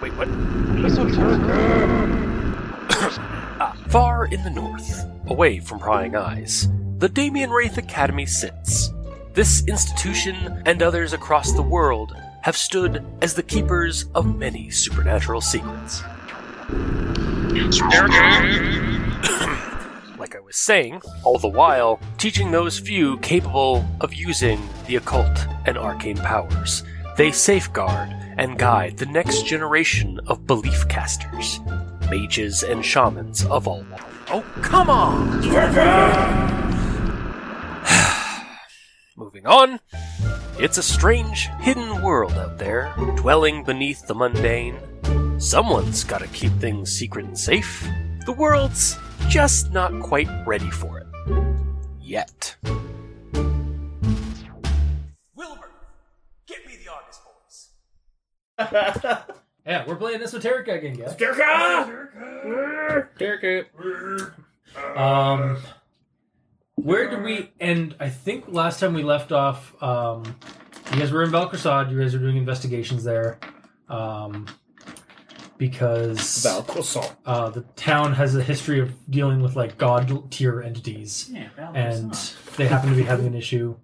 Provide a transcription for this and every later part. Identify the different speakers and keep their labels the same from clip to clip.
Speaker 1: Wait, what? ah, far in the north, away from prying eyes, the Damien Wraith Academy sits. This institution and others across the world have stood as the keepers of many supernatural secrets. like I was saying, all the while teaching those few capable of using the occult and arcane powers. They safeguard and guide the next generation of belief casters, mages and shamans of all. Oh, come on! Moving on. It's a strange, hidden world out there, dwelling beneath the mundane. Someone's gotta keep things secret and safe. The world's just not quite ready for it. Yet. Wilbur, get me the August boys.
Speaker 2: Yeah, we're playing Esoterica again, guys. Esoterica! Um, where did we end? I think last time we left off, um, you guys were in Valkrasad. You guys were doing investigations there. Um, because
Speaker 3: Valcosan.
Speaker 2: uh, the town has a history of dealing with like god tier entities, and they happen to be having an issue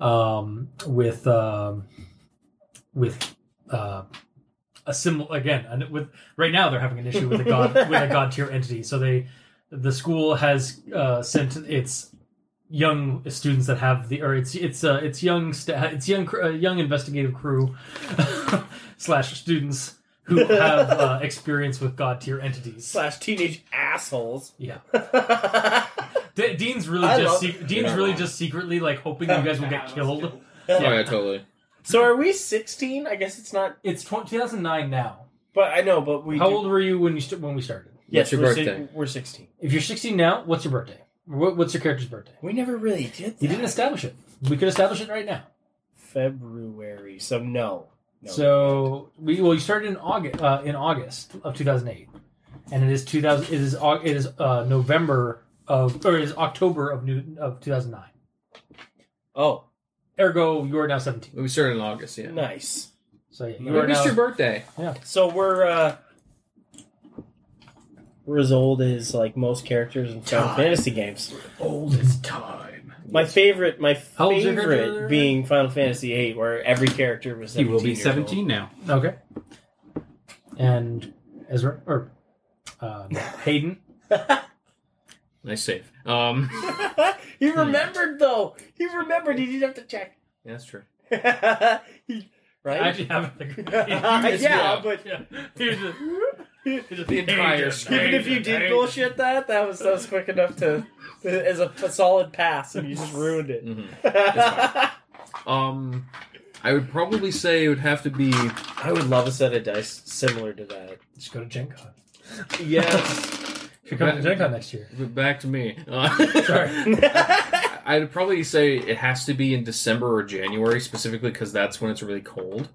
Speaker 2: um, with um, with uh, a symbol again. And with right now, they're having an issue with a god with a god tier entity. So they the school has uh, sent its young students that have the or it's it's uh, it's young sta- it's young cr- uh, young investigative crew slash students who have uh, experience with god tier entities.
Speaker 3: Slash teenage assholes.
Speaker 2: Yeah,
Speaker 3: I
Speaker 2: D- Dean's really
Speaker 3: I
Speaker 2: just
Speaker 3: love-
Speaker 2: sec- Dean's
Speaker 4: Yeah.
Speaker 2: really just secretly like hoping you guys will get killed.
Speaker 4: Oh yeah, totally.
Speaker 3: So are we 16? I guess it's not.
Speaker 2: It's tw- 2009 now.
Speaker 3: But I know, but we.
Speaker 2: How
Speaker 3: do-
Speaker 2: old were you when you st- when we started?
Speaker 4: What's
Speaker 3: Yes,
Speaker 4: your
Speaker 3: we're,
Speaker 4: birthday?
Speaker 3: we're 16.
Speaker 2: If you're 16 now, what's your birthday? What, what's your character's birthday?
Speaker 3: We never really did that.
Speaker 2: You didn't establish it. We could establish it right now.
Speaker 3: February, so no. no.
Speaker 2: So we well, you started in August uh, in August of 2008, and it is 2000. It is Au- it is uh, November of or it is October of new of 2009.
Speaker 3: Oh,
Speaker 2: Ergo, you are now 17.
Speaker 4: We started in August. Yeah.
Speaker 3: nice.
Speaker 2: So yeah, you
Speaker 4: We
Speaker 2: are
Speaker 4: missed
Speaker 2: now.
Speaker 4: your birthday.
Speaker 3: So we're uh we're as old as like most characters in Final Fantasy games.
Speaker 4: Old as time.
Speaker 3: My favorite, my
Speaker 2: How old's your character
Speaker 3: favorite
Speaker 2: there?
Speaker 3: being Final Fantasy VIII, where every character was.
Speaker 5: He
Speaker 3: 17
Speaker 5: will be
Speaker 3: years
Speaker 5: seventeen now.
Speaker 2: Okay. And Ezra or uh, Hayden.
Speaker 4: Nice save. Um,
Speaker 3: old. he remembered though. He remembered. He didn't have to check.
Speaker 4: yeah, that's true.
Speaker 3: He-
Speaker 2: I
Speaker 3: right?
Speaker 2: actually haven't. Like,
Speaker 3: yeah,
Speaker 4: yeah.
Speaker 3: but
Speaker 2: here's a,
Speaker 4: The entire
Speaker 3: even if you did bullshit that, that was that was quick enough to as a, a solid pass, and you just ruined it.
Speaker 4: hmm Um, I would probably say it would have to be.
Speaker 3: I would love a set of dice similar to that.
Speaker 2: Just go to Gen Con.
Speaker 3: Yes.
Speaker 2: Should come to Gen Con next year.
Speaker 4: Back to me. Uh,
Speaker 2: Sorry.
Speaker 4: I'd probably say it has to be in December or January specifically because that's when it's really cold.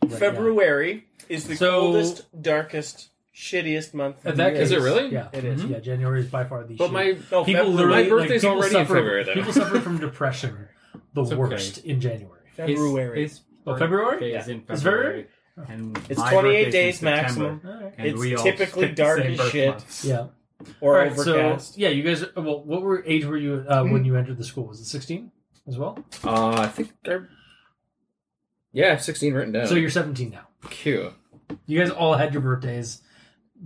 Speaker 2: But,
Speaker 3: February is the
Speaker 2: So-
Speaker 3: coldest, darkest, shittiest month.
Speaker 2: yeah.
Speaker 3: of
Speaker 2: That
Speaker 3: the year.
Speaker 4: Is it really?
Speaker 2: Yeah,
Speaker 3: It is.
Speaker 2: Yeah, January is by far the.
Speaker 4: But my
Speaker 2: Mm-hmm.
Speaker 3: No,
Speaker 2: people
Speaker 3: February,
Speaker 2: literally
Speaker 4: my birthday's
Speaker 2: like, people
Speaker 4: already in
Speaker 2: suffer,
Speaker 4: February, though.
Speaker 2: People suffer from depression the
Speaker 5: It's okay.
Speaker 2: worst in January.
Speaker 3: February.
Speaker 5: His, his
Speaker 2: Oh, February?
Speaker 5: birthday is in
Speaker 2: It's
Speaker 5: February. And
Speaker 3: It's
Speaker 5: my
Speaker 3: 28
Speaker 5: birthday's in
Speaker 3: days
Speaker 5: September,
Speaker 3: maximum.
Speaker 5: and
Speaker 3: It's
Speaker 5: we all
Speaker 3: typically
Speaker 5: pick the
Speaker 3: dark
Speaker 5: same
Speaker 3: as
Speaker 5: birth
Speaker 3: shit.
Speaker 5: months.
Speaker 2: Yeah.
Speaker 3: or
Speaker 2: Alright, so
Speaker 3: overcast.
Speaker 2: yeah, you guys. Well, what were age were you uh, when you entered the school? Was it sixteen as well?
Speaker 4: uh, I think they're yeah, I have sixteen written down.
Speaker 2: So you're seventeen now.
Speaker 4: cute.
Speaker 2: You guys all had your birthdays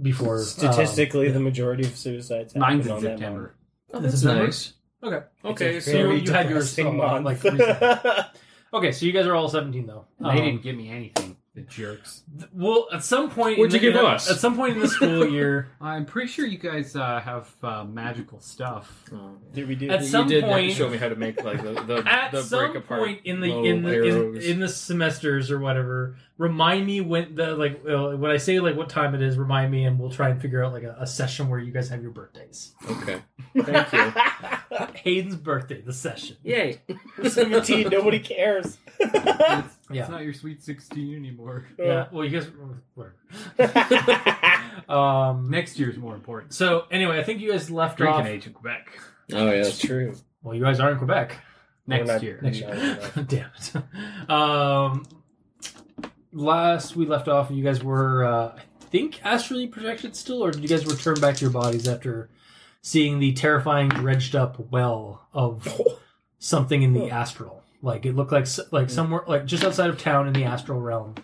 Speaker 2: before. um,
Speaker 3: Statistically, the majority of suicides happen
Speaker 5: Mine's in
Speaker 3: on that
Speaker 5: September.
Speaker 4: Oh,
Speaker 2: This
Speaker 4: that's
Speaker 2: is number-
Speaker 4: nice.
Speaker 2: okay.
Speaker 3: month.
Speaker 4: Okay,
Speaker 3: It's a
Speaker 4: so
Speaker 2: very-
Speaker 3: very
Speaker 2: you had yours
Speaker 3: depressing
Speaker 2: a lot,
Speaker 3: month.
Speaker 2: like, recently. Okay, so you guys are all seventeen though. Um,
Speaker 5: They didn't give me anything. The jerks.
Speaker 2: th- Well, at some point, in
Speaker 4: What'd you
Speaker 2: the-
Speaker 4: give
Speaker 2: in-
Speaker 4: us?
Speaker 2: At some point in the school year,
Speaker 5: I'm pretty sure you guys uh, have uh, magical stuff.
Speaker 4: Oh.
Speaker 3: Did we do?
Speaker 2: At
Speaker 4: You
Speaker 2: some
Speaker 4: did
Speaker 2: point-
Speaker 4: show me how to make like the the,
Speaker 2: at
Speaker 4: the
Speaker 2: some
Speaker 4: break apart
Speaker 2: point in the
Speaker 4: little
Speaker 2: in the in,
Speaker 4: arrows.
Speaker 2: in the semesters or whatever remind me when the like uh, when i say like what time it is remind me and we'll try and figure out like a, a session where you guys have your birthdays
Speaker 4: okay, thank you.
Speaker 2: hayden's birthday the session
Speaker 4: Yay!
Speaker 3: Seventeen. Nobody cares.
Speaker 5: It's,
Speaker 2: Yeah.
Speaker 5: it's not your sweet sixteen anymore.
Speaker 2: yeah well you guys whatever um
Speaker 5: Next year's more important.
Speaker 2: so anyway i think you guys left
Speaker 5: Drinking
Speaker 2: off
Speaker 5: age in Quebec.
Speaker 4: Oh yeah,
Speaker 3: It's true.
Speaker 2: well you guys are in quebec
Speaker 5: Next
Speaker 3: not-
Speaker 5: year.
Speaker 2: next
Speaker 3: No,
Speaker 2: year damn it um last we left off, you guys were, uh, I think, astrally projected still, or did you guys return back to your bodies after seeing the terrifying dredged up well of something in the astral? Like it looked like s-
Speaker 4: Hmm.
Speaker 2: like somewhere like just outside of town in the astral realm,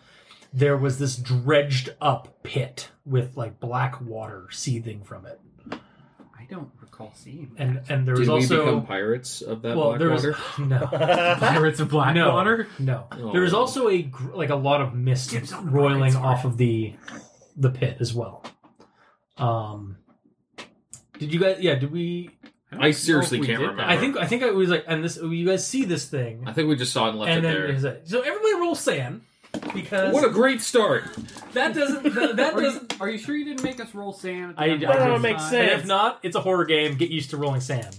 Speaker 2: there was this dredged up pit with like black water seething from it,
Speaker 5: I don't recall seeing that.
Speaker 2: and and there was
Speaker 4: Did we
Speaker 2: also
Speaker 4: become pirates of that
Speaker 2: well
Speaker 4: black
Speaker 2: there was
Speaker 4: water?
Speaker 2: no.
Speaker 5: Pirates of
Speaker 2: No.
Speaker 5: Blackwater?
Speaker 2: No,
Speaker 4: Oh.
Speaker 2: there is also a gr- like a lot of mist
Speaker 5: Dibs on the
Speaker 2: roiling
Speaker 5: prize.
Speaker 2: off of the the pit as well. Um, did you guys? Yeah, did we?
Speaker 5: don't
Speaker 4: I
Speaker 5: know
Speaker 4: seriously
Speaker 5: if we
Speaker 4: can't
Speaker 5: did
Speaker 4: remember.
Speaker 5: that.
Speaker 2: I think I think I was like, and this you guys see this thing,
Speaker 4: I think we just saw it and left
Speaker 2: and
Speaker 4: it
Speaker 2: then
Speaker 4: there.
Speaker 2: it's like- so everybody roll sand because
Speaker 4: What a great start!
Speaker 2: that doesn't that, that
Speaker 5: Are you,
Speaker 2: doesn't.
Speaker 5: are you sure you didn't make us roll sand?
Speaker 2: I-
Speaker 5: at the end of
Speaker 2: I did.
Speaker 5: the
Speaker 2: That
Speaker 3: makes
Speaker 5: time
Speaker 2: And
Speaker 3: sense.
Speaker 2: if not, it's a horror game. Get used to rolling sand.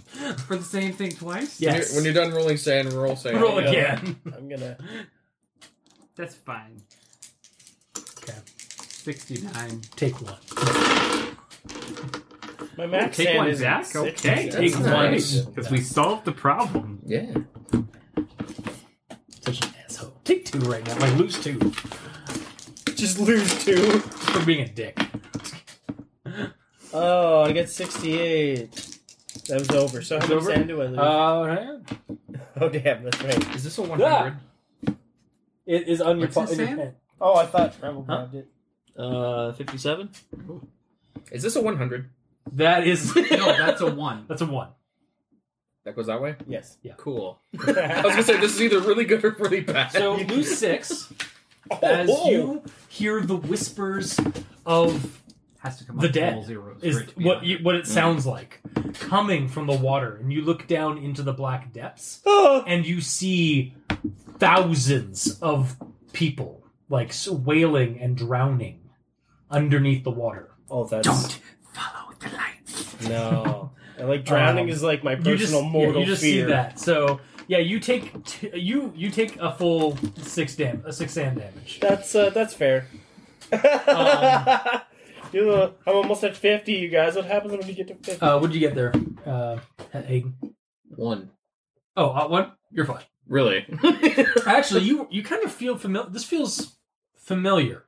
Speaker 5: For the same thing twice?
Speaker 2: Yeah. Yes.
Speaker 4: When, you're, when you're done rolling sand, roll sand.
Speaker 2: Roll
Speaker 3: Yeah.
Speaker 2: again.
Speaker 3: I'm gonna.
Speaker 5: That's fine.
Speaker 2: Okay.
Speaker 5: 69.
Speaker 2: Take one.
Speaker 3: My max
Speaker 5: Take
Speaker 3: sand
Speaker 5: one
Speaker 3: is
Speaker 5: back?
Speaker 3: six.
Speaker 5: Okay.
Speaker 4: That's
Speaker 5: Take
Speaker 4: nice.
Speaker 5: one. Because we solved the problem.
Speaker 4: Yeah.
Speaker 2: Such an asshole. Take two right now. Like lose two
Speaker 3: Just lose two.
Speaker 2: for being a dick.
Speaker 3: Oh, I get 68. That was over. So how
Speaker 2: It's
Speaker 3: much
Speaker 2: over?
Speaker 3: sand do I lose?
Speaker 2: Uh,
Speaker 3: oh damn, that's right.
Speaker 4: Is this a 100?
Speaker 2: Yeah. it is on your,
Speaker 5: What's
Speaker 2: po-
Speaker 5: it
Speaker 2: in your
Speaker 5: saying?
Speaker 2: hand.
Speaker 3: Oh, I thought Trevor
Speaker 2: Huh?
Speaker 3: grabbed it.
Speaker 6: Uh, 57?
Speaker 4: Is this a 100?
Speaker 2: That is
Speaker 5: No, that's a 1.
Speaker 2: that's a one.
Speaker 4: That goes that way?
Speaker 3: Yes.
Speaker 4: Cool. I was gonna say, this is either really good or really bad.
Speaker 2: So lose six
Speaker 3: Oh,
Speaker 2: as you hear the whispers of
Speaker 5: Has to come
Speaker 2: The
Speaker 5: up
Speaker 2: dead
Speaker 5: all zeros.
Speaker 2: is
Speaker 5: for it to be
Speaker 2: what
Speaker 5: on.
Speaker 2: you, what it sounds like coming from the water, and you look down into the black depths,
Speaker 3: Oh,
Speaker 2: and you see thousands of people like s- wailing and drowning underneath the water.
Speaker 3: Oh, that's
Speaker 5: Don't follow the lights.
Speaker 3: no. And like drowning
Speaker 2: Um,
Speaker 3: is like my
Speaker 2: You
Speaker 3: personal
Speaker 2: just
Speaker 3: mortal
Speaker 2: yeah, you just
Speaker 3: fear.
Speaker 2: see that. So yeah, you take t- you you take a full six dam a six sand damage.
Speaker 3: That's uh, that's fair.
Speaker 2: Um,
Speaker 3: you know, I'm almost at 50, you guys. What happens when we get to 50?
Speaker 2: Uh, what did you get there, uh, Hayden?
Speaker 4: One.
Speaker 2: Oh, uh, one. You're fine.
Speaker 4: Really?
Speaker 2: Actually, you you kind of feel familiar. This feels familiar.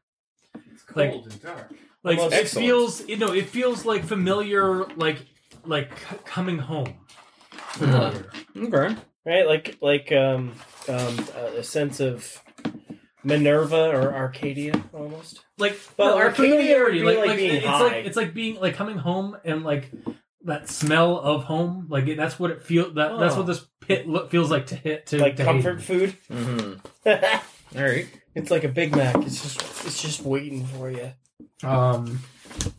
Speaker 5: It's
Speaker 2: Like-
Speaker 5: and dark.
Speaker 2: Like
Speaker 3: Almost.
Speaker 2: it
Speaker 4: Excellent.
Speaker 2: feels. You know, it feels like familiar. Like like c- coming home.
Speaker 4: Uh,
Speaker 2: Familiar.
Speaker 4: okay.
Speaker 3: right? Like like um um a sense of Minerva or Arcadia almost.
Speaker 2: Like
Speaker 3: Well,
Speaker 2: no, like
Speaker 3: Arcadia would
Speaker 2: familiarity.
Speaker 3: be
Speaker 2: Like,
Speaker 3: like
Speaker 2: like
Speaker 3: being
Speaker 2: it's
Speaker 3: high.
Speaker 2: like it's like being like coming home and like that smell of home. Like it, that's what it feel. That that's
Speaker 3: Oh.
Speaker 2: what this pit look, feels like to hit to
Speaker 3: Like
Speaker 2: to
Speaker 3: comfort
Speaker 2: Hayden.
Speaker 3: food.
Speaker 4: Mm-hmm.
Speaker 3: it's
Speaker 4: All right.
Speaker 3: like a Big Mac. It's just it's just waiting for you.
Speaker 2: Um,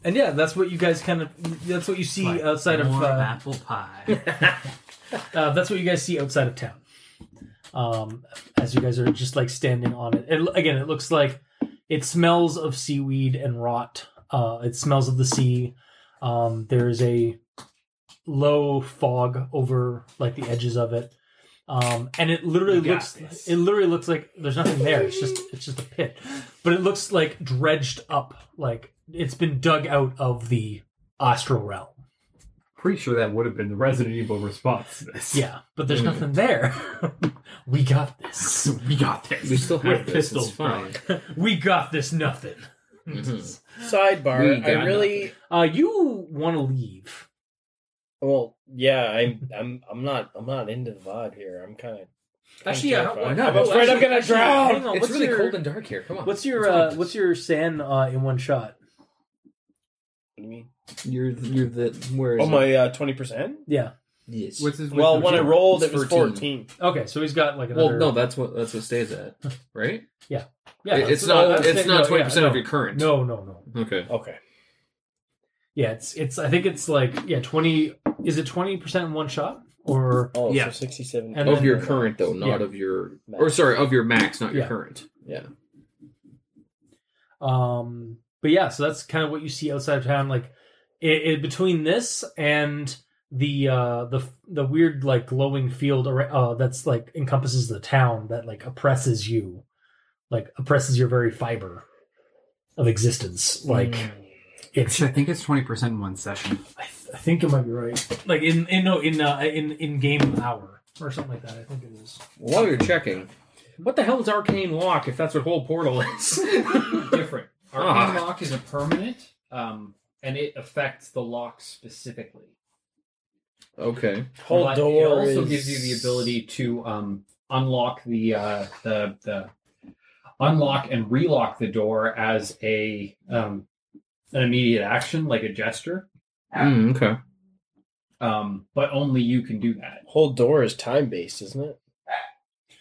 Speaker 2: and yeah, that's what you guys kind of. That's what you see
Speaker 5: Like
Speaker 2: outside of.
Speaker 5: more
Speaker 2: Uh,
Speaker 5: apple pie.
Speaker 2: Uh, that's what you guys see outside of town. Um, as you guys are just like standing on it. And again, it looks like it smells of seaweed and rot. Uh, it smells of the sea. Um, there's a low fog over like the edges of it. Um, and it literally
Speaker 5: You got
Speaker 2: looks
Speaker 5: this.
Speaker 2: it literally looks like there's nothing there. It's just it's just a pit. But it looks like dredged up, like it's been dug out of the astral realm.
Speaker 5: Pretty sure that would have been the Resident Evil response to this.
Speaker 2: Yeah, but there's
Speaker 4: Mm.
Speaker 2: nothing there. we got this.
Speaker 5: We got this.
Speaker 4: We still have
Speaker 5: With
Speaker 4: this.
Speaker 5: pistols.
Speaker 4: It's fine.
Speaker 2: We got this. Nothing.
Speaker 4: Mhm. We
Speaker 3: Sidebar.
Speaker 4: got
Speaker 3: I really
Speaker 2: Uh, you want to leave?
Speaker 3: well, yeah, I'm I'm I'm not I'm not into the vibe here. I'm kind of
Speaker 4: Actually, yeah. Why not?
Speaker 3: I'm afraid I'm gonna drown.
Speaker 2: hang on,
Speaker 4: it's
Speaker 2: what's
Speaker 4: really
Speaker 2: your-
Speaker 4: cold and dark here. Come on.
Speaker 2: What's your uh, what's your san uh, in one shot?
Speaker 3: What do you mean?
Speaker 6: You're, you're the. Where is
Speaker 3: Oh
Speaker 6: it?
Speaker 3: my uh, 20%?
Speaker 2: Yeah.
Speaker 4: Yes.
Speaker 5: What's his
Speaker 3: Well,
Speaker 5: what's
Speaker 3: when I
Speaker 5: his-
Speaker 3: rolled it
Speaker 4: It's
Speaker 3: was
Speaker 4: 14.
Speaker 3: 14.
Speaker 2: Okay, so he's got like another.
Speaker 4: Well, no, that's what that's what stays at, right?
Speaker 2: yeah,
Speaker 4: It-
Speaker 2: that's-
Speaker 4: it's not
Speaker 2: oh, that's-
Speaker 4: it's not
Speaker 2: no,
Speaker 4: twenty
Speaker 2: yeah,
Speaker 4: percent
Speaker 2: no.
Speaker 4: of your current.
Speaker 2: No, no, no.
Speaker 4: Okay.
Speaker 3: Okay.
Speaker 2: Yeah, it's it's. I think it's like yeah, twenty. Is it twenty percent in one shot or?
Speaker 3: Oh,
Speaker 5: Yeah.
Speaker 3: so 67.
Speaker 2: And
Speaker 4: Of
Speaker 2: then-
Speaker 4: your current though, not
Speaker 2: Yeah.
Speaker 4: of your
Speaker 3: Max.
Speaker 4: or sorry, of your max, not your
Speaker 2: Yeah.
Speaker 4: current. Yeah.
Speaker 2: Um, but yeah, so that's kind of what you see outside of town. Like it, it between this and the uh, the the weird like glowing field ar- uh, that's like encompasses the town that like oppresses you, like oppresses your very fiber of existence. Like it's,
Speaker 5: Actually, I think it's 20% in one session.
Speaker 2: I, th- I think it might be right. Like in in no in uh, in in game hour or something like that. I think it is.
Speaker 4: While you're checking, What the hell is arcane lock if that's what whole portal is?
Speaker 7: different. Arcane lock is a permanent, um, and it affects the lock specifically.
Speaker 4: okay.
Speaker 3: Whole
Speaker 7: But
Speaker 3: door
Speaker 7: it also
Speaker 3: is-
Speaker 7: gives you the ability to um, unlock the uh, the the unlock and relock the door as a um, an immediate action, like a gesture.
Speaker 4: Mm, okay.
Speaker 7: Um, but only you can do that.
Speaker 3: Whole door is time based, isn't it?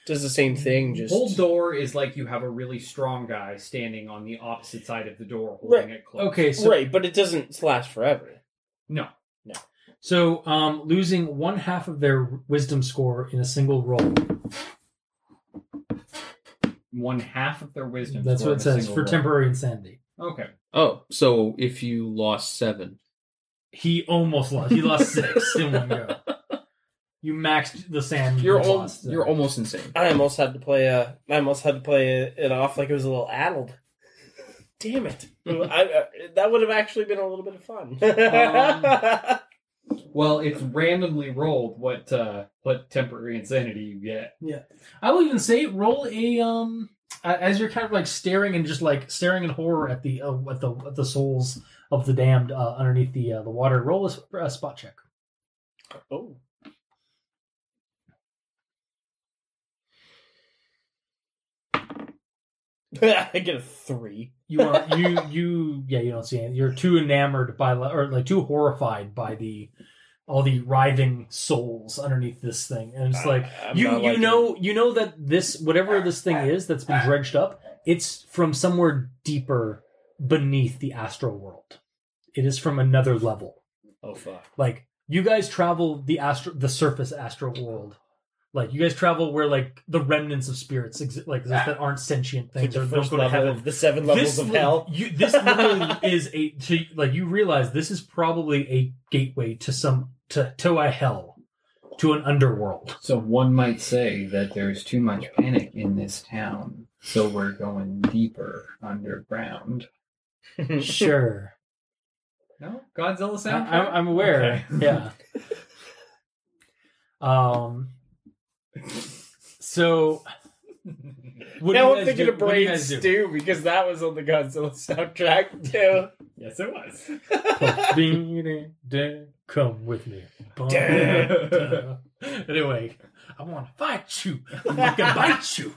Speaker 3: Does the same thing, just
Speaker 7: Whole door is like you have a really strong guy standing on the opposite side of the door, holding it closed.
Speaker 5: Okay, so
Speaker 3: right, but it doesn't last forever.
Speaker 7: No.
Speaker 2: So, um, losing one half of their wisdom score in a single roll.
Speaker 7: One half of their wisdom.
Speaker 2: That's
Speaker 7: score
Speaker 2: what
Speaker 7: in
Speaker 2: it
Speaker 7: a
Speaker 2: says
Speaker 7: single
Speaker 2: for
Speaker 7: roll.
Speaker 2: temporary insanity.
Speaker 7: Okay.
Speaker 4: Oh, so if you lost seven.
Speaker 2: He almost lost. He lost six in one go. You maxed the sand.
Speaker 4: You're
Speaker 2: you
Speaker 4: al-
Speaker 2: lost there.
Speaker 4: you're almost insane.
Speaker 3: I almost had to play. Uh, I almost had to play it off like it was a little addled. Damn it! I, I, that would have actually been a little bit of fun.
Speaker 7: Um, Well, it's randomly rolled what uh what temporary insanity you get.
Speaker 2: I will even say, roll a um a- as you're kind of like staring and just like staring in horror at the uh, at the at the souls of the damned uh, underneath the uh, the water. Roll a, s- a spot check.
Speaker 3: oh, I get a three.
Speaker 2: You are you you yeah you don't see it. You're too enamored by li- or like too horrified by the all the writhing souls underneath this thing, and
Speaker 4: Ah.
Speaker 2: it's like
Speaker 3: I- I'm
Speaker 2: you
Speaker 3: not
Speaker 2: you
Speaker 3: liking
Speaker 2: know you know that this whatever this thing is that's been dredged up, it's from somewhere deeper beneath the astral world. It is from another level.
Speaker 7: Oh fuck.
Speaker 2: like you guys travel the astro the surface astral world like you guys travel where like the remnants of spirits exist like exist that aren't sentient
Speaker 3: Like
Speaker 2: things
Speaker 3: the
Speaker 2: or don't
Speaker 3: first
Speaker 2: go to
Speaker 3: level
Speaker 2: heaven
Speaker 3: of the seven levels
Speaker 2: this,
Speaker 3: of
Speaker 2: li-
Speaker 3: hell.
Speaker 2: you, this literally is a to, like you realize this is probably a gateway to some to to a hell to an underworld
Speaker 7: So one might say that there's too much panic in this town, so we're going deeper underground.
Speaker 2: sure
Speaker 7: No? Godzilla
Speaker 2: I,
Speaker 7: sound?
Speaker 2: I'm, I'm aware
Speaker 7: Okay.
Speaker 2: yeah um so what do
Speaker 3: now
Speaker 2: you
Speaker 3: I'm
Speaker 2: guys
Speaker 3: thinking
Speaker 2: do-
Speaker 3: of
Speaker 2: what do you
Speaker 3: Brain
Speaker 2: guys do?
Speaker 3: Stew because that was on the Godzilla soundtrack too.
Speaker 7: yes it was.
Speaker 2: Ding, ding, come with me. Bum,
Speaker 3: Dun.
Speaker 2: dun. anyway, I want to fight you. I'm going to bite you.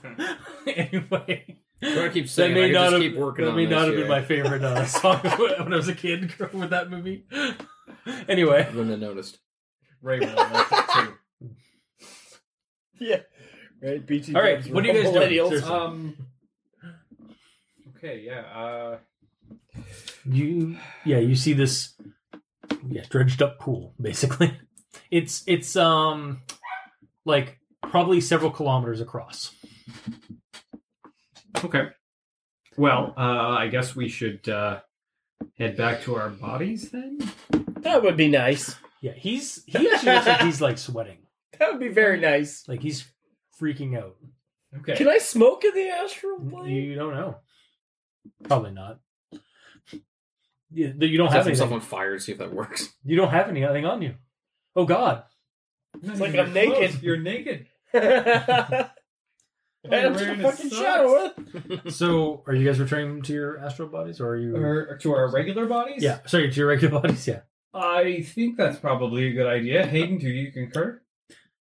Speaker 2: anyway.
Speaker 4: Try to keep saying it, I could just keep working
Speaker 2: that
Speaker 4: on
Speaker 2: may
Speaker 4: this,
Speaker 2: not have
Speaker 4: yeah.
Speaker 2: been my favorite uh, song when I was a kid growing with that movie. Anyway,
Speaker 4: Wouldn't have noticed.
Speaker 7: Ray will like it
Speaker 3: Yeah. Right, BT.
Speaker 2: All right,
Speaker 3: jobs
Speaker 2: what
Speaker 3: were
Speaker 2: do you guys do?
Speaker 3: millennials.
Speaker 2: Seriously.
Speaker 7: too. Um Okay, yeah. Uh
Speaker 2: you yeah you see this yeah dredged up pool basically. It's it's um like probably several kilometers across.
Speaker 7: Okay. Well, uh I guess we should uh head back to our bodies then?
Speaker 3: That would be nice.
Speaker 2: Yeah, he's he actually looks like he's like sweating,
Speaker 3: That would be very nice.
Speaker 2: like he's freaking out.
Speaker 7: Okay.
Speaker 3: Can I smoke in the astral plane?
Speaker 2: You don't know. Probably not. You you don't
Speaker 4: Set
Speaker 2: have
Speaker 4: himself
Speaker 2: anything.
Speaker 4: on fire see if that works.
Speaker 2: You don't have anything on you. Oh God!
Speaker 3: It's like I'm naked.
Speaker 7: You're naked.
Speaker 3: I'm just a
Speaker 7: wearing
Speaker 3: fucking
Speaker 7: socks.
Speaker 3: shadow.
Speaker 2: So, are you guys returning to your astral bodies, or are you?
Speaker 7: Or to our regular bodies?
Speaker 2: yeah, sorry, to your regular bodies. Yeah.
Speaker 7: I think that's probably a good idea. Hayden, do you concur?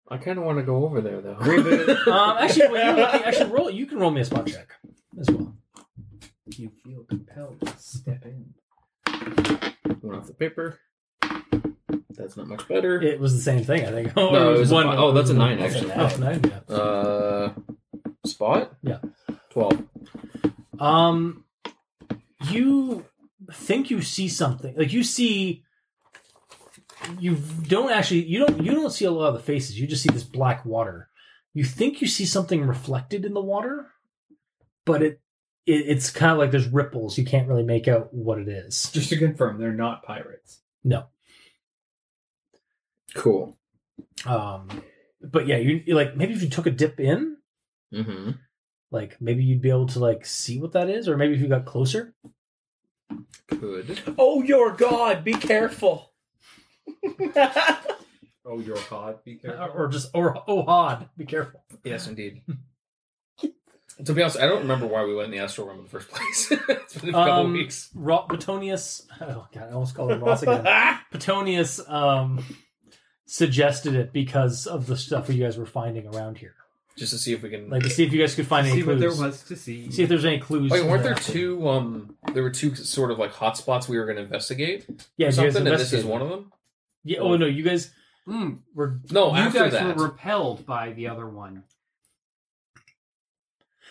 Speaker 4: I kind of want to go over there though.
Speaker 2: Um. Actually, well, you're lucky. actually, roll. You can roll me a spot check as well.
Speaker 7: You feel compelled to step in.
Speaker 4: One off the paper. That's not much better.
Speaker 2: It was the same thing, I think.
Speaker 4: No,
Speaker 2: it
Speaker 4: it was a fi- oh, that's a nine,
Speaker 2: That's a
Speaker 4: actually.
Speaker 2: nine. Oh, nine, yeah.
Speaker 4: Uh, spot.
Speaker 2: Yeah.
Speaker 4: Twelve.
Speaker 2: Um, you think you see something. Like you see, you don't actually. You don't. You don't see a lot of the faces. You just see this black water. You think you see something reflected in the water, but it, it it's kind of like there's ripples. You can't really make out what it is.
Speaker 7: Just to confirm, they're not pirates.
Speaker 4: Cool.
Speaker 2: Um, but yeah, you you like maybe if you took a dip in,
Speaker 4: Mm-hmm.
Speaker 2: like maybe you'd be able to like see what that is, or maybe if you got closer.
Speaker 4: Good.
Speaker 3: Oh, your god! Be careful.
Speaker 7: Oh, your god, be careful.
Speaker 2: Or just or oh, hod, be careful.
Speaker 4: Yes, indeed. To be honest, I don't remember why we went in the astral room in the first place. it's been a couple
Speaker 2: Um,
Speaker 4: weeks.
Speaker 2: Ro- Petonius. Oh god, I almost called him Ross again. Petonius um, suggested it because of the stuff you guys were finding around here,
Speaker 4: Just to see if we can.
Speaker 2: like to see if you guys could find any
Speaker 5: see what
Speaker 2: clues.
Speaker 5: there was to see.
Speaker 2: See if there's any clues.
Speaker 4: Wait, weren't
Speaker 2: in
Speaker 4: there
Speaker 2: that.
Speaker 4: two? Um, there were two sort of like hotspots we were going to investigate.
Speaker 2: Yeah,
Speaker 4: or
Speaker 2: you guys
Speaker 4: something, and this
Speaker 2: investigated.
Speaker 4: is one of them.
Speaker 2: Yeah. Oh no, you guys
Speaker 5: Mm,
Speaker 2: were.
Speaker 4: No,
Speaker 5: you
Speaker 4: after
Speaker 5: guys
Speaker 4: that,
Speaker 5: were repelled by the other one.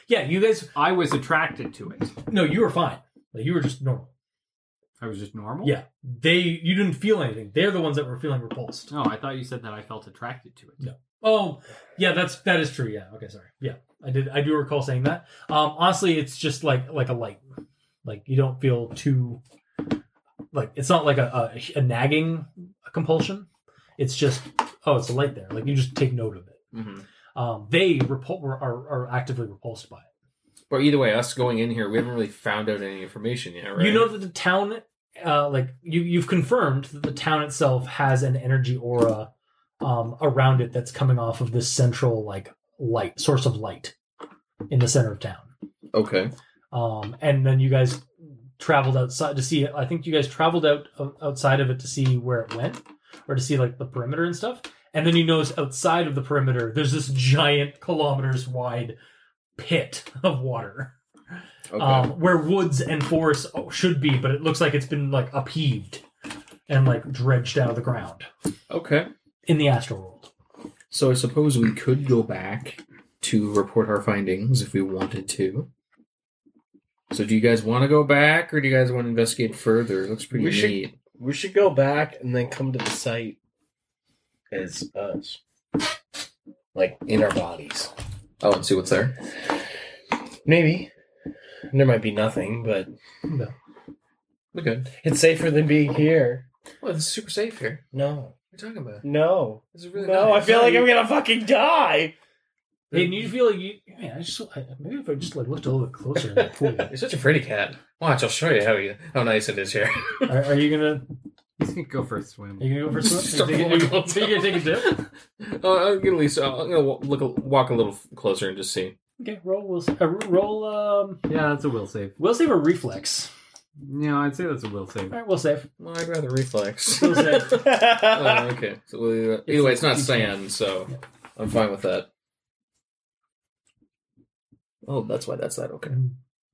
Speaker 2: Yeah, you guys.
Speaker 5: I was attracted to it.
Speaker 2: No, you were fine. Like, you were just normal.
Speaker 5: I was just normal.
Speaker 2: Yeah, they. You didn't feel anything. They're the ones that were feeling repulsed.
Speaker 5: No, Oh, I thought you said that I felt attracted to it.
Speaker 2: No. Oh, yeah, that's that is true. Yeah. Okay, sorry. Yeah, I did. I do recall saying that. Um, honestly, it's just like like a light. Like you don't feel too. Like it's not like a a, a nagging compulsion. It's just oh, it's a light there. Like you just take note of it.
Speaker 4: Mhm.
Speaker 2: Um, they repul- are, are actively repulsed by it.
Speaker 4: But either way, us going in here, we haven't really found out any information yet, right?
Speaker 2: You know that the town, uh, like you, you've confirmed that the town itself has an energy aura um, around it that's coming off of this central like light source of light in the center of town.
Speaker 4: Okay.
Speaker 2: Um, and then you guys traveled outside to see. I think you guys traveled out outside of it to see where it went, or to see like the perimeter and stuff. And then you notice outside of the perimeter, there's this giant kilometers wide pit of water
Speaker 4: Okay.
Speaker 2: um, where woods and forests oh, should be, but it looks like it's been like upheaved and like dredged out of the ground
Speaker 4: okay.
Speaker 2: in the astral world.
Speaker 4: So I suppose we could go back to report our findings if we wanted to. So do you guys want to go back, or do you guys want to investigate further? It looks pretty
Speaker 3: We should-
Speaker 4: neat.
Speaker 3: We should go back and then come to the site as us. Like in our bodies.
Speaker 4: Oh, and see what's there.
Speaker 3: Maybe. There might be nothing, but
Speaker 2: No.
Speaker 4: Okay.
Speaker 3: it's safer than being here.
Speaker 4: Well, it's Oh, super safe here.
Speaker 3: No.
Speaker 4: What are you talking about?
Speaker 3: No.
Speaker 4: This is really
Speaker 3: No, I
Speaker 4: nice.
Speaker 3: feel like I'm gonna fucking die.
Speaker 2: And you feel like you, man, I just I, maybe if I just like looked a little bit closer in that pool.
Speaker 4: You're such a pretty cat. Watch, I'll show you how you, how nice it is here.
Speaker 2: Are, are you gonna?
Speaker 5: He's gonna go for a swim.
Speaker 2: Are you gonna go for a swim?
Speaker 4: Start
Speaker 2: Are you, are you,
Speaker 4: rolling
Speaker 2: are you gonna take a dip?
Speaker 4: Oh, I'm gonna leave. So I'm gonna wa- look, a- walk a little f- closer and just see.
Speaker 2: Okay, roll. Will uh, roll. Um,
Speaker 5: Yeah, that's a will save.
Speaker 2: will save a reflex.
Speaker 5: No, I'd say that's a will save.
Speaker 2: All right, will save.
Speaker 4: Well, I'd rather reflex.
Speaker 2: Will save. Uh,
Speaker 4: oh, okay. So we'll leave it- either way, it's not sand, so I'm fine with that. Oh, that's why that's that. Okay.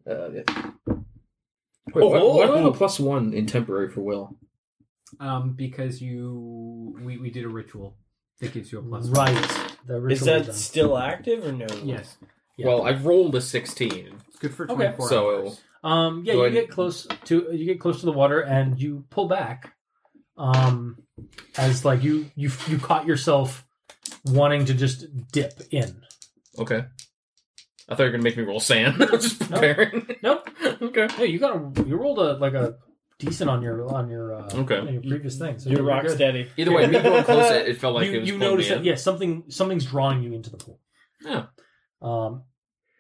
Speaker 4: Uh, yeah. Wait, why, why do I have a plus one in temporary for will?
Speaker 5: Um, because you we, we did a ritual that gives you a plus. one.
Speaker 2: right. The
Speaker 3: Is
Speaker 2: ritual
Speaker 3: that
Speaker 2: done.
Speaker 3: still active or no?
Speaker 5: Yes,
Speaker 2: Yeah.
Speaker 4: Well, I've rolled a sixteen.
Speaker 5: it's good for
Speaker 2: Okay.
Speaker 5: twenty four.
Speaker 4: So
Speaker 5: hours.
Speaker 4: it'll-
Speaker 2: Um, yeah,
Speaker 4: Do
Speaker 2: you
Speaker 4: I-
Speaker 2: get close to you get close to the water and you pull back. Um, as like you you you caught yourself wanting to just dip in.
Speaker 4: Okay. I thought you were gonna make me roll sand. I'm just
Speaker 2: Nope.
Speaker 4: preparing.
Speaker 2: Nope.
Speaker 4: okay.
Speaker 2: Hey, you got a you rolled a like a decent on your on your uh,
Speaker 4: Okay.
Speaker 2: on your previous thing. So
Speaker 3: You're
Speaker 2: you're
Speaker 3: rock
Speaker 2: good.
Speaker 3: steady.
Speaker 4: Either way, me going close, it, it felt like
Speaker 2: you
Speaker 4: it was
Speaker 2: you
Speaker 4: pulling me
Speaker 2: notice that
Speaker 4: in.
Speaker 2: yeah something something's drawing you into the pool.
Speaker 4: Yeah.
Speaker 2: Um,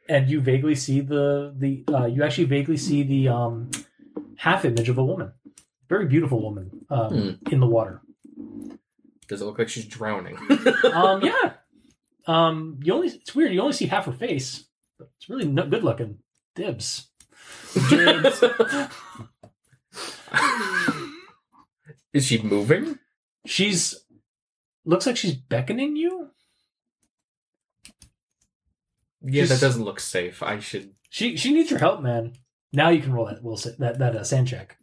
Speaker 2: and you vaguely see the the uh, you actually vaguely see the um half image of a woman, very beautiful woman um,
Speaker 4: Hmm.
Speaker 2: in the water.
Speaker 4: Does it look like she's drowning?
Speaker 2: um, yeah. Um, you only it's weird. You only see half her face. But it's really not good looking. Dibs.
Speaker 4: Is she moving?
Speaker 2: She's looks like she's beckoning you.
Speaker 4: Yeah,
Speaker 2: She's-
Speaker 4: that doesn't look safe. I should.
Speaker 2: She she needs your help, man. Now you can roll that will that that uh, sand check,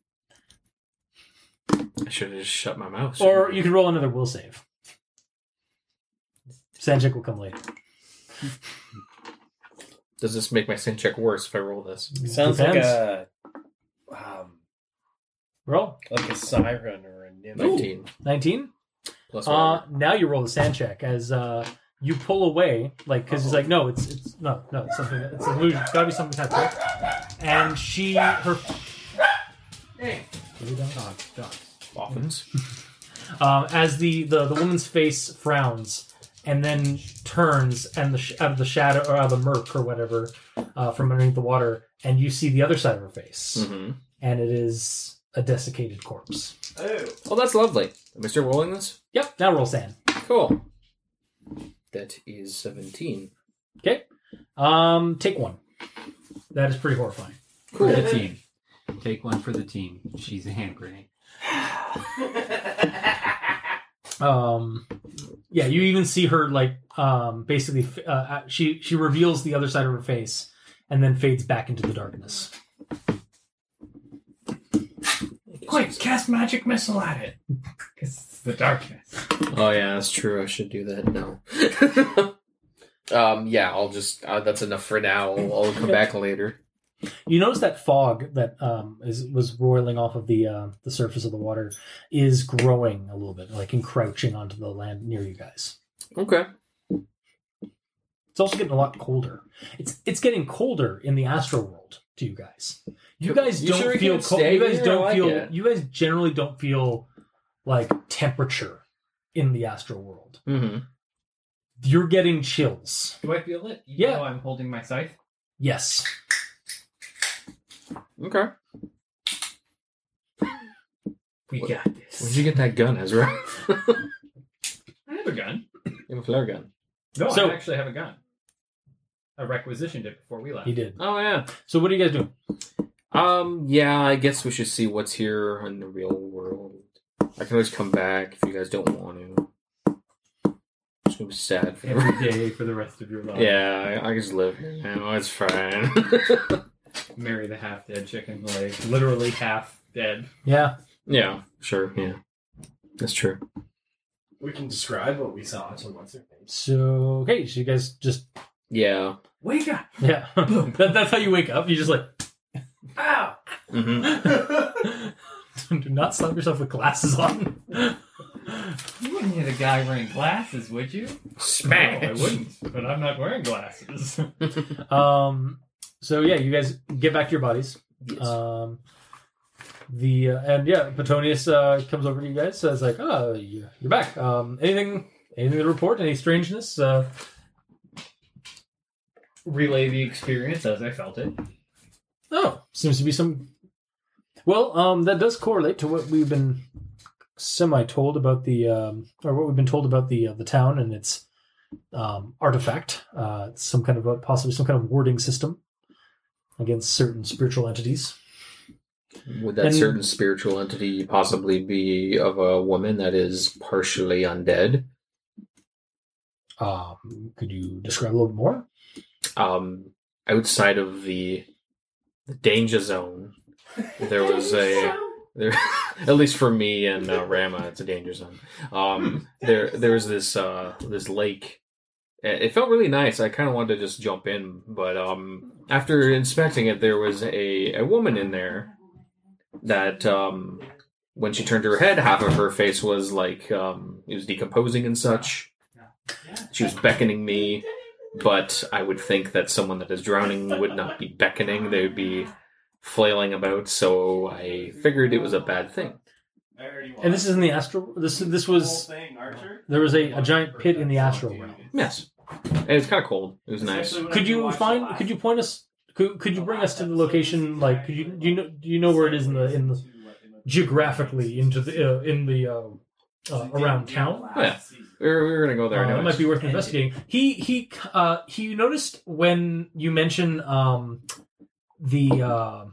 Speaker 4: I should have just shut my mouth.
Speaker 2: or you can roll another will save. Sand check will come later.
Speaker 4: Does this make my sin check worse if I roll this?
Speaker 3: Sounds like
Speaker 2: Depends.
Speaker 3: a um
Speaker 2: roll
Speaker 3: like a siren or a nymph.
Speaker 4: Nineteen
Speaker 2: nineteen.
Speaker 4: plus
Speaker 2: Uh, now you roll the sand check as uh, you pull away, like because he's like, no, it's it's no, no, it's something, it's an illusion. It's got to be something type And she, her,
Speaker 5: Dogs, dogs.
Speaker 4: Dolphins.
Speaker 2: um, as the, the the woman's face frowns and then turns, and the sh- out of the shadow or out of the murk or whatever uh, from underneath the water, and you see the other side of her face,
Speaker 4: Mm-hmm.
Speaker 2: and it is a desiccated corpse.
Speaker 4: Oh, that's lovely. Am I still rolling this?
Speaker 2: Yep. Now roll sand.
Speaker 4: Cool. That is seventeen.
Speaker 2: Um, take one. That is pretty horrifying.
Speaker 5: For the team. Take one for the team. She's a hand grenade.
Speaker 2: Um, yeah, you even see her like um, basically uh, uh, she she reveals the other side of her face and then fades back into the darkness.
Speaker 7: Quick, cast magic missile at it. Because it's the darkness.
Speaker 4: Oh yeah, that's true. I should do that now. um, yeah, I'll just uh, that's enough for now. I'll, I'll come back later.
Speaker 2: You notice that fog that um, is was roiling off of the uh, the surface of the water is growing a little bit, like encroaching onto the land near you guys.
Speaker 4: Okay.
Speaker 2: It's also getting a lot colder. It's it's getting colder in the astral world to you guys. You guys
Speaker 4: You
Speaker 2: don't
Speaker 4: sure we
Speaker 2: feel
Speaker 4: can
Speaker 2: cold.
Speaker 4: stay
Speaker 2: You guys
Speaker 4: here? I
Speaker 2: don't
Speaker 4: like
Speaker 2: feel.
Speaker 4: it.
Speaker 2: You guys generally don't feel like temperature in the astral world.
Speaker 4: Mm-hmm.
Speaker 2: You're getting chills.
Speaker 7: Do I feel it?
Speaker 2: even Yeah. though
Speaker 7: I'm holding my scythe.
Speaker 2: Yes.
Speaker 4: Okay.
Speaker 7: We
Speaker 4: What-
Speaker 7: got this.
Speaker 4: Where'd you get that gun, Ezra? you
Speaker 7: I have a gun.
Speaker 4: have a flare gun.
Speaker 7: No,
Speaker 2: So-
Speaker 7: I actually have a gun. I requisitioned it before we left.
Speaker 2: He did.
Speaker 4: Oh yeah.
Speaker 2: So what are you guys doing?
Speaker 4: Um. Yeah. I guess we should see what's here in the real world. I can always come back if you guys don't want to. It's gonna be sad. For the-
Speaker 5: Every day for the rest of your life.
Speaker 4: yeah, I, I just live here now. It's fine.
Speaker 7: Marry the half dead chicken leg. Literally half dead.
Speaker 2: Yeah.
Speaker 4: yeah. Sure. Yeah. That's true.
Speaker 8: We can describe what we saw to what's her name.
Speaker 2: So okay. So you guys just
Speaker 4: Yeah.
Speaker 7: Wake up!
Speaker 2: yeah. that, that's how you wake up. You just like
Speaker 7: Ow!
Speaker 4: Mm-hmm.
Speaker 2: do not slap yourself with glasses on.
Speaker 7: You wouldn't hit a guy wearing glasses, would you?
Speaker 4: Smash.
Speaker 7: No, I wouldn't. But I'm not wearing glasses.
Speaker 2: um. So yeah, you guys get back to your bodies.
Speaker 4: Yes.
Speaker 2: Um, the uh, and yeah, Petonius uh, comes over to you guys. Says like, "Oh, you- you're back. Um, anything, anything to report? Any strangeness?" Uh,
Speaker 7: Relay the experience as I felt it.
Speaker 2: oh, seems to be some. Well, um, that does correlate to what we've been semi-told about the, um, or what we've been told about the uh, the town and its um, artifact. Uh, it's some kind of a, possibly some kind of warding system against certain spiritual entities.
Speaker 4: Would that
Speaker 2: And-
Speaker 4: certain spiritual entity possibly be of a woman that is partially undead?
Speaker 2: Um, could you describe a little more?
Speaker 4: Um, outside of the, the danger zone, there was a there. At least for me and uh, Rama, it's a danger zone. Um, there there was this uh, this lake. It it felt really nice. I kind of wanted to just jump in, but um, after inspecting it, there was a, a woman in there that um, when she turned her head, half of her face was like um, it was decomposing and such. She was beckoning me, but I would think that someone that is drowning would not be beckoning; they would be flailing about. So I figured it was a bad thing.
Speaker 8: I already
Speaker 2: And this is in the astral. This this
Speaker 8: whole
Speaker 2: was
Speaker 8: thing, Archer.
Speaker 2: there was a, a giant pit in the astral realm.
Speaker 4: Yes, it was kind of cold. It was nice.
Speaker 2: Could you find? Could you point us? Could, could you bring us to the location? Like, could you do you know do you know where it is in the in the geographically into the uh, in the uh, uh, around town?
Speaker 4: Oh, yeah. We were, we were gonna go there.
Speaker 2: Uh,
Speaker 4: anyways.
Speaker 2: that might be worth investigating. He he uh, he noticed when you mentioned um, the uh,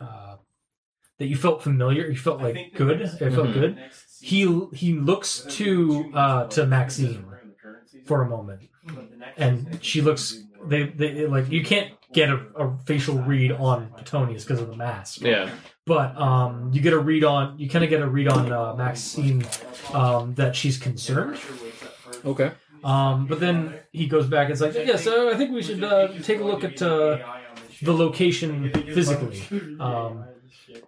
Speaker 2: uh, that you felt familiar. You felt like good. It felt
Speaker 4: Mhm.
Speaker 2: good. He he looks to uh, to Maxine for a moment. and she looks they, they like you can't get a, a facial read on Petonius because of the mask
Speaker 4: Yeah.
Speaker 2: but um you get a read on you kind of get a read on uh, Maxine um that she's concerned
Speaker 4: Okay.
Speaker 2: um but then he goes back and is like yeah so I think we should uh, take a look at uh, the location physically um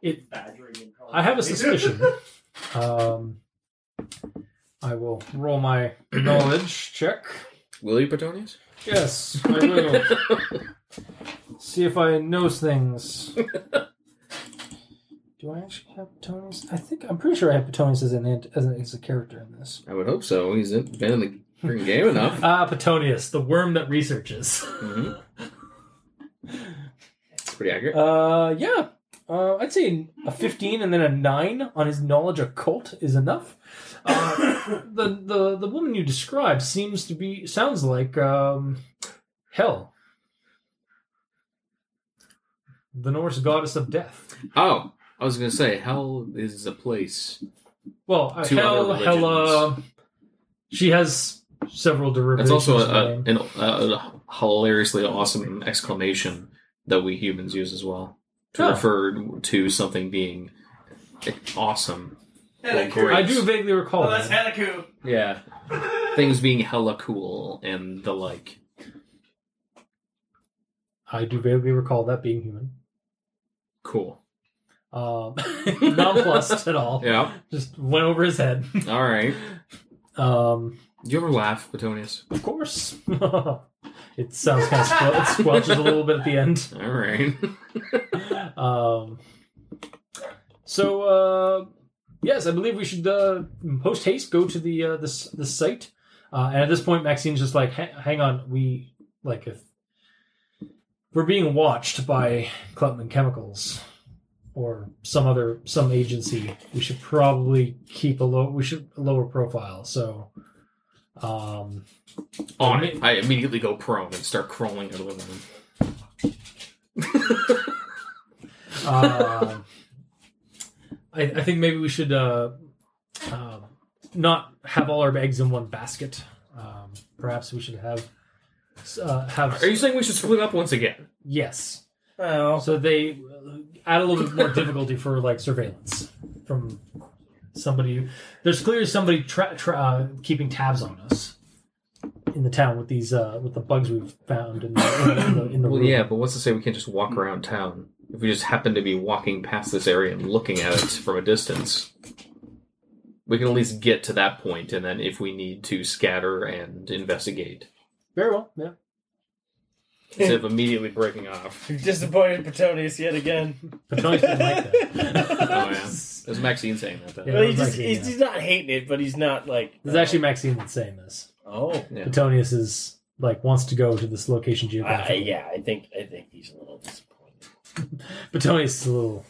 Speaker 2: it I have a suspicion um I will roll my knowledge check
Speaker 4: Will you, Petonius?
Speaker 2: Yes, I will. See if I know things. Do I actually have Petonius? I think I'm pretty sure I have Petonius as an ant- as, a, as a character in this.
Speaker 4: I would hope so. He's in, been in the freaking game enough.
Speaker 2: Ah, Petonius, the worm that researches.
Speaker 4: hmm It's pretty accurate.
Speaker 2: uh, yeah. Uh, I'd say a 15 and then a 9 on his knowledge occult is enough. Uh, the, the the woman you described seems to be sounds like um hell. the Norse goddess of death.
Speaker 4: Oh, I was gonna say hell is a place.
Speaker 2: Well, uh,
Speaker 4: Two
Speaker 2: Hel,
Speaker 4: other
Speaker 2: Hella. She has several derivatives.
Speaker 4: That's also
Speaker 2: to her
Speaker 4: a,
Speaker 2: name.
Speaker 4: an, a hilariously awesome exclamation that we humans use as well to
Speaker 2: Huh.
Speaker 4: refer to something being awesome, Well,
Speaker 8: Heliku.
Speaker 4: great.
Speaker 2: I do vaguely recall
Speaker 8: Oh, that's
Speaker 2: that.
Speaker 8: Heliku.
Speaker 4: yeah, things being hella cool and the like.
Speaker 2: I do vaguely recall that being human.
Speaker 4: Cool.
Speaker 2: Um, nonplussed at all.
Speaker 4: Yeah.
Speaker 2: Just went over his head.
Speaker 4: All right.
Speaker 2: Um,
Speaker 4: Do you ever laugh, Petonius?
Speaker 2: of course. it sounds kind of squel- it squelches a little bit at the end.
Speaker 4: All right.
Speaker 2: Um, so uh, yes, I believe we should uh, post haste go to the uh, this this site. Uh, and at this point, Maxine's just like, "Ha- "Hang on, we like if we're being watched by Klutman Chemicals or some other some agency, we should probably keep a low we should lower profile." So, um,
Speaker 4: On it, I immediately go prone and start crawling out of the room.
Speaker 2: uh, I, I think maybe we should uh, um, not have all our eggs in one basket. Um, perhaps we should have uh, have
Speaker 4: Are you saying we should split up once again?
Speaker 2: yes,
Speaker 3: Oh,
Speaker 2: so they uh, add a little bit more difficulty for like surveillance from somebody. who- There's clearly somebody tra- tra- uh, keeping tabs on us in the town with these uh, with the bugs we've found in the in the, in the, in the
Speaker 4: Well,
Speaker 2: room.
Speaker 4: yeah, but what's to say we can't just walk around town? If we just happen to be walking past this area and looking at it from a distance, we can at least get to that point, and then if we need to scatter and investigate,
Speaker 2: very well, yeah.
Speaker 4: instead of immediately breaking off.
Speaker 3: you've disappointed Petonius yet again.
Speaker 2: But Tony's didn't like that.
Speaker 4: Oh yeah, it was Maxine saying that. Though.
Speaker 2: Yeah.
Speaker 3: Well, he
Speaker 2: that's
Speaker 3: just,
Speaker 2: actually,
Speaker 3: he's,
Speaker 2: yeah.
Speaker 3: he's not hating it, but he's not like.
Speaker 2: This is actually Maxine that's saying this.
Speaker 3: Oh.
Speaker 4: Yeah.
Speaker 2: Petonius is like wants to go to this location
Speaker 3: I,
Speaker 2: geographically.
Speaker 3: yeah, I think I think he's a little disappointed.
Speaker 2: Petonius is a little.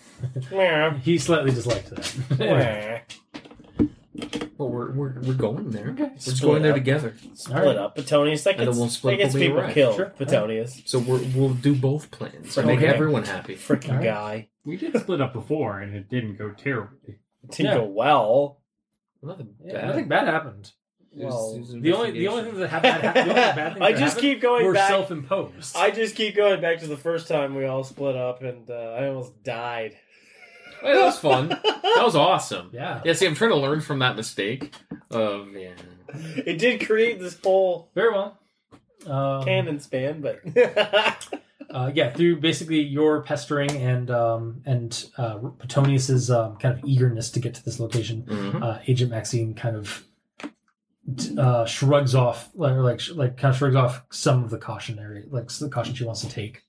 Speaker 3: Yeah.
Speaker 2: He slightly disliked that. Anyway,
Speaker 3: Yeah.
Speaker 4: Well, we're, we're, we're going there. We're just
Speaker 3: Split
Speaker 4: going there
Speaker 3: up.
Speaker 4: together.
Speaker 2: All right.
Speaker 3: Split up, Petonius. That
Speaker 4: And then
Speaker 3: gets,
Speaker 4: we'll split
Speaker 3: that gets
Speaker 4: when we
Speaker 3: people
Speaker 4: arrive.
Speaker 3: killed.
Speaker 2: Sure.
Speaker 3: Petonius,
Speaker 4: So we're, we'll do both plans. and Make
Speaker 3: Okay.
Speaker 4: everyone happy.
Speaker 3: freaking
Speaker 2: Alright.
Speaker 3: guy,
Speaker 5: We did split up before, and it didn't go terribly.
Speaker 3: it didn't
Speaker 2: Yeah.
Speaker 3: go well.
Speaker 4: Nothing
Speaker 2: Yeah, nothing bad happened.
Speaker 3: Well,
Speaker 2: The only the only thing that happened, bad, hap- the only bad thing
Speaker 3: I
Speaker 2: that
Speaker 3: just
Speaker 2: happened
Speaker 3: keep going
Speaker 2: were
Speaker 3: back.
Speaker 2: self-imposed.
Speaker 3: I just keep going back to the first time we all split up, and uh, I almost died.
Speaker 4: Hey, that was fun. That was awesome.
Speaker 2: yeah,
Speaker 4: Yeah, see, I'm trying to learn from that mistake. Of yeah,
Speaker 3: It did create this whole
Speaker 2: very well. Um,
Speaker 3: cannon span, but
Speaker 2: uh, yeah, through basically your pestering and um, and uh, Petonius's um, kind of eagerness to get to this location,
Speaker 4: Mhm.
Speaker 2: uh, Agent Maxine kind of d- uh, shrugs off, like, like like kind of shrugs off some of the cautionary, like the caution she wants to take.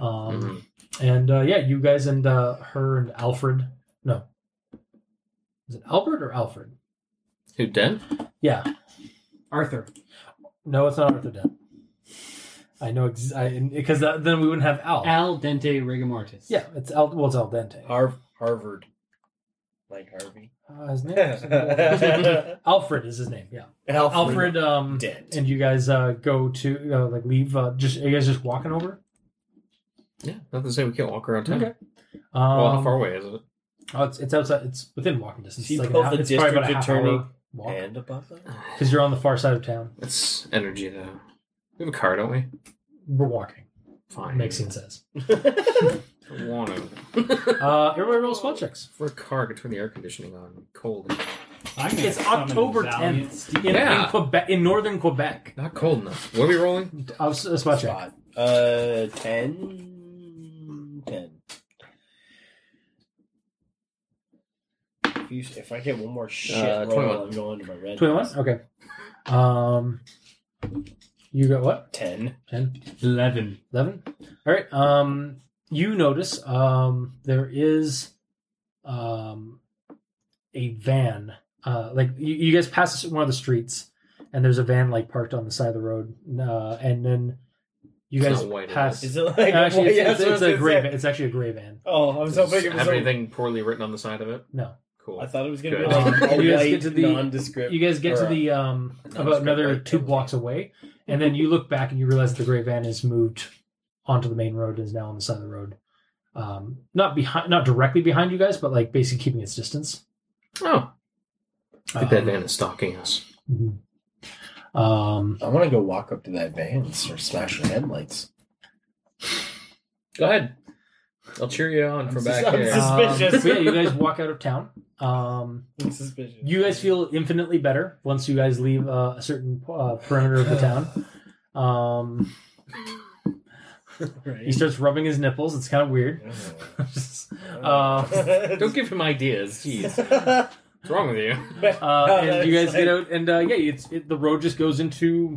Speaker 4: Mm-hmm.
Speaker 2: Um, And uh, yeah, you guys and uh, her and Alfred. No, is it Albert or Alfred?
Speaker 4: who did?
Speaker 2: Yeah,
Speaker 5: Arthur,
Speaker 2: no, it's not Arthur Dent. I know ex- I, because that, then we wouldn't have Al.
Speaker 5: al dente rigamortis.
Speaker 2: Yeah, it's Al. Well, it's Al Dente.
Speaker 3: Harv- Harvard, like Harvey.
Speaker 2: Uh, his name. is- Alfred is his name. Yeah, Alfred. Um,
Speaker 3: Dent.
Speaker 2: and you guys uh, go to uh, like leave. Uh, just are you guys just walking over?
Speaker 4: Yeah, nothing to say we can't walk around town.
Speaker 2: Okay. Um,
Speaker 4: well, how far away is it?
Speaker 2: Oh, it's, it's outside. It's within walking distance.
Speaker 3: She
Speaker 2: It's like an
Speaker 3: called
Speaker 2: hou-
Speaker 3: the
Speaker 2: it's probably about a half
Speaker 3: district
Speaker 2: hour
Speaker 3: attorney
Speaker 2: walk
Speaker 3: and a butler.
Speaker 2: because you're on the far side of town.
Speaker 4: It's energy though. We have a car, don't we?
Speaker 2: We're walking.
Speaker 4: Fine.
Speaker 2: Maxine says.
Speaker 4: I want to.
Speaker 2: Uh, everybody roll spell checks.
Speaker 4: For a car, I can turn the air conditioning on. I'm cold.
Speaker 5: I'm gonna
Speaker 2: It's
Speaker 5: summon
Speaker 2: October
Speaker 5: Valiant
Speaker 2: 10th
Speaker 5: Steel.
Speaker 2: in,
Speaker 4: Yeah.
Speaker 2: in Quebec, in northern Quebec.
Speaker 4: Not cold enough. What are we rolling?
Speaker 2: Uh, s- a spell check.
Speaker 3: Spot. Uh, 10. 10. If, you, if I get one more shit
Speaker 4: Uh,
Speaker 3: roll,
Speaker 4: 21.
Speaker 3: I'm going to my red.
Speaker 2: Twenty-one. Okay. Um, you got what?
Speaker 3: 10.
Speaker 2: 10,
Speaker 5: Eleven.
Speaker 2: 11? All right. Um, you notice um there is um a van. Uh, like you, you guys pass one of the streets, and there's a van like parked on the side of the road. Uh, and then you
Speaker 4: It's
Speaker 2: guys
Speaker 4: not white,
Speaker 2: pass.
Speaker 3: Is it like
Speaker 2: actually, it's,
Speaker 3: yeah,
Speaker 2: it's,
Speaker 3: that's what I
Speaker 2: it's
Speaker 3: was
Speaker 2: a
Speaker 3: gonna
Speaker 2: gray.
Speaker 3: say.
Speaker 2: Van. It's actually a gray van.
Speaker 3: Oh, I was
Speaker 4: Does
Speaker 3: hoping
Speaker 4: it
Speaker 3: it was
Speaker 4: have
Speaker 3: some-
Speaker 4: anything poorly written on the side of it?
Speaker 2: No.
Speaker 4: Cool.
Speaker 3: I thought it was going to be
Speaker 4: Good.
Speaker 3: like a
Speaker 2: You guys
Speaker 3: white,
Speaker 2: get to the-
Speaker 3: nondescript.
Speaker 2: You guys get to
Speaker 3: Or,
Speaker 2: the um
Speaker 4: no, it's
Speaker 2: about another
Speaker 4: great.
Speaker 2: two blocks away, and then you look back and you realize that the gray van is moved onto the main road and is now on the side of the road, um, not behind, not directly behind you guys, but like basically keeping its distance.
Speaker 4: Oh, I think that
Speaker 2: Um,
Speaker 4: van is stalking us.
Speaker 2: mhm. Um,
Speaker 3: I want to go walk up to that van and start smashing headlights.
Speaker 4: Go ahead. I'll cheer you on from back
Speaker 3: I'm
Speaker 4: here.
Speaker 3: sus- Suspicious.
Speaker 2: um, yeah, you guys walk out of town. Um,
Speaker 3: I'm suspicious.
Speaker 2: you guys feel infinitely better once you guys leave uh, a certain uh, perimeter of the town. Um, he
Speaker 3: right.
Speaker 2: starts rubbing his nipples. It's kind of weird. Uh,
Speaker 4: Don't give him ideas. Jeez, what's wrong with you?
Speaker 2: Uh,
Speaker 3: Oh,
Speaker 2: and you guys
Speaker 3: that's
Speaker 2: get
Speaker 3: like-
Speaker 2: out, and uh, yeah, it's it, the road just goes into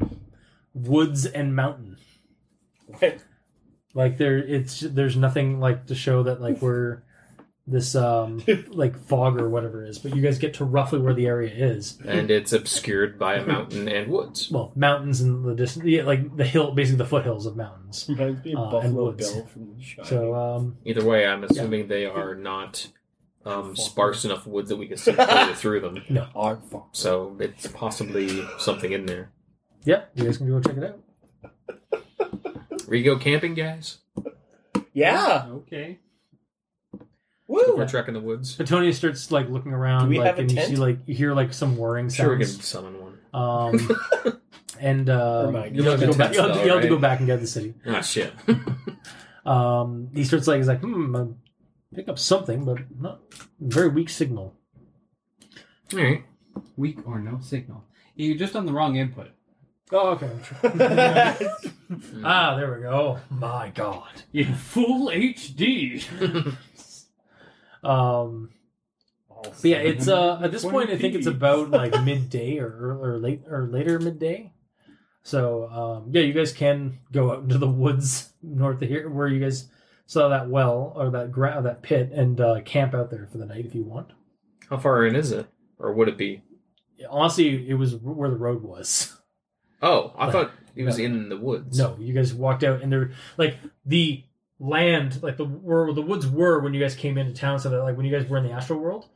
Speaker 2: woods and mountain.
Speaker 3: Wait.
Speaker 2: Like there, it's there's nothing like to show that like we're this um like fog or whatever it is. But you guys get to roughly where the area is.
Speaker 4: And it's obscured by a mountain and woods.
Speaker 2: Well, mountains in the distance, yeah, like the hill, basically the foothills of mountains.
Speaker 3: Reminds me of
Speaker 2: Uh, and
Speaker 3: Buffalo
Speaker 2: woods.
Speaker 3: Bill from the Shining.
Speaker 2: So um,
Speaker 4: Either way, I'm assuming they are not um, sparse enough woods that we can see clearly through them.
Speaker 3: Hog farm.
Speaker 4: So it's possibly something in there.
Speaker 2: yeah, you guys can go check it out.
Speaker 4: We go camping, guys.
Speaker 3: Yeah.
Speaker 5: Okay.
Speaker 4: If
Speaker 3: Woo.
Speaker 4: we're trekking the woods.
Speaker 2: Antonio starts like looking
Speaker 3: Do
Speaker 2: around,
Speaker 3: we
Speaker 2: like,
Speaker 3: have a
Speaker 2: and you
Speaker 3: tent?
Speaker 2: see like you hear like some whirring
Speaker 4: Sure, we
Speaker 2: sounds.
Speaker 4: can summon one.
Speaker 2: Um, and uh,
Speaker 3: Remind
Speaker 2: you'll, have to
Speaker 4: you.
Speaker 2: go back, you'll, have to, you'll have to
Speaker 4: Right.
Speaker 2: go back and get the city.
Speaker 4: Ah, shit.
Speaker 2: Um, he starts like he's like, hmm, I pick up something, but not very weak signal.
Speaker 4: All right.
Speaker 5: Weak or no signal. You're just on the wrong input.
Speaker 2: Oh, okay. ah, there we go. My God.
Speaker 5: In full HD.
Speaker 2: Um, but yeah, it's uh at this point I think it's about like midday or or late or later midday. So um, yeah, you guys can go out into the woods north of here where you guys saw that well or that gra- or that pit and uh, camp out there for the night if you want.
Speaker 4: How far in is it? Or would it be?
Speaker 2: Honestly, it was where the road was.
Speaker 4: Oh, I thought it was in the woods.
Speaker 2: No, you guys walked out and there like the land, like the where the woods were when you guys came into town, so that like when you guys were in the astral world,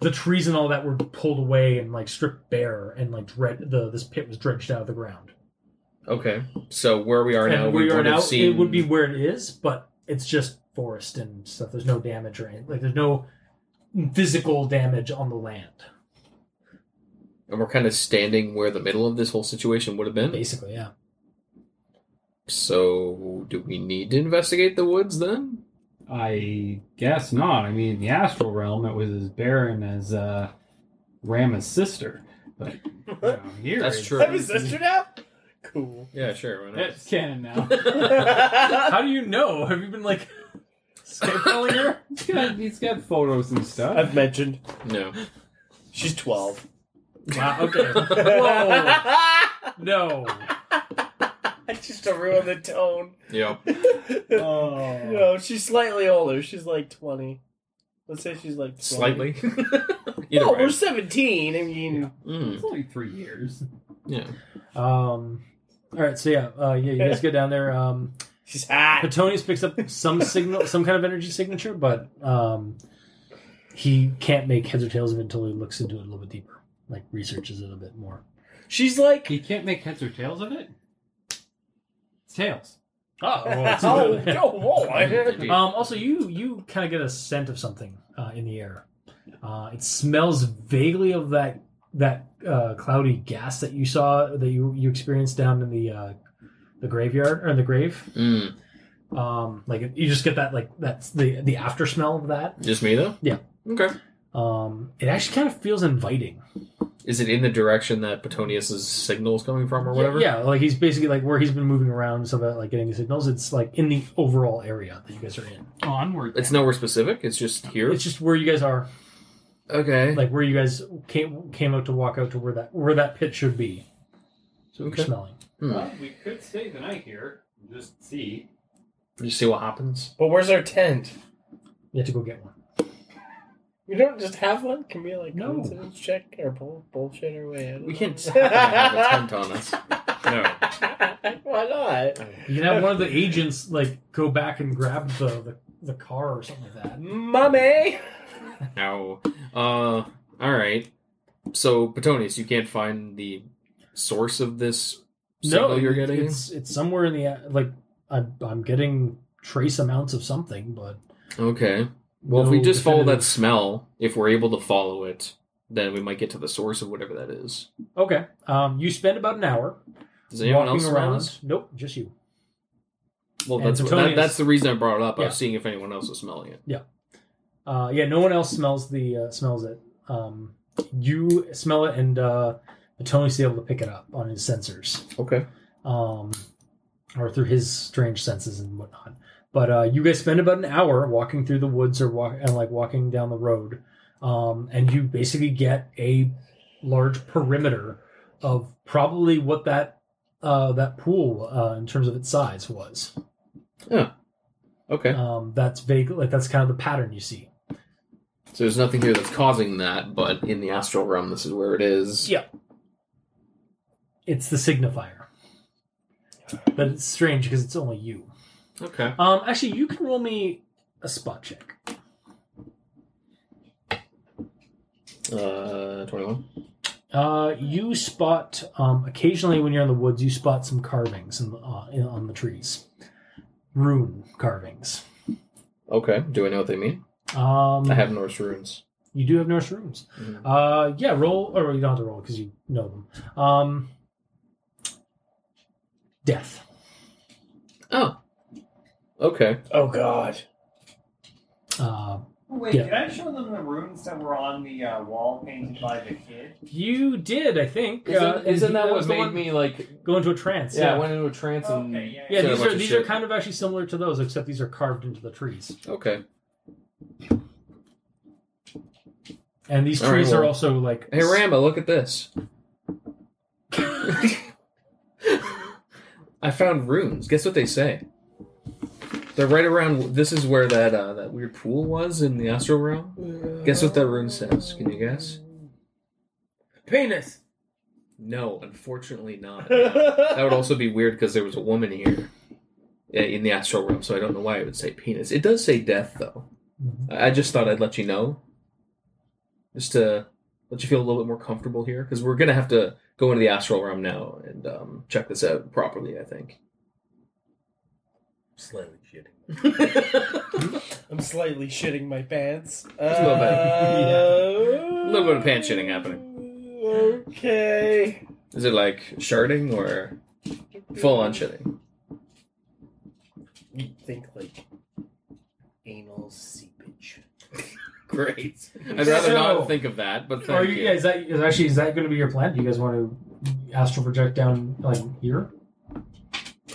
Speaker 2: the trees and all that were pulled away and like stripped bare and like dread the this pit was drenched out of the ground.
Speaker 4: Okay. So where we are
Speaker 2: and
Speaker 4: now,
Speaker 2: where
Speaker 4: we
Speaker 2: you are
Speaker 4: would
Speaker 2: now,
Speaker 4: have seen.
Speaker 2: it would be where it is, but it's just forest and stuff. There's no damage or anything. Like there's no physical damage on the land,
Speaker 4: And we're kind of standing where the middle of this whole situation would have been.
Speaker 2: basically, yeah.
Speaker 4: So do we need to investigate the woods then?
Speaker 5: I guess not. I mean, in the astral realm, it was as barren as uh, Rama's sister. But you know, here,
Speaker 4: That's
Speaker 5: it's-
Speaker 4: true.
Speaker 3: I have a sister now. Cool.
Speaker 4: Yeah, sure. Why
Speaker 5: It's canon now.
Speaker 2: How do you know? Have you been like skypelling her?
Speaker 5: He's got, he's got photos and stuff.
Speaker 3: I've mentioned
Speaker 4: no.
Speaker 3: she's twelve.
Speaker 2: Wow. Okay. Whoa. No.
Speaker 3: Just to ruin the tone.
Speaker 4: Yeah.
Speaker 5: Oh.
Speaker 3: No, she's slightly older. She's like twenty. Let's say she's like 20.
Speaker 4: Slightly. Either
Speaker 3: No,
Speaker 4: way.
Speaker 3: we're seventeen. I mean,
Speaker 4: Mm,
Speaker 5: It's only three years.
Speaker 4: yeah.
Speaker 2: Um. All right. So yeah. Uh, yeah. You guys get down there. Um.
Speaker 3: she's hot.
Speaker 2: Petonius picks up some signal, some kind of energy signature, but um, he can't make heads or tails of it until he looks into it a little bit deeper, like researches it a bit more.
Speaker 3: She's like.
Speaker 5: He can't make heads or tails of it. It's tails.
Speaker 2: Oh.
Speaker 3: Oh, no, whoa! I-
Speaker 4: Indeed.
Speaker 2: Um. Also, you you kind of get a scent of something uh, in the air. Uh, it smells vaguely of that that uh, cloudy gas that you saw that you you experienced down in the uh, the graveyard or in the grave.
Speaker 4: Mm.
Speaker 2: um like you just get that like that's the the after smell of that
Speaker 4: Just me though.
Speaker 2: Yeah.
Speaker 4: Okay.
Speaker 2: um it actually kind of feels inviting
Speaker 4: Is it in the direction that Petonius's signal is coming from, or whatever?
Speaker 2: yeah, yeah, like he's basically like where he's been moving around so that like getting the signals it's like in the overall area that you guys are in
Speaker 5: Onward.
Speaker 4: It's nowhere specific. It's just here.
Speaker 2: it's just where you guys are
Speaker 4: okay.
Speaker 2: like where you guys came came out to walk out to where that where that pit should be so
Speaker 4: Okay.
Speaker 2: you're smelling
Speaker 5: Well, we could stay the night here. and Just see.
Speaker 4: Just see what happens.
Speaker 3: But where's our tent?
Speaker 2: you have to go get one
Speaker 3: We don't just have one. Can we like
Speaker 2: No.
Speaker 3: coincidence check or bull, bullshit our way out?
Speaker 4: We can't just happen to have a tent on us. No.
Speaker 3: Why not?
Speaker 2: you can have one of the agents like go back and grab the the, the car or something like that
Speaker 3: Mummy.
Speaker 4: No. Uh. All right. So Petonius, you can't find the source of this signal you're getting.
Speaker 2: It's it's somewhere in the like I'm I'm getting trace amounts of something, but
Speaker 4: Okay. Well, if we
Speaker 2: no
Speaker 4: just follow that
Speaker 2: definitive-
Speaker 4: smell, if we're able to follow it, then we might get to the source of whatever that is.
Speaker 2: Okay. Um, you spend about an hour
Speaker 4: Does anyone
Speaker 2: walking
Speaker 4: else smell
Speaker 2: around.
Speaker 4: this?
Speaker 2: Nope, just you.
Speaker 4: Well,
Speaker 2: And
Speaker 4: that's that,
Speaker 2: Tony
Speaker 4: that's
Speaker 2: is-
Speaker 4: the reason I brought it up. I
Speaker 2: Yeah.
Speaker 4: was seeing if anyone else was smelling it.
Speaker 2: Uh, yeah, no one else smells the uh, smells it. Um, you smell it, and uh, Tony's able to pick it up on his sensors,
Speaker 4: Okay.
Speaker 2: um, or through his strange senses and whatnot. But uh, you guys spend about an hour walking through the woods or walk and like walking down the road, um, and you basically get a large perimeter of probably what that uh, that pool uh, in terms of its size was.
Speaker 4: Okay.
Speaker 2: Um, that's vague, like that's kind of the pattern you see.
Speaker 4: So there's nothing here that's causing that, but in the astral realm, this is where it is.
Speaker 2: Yeah. it's the signifier. But it's strange because it's only you.
Speaker 4: Okay.
Speaker 2: Um, actually, you can roll me a spot check.
Speaker 4: Uh, twenty-one.
Speaker 2: Uh, you spot um, occasionally when you're in the woods, you spot some carvings in, uh, in, on the trees, rune carvings.
Speaker 4: Okay. Do I know what they mean?
Speaker 2: Um,
Speaker 4: I have Norse runes.
Speaker 2: you do have Norse runes.
Speaker 4: Mhm.
Speaker 2: Uh, yeah, roll or you don't have to roll because you know them. Um, death.
Speaker 4: Oh. Okay.
Speaker 3: Oh God.
Speaker 2: Uh,
Speaker 9: Oh, Wait,
Speaker 2: Yeah.
Speaker 9: did I show them the runes that were on the uh, wall painted by the kid?
Speaker 2: you did, I think. uh,
Speaker 4: Isn't, isn't
Speaker 2: he-
Speaker 4: that
Speaker 2: was the
Speaker 4: what made
Speaker 2: one-
Speaker 4: me like?
Speaker 2: go into a trance?
Speaker 4: Yeah, I went into a trance and.
Speaker 9: Okay, yeah.
Speaker 2: Yeah,
Speaker 4: Said a
Speaker 2: these
Speaker 4: bunch
Speaker 2: are
Speaker 4: of
Speaker 2: these are
Speaker 4: shit.
Speaker 2: kind of actually similar to those, except these are carved into the trees.
Speaker 4: Okay.
Speaker 2: And these
Speaker 4: All right,
Speaker 2: trees are
Speaker 4: well.
Speaker 2: also like
Speaker 4: Hey Rama, look at this. I found runes. Guess what they say? They're right around. This is where that uh, that weird pool was in the astral realm. Guess what that rune says? Can you guess?
Speaker 3: Penis.
Speaker 4: No, unfortunately not. that would also be weird because there was a woman here uh, in the astral realm, so I don't know why it would say penis. It does say death though. I I just thought I'd let you know, just to let you feel a little bit more comfortable here, because we're gonna have to go into the astral realm now and um, check this out properly. I think.
Speaker 3: slightly shitting. I'm slightly shitting my pants. A
Speaker 4: a little bit.
Speaker 3: Uh,
Speaker 4: Little bit of pants shitting happening.
Speaker 3: Okay.
Speaker 4: Is it like sharding or full on shitting?
Speaker 3: You think like anal seepage.
Speaker 4: Great. I'd rather
Speaker 2: So-
Speaker 4: not think of that, but thank
Speaker 2: Are
Speaker 4: you.
Speaker 2: you, yeah, is that is actually is that going to be your plan? Do you guys want to astral project down like here?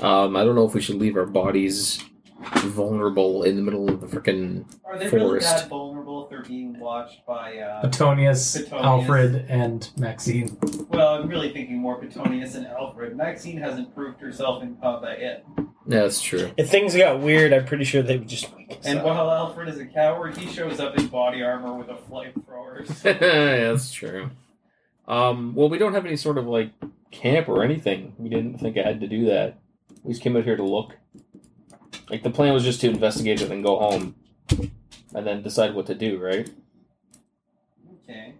Speaker 4: Um, I don't know if we should leave our bodies vulnerable in the middle of the frickin'
Speaker 9: Are they really
Speaker 4: Forest.
Speaker 9: that vulnerable if they're being watched by? Uh,
Speaker 2: Petonius,
Speaker 9: Petonius.
Speaker 2: Alfred, and Maxine.
Speaker 9: well, I'm really thinking more Petonius and Alfred. Maxine hasn't proved herself in combat yet,
Speaker 4: Yeah, that's true.
Speaker 3: If things got weird, I'm pretty sure they would just make us
Speaker 9: and
Speaker 3: up.
Speaker 9: while Alfred is a coward, he shows up in body armor with a flamethrower.
Speaker 4: yeah,
Speaker 9: So
Speaker 4: that's true. Um, well, we don't have any sort of like camp or anything. We didn't think I had to do that. We just came out here to look. Like the plan was just to investigate it and go home, and then decide what to do. Right.
Speaker 9: okay.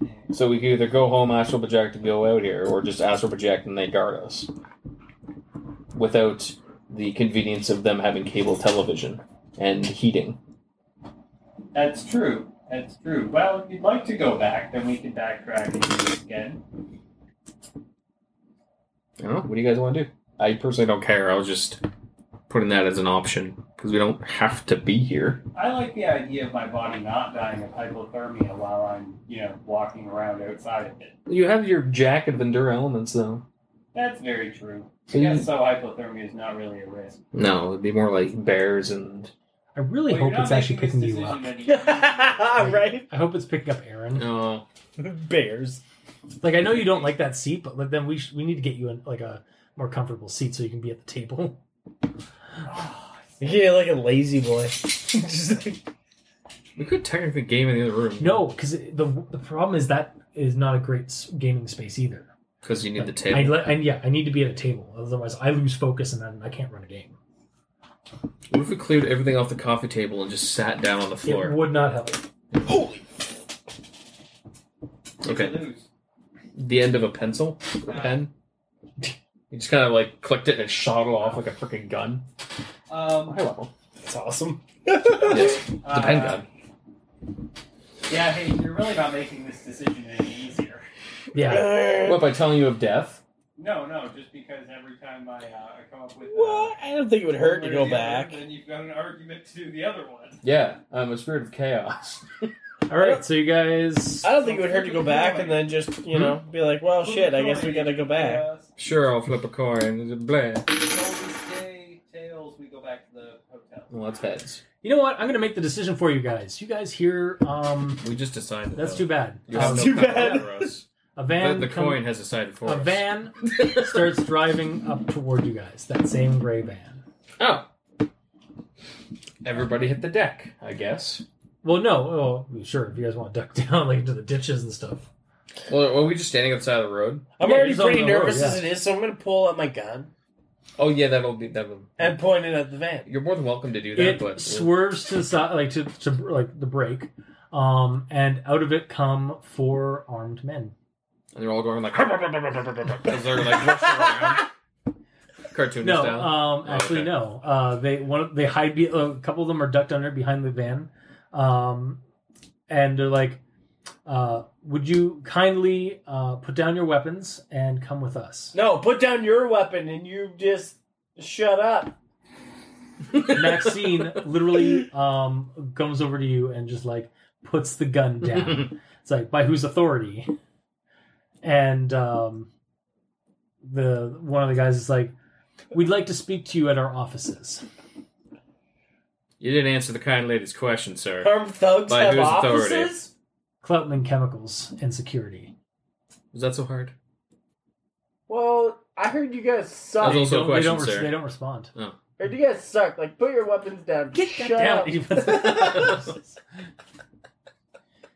Speaker 9: okay.
Speaker 4: So we could either go home, astral project, and go out here, or just astral project and they guard us without the convenience of them having cable television and heating.
Speaker 9: That's true. That's true. Well, if you'd like to go back, then we can backtrack and do this again.
Speaker 4: I don't know. What do you guys want to do? I personally don't care. I was just putting that as an option because we don't have to be here.
Speaker 9: I like the idea of my body not dying of hypothermia while I'm, you know, walking around outside of it.
Speaker 4: You have your jack of Endura Elements, though.
Speaker 9: That's very true.
Speaker 4: So
Speaker 9: I
Speaker 4: you-
Speaker 9: guess so hypothermia is not really a risk.
Speaker 4: No, it'd be more like bears and.
Speaker 2: I really
Speaker 9: Well, you're
Speaker 2: hope
Speaker 9: not
Speaker 2: it's actually
Speaker 9: making
Speaker 2: picking
Speaker 9: this
Speaker 2: you up.
Speaker 9: decision any-
Speaker 3: right?
Speaker 2: I hope it's picking up Aaron.
Speaker 4: No.
Speaker 3: Bears.
Speaker 2: Like I know you don't like that seat, but like, then we sh- we need to get you in like a more comfortable seat so you can be at the table.
Speaker 3: Yeah, like a lazy boy. Just like-
Speaker 4: We could technically game in the other room.
Speaker 2: No, because the the problem is that is not a great s- gaming space either.
Speaker 4: Because you need the
Speaker 2: I
Speaker 4: table.
Speaker 2: le- and yeah, I need to be at a table. Otherwise, I lose focus and then I can't run a game.
Speaker 4: What if we cleared everything off the coffee table and just sat down on the
Speaker 2: It
Speaker 4: floor?
Speaker 2: would not help.
Speaker 4: Okay.
Speaker 9: Lose.
Speaker 4: The end of a pencil? A pen? You just kind of like clicked it and it shot it off like a freaking gun.
Speaker 9: Um,
Speaker 6: High level.
Speaker 3: That's awesome.
Speaker 4: Yes,
Speaker 9: uh,
Speaker 4: the pen god.
Speaker 9: Yeah, hey, you're really not making this decision any easier.
Speaker 2: Yeah.
Speaker 4: What by telling you of death?
Speaker 9: No, no, just because every time I, uh, I come up with. Uh,
Speaker 3: Well, I don't think it would hurt to
Speaker 9: one
Speaker 3: go
Speaker 9: or the other,
Speaker 3: back.
Speaker 9: Then you've got an argument to the other one.
Speaker 4: Yeah, I'm a spirit of chaos.
Speaker 6: All right, so you guys.
Speaker 3: I don't think it would hurt to go back and then just, you know, be like, well, shit, I guess we gotta go back.
Speaker 9: Uh,
Speaker 4: Sure, I'll flip a coin. Blah.
Speaker 9: so we stay tails, we go back to the hotel.
Speaker 4: Well, it's heads.
Speaker 2: You know what? I'm gonna make the decision for you guys. You guys here. Um,
Speaker 4: We just decided.
Speaker 2: that's
Speaker 4: though.
Speaker 2: too bad.
Speaker 4: You have
Speaker 2: Um,
Speaker 4: no
Speaker 3: Too
Speaker 4: power
Speaker 3: bad.
Speaker 4: over us.
Speaker 2: a
Speaker 4: But
Speaker 2: van.
Speaker 4: the
Speaker 2: come-
Speaker 4: coin has decided for
Speaker 2: a
Speaker 4: us.
Speaker 2: van starts driving up toward you guys. That same gray van.
Speaker 4: Oh. Everybody hit the deck, I guess.
Speaker 2: Well, no. Oh, sure. If you guys want to duck down like into the ditches and stuff.
Speaker 4: Well, were we just standing outside of the road?
Speaker 3: I'm
Speaker 2: Yeah,
Speaker 3: already
Speaker 2: he's on
Speaker 3: pretty
Speaker 2: the road,
Speaker 3: nervous as
Speaker 2: yeah.
Speaker 3: it is, so I'm gonna pull out my gun
Speaker 4: Oh yeah, that'll be that'll.
Speaker 3: and point it at the van.
Speaker 4: You're more than welcome to do that,
Speaker 2: it
Speaker 4: but
Speaker 2: swerves to the side, like to, to like the brake, um, and out of it come four armed men.
Speaker 4: and they're all going like because they're like rushing around, cartoonist
Speaker 2: No,
Speaker 4: style.
Speaker 2: um,
Speaker 4: Oh,
Speaker 2: actually
Speaker 4: okay.
Speaker 2: no. Uh, they one of- they hide. Be- a couple of them are ducked under behind the van, um, and they're like, uh, "Would you kindly uh, put down your weapons and come with us?"
Speaker 3: No, put down your weapon and you just shut up.
Speaker 2: Maxine literally um, comes over to you and just like puts the gun down. it's like by whose authority? And um, the one of the guys is like, "We'd like to speak to you at our offices."
Speaker 4: you didn't answer the kind lady's question, sir.
Speaker 3: Armed thugs
Speaker 4: By
Speaker 3: have
Speaker 4: whose authority?
Speaker 3: offices?
Speaker 2: Cloutman Chemicals and Security.
Speaker 4: Was that so hard?
Speaker 3: Well, I heard you guys
Speaker 4: That
Speaker 3: suck.
Speaker 4: was also a
Speaker 2: they
Speaker 4: question,
Speaker 2: don't.
Speaker 4: sir.
Speaker 2: They don't respond.
Speaker 3: I heard you guys suck. Like, put your weapons down. shut up.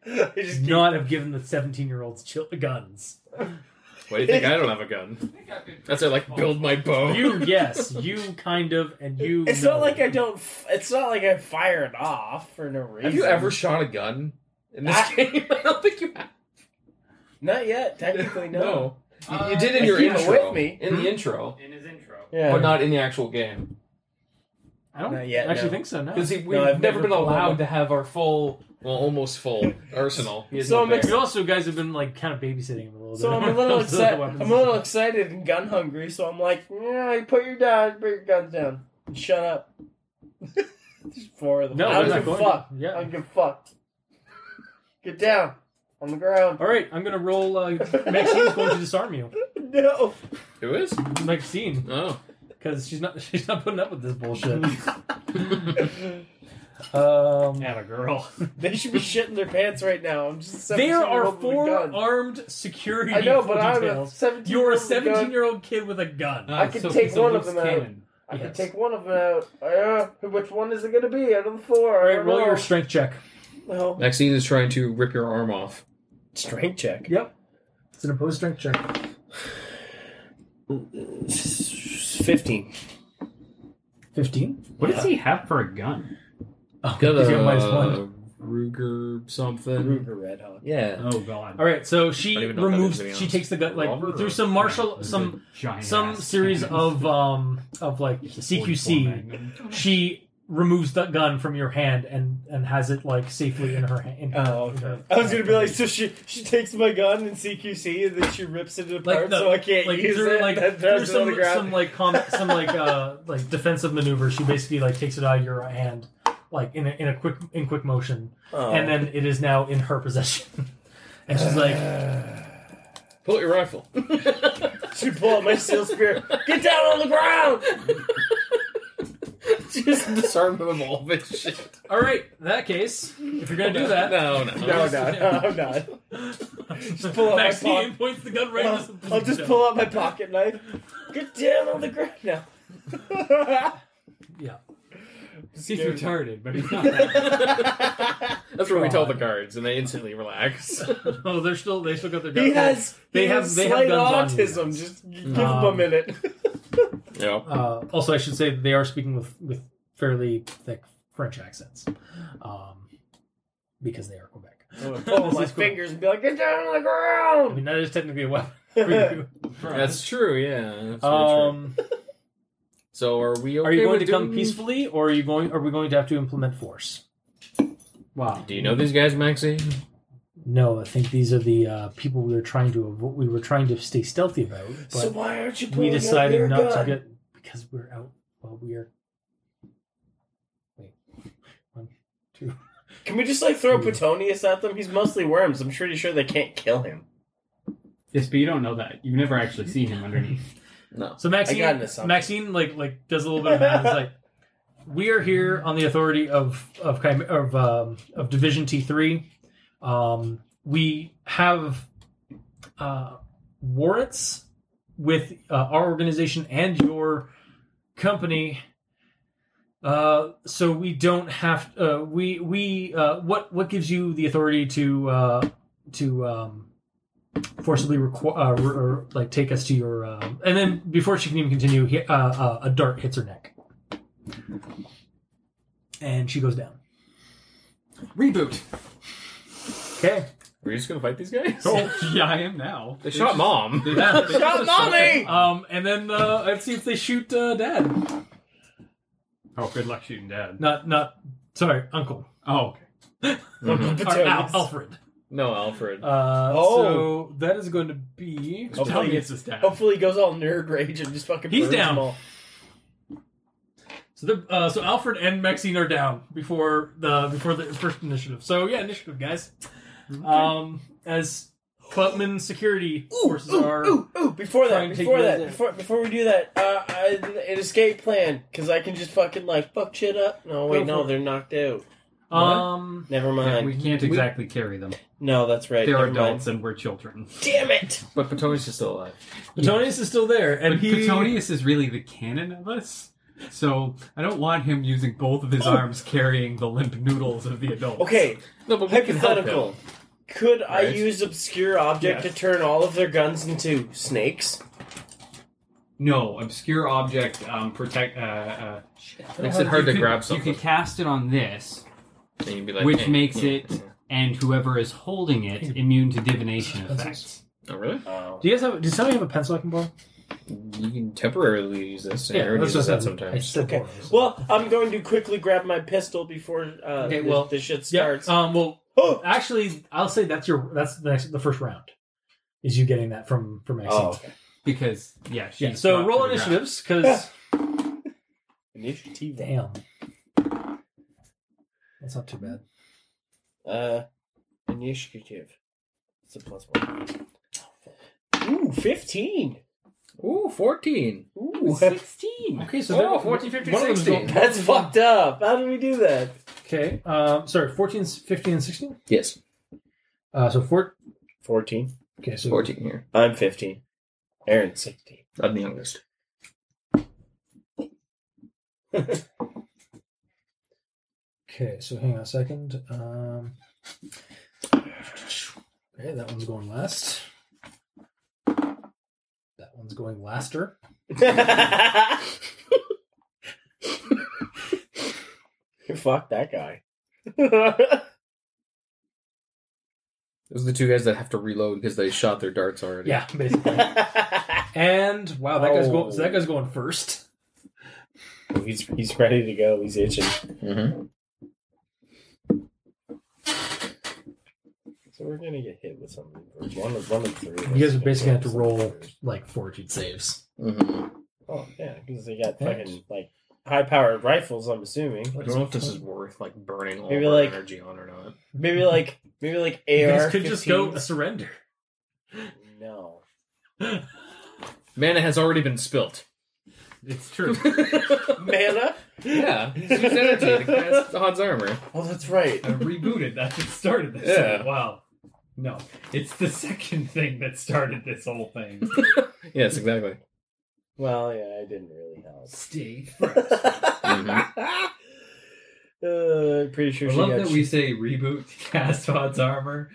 Speaker 3: I just keep-
Speaker 2: Not have given the seventeen-year-olds chil- guns.
Speaker 4: Why do you think I don't have a gun? That's I like build
Speaker 3: Oh,
Speaker 4: my bow.
Speaker 2: You yes, you kind of, and you.
Speaker 3: It's
Speaker 2: no.
Speaker 3: not like I don't. F- it's not like I fire it off for no reason.
Speaker 4: have you ever shot a gun in this
Speaker 3: I-
Speaker 4: game? I don't think you have.
Speaker 3: Not yet. Technically, no.
Speaker 4: You,
Speaker 3: Uh,
Speaker 4: you did in your
Speaker 3: you were
Speaker 4: intro.
Speaker 3: with me.
Speaker 4: In the intro,
Speaker 9: In his intro.
Speaker 3: Yeah.
Speaker 4: but not in the actual game.
Speaker 2: I don't
Speaker 3: Not yet,
Speaker 2: actually
Speaker 3: no.
Speaker 2: think so. No.
Speaker 4: Because we've
Speaker 3: No,
Speaker 4: never,
Speaker 3: I've never
Speaker 4: been
Speaker 3: pulled
Speaker 4: allowed
Speaker 3: one.
Speaker 4: to have our full, well, almost full arsenal. He has
Speaker 3: So
Speaker 4: no
Speaker 3: I'm ex-
Speaker 4: bear.
Speaker 2: You also guys have been like kind of babysitting him a little
Speaker 3: So
Speaker 2: bit.
Speaker 3: I'm a little
Speaker 2: Those are the
Speaker 3: excited.
Speaker 2: weapons.
Speaker 3: I'm a little excited and gun hungry. So I'm like, yeah, put your down, put your guns down, and shut up. There's four of them.
Speaker 2: No,
Speaker 3: I
Speaker 2: I'm
Speaker 3: don't
Speaker 2: not
Speaker 3: give a
Speaker 2: going.
Speaker 3: fuck.
Speaker 2: To. Yeah.
Speaker 3: I don't give a fuck. Get down on the ground.
Speaker 2: All right, I'm gonna roll. Uh, Maxine's going to disarm you,
Speaker 3: No.
Speaker 4: Who is?
Speaker 2: Maxine,
Speaker 4: Oh.
Speaker 2: because she's not. She's not putting up with this bullshit. um,
Speaker 9: a girl.
Speaker 3: They should be shitting their pants right now. I'm just. a
Speaker 2: there
Speaker 3: 17-year-old
Speaker 2: are
Speaker 3: with a
Speaker 2: four
Speaker 3: gun.
Speaker 2: armed security.
Speaker 3: I know,
Speaker 2: full
Speaker 3: but I'm a
Speaker 2: details.
Speaker 3: 17.
Speaker 2: You're a
Speaker 3: with gun.
Speaker 2: 17 year old kid with a gun.
Speaker 3: I could take one of them out. I
Speaker 2: Yes.
Speaker 3: can take one of them out. Uh, which one is it going to be out of the four? I
Speaker 2: All right,
Speaker 3: don't
Speaker 2: roll
Speaker 3: know.
Speaker 2: your strength check.
Speaker 3: No.
Speaker 4: Maxine is trying to rip your arm off.
Speaker 3: strength check.
Speaker 2: It's an opposed strength check.
Speaker 3: 15.
Speaker 2: 15?
Speaker 5: What does he have for a gun?
Speaker 2: Oh, he's got minus one.
Speaker 4: Ruger something.
Speaker 3: Ruger Red Hawk.
Speaker 4: Yeah.
Speaker 5: Oh god.
Speaker 2: All right, so she
Speaker 4: I don't even know what that is,
Speaker 2: removes.
Speaker 4: to be
Speaker 2: She
Speaker 4: honest.
Speaker 2: takes the gun like
Speaker 4: Robert
Speaker 2: through
Speaker 4: or-
Speaker 2: some martial,
Speaker 5: There's
Speaker 2: some
Speaker 5: a giant
Speaker 2: some
Speaker 5: ass
Speaker 2: series
Speaker 5: cannon.
Speaker 2: of um of like
Speaker 5: Just a 44
Speaker 2: CQC.
Speaker 5: Magnum.
Speaker 2: She removes that gun from your hand and and has it like safely in her hand.
Speaker 3: Oh, okay. I was going to be like, so she she takes my gun in CQC and then she rips it apart
Speaker 2: the-
Speaker 3: so I can't
Speaker 2: like
Speaker 3: use
Speaker 2: through
Speaker 3: it.
Speaker 2: like
Speaker 3: and
Speaker 2: through
Speaker 3: throws it on the
Speaker 2: some,
Speaker 3: ground.
Speaker 2: some like com- some like uh like defensive maneuver. She basically like takes it out of your hand like in a, in a quick in quick motion,
Speaker 3: Oh.
Speaker 2: and then it is now in her possession. and she's like,
Speaker 4: Pull out your rifle.
Speaker 3: she pull out my steel spear. Get down on the ground!
Speaker 4: Just disarm them of all this shit.
Speaker 2: "All right, in that case, if you're gonna do that,
Speaker 4: No, no.
Speaker 3: No, no, no, I'm not.
Speaker 2: just
Speaker 3: pull out my
Speaker 2: Maxine
Speaker 3: pocket.
Speaker 2: points the gun right.
Speaker 3: I'll,
Speaker 2: at the-
Speaker 3: I'll just pull out my pocket knife. Get down on the ground now.
Speaker 2: Yeah.
Speaker 5: He's retarded, but he's not. that.
Speaker 4: That's what we tell the guards, and they instantly relax.
Speaker 2: Oh, they're still they still got their gun.
Speaker 3: He has.
Speaker 2: They
Speaker 3: They
Speaker 2: have-
Speaker 3: have.
Speaker 2: they have
Speaker 3: slight
Speaker 2: guns on you
Speaker 3: autism.
Speaker 2: guys.
Speaker 3: Just g- give him a
Speaker 2: Um,
Speaker 3: minute.
Speaker 4: yeah.
Speaker 2: Uh, also, I should say that they are speaking with with fairly thick French accents, um, because they are Quebec.
Speaker 3: Oh
Speaker 2: This
Speaker 3: my
Speaker 2: is cool.
Speaker 3: fingers and be like, get down on the
Speaker 2: I
Speaker 3: ground.
Speaker 2: mean, that is technically a weapon for you.
Speaker 4: That's true, yeah. That's very true.
Speaker 2: Um,
Speaker 4: So are we? Okay
Speaker 2: Are you going to
Speaker 4: with
Speaker 2: come
Speaker 4: doing-
Speaker 2: peacefully, or are you going? Are we going to have to implement force?
Speaker 5: Wow.
Speaker 4: Do you know these guys, Maxie?
Speaker 2: No, I think these are the uh, people we were trying to avo- we were trying to stay stealthy about. But
Speaker 3: so why aren't you
Speaker 2: we
Speaker 3: pulling out your
Speaker 2: decided not
Speaker 3: gun?
Speaker 2: to get because we're out. Well, we are. Wait, one, two.
Speaker 3: Can we just like throw Petonius at them? He's mostly worms. I'm pretty sure they can't kill him.
Speaker 5: Yes, but you don't know that. You've never actually seen him underneath.
Speaker 2: So
Speaker 3: I got an
Speaker 2: Maxine,
Speaker 3: assumption.
Speaker 2: Maxine, like like does a little bit of math. It's like we are here on the authority of of Chim- of um, of Division T three. Um, we have uh, warrants with uh, our organization and your company. Uh, so we don't have uh, we we uh, what what gives you the authority to uh, to um, forcibly requ- uh, re- or, like take us to your um, and then before she can even continue he, uh, uh, a dart hits her neck and she goes down
Speaker 5: Reboot.
Speaker 2: okay
Speaker 4: Are you just gonna fight these guys?
Speaker 5: Oh, yeah, I am now.
Speaker 4: They shot mom.
Speaker 5: They just- they
Speaker 3: Shot
Speaker 5: just-
Speaker 3: mommy!
Speaker 2: um and then uh, let's see if they shoot uh, dad
Speaker 5: Oh, good luck shooting dad.
Speaker 2: not not sorry uncle
Speaker 5: Oh, okay.
Speaker 3: Petonius.
Speaker 2: or, Al- alfred
Speaker 4: No, Alfred.
Speaker 2: uh,
Speaker 3: Oh.
Speaker 2: so that is going to be
Speaker 5: Just tell
Speaker 3: Hopefully-
Speaker 5: me it's his dad.
Speaker 3: Oh, Hopefully he goes all nerd rage and just fucking
Speaker 2: He's
Speaker 3: burns
Speaker 2: down.
Speaker 3: them all.
Speaker 2: so the uh, so alfred and maxine are down before the before the first initiative so yeah initiative guys um as Clubman security forces are
Speaker 3: Ooh, ooh, before
Speaker 2: Try
Speaker 3: that,
Speaker 2: and take
Speaker 3: before
Speaker 2: those
Speaker 3: that,
Speaker 2: out.
Speaker 3: before, before we do that, uh, I, an escape plan, because I can just fucking, like, fuck shit up. No, wait,
Speaker 2: Go
Speaker 3: no,
Speaker 2: for it.
Speaker 3: they're knocked out.
Speaker 2: Um,
Speaker 3: Never
Speaker 5: Yeah,
Speaker 3: mind.
Speaker 5: we can't exactly carry them.
Speaker 3: no, that's right.
Speaker 5: They're
Speaker 3: never
Speaker 5: adults and we're children.
Speaker 3: Mind. Damn it!
Speaker 4: But Petonius is still alive.
Speaker 2: Petonius is still there, and
Speaker 5: But
Speaker 2: he
Speaker 5: Petonius is really the canon of us, so I don't want him using both of his
Speaker 4: Oh.
Speaker 5: arms carrying the limp noodles of the adults.
Speaker 3: Okay,
Speaker 4: No, but we can help
Speaker 3: hypothetical.
Speaker 4: him.
Speaker 3: Could I
Speaker 4: Right?
Speaker 3: use obscure object to turn all of their guns into snakes?
Speaker 7: No, obscure object um, protect. Uh, uh,
Speaker 4: Makes it
Speaker 5: You
Speaker 4: hard to
Speaker 5: could-
Speaker 4: grab
Speaker 5: you
Speaker 4: something.
Speaker 5: could cast it on this,
Speaker 4: And you'd be like,
Speaker 5: which
Speaker 4: eh,
Speaker 5: makes
Speaker 4: yeah,
Speaker 5: it and whoever is holding it immune to divination effects.
Speaker 4: yeah. Oh, really?
Speaker 3: Oh.
Speaker 2: Do you guys have? Does somebody have a pencil I can borrow?
Speaker 4: You can temporarily use this. And
Speaker 2: Yeah,
Speaker 4: Aaron
Speaker 2: that's
Speaker 4: uses
Speaker 2: what
Speaker 4: that
Speaker 2: I'm- I
Speaker 4: sometimes.
Speaker 2: said
Speaker 3: Okay.
Speaker 2: borrow.
Speaker 3: Well, I'm going to quickly grab my pistol before uh,
Speaker 2: Okay,
Speaker 3: this-
Speaker 2: well,
Speaker 3: this shit
Speaker 2: yeah.
Speaker 3: starts.
Speaker 2: Um. Well,
Speaker 3: oh,
Speaker 2: actually, I'll say that's your that's the next the first round. Is you getting that from from Maxine?
Speaker 3: Oh, okay.
Speaker 5: Because yeah, she's
Speaker 2: yeah. So
Speaker 5: dropped
Speaker 2: roll
Speaker 5: to the ground.
Speaker 2: initiatives, because
Speaker 3: initiative.
Speaker 2: damn, that's not too bad.
Speaker 3: Uh, initiative. It's a plus one. Ooh, 15.
Speaker 4: Ooh, 14.
Speaker 3: Ooh,
Speaker 5: Sixteen.
Speaker 2: Okay, so
Speaker 4: Oh, 14, 15, 16.
Speaker 3: that's fucked up. How do we do that?
Speaker 2: Okay. Um. Sorry, 14, 15, and sixteen.
Speaker 4: Yes,
Speaker 2: Uh. So four.
Speaker 3: 14.
Speaker 2: Okay. So
Speaker 4: 14 here.
Speaker 3: I'm 15. Aaron's 16.
Speaker 4: I'm the youngest.
Speaker 2: Okay, so hang on a second. Um, okay, that one's going last. That one's going laster.
Speaker 3: Fuck that guy.
Speaker 4: Those are the two guys that have to reload because they shot their darts already.
Speaker 2: Yeah, basically. and wow, that guy's going. So that guy's going first.
Speaker 3: he's he's ready to go. He's itching.
Speaker 4: Mm-hmm.
Speaker 3: So we're gonna get hit with something. One of one of three. of
Speaker 2: You guys
Speaker 3: us
Speaker 2: are
Speaker 3: is
Speaker 2: basically gonna have
Speaker 3: gonna
Speaker 2: to
Speaker 3: get
Speaker 2: roll
Speaker 3: something.
Speaker 2: like fortitude saves.
Speaker 4: Mm-hmm.
Speaker 3: Oh yeah, because they got
Speaker 2: Yeah.
Speaker 3: fucking like high powered rifles. I'm assuming.
Speaker 4: I don't know if this is worth like burning all
Speaker 3: Maybe,
Speaker 4: of our
Speaker 3: like-
Speaker 4: energy on or not.
Speaker 3: Maybe like maybe like AR.
Speaker 2: You guys could just go
Speaker 3: 15s.
Speaker 2: surrender.
Speaker 3: No.
Speaker 4: Mana has already been spilt.
Speaker 5: It's true.
Speaker 3: Mana.
Speaker 4: Yeah, use energy to cast Hod's armor.
Speaker 3: Oh, that's right.
Speaker 7: I rebooted. That's what started this.
Speaker 4: Yeah.
Speaker 7: Wow. No, it's the second thing that started this whole thing.
Speaker 4: Yes, exactly.
Speaker 3: Well, yeah, I didn't really help.
Speaker 7: Stay fresh.
Speaker 2: Mm-hmm.
Speaker 3: uh, I'm Uh, pretty sure
Speaker 7: I
Speaker 3: she
Speaker 7: love
Speaker 3: got.
Speaker 7: that we say reboot to cast Hod's armor.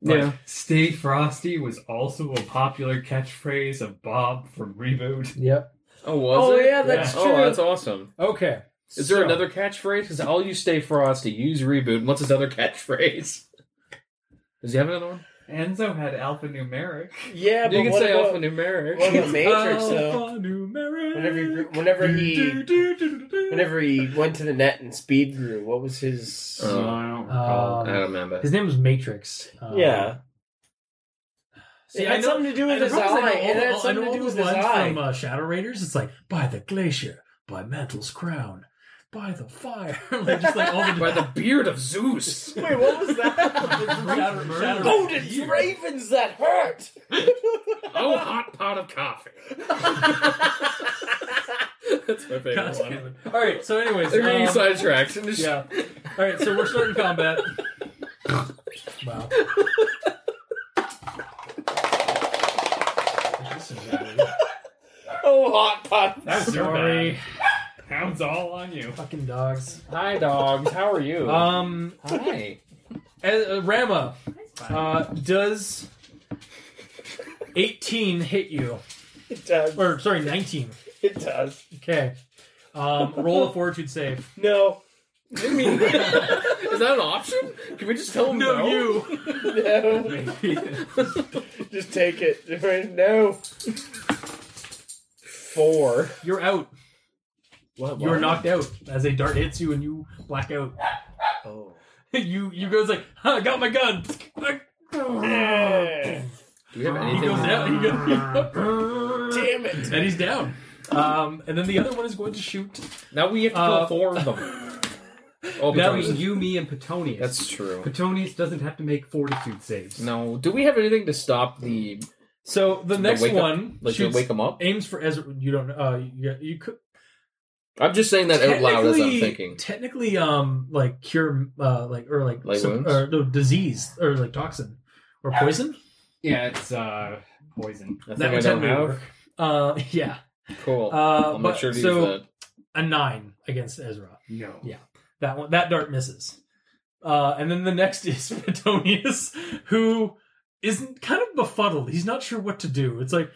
Speaker 7: But
Speaker 4: Yeah.
Speaker 7: Stay frosty was also a popular catchphrase of Bob from Reboot.
Speaker 2: Yep.
Speaker 4: Oh, was
Speaker 3: Oh,
Speaker 4: it?
Speaker 3: yeah, that's
Speaker 4: Oh,
Speaker 3: true.
Speaker 4: that's awesome.
Speaker 2: Okay.
Speaker 4: Is there another catchphrase? Because all you stay frosty, use reboot. And what's his other catchphrase? Does he have another one?
Speaker 6: Enzo had alphanumeric.
Speaker 3: Yeah, but
Speaker 4: you can
Speaker 3: what
Speaker 4: say
Speaker 3: about,
Speaker 4: alphanumeric.
Speaker 3: what about Matrix
Speaker 4: Oh,
Speaker 3: though?
Speaker 6: Alphanumeric.
Speaker 3: Whenever, whenever he, whenever he went to the net and speed grew, what was his?
Speaker 4: Uh,
Speaker 7: I don't
Speaker 4: I
Speaker 2: Um,
Speaker 4: don't remember.
Speaker 2: his name was Matrix. Um,
Speaker 3: yeah,
Speaker 2: See,
Speaker 3: it
Speaker 2: I
Speaker 3: had
Speaker 2: know,
Speaker 3: something to do
Speaker 2: I
Speaker 3: with
Speaker 2: know,
Speaker 3: his eye. It
Speaker 2: I
Speaker 3: had
Speaker 2: know all, I know
Speaker 3: something to
Speaker 2: all
Speaker 3: do
Speaker 2: those
Speaker 3: with his
Speaker 2: lines
Speaker 3: eye.
Speaker 2: from uh, Shadow Raiders. It's like by the glacier, by Mantle's crown, by the fire. like just like all the
Speaker 4: By the beard of Zeus.
Speaker 3: Wait, what was that?
Speaker 2: Shadow- Shadow-
Speaker 3: Odin's ravens that hurt.
Speaker 4: oh, hot pot of coffee. That's my favorite
Speaker 2: God
Speaker 4: one.
Speaker 2: damn it. All right. So, anyways,
Speaker 4: They're getting
Speaker 2: um,
Speaker 4: sidetracked.
Speaker 2: yeah. All right. So we're starting combat. wow.
Speaker 3: Oh, hot pot.
Speaker 6: That's your
Speaker 2: Sorry.
Speaker 6: bad. Pounds all on you.
Speaker 2: Fucking dogs.
Speaker 4: Hi, dogs. How are you?
Speaker 2: Um,
Speaker 4: Hi.
Speaker 2: eh, uh, Rama, uh, does eighteen hit you?
Speaker 3: It does.
Speaker 2: Or sorry, nineteen.
Speaker 3: It does.
Speaker 2: Okay. Um, roll a fortitude save.
Speaker 3: No.
Speaker 4: I mean, is that an option? Can we just tell them no?
Speaker 2: you.
Speaker 3: No. Just take it. No. Four.
Speaker 2: You're out.
Speaker 4: What,
Speaker 2: You are knocked out as a dart hits you and you black out.
Speaker 3: Oh.
Speaker 2: you you goes like, huh, I got my gun.
Speaker 3: Yeah.
Speaker 4: Do we have
Speaker 2: He
Speaker 4: anything?
Speaker 2: goes down. He goes,
Speaker 3: Damn it.
Speaker 2: and he's down. Um, and then the other one is going to shoot.
Speaker 7: Now we have to kill
Speaker 2: Uh,
Speaker 7: four of them.
Speaker 4: Oh,
Speaker 7: that
Speaker 4: Petonius.
Speaker 7: was you, me, and Petonius.
Speaker 4: That's true.
Speaker 7: Petonius doesn't have to make fortitude saves.
Speaker 4: No. Do we have anything to stop the
Speaker 2: So the next
Speaker 4: wake up-
Speaker 2: one
Speaker 4: like to
Speaker 2: shoots,
Speaker 4: wake them up?
Speaker 2: aims for Ezra. You don't. Uh, you, you could
Speaker 4: I'm just saying that out loud as I'm
Speaker 2: technically-
Speaker 4: thinking.
Speaker 2: Technically, um, like cure, uh, like or like
Speaker 4: Light
Speaker 2: some,
Speaker 4: wounds?
Speaker 2: or no disease or like toxin or poison.
Speaker 7: Yeah, it's uh, poison.
Speaker 4: I think
Speaker 2: That
Speaker 4: I
Speaker 2: would
Speaker 4: don't
Speaker 2: technically
Speaker 4: have.
Speaker 2: work. Uh, yeah.
Speaker 4: Cool.
Speaker 2: Uh,
Speaker 4: I'll
Speaker 2: but
Speaker 4: make sure to
Speaker 2: so
Speaker 4: use that.
Speaker 2: a nine against Ezra.
Speaker 7: No.
Speaker 2: That one, that dart misses. Uh, and then the next is Petonius, who isn't kind of befuddled. He's not sure what to do. It's like,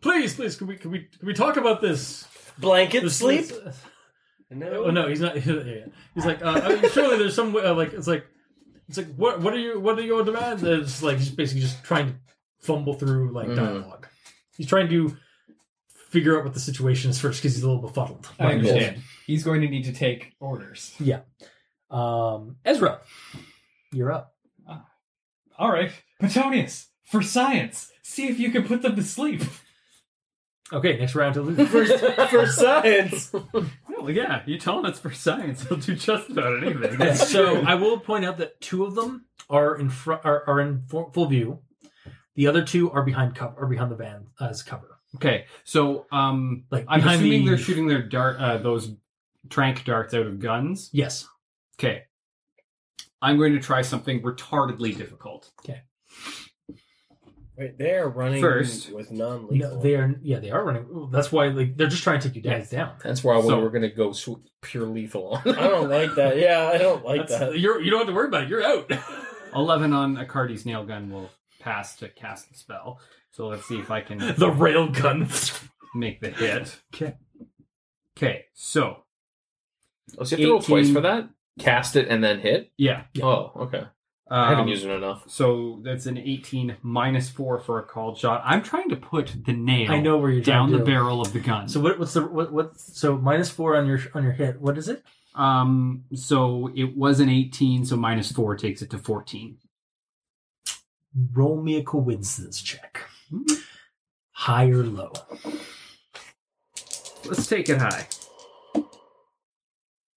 Speaker 2: please, please, can we, can we, can we talk about this?
Speaker 3: Blanket
Speaker 2: This-
Speaker 3: sleep?
Speaker 2: this-
Speaker 3: No.
Speaker 2: Oh no, he's not. yeah, yeah. He's like, uh, I mean, surely there's some way. Uh, like, it's like, it's like, what, what are you, what are your demands? And It's like he's basically just trying to fumble through like
Speaker 4: Mhm.
Speaker 2: dialogue. He's trying to figure out what the situation is first because he's a little befuddled.
Speaker 7: I understand. He's going to need to take orders.
Speaker 2: Um, Ezra, you're up.
Speaker 7: All right, Petonius, for science, see if you can put them to sleep.
Speaker 2: Okay, next round to Luke.
Speaker 3: For science.
Speaker 6: Well, yeah, you tell him it's for science. He'll do just about anything.
Speaker 2: so I will point out that two of them are in front are, are in full full view. The other two are behind cover, are behind the van as cover.
Speaker 5: Okay, so um,
Speaker 2: Like
Speaker 5: I'm
Speaker 2: behind
Speaker 5: assuming
Speaker 2: the-
Speaker 5: they're shooting their dart, uh, those trank darts out of guns.
Speaker 2: Yes.
Speaker 5: Okay, I'm going to try something retardedly difficult.
Speaker 3: Wait, they're running
Speaker 5: First.
Speaker 3: with non
Speaker 2: No,
Speaker 3: lethal.
Speaker 2: they are. Yeah, they are running. Ooh, That's why like they're just trying to take you guys down.
Speaker 4: That's why we
Speaker 5: So-
Speaker 4: were going to go sw- pure lethal on.
Speaker 3: I don't like that. Yeah, I Uh, don't like
Speaker 2: That's-
Speaker 3: that.
Speaker 2: you're- you don't have to worry about it. You're out.
Speaker 5: Eleven on Acardi's nail gun will pass to cast the spell. So let's see if I can
Speaker 2: the rail gun.
Speaker 5: make the hit. Okay. Okay. So
Speaker 4: Oh, so you have to roll twice
Speaker 5: 18.
Speaker 4: for that? Cast it and then hit?
Speaker 5: yeah.
Speaker 2: Yeah.
Speaker 4: Oh, okay.
Speaker 5: Um,
Speaker 4: I haven't used it enough.
Speaker 5: So that's an 18 minus four for a called shot. I'm trying to put the nail.
Speaker 2: I know where you're
Speaker 5: down the
Speaker 2: trying to do.
Speaker 5: barrel of the gun.
Speaker 2: So what, what's the what, what? So minus four on your on your hit. What is it?
Speaker 5: Um, so it was an 18, so minus four takes it to 14.
Speaker 2: Roll me a coincidence check. High or low?
Speaker 5: Let's take it high.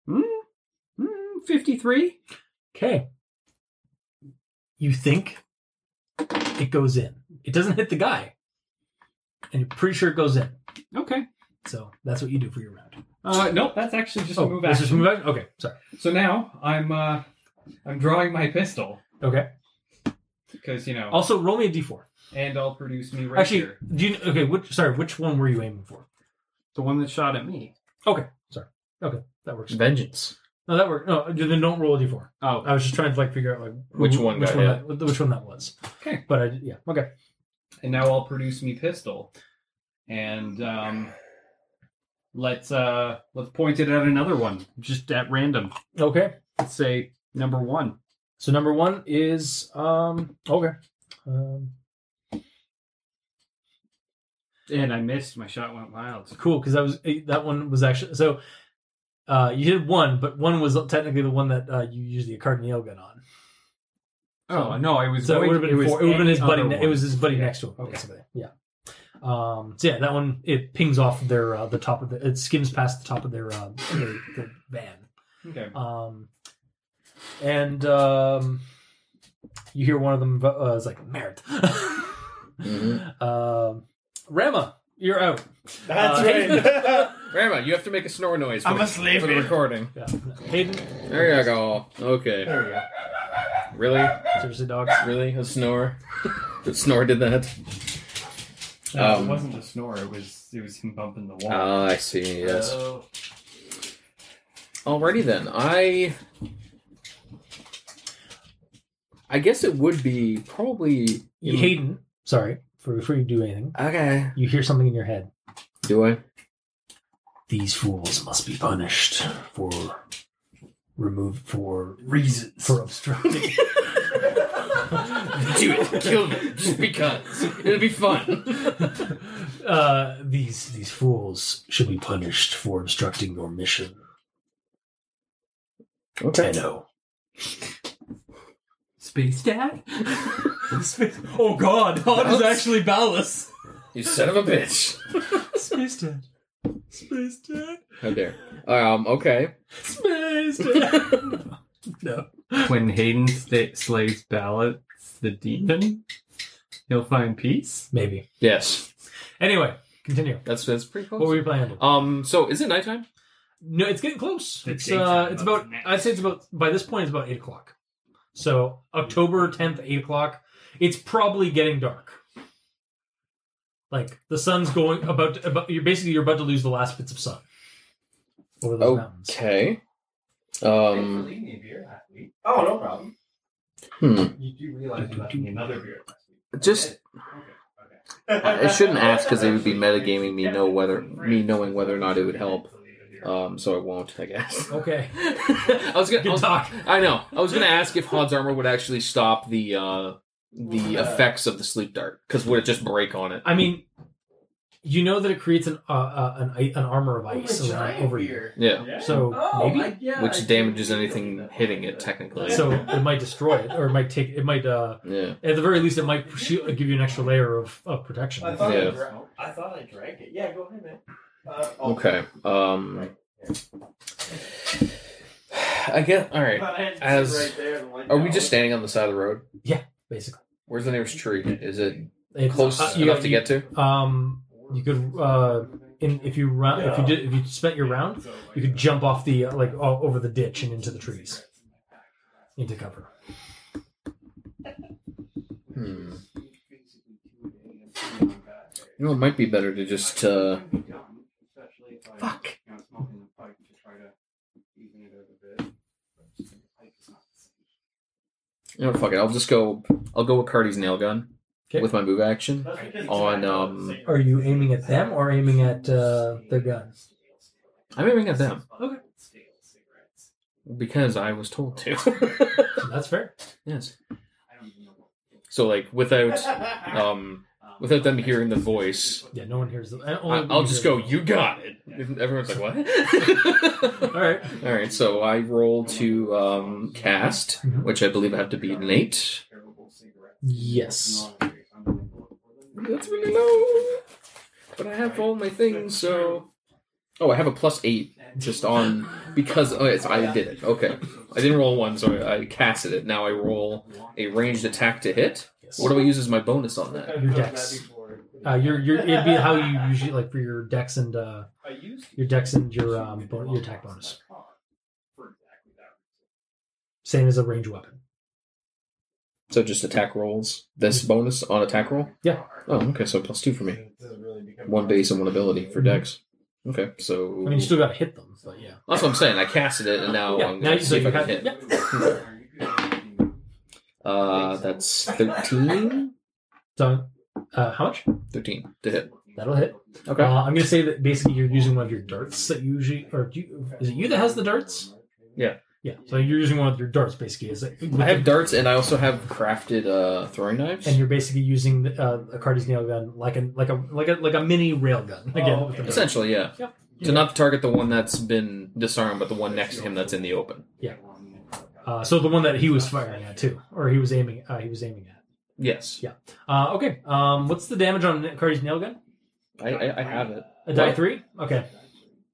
Speaker 5: Hmm? Hmm, 53?
Speaker 2: Okay. You think it goes in. It doesn't hit the guy. And you're pretty sure it goes in.
Speaker 5: Okay.
Speaker 2: So that's what you do for your round.
Speaker 7: Uh, nope, that's actually just
Speaker 2: oh,
Speaker 7: a move
Speaker 2: let's
Speaker 7: action.
Speaker 2: just move action? Okay, sorry.
Speaker 7: So now I'm uh, I'm drawing my pistol
Speaker 2: Okay.
Speaker 7: because you know,
Speaker 2: Also, roll me a d4.
Speaker 7: and I'll produce me right
Speaker 2: Actually,
Speaker 7: here.
Speaker 2: do you, okay, which, sorry, which one were you aiming for?
Speaker 5: The one that shot at me.
Speaker 2: Okay, sorry. Okay, that works.
Speaker 4: Vengeance.
Speaker 2: No, that worked. No, then don't roll a d4.
Speaker 5: Oh,
Speaker 2: I was just trying to like figure out like who-
Speaker 4: Which one
Speaker 2: which
Speaker 4: got
Speaker 2: one, that, which one that was.
Speaker 7: Okay.
Speaker 2: but I yeah okay.
Speaker 7: And now I'll produce me pistol, and um,
Speaker 5: let's uh let's point it at another one just at random.
Speaker 2: Okay,
Speaker 5: Let's say number 1.
Speaker 2: so number one is um okay. Um,
Speaker 5: And I missed. My shot went wild.
Speaker 2: cool, because that was eh, that one was actually so. Uh, you hit one, but one was technically the one that uh, you used the Cardinal gun on.
Speaker 5: Oh no! It was.
Speaker 2: So it
Speaker 5: going
Speaker 2: would have
Speaker 5: to-
Speaker 2: been four, it would have been
Speaker 5: any
Speaker 2: his buddy.
Speaker 5: other
Speaker 2: ne- It was
Speaker 5: one.
Speaker 2: his buddy
Speaker 5: Yeah.
Speaker 2: next to him,
Speaker 5: Okay.
Speaker 2: basically. Yeah. Um, so yeah, that one it pings off their uh, the top of the it skims past the top of their um, their, their van.
Speaker 7: Okay.
Speaker 2: Um, and um, you hear one of them uh, is like merit. Um, Rama, you're out.
Speaker 3: That's
Speaker 2: Uh,
Speaker 3: right.
Speaker 4: Grandma, you have to make a snore noise for,
Speaker 9: I'm
Speaker 4: the,
Speaker 9: asleep.
Speaker 4: for the recording.
Speaker 2: Yeah. Hayden,
Speaker 4: There you go. Okay.
Speaker 7: There we go.
Speaker 4: Really?
Speaker 2: seriously, dogs.
Speaker 4: Really? A snore? the snore did that?
Speaker 7: No,
Speaker 4: Um,
Speaker 7: it wasn't a snore. It was it was him bumping the wall.
Speaker 4: Ah, I see. Yes. Alrighty then. I. I guess it would be probably.
Speaker 2: Hayden, sorry for before you do anything.
Speaker 4: Okay.
Speaker 2: You hear something in your head.
Speaker 4: Do I?
Speaker 2: These fools must be punished for remove for
Speaker 8: Reasons.
Speaker 2: for obstructing.
Speaker 4: Do it. Kill them. Just because. It'll be fun.
Speaker 2: uh, these these fools should be punished for obstructing your mission.
Speaker 4: Okay.
Speaker 2: Tenno.
Speaker 6: Space Dad? Space... Oh god, Hod is actually Ballas.
Speaker 4: You son of a bitch.
Speaker 6: Space Dad. Space Dad.
Speaker 4: How dare. Um, okay.
Speaker 2: Space Dad. no.
Speaker 5: when Hayden sta slays ballots the demon, he'll find peace.
Speaker 2: Maybe.
Speaker 4: Yes.
Speaker 2: Anyway, continue.
Speaker 4: That's that's pretty close.
Speaker 2: What were you planning?
Speaker 4: Um, so is it nighttime?
Speaker 2: No, it's getting close.
Speaker 9: The
Speaker 2: It's
Speaker 9: daytime
Speaker 2: uh, it's
Speaker 9: of
Speaker 2: about.
Speaker 9: the next.
Speaker 2: I'd say it's about by this point. It's about eight o'clock. So October tenth, eight o'clock. It's probably getting dark. Like the sun's going about. about you're basically you're about to lose the last bits of sun over
Speaker 4: Oh.
Speaker 2: those mountains.
Speaker 4: Okay. Um,
Speaker 9: Leave me a beer last week.
Speaker 8: Oh, no problem.
Speaker 4: hmm.
Speaker 9: You do realize you left me another beer last week.
Speaker 4: Just I shouldn't ask because it would be metagaming me know whether me knowing whether or not it would help. Um, so I won't. I guess.
Speaker 2: Okay.
Speaker 4: I was gonna. I,
Speaker 2: Good
Speaker 4: was-
Speaker 2: talk.
Speaker 4: I know. I was gonna ask if Hod's armor would actually stop the uh the effects of the sleep dart because would it just break on it?
Speaker 2: I mean, you know that it creates an uh, uh, an, i- an armor of ice
Speaker 8: Oh, my
Speaker 2: around,
Speaker 8: giant
Speaker 2: over you.
Speaker 8: beer. Oh,
Speaker 4: Yeah.
Speaker 2: So
Speaker 3: Oh,
Speaker 2: maybe
Speaker 8: I- yeah, I
Speaker 4: Which
Speaker 8: did
Speaker 4: damages
Speaker 8: read
Speaker 4: anything
Speaker 8: that.
Speaker 4: hitting it technically.
Speaker 2: so it might destroy it, or it might take it might uh,
Speaker 4: yeah.
Speaker 2: at the very least it might shield, give you an extra layer of, of protection.
Speaker 8: I thought,
Speaker 4: Yeah.
Speaker 8: I, dra- I thought I drank it. Yeah, go ahead, man. Uh, oh,
Speaker 4: Okay. Um. I guess. All right.
Speaker 8: I had to sit
Speaker 4: As-
Speaker 8: right there and like
Speaker 4: Are we
Speaker 8: that
Speaker 4: just
Speaker 8: one.
Speaker 4: standing on the side of the road?
Speaker 2: Basically,
Speaker 4: Where's the nearest tree? Is it
Speaker 2: it's,
Speaker 4: close
Speaker 2: uh, you-
Speaker 4: enough to
Speaker 2: you-
Speaker 4: get to?
Speaker 2: Um, you could uh, in, if you run, if you did, if you spent your round, you could jump off the uh, like all over the ditch and into the trees, into cover.
Speaker 4: Hmm. You know, it might be better to just uh,
Speaker 9: Fuck.
Speaker 4: you know, fuck it. I'll just go. I'll go with Cardi's nail gun
Speaker 2: Okay.
Speaker 4: with my move action.
Speaker 8: That's because
Speaker 4: On,
Speaker 8: tobacco
Speaker 4: um,
Speaker 8: is a cigarette.
Speaker 2: Are you aiming at them or aiming at uh, their guns?
Speaker 4: I'm aiming at them
Speaker 2: Okay,
Speaker 4: because I was told
Speaker 2: Oh.
Speaker 4: to.
Speaker 2: that's fair.
Speaker 4: yes. So like without um without them hearing the voice,
Speaker 2: Yeah, no one hears. The, I-
Speaker 4: I-
Speaker 2: only
Speaker 4: I'll
Speaker 2: you
Speaker 4: just
Speaker 2: hear
Speaker 4: go.
Speaker 2: the-
Speaker 4: You got it. And Everyone's like, what?
Speaker 2: All right.
Speaker 4: All right. So I roll to um cast,
Speaker 2: Mhm.
Speaker 4: which I believe I have to beat an eight.
Speaker 2: Yes.
Speaker 4: That's really low. But I have all my things, so. Oh, I have a plus eight just on because oh, it's, I did it. Okay, I didn't roll one, so I, I casted it. Now I roll a ranged attack to hit.
Speaker 2: Yes.
Speaker 4: What do I use as my bonus on that?
Speaker 8: I've
Speaker 2: your
Speaker 8: done that
Speaker 2: decks.
Speaker 8: before.
Speaker 2: Uh, your your it'd be how you usually like for your dex and uh,
Speaker 9: I used
Speaker 2: your dex and your um bon- your attack bonus.
Speaker 9: for exactly that reason.
Speaker 2: Same as a range weapon.
Speaker 4: So just attack rolls. This bonus on attack roll.
Speaker 2: Yeah.
Speaker 4: Oh, okay. So plus two for me.
Speaker 8: It doesn't really become-
Speaker 4: One base and one ability for dex. Okay, so
Speaker 2: Mm-hmm. I mean, you still gotta hit them, but yeah.
Speaker 4: that's what I'm saying. I casted it, and now
Speaker 2: yeah.
Speaker 4: I'm gonna
Speaker 2: you-
Speaker 4: see if I
Speaker 2: you
Speaker 4: can
Speaker 2: got-
Speaker 4: hit.
Speaker 2: yeah.
Speaker 4: Uh, that's thirteen.
Speaker 2: So, uh, how much?
Speaker 4: Thirteen to hit.
Speaker 2: That'll hit.
Speaker 4: Okay.
Speaker 2: Uh, I'm gonna say that basically you're using one of your darts that you usually, or do you, is it you that has the darts?
Speaker 4: Yeah.
Speaker 2: Yeah, so you're using one of your darts basically. Is it?
Speaker 4: I have darts, and I also have crafted uh, throwing knives.
Speaker 2: and you're basically using the, uh, a Cardi's nail gun like a like a like a like a mini rail gun again. with
Speaker 3: Oh, okay.
Speaker 2: the dart.
Speaker 4: Essentially, yeah.
Speaker 2: Yep.
Speaker 4: To not target the one that's been disarmed, but the one next to him that's in the open.
Speaker 2: Uh, so the one that he was firing at too, or he was aiming. Uh, he was aiming at.
Speaker 4: Yes,
Speaker 2: Uh, okay. Um, what's the damage on Cardi's nail gun?
Speaker 4: I, I, I have it.
Speaker 2: A die
Speaker 4: What?
Speaker 2: three. Okay.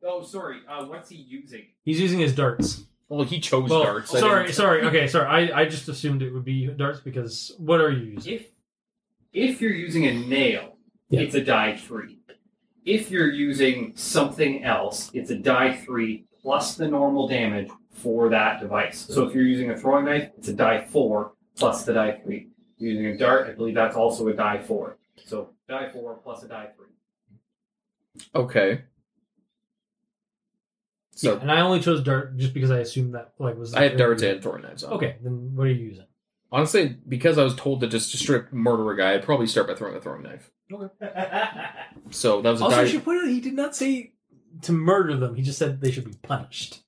Speaker 9: Oh, sorry. Uh, what's he using?
Speaker 2: He's using his darts.
Speaker 4: Well, he chose
Speaker 2: Well,
Speaker 4: darts. I
Speaker 2: sorry,
Speaker 4: didn't-
Speaker 2: sorry. Okay, sorry. I, I just assumed it would be darts because what are you using?
Speaker 9: If if you're using a nail,
Speaker 2: Yeah.
Speaker 9: it's a die three. If you're using something else, it's a die three plus the normal damage for that device. So if you're using a throwing knife, it's a die four plus the die three. If you're using a dart, I believe that's also a die four. So die four plus a die three.
Speaker 4: Okay. So
Speaker 2: Yeah, and I only chose dart just because I assumed that like was.
Speaker 4: I have darts and throwing knives on.
Speaker 2: Okay, then what are you using?
Speaker 4: Honestly, because I was told to just to strip murder a guy, I'd probably start by throwing a throwing knife. So that was a
Speaker 2: Also, I
Speaker 4: die.
Speaker 2: should point out he did not say to murder them. He just said they should be punished.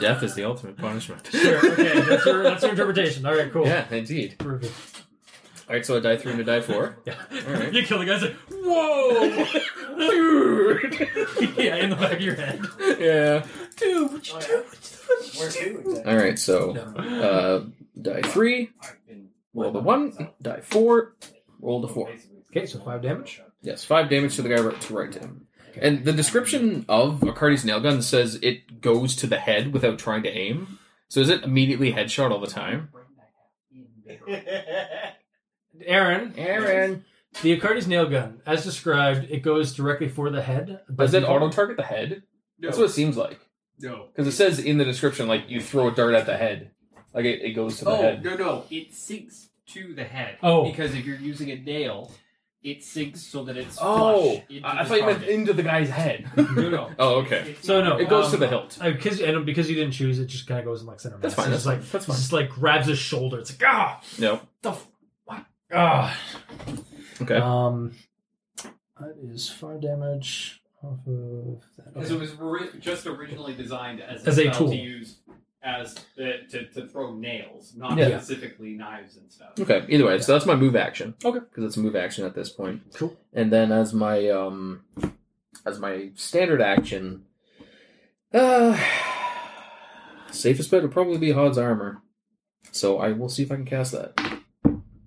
Speaker 4: Death is the ultimate punishment.
Speaker 2: Sure. Okay, that's your, that's your interpretation. All right, cool.
Speaker 4: Yeah, indeed.
Speaker 2: Perfect.
Speaker 4: All right, so a die three and a die four.
Speaker 2: Yeah.
Speaker 4: All right.
Speaker 2: You kill the guy's like, whoa, yeah, in the back of your head,
Speaker 4: yeah.
Speaker 2: dude. What you do? What you
Speaker 3: Where
Speaker 2: do?
Speaker 3: to exactly?
Speaker 4: All right, so uh, die three, roll the one, die four, roll the four.
Speaker 2: Okay, so five damage.
Speaker 4: Yes, five damage to the guy right to right to him. And the description of Acardi's nail gun says it goes to the head without trying to aim. So is it immediately headshot all the time?
Speaker 2: Aaron,
Speaker 4: Aaron,
Speaker 2: The Acardi's nail gun, as described, it goes directly for the head. but
Speaker 4: does it
Speaker 2: you-
Speaker 4: auto target the head? That's what it seems like.
Speaker 6: No.
Speaker 4: Because it says in the description, like you throw a dart at the head, like it, it goes to the
Speaker 6: Oh
Speaker 4: head.
Speaker 6: no no! It sinks to the head.
Speaker 2: Oh.
Speaker 6: Because if you're using a nail, it sinks so that it's flush into
Speaker 4: Oh, I I
Speaker 6: the
Speaker 4: thought you meant
Speaker 6: target.
Speaker 4: into the guy's head.
Speaker 6: No no.
Speaker 4: oh, okay.
Speaker 2: So no,
Speaker 4: It goes
Speaker 2: um,
Speaker 4: to the hilt.
Speaker 2: uh, Because and because you didn't choose, it just kind of goes in like center.
Speaker 4: That's
Speaker 2: mass.
Speaker 4: fine.
Speaker 2: It's
Speaker 4: That's
Speaker 2: like
Speaker 4: fine. That's fine.
Speaker 2: just like grabs his shoulder. It's like ah,
Speaker 4: No.
Speaker 2: the f- what? ah.
Speaker 4: Okay.
Speaker 2: Um, that is five damage off of that.
Speaker 7: Because it was ri- just originally designed as,
Speaker 2: As a
Speaker 7: spell
Speaker 2: tool.
Speaker 7: to use as the, to, to throw nails, not
Speaker 4: Yeah.
Speaker 7: specifically knives and stuff.
Speaker 4: Okay. Either way, so that's my move action. Okay. Because it's a move action at this point.
Speaker 2: Cool.
Speaker 4: And then as my um, as my standard action, uh, safest bet would probably be Hod's armor. So I will see if I can cast that.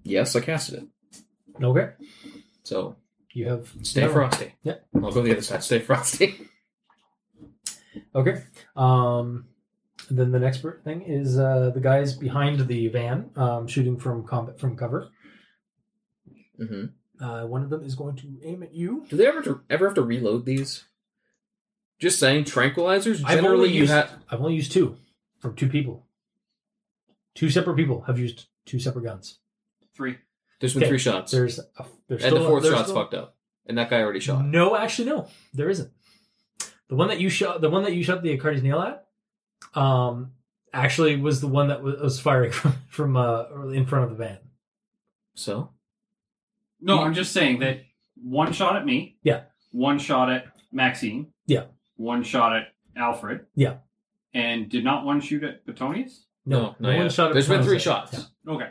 Speaker 4: Yes, I casted it.
Speaker 2: Okay,
Speaker 4: So
Speaker 2: you have
Speaker 4: stay
Speaker 2: Never mind.
Speaker 4: frosty.
Speaker 2: Yeah.
Speaker 4: I'll go the other side. Stay frosty.
Speaker 2: Okay. Um, and then the next per- thing is uh, the guys behind the van um, shooting from combat from cover.
Speaker 4: hmm
Speaker 2: Uh, one of them is going to aim at you.
Speaker 4: Do they ever to, ever have to reload these? Just saying, tranquilizers.
Speaker 2: I've
Speaker 4: Generally,
Speaker 2: only
Speaker 4: you
Speaker 2: used,
Speaker 4: have.
Speaker 2: I've only used two from two people. Two separate people have used two separate guns.
Speaker 4: There's been
Speaker 2: Okay.
Speaker 4: three shots, and
Speaker 2: There's a, there's
Speaker 4: the
Speaker 2: still a-
Speaker 4: fourth
Speaker 2: there's
Speaker 4: shot's
Speaker 2: still-
Speaker 4: fucked up, and that guy already shot.
Speaker 2: No, actually, no, there isn't. The one that you shot, the one that you shot the Acardi's nail at, um, actually was the one that was, was firing from from uh in front of the van.
Speaker 4: So
Speaker 9: No, I'm just saying that one shot at me.
Speaker 2: Yeah.
Speaker 9: One shot at Maxine.
Speaker 2: Yeah.
Speaker 9: One shot at Alfred.
Speaker 2: Yeah.
Speaker 9: And did not one shoot at Petonius?
Speaker 4: No, no,
Speaker 2: one
Speaker 4: yeah.
Speaker 2: shot. at
Speaker 4: There's been
Speaker 2: Ponce.
Speaker 4: three shots.
Speaker 2: Yeah.
Speaker 9: Okay.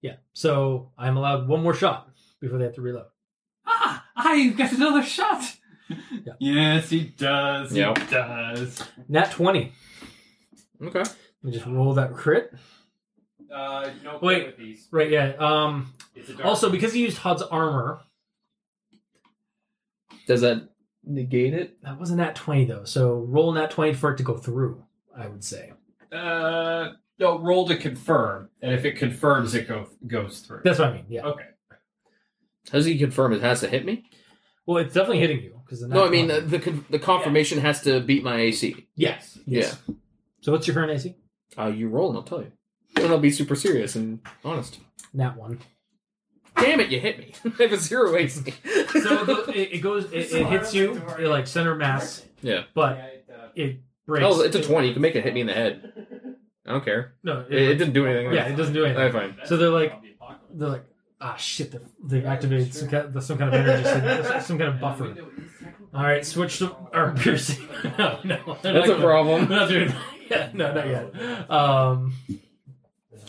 Speaker 2: yeah, so I'm allowed one more shot before they have to reload.
Speaker 9: Ah, I've got another shot.
Speaker 2: Yeah.
Speaker 9: Yes, he does. He
Speaker 4: Yep.
Speaker 9: does.
Speaker 2: Nat twenty.
Speaker 4: Okay.
Speaker 2: Let me just roll that crit.
Speaker 9: Uh, no
Speaker 2: Wait.
Speaker 9: with these.
Speaker 2: Right. Yeah. Um.
Speaker 9: It's a dark.
Speaker 2: Also, because he used Hod's armor,
Speaker 4: Does that negate it?
Speaker 2: That wasn't at 20 though, so roll nat 20 for it to go through, I would say.
Speaker 7: Uh, no, roll to confirm, and if it confirms, it go, goes through.
Speaker 2: That's what I mean, yeah.
Speaker 7: okay.
Speaker 4: How does he confirm it has to hit me?
Speaker 2: Well, it's definitely hitting you because
Speaker 4: No, I mean uh, the the, con- the confirmation has to beat my AC.
Speaker 2: yes. yes. So what's your current AC?
Speaker 4: Uh, you roll and I'll tell you. And I'll be super serious and honest.
Speaker 2: Nat 1.
Speaker 4: Damn it, you hit me. I have a zero AC.
Speaker 2: So the, it, it goes it, it hits you it, like center mass.
Speaker 4: Yeah.
Speaker 2: But it breaks.
Speaker 4: oh, it's a twenty. You can make it hit me in the head. I don't care.
Speaker 2: no,
Speaker 4: It, it didn't do anything.
Speaker 2: Yeah, it doesn't do anything.
Speaker 4: Alright, fine.
Speaker 2: So they're like they're like ah shit, they- they've activated some kind of, some kind of energy some- some kind of buffer. All right, switch to arm piercing. no, no. they're not
Speaker 4: That's a
Speaker 2: gonna-
Speaker 4: problem.
Speaker 2: We're not doing that. yeah, no, not yet. Um,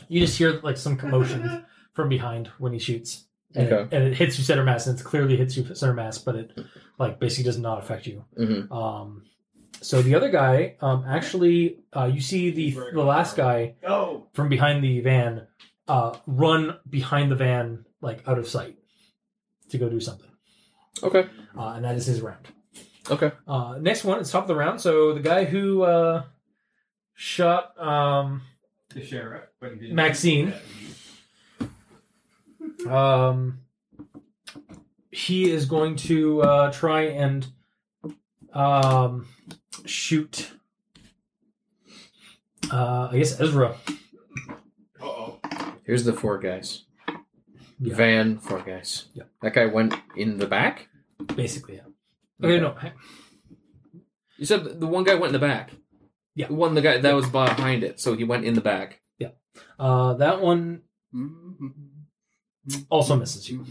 Speaker 2: you just hear like some commotion from behind when he shoots, and, it,
Speaker 4: Okay.
Speaker 2: and it hits you center mass, and it clearly hits you center mass, but it like basically does not affect you.
Speaker 4: Mhm.
Speaker 2: Um, so the other guy, um, actually, uh, you see the the last guy
Speaker 9: Oh,
Speaker 2: from behind the van, uh, run behind the van like out of sight to go do something,
Speaker 4: Okay.
Speaker 2: uh, and that is his round.
Speaker 4: Okay.
Speaker 2: Uh, next one, it's top of the round. So the guy who uh, shot um,
Speaker 6: The sheriff. But he didn't-
Speaker 2: Maxine. Um, he is going to uh, try and um, shoot. Uh, I guess Ezra.
Speaker 8: oh.
Speaker 4: Here's the four guys.
Speaker 2: Yeah.
Speaker 4: Van, four guys.
Speaker 2: Yeah.
Speaker 4: That guy went in the back?
Speaker 2: Basically, yeah. Okay, no. hang-
Speaker 4: You said th- the one guy went in the back.
Speaker 2: Yeah.
Speaker 4: The one the guy that was behind it, so he went in the back.
Speaker 2: Uh, that one
Speaker 6: Mm-hmm.
Speaker 2: also misses you.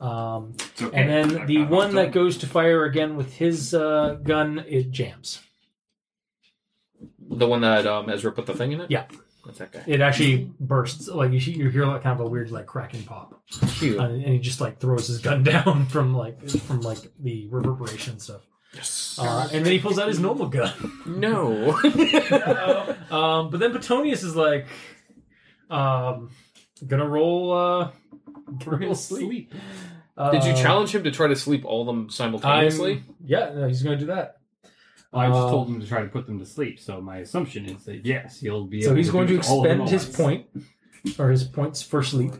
Speaker 2: Um,
Speaker 6: It's okay.
Speaker 2: and then
Speaker 6: I've
Speaker 2: the
Speaker 6: got it.
Speaker 2: one that
Speaker 6: Don't-
Speaker 2: goes to fire again with his uh, gun, it jams.
Speaker 4: The one that um, Ezra put the thing in it?
Speaker 2: Yeah.
Speaker 4: That's that guy.
Speaker 2: It actually bursts. Like you, see- you hear like kind of a weird like cracking pop.
Speaker 4: Phew.
Speaker 2: and, and he just like throws his gun down from like from like the reverberation and stuff.
Speaker 4: Yes.
Speaker 2: Uh, and then he pulls out his normal gun. uh,
Speaker 4: no.
Speaker 2: Um, but then Petonius is like, um, gonna roll. Uh, gonna roll sleep. Uh,
Speaker 4: Did you challenge him to try to sleep all of them simultaneously?
Speaker 2: I'm- Yeah, no, he's gonna do that.
Speaker 5: I just
Speaker 2: Uh,
Speaker 5: told him to try to put them to sleep, so my assumption is that yes, he'll be.
Speaker 2: So
Speaker 5: able
Speaker 2: he's
Speaker 5: to
Speaker 2: going to
Speaker 5: do all of them
Speaker 2: expend
Speaker 5: at
Speaker 2: his
Speaker 5: once.
Speaker 2: point or his points for sleep.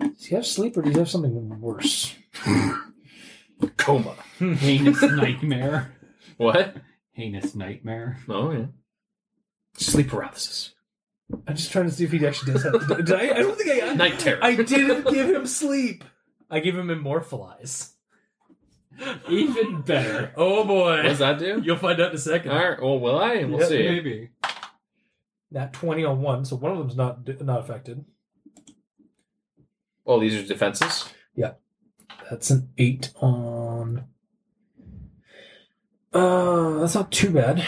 Speaker 2: Does he have sleep or does he have something worse?
Speaker 4: Coma.
Speaker 5: Heinous nightmare.
Speaker 4: What?
Speaker 5: Heinous nightmare.
Speaker 4: Oh, yeah. Sleep paralysis.
Speaker 2: I'm just trying to see if he actually does have. Did I? I don't think I.
Speaker 4: Night terror.
Speaker 2: I didn't give him sleep. I give him immorphalize.
Speaker 5: Even better.
Speaker 2: Oh boy.
Speaker 4: what does that do?
Speaker 2: You'll find out in a second.
Speaker 4: All right. Well, will I? We'll
Speaker 2: Yeah,
Speaker 4: see.
Speaker 5: Maybe.
Speaker 2: Nat 20 on one, so one of them's not not affected.
Speaker 4: Oh, these are defenses.
Speaker 2: That's an 8 on. Uh, that's not too bad.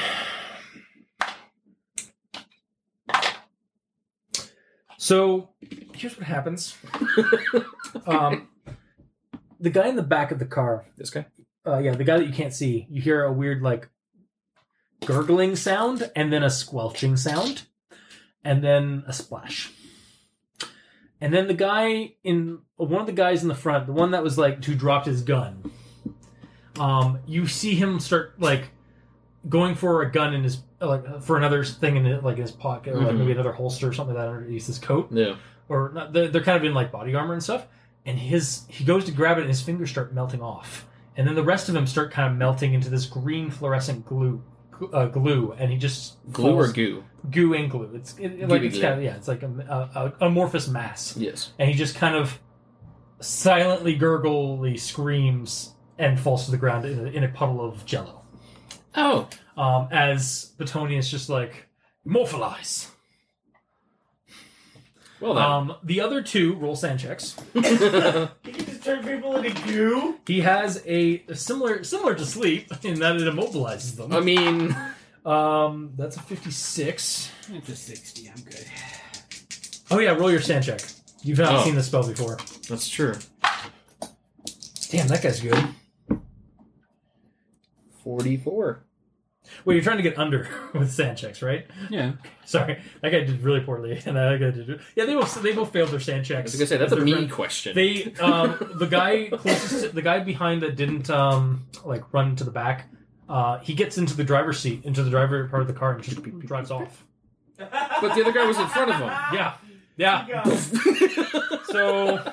Speaker 2: So, here's what happens. um, the guy in the back of the car
Speaker 4: This guy.
Speaker 2: uh, yeah, the guy that you can't see, you hear a weird like gurgling sound and then a squelching sound and then a splash. And then the guy in one of the guys in the front, the one that was like who dropped his gun. Um, you see him start like going for a gun in his like for another thing in his, like his pocket or like
Speaker 4: Mhm.
Speaker 2: maybe another holster or something like that underneath his coat
Speaker 4: Yeah.
Speaker 2: or not, they're, they're kind of in like body armor and stuff. And his he goes to grab it, and his fingers start melting off, and then the rest of them start kind of melting into this green fluorescent glue, gl- uh, glue, and he just
Speaker 4: Glue or
Speaker 2: falls-
Speaker 4: goo?
Speaker 2: goo and glue. It's it, it- like
Speaker 4: Gooey
Speaker 2: it's
Speaker 4: glue.
Speaker 2: kind of yeah, it's like a, a, a amorphous mass,
Speaker 4: Yes.
Speaker 2: and he just kind of silently gurgly screams and falls to the ground in a, in a puddle of jello.
Speaker 4: Oh.
Speaker 2: Um, as Petonius just like morphalize.
Speaker 4: Well then.
Speaker 2: Um, the other two roll sand checks. Um,
Speaker 3: You can just turn people into goo.
Speaker 2: He has a similar similar to sleep in that it immobilizes
Speaker 4: I
Speaker 2: them.
Speaker 4: mean,
Speaker 2: Um, that's a fifty-six.
Speaker 6: It's a 60. I'm good.
Speaker 2: Oh yeah, roll your sand check. You've not
Speaker 4: Oh.
Speaker 2: seen this spell before.
Speaker 4: that's true.
Speaker 2: Damn, that guy's good.
Speaker 4: Forty-four.
Speaker 2: Well, you're trying to get under with sand checks, right?
Speaker 5: Yeah.
Speaker 2: Sorry, that guy did really poorly, and that guy did. Yeah, they both they both failed their sand
Speaker 4: I was
Speaker 2: checks.
Speaker 4: gonna say that's a
Speaker 2: They're
Speaker 4: me
Speaker 2: friends.
Speaker 4: question.
Speaker 2: They um, the guy closest to, the guy behind that didn't um, like run to the back. Uh, he gets into the driver's seat, into the driver part of the car, and just drives off.
Speaker 4: But the other guy was in front of him.
Speaker 2: Yeah, yeah. So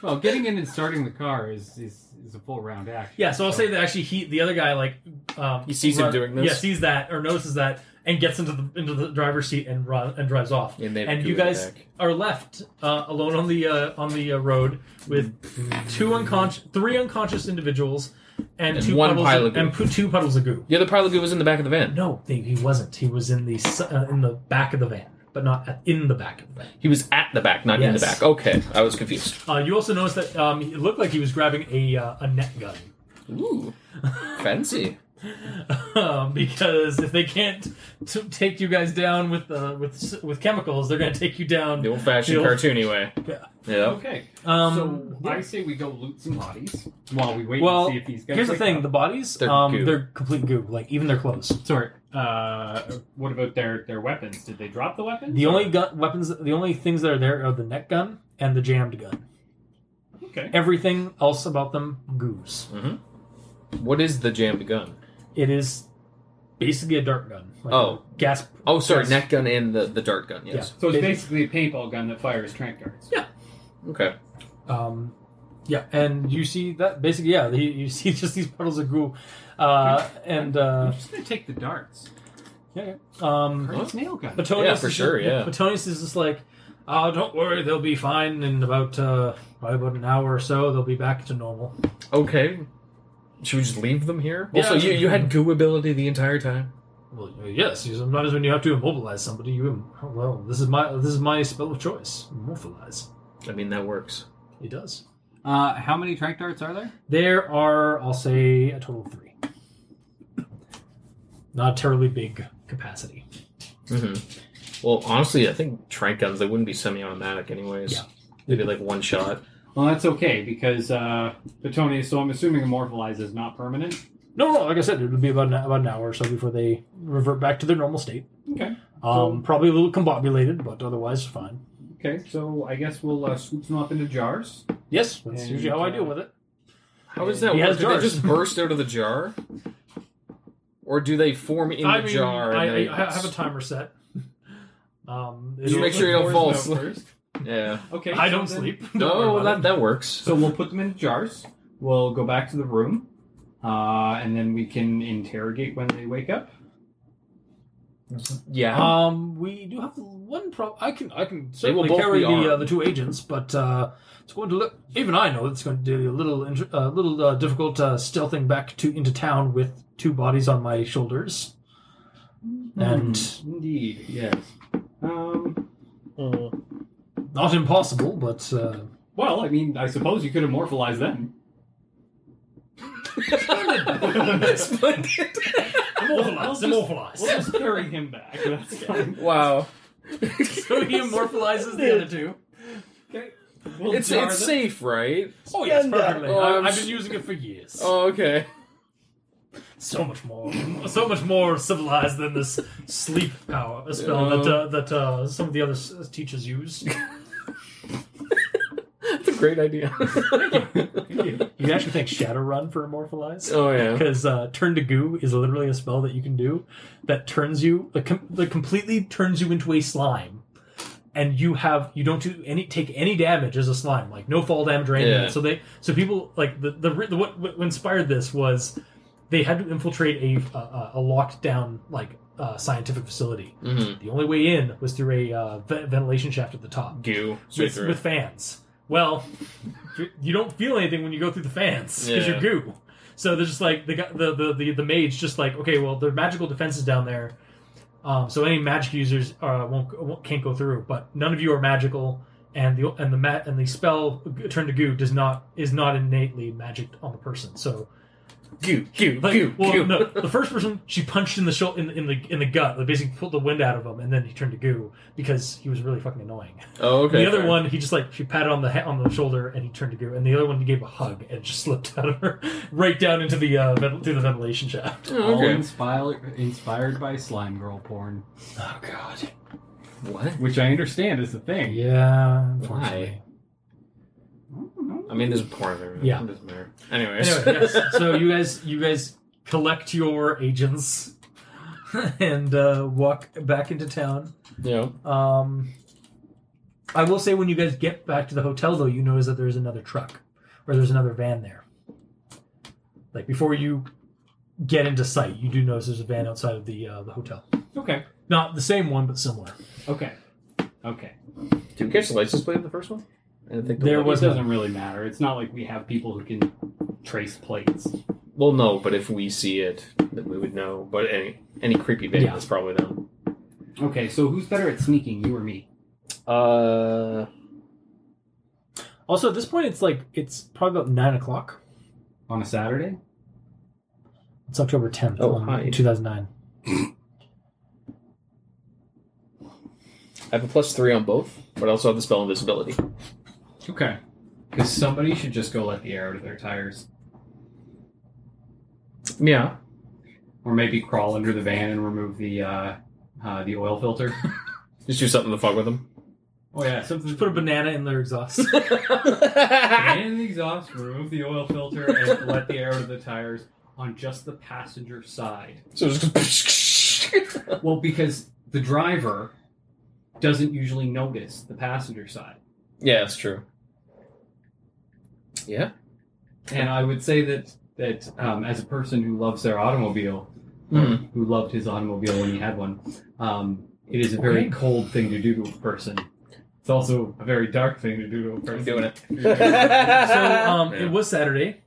Speaker 5: Well, getting in and starting the car is is, is a full round action.
Speaker 2: Yeah, so I'll say that actually he the other guy like um,
Speaker 4: He sees him
Speaker 2: run-
Speaker 4: doing this?
Speaker 2: Yeah, sees that or notices that and gets into the into the driver's seat and run and drives off.
Speaker 4: And they have
Speaker 2: and
Speaker 4: goo
Speaker 2: you
Speaker 4: in the
Speaker 2: guys
Speaker 4: back.
Speaker 2: are left uh, alone on the uh, on the uh, road with two unconscious, three unconscious individuals, and,
Speaker 4: And
Speaker 2: two
Speaker 4: one
Speaker 2: puddles
Speaker 4: pile
Speaker 2: of,
Speaker 4: of goo.
Speaker 2: and pu- two puddles of goo.
Speaker 4: The other pilot guy was in the back of the van.
Speaker 2: No, they, he wasn't. He was in the s- uh, in the back of the van, but not at, in the back of the van.
Speaker 4: He was at the back, not in the
Speaker 2: Yes.
Speaker 4: back. Okay, I was confused.
Speaker 2: Uh, you also noticed that um, it looked like he was grabbing a uh, a net gun.
Speaker 4: Ooh, fancy.
Speaker 2: um, because if they can't t- take you guys down with uh, with s- with chemicals, they're going to take you down.
Speaker 4: The old fashioned
Speaker 2: The old-
Speaker 4: cartoony way.
Speaker 2: Yeah.
Speaker 4: Yeah.
Speaker 5: Okay.
Speaker 2: Um,
Speaker 5: so I say we go loot some bodies while we wait
Speaker 2: Well,
Speaker 5: to see if these guys.
Speaker 2: here's the
Speaker 5: wake
Speaker 2: thing:
Speaker 5: up.
Speaker 2: the bodies,
Speaker 4: They're
Speaker 2: um,
Speaker 4: goo.
Speaker 2: they're complete goo. Like even their clothes.
Speaker 5: Sorry. Uh, what about their their weapons? Did they drop the weapons?
Speaker 2: The only gun weapons, the only things that are there are the neck gun and the jammed gun.
Speaker 5: Okay.
Speaker 2: Everything else about them goos.
Speaker 4: What is the jammed gun?
Speaker 2: It is basically a dart gun. Like
Speaker 4: Oh.
Speaker 2: a gas.
Speaker 4: Oh, sorry,
Speaker 2: Yes.
Speaker 4: neck gun and the, the dart gun. Yes.
Speaker 5: So it's basically a paintball gun that fires trank darts.
Speaker 4: Okay.
Speaker 2: Um, yeah, and you see that basically, yeah, you, you see just these puddles of goo, uh, and
Speaker 5: I'm
Speaker 2: uh,
Speaker 5: just gonna take the darts.
Speaker 2: yeah, yeah. um,
Speaker 5: Curtis nail gun.
Speaker 2: Batonius
Speaker 4: Yeah,
Speaker 2: is
Speaker 4: for
Speaker 2: just-
Speaker 4: sure, yeah.
Speaker 2: Batonius is just like, oh, don't worry, they'll be fine in about uh, probably about an hour or so. They'll be back to normal.
Speaker 4: Okay. Should we just leave them here?
Speaker 2: Yeah. mm-hmm.
Speaker 4: Also, you, you had goo ability the entire time.
Speaker 2: Well, uh, yes. you- Sometimes when you have to immobilize somebody, you im- oh, well, this is my this is my spell of choice. Immobilize.
Speaker 4: I mean, that works.
Speaker 2: It does.
Speaker 5: Uh, how many trank darts are there?
Speaker 2: There are, I'll say, a total of three. Not a terribly big capacity.
Speaker 4: hmm
Speaker 2: Mm-hmm.
Speaker 4: Well, honestly, I think trank guns, they wouldn't be semi automatic, anyways.
Speaker 2: Yeah.
Speaker 4: They'd be like one shot.
Speaker 5: Well, that's okay because uh, Batonius. So I'm assuming immortalize is not permanent.
Speaker 2: No, no, like I said, it would be about an, about an hour or so before they revert back to their normal state.
Speaker 5: Okay.
Speaker 2: Um, probably a little combobulated, but otherwise fine.
Speaker 5: Okay. So I guess we'll uh, swoop them up into jars.
Speaker 2: Yes, that's
Speaker 5: And,
Speaker 2: usually how I
Speaker 5: uh,
Speaker 2: deal with it.
Speaker 4: How is that
Speaker 2: He
Speaker 4: work?
Speaker 2: has
Speaker 4: Do they
Speaker 2: jars.
Speaker 4: just burst out of the jar? Or do they form in
Speaker 2: I
Speaker 4: the
Speaker 2: mean,
Speaker 4: jar? and
Speaker 2: I,
Speaker 4: they-
Speaker 2: I have a timer set. Um,
Speaker 4: Just
Speaker 2: it'll-
Speaker 4: make sure you don't
Speaker 5: Doors
Speaker 4: fall
Speaker 5: out
Speaker 4: asleep.
Speaker 5: first.
Speaker 4: Yeah.
Speaker 5: Okay.
Speaker 2: I
Speaker 5: so
Speaker 2: don't
Speaker 5: then-
Speaker 2: sleep. Don't worry
Speaker 4: No,
Speaker 2: about
Speaker 4: that,
Speaker 2: it.
Speaker 4: that works.
Speaker 5: So we'll put them into jars. We'll go back to the room, uh, and then we can interrogate when they wake up.
Speaker 4: Yeah.
Speaker 2: Um, we do have one problem. I can I can
Speaker 4: will
Speaker 2: certainly
Speaker 4: both
Speaker 2: carry
Speaker 4: be
Speaker 2: the uh,
Speaker 4: armed.
Speaker 2: the two agents, but uh, it's going to look. Even I know it's going to be a little int- a little uh, difficult uh, stealthing back to into town with two bodies on my shoulders.
Speaker 3: Hmm.
Speaker 2: And
Speaker 5: Indeed, yes. Um,
Speaker 2: not impossible, but uh,
Speaker 5: well, I mean, I suppose you could have morphalized them.
Speaker 2: immortalize, immortalize.
Speaker 5: We'll just carry him back. That's fine.
Speaker 4: wow.
Speaker 2: so he immortalizes the other two.
Speaker 5: We'll
Speaker 4: It's,
Speaker 5: jar
Speaker 4: it's
Speaker 5: them.
Speaker 4: safe, right?
Speaker 2: Oh yes,
Speaker 3: Stand up.
Speaker 2: perfectly.
Speaker 4: Oh, I'm
Speaker 2: I, I've
Speaker 4: s-
Speaker 2: been using it for years.
Speaker 4: Oh, okay.
Speaker 2: so much more, so much more civilized than this sleep power a spell that uh, that uh, some of the other s- teachers use.
Speaker 4: That's a great idea.
Speaker 2: You can actually thank Shadowrun for Immortalize.
Speaker 4: oh, yeah.
Speaker 2: Because uh, Turn to Goo is literally a spell that you can do that turns you, that, com- that completely turns you into a slime. And you have you don't do any take any damage as a slime like no fall damage or anything.
Speaker 4: Yeah.
Speaker 2: So they so people like the the, re- the what, what inspired this was they had to infiltrate a uh, a, a locked down like uh, scientific facility.
Speaker 4: hmm
Speaker 2: The only way in was through a uh, ve- ventilation shaft at the top
Speaker 4: Goo. Straight
Speaker 2: with,
Speaker 4: through.
Speaker 2: with fans. Well, you- you don't feel anything when you go through the fans because
Speaker 4: Yeah.
Speaker 2: you're goo. So they're just like the, guy- the the the the mage just like okay, well their magical defenses down there, um, so any magic users uh, won't, won't can't go through. But none of you are magical, and the and the ma- and the spell turn to goo does not is not innately magic on the person. So
Speaker 4: Goo, goo,
Speaker 2: like,
Speaker 4: goo,
Speaker 2: well,
Speaker 4: goo.
Speaker 2: no. The first person she punched in the shoulder in, in the in the gut, that basically pulled the wind out of him, and then he turned to goo because he was really fucking annoying.
Speaker 4: Oh, okay.
Speaker 2: The other
Speaker 4: fair.
Speaker 2: one, he just like she patted on the he- on the shoulder and he turned to go, and the other one gave a hug and just slipped out of her right down into the uh, ven- through the ventilation shaft.
Speaker 4: Oh,
Speaker 5: All
Speaker 4: okay.
Speaker 5: inspired, inspired by slime girl porn,
Speaker 2: Oh god.
Speaker 4: What?
Speaker 5: which I understand is a thing.
Speaker 2: Yeah.
Speaker 4: Why? I mean, there's porn of everything.
Speaker 2: Yeah.
Speaker 4: It doesn't matter. Anyways.
Speaker 2: Anyway, yes. So you guys, you guys collect your agents and uh, walk back into town.
Speaker 4: yeah.
Speaker 2: Um, I will say when you guys get back to the hotel, though, you notice that there's another truck or there's another van there. Like before you get into sight, you do notice there's a van outside of the uh, the hotel.
Speaker 5: Okay.
Speaker 2: Not the same one, but similar.
Speaker 5: Okay. Okay.
Speaker 4: Did we catch the license plate in the first one? I didn't think the
Speaker 2: There
Speaker 4: one-
Speaker 2: was
Speaker 5: it doesn't really matter. It's not like we have people who can trace plates.
Speaker 4: Well, no, but if we see it, then we would know. But any any creepy bit
Speaker 2: Yeah.
Speaker 4: is probably them.
Speaker 5: Okay. So who's better at sneaking, you or me?
Speaker 4: Uh,
Speaker 2: Also, at this point, it's like it's probably about nine o'clock.
Speaker 5: On a Saturday?
Speaker 2: It's October 10th,
Speaker 4: Oh,
Speaker 2: um,
Speaker 4: hi.
Speaker 2: 2009.
Speaker 4: I have a plus three on both, but I also have the spell invisibility.
Speaker 5: Okay. Because somebody should just go let the air out of their tires.
Speaker 4: Yeah.
Speaker 5: Or maybe crawl under the van and remove the uh, uh, the oil filter.
Speaker 4: Just do something to fuck with them.
Speaker 5: Oh, yeah. Something
Speaker 2: Put a banana in their exhaust.
Speaker 5: in the exhaust, remove the oil filter, and let the air out of the tires on just the passenger side.
Speaker 4: So just
Speaker 5: Well, because the driver doesn't usually notice the passenger side.
Speaker 4: Yeah, that's true. Yeah.
Speaker 5: And I would say that that um, as a person who loves their automobile,
Speaker 2: Hmm.
Speaker 4: Mhm.
Speaker 5: who loved his automobile when he had one, um, it is a very cold thing to do to a person. It's also a very dark thing to do to a person.
Speaker 4: I'm doing it.
Speaker 2: so um,
Speaker 4: Yeah.
Speaker 2: it was Saturday,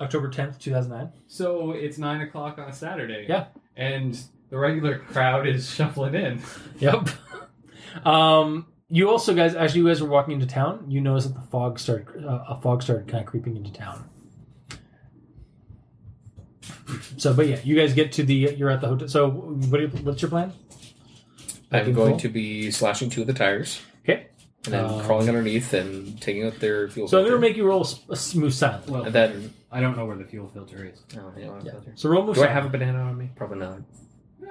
Speaker 2: October 10th, 2009.
Speaker 5: So it's nine o'clock on a Saturday.
Speaker 2: Yeah.
Speaker 5: And the regular crowd is shuffling in.
Speaker 2: Yep. um, you also guys, as you guys were walking into town, you noticed that the fog started, uh, a fog started kind of creeping into town. So, but yeah, you guys get to the, you're at the hotel. So, what, do you- what's your plan?
Speaker 4: I'm
Speaker 2: Looking
Speaker 4: going
Speaker 2: for-
Speaker 4: to be slashing two of the tires.
Speaker 2: Okay.
Speaker 4: And then
Speaker 2: Um,
Speaker 4: crawling underneath and taking out their fuel.
Speaker 2: So I'm going
Speaker 4: filter.
Speaker 2: to make you roll s- a smooth silence.
Speaker 5: Well,
Speaker 4: And then.
Speaker 5: I don't know where the fuel filter is.
Speaker 4: Oh, I don't have
Speaker 2: Yeah.
Speaker 4: filter.
Speaker 2: So roll move
Speaker 4: Do I
Speaker 2: silence.
Speaker 4: have a banana on me? Probably not.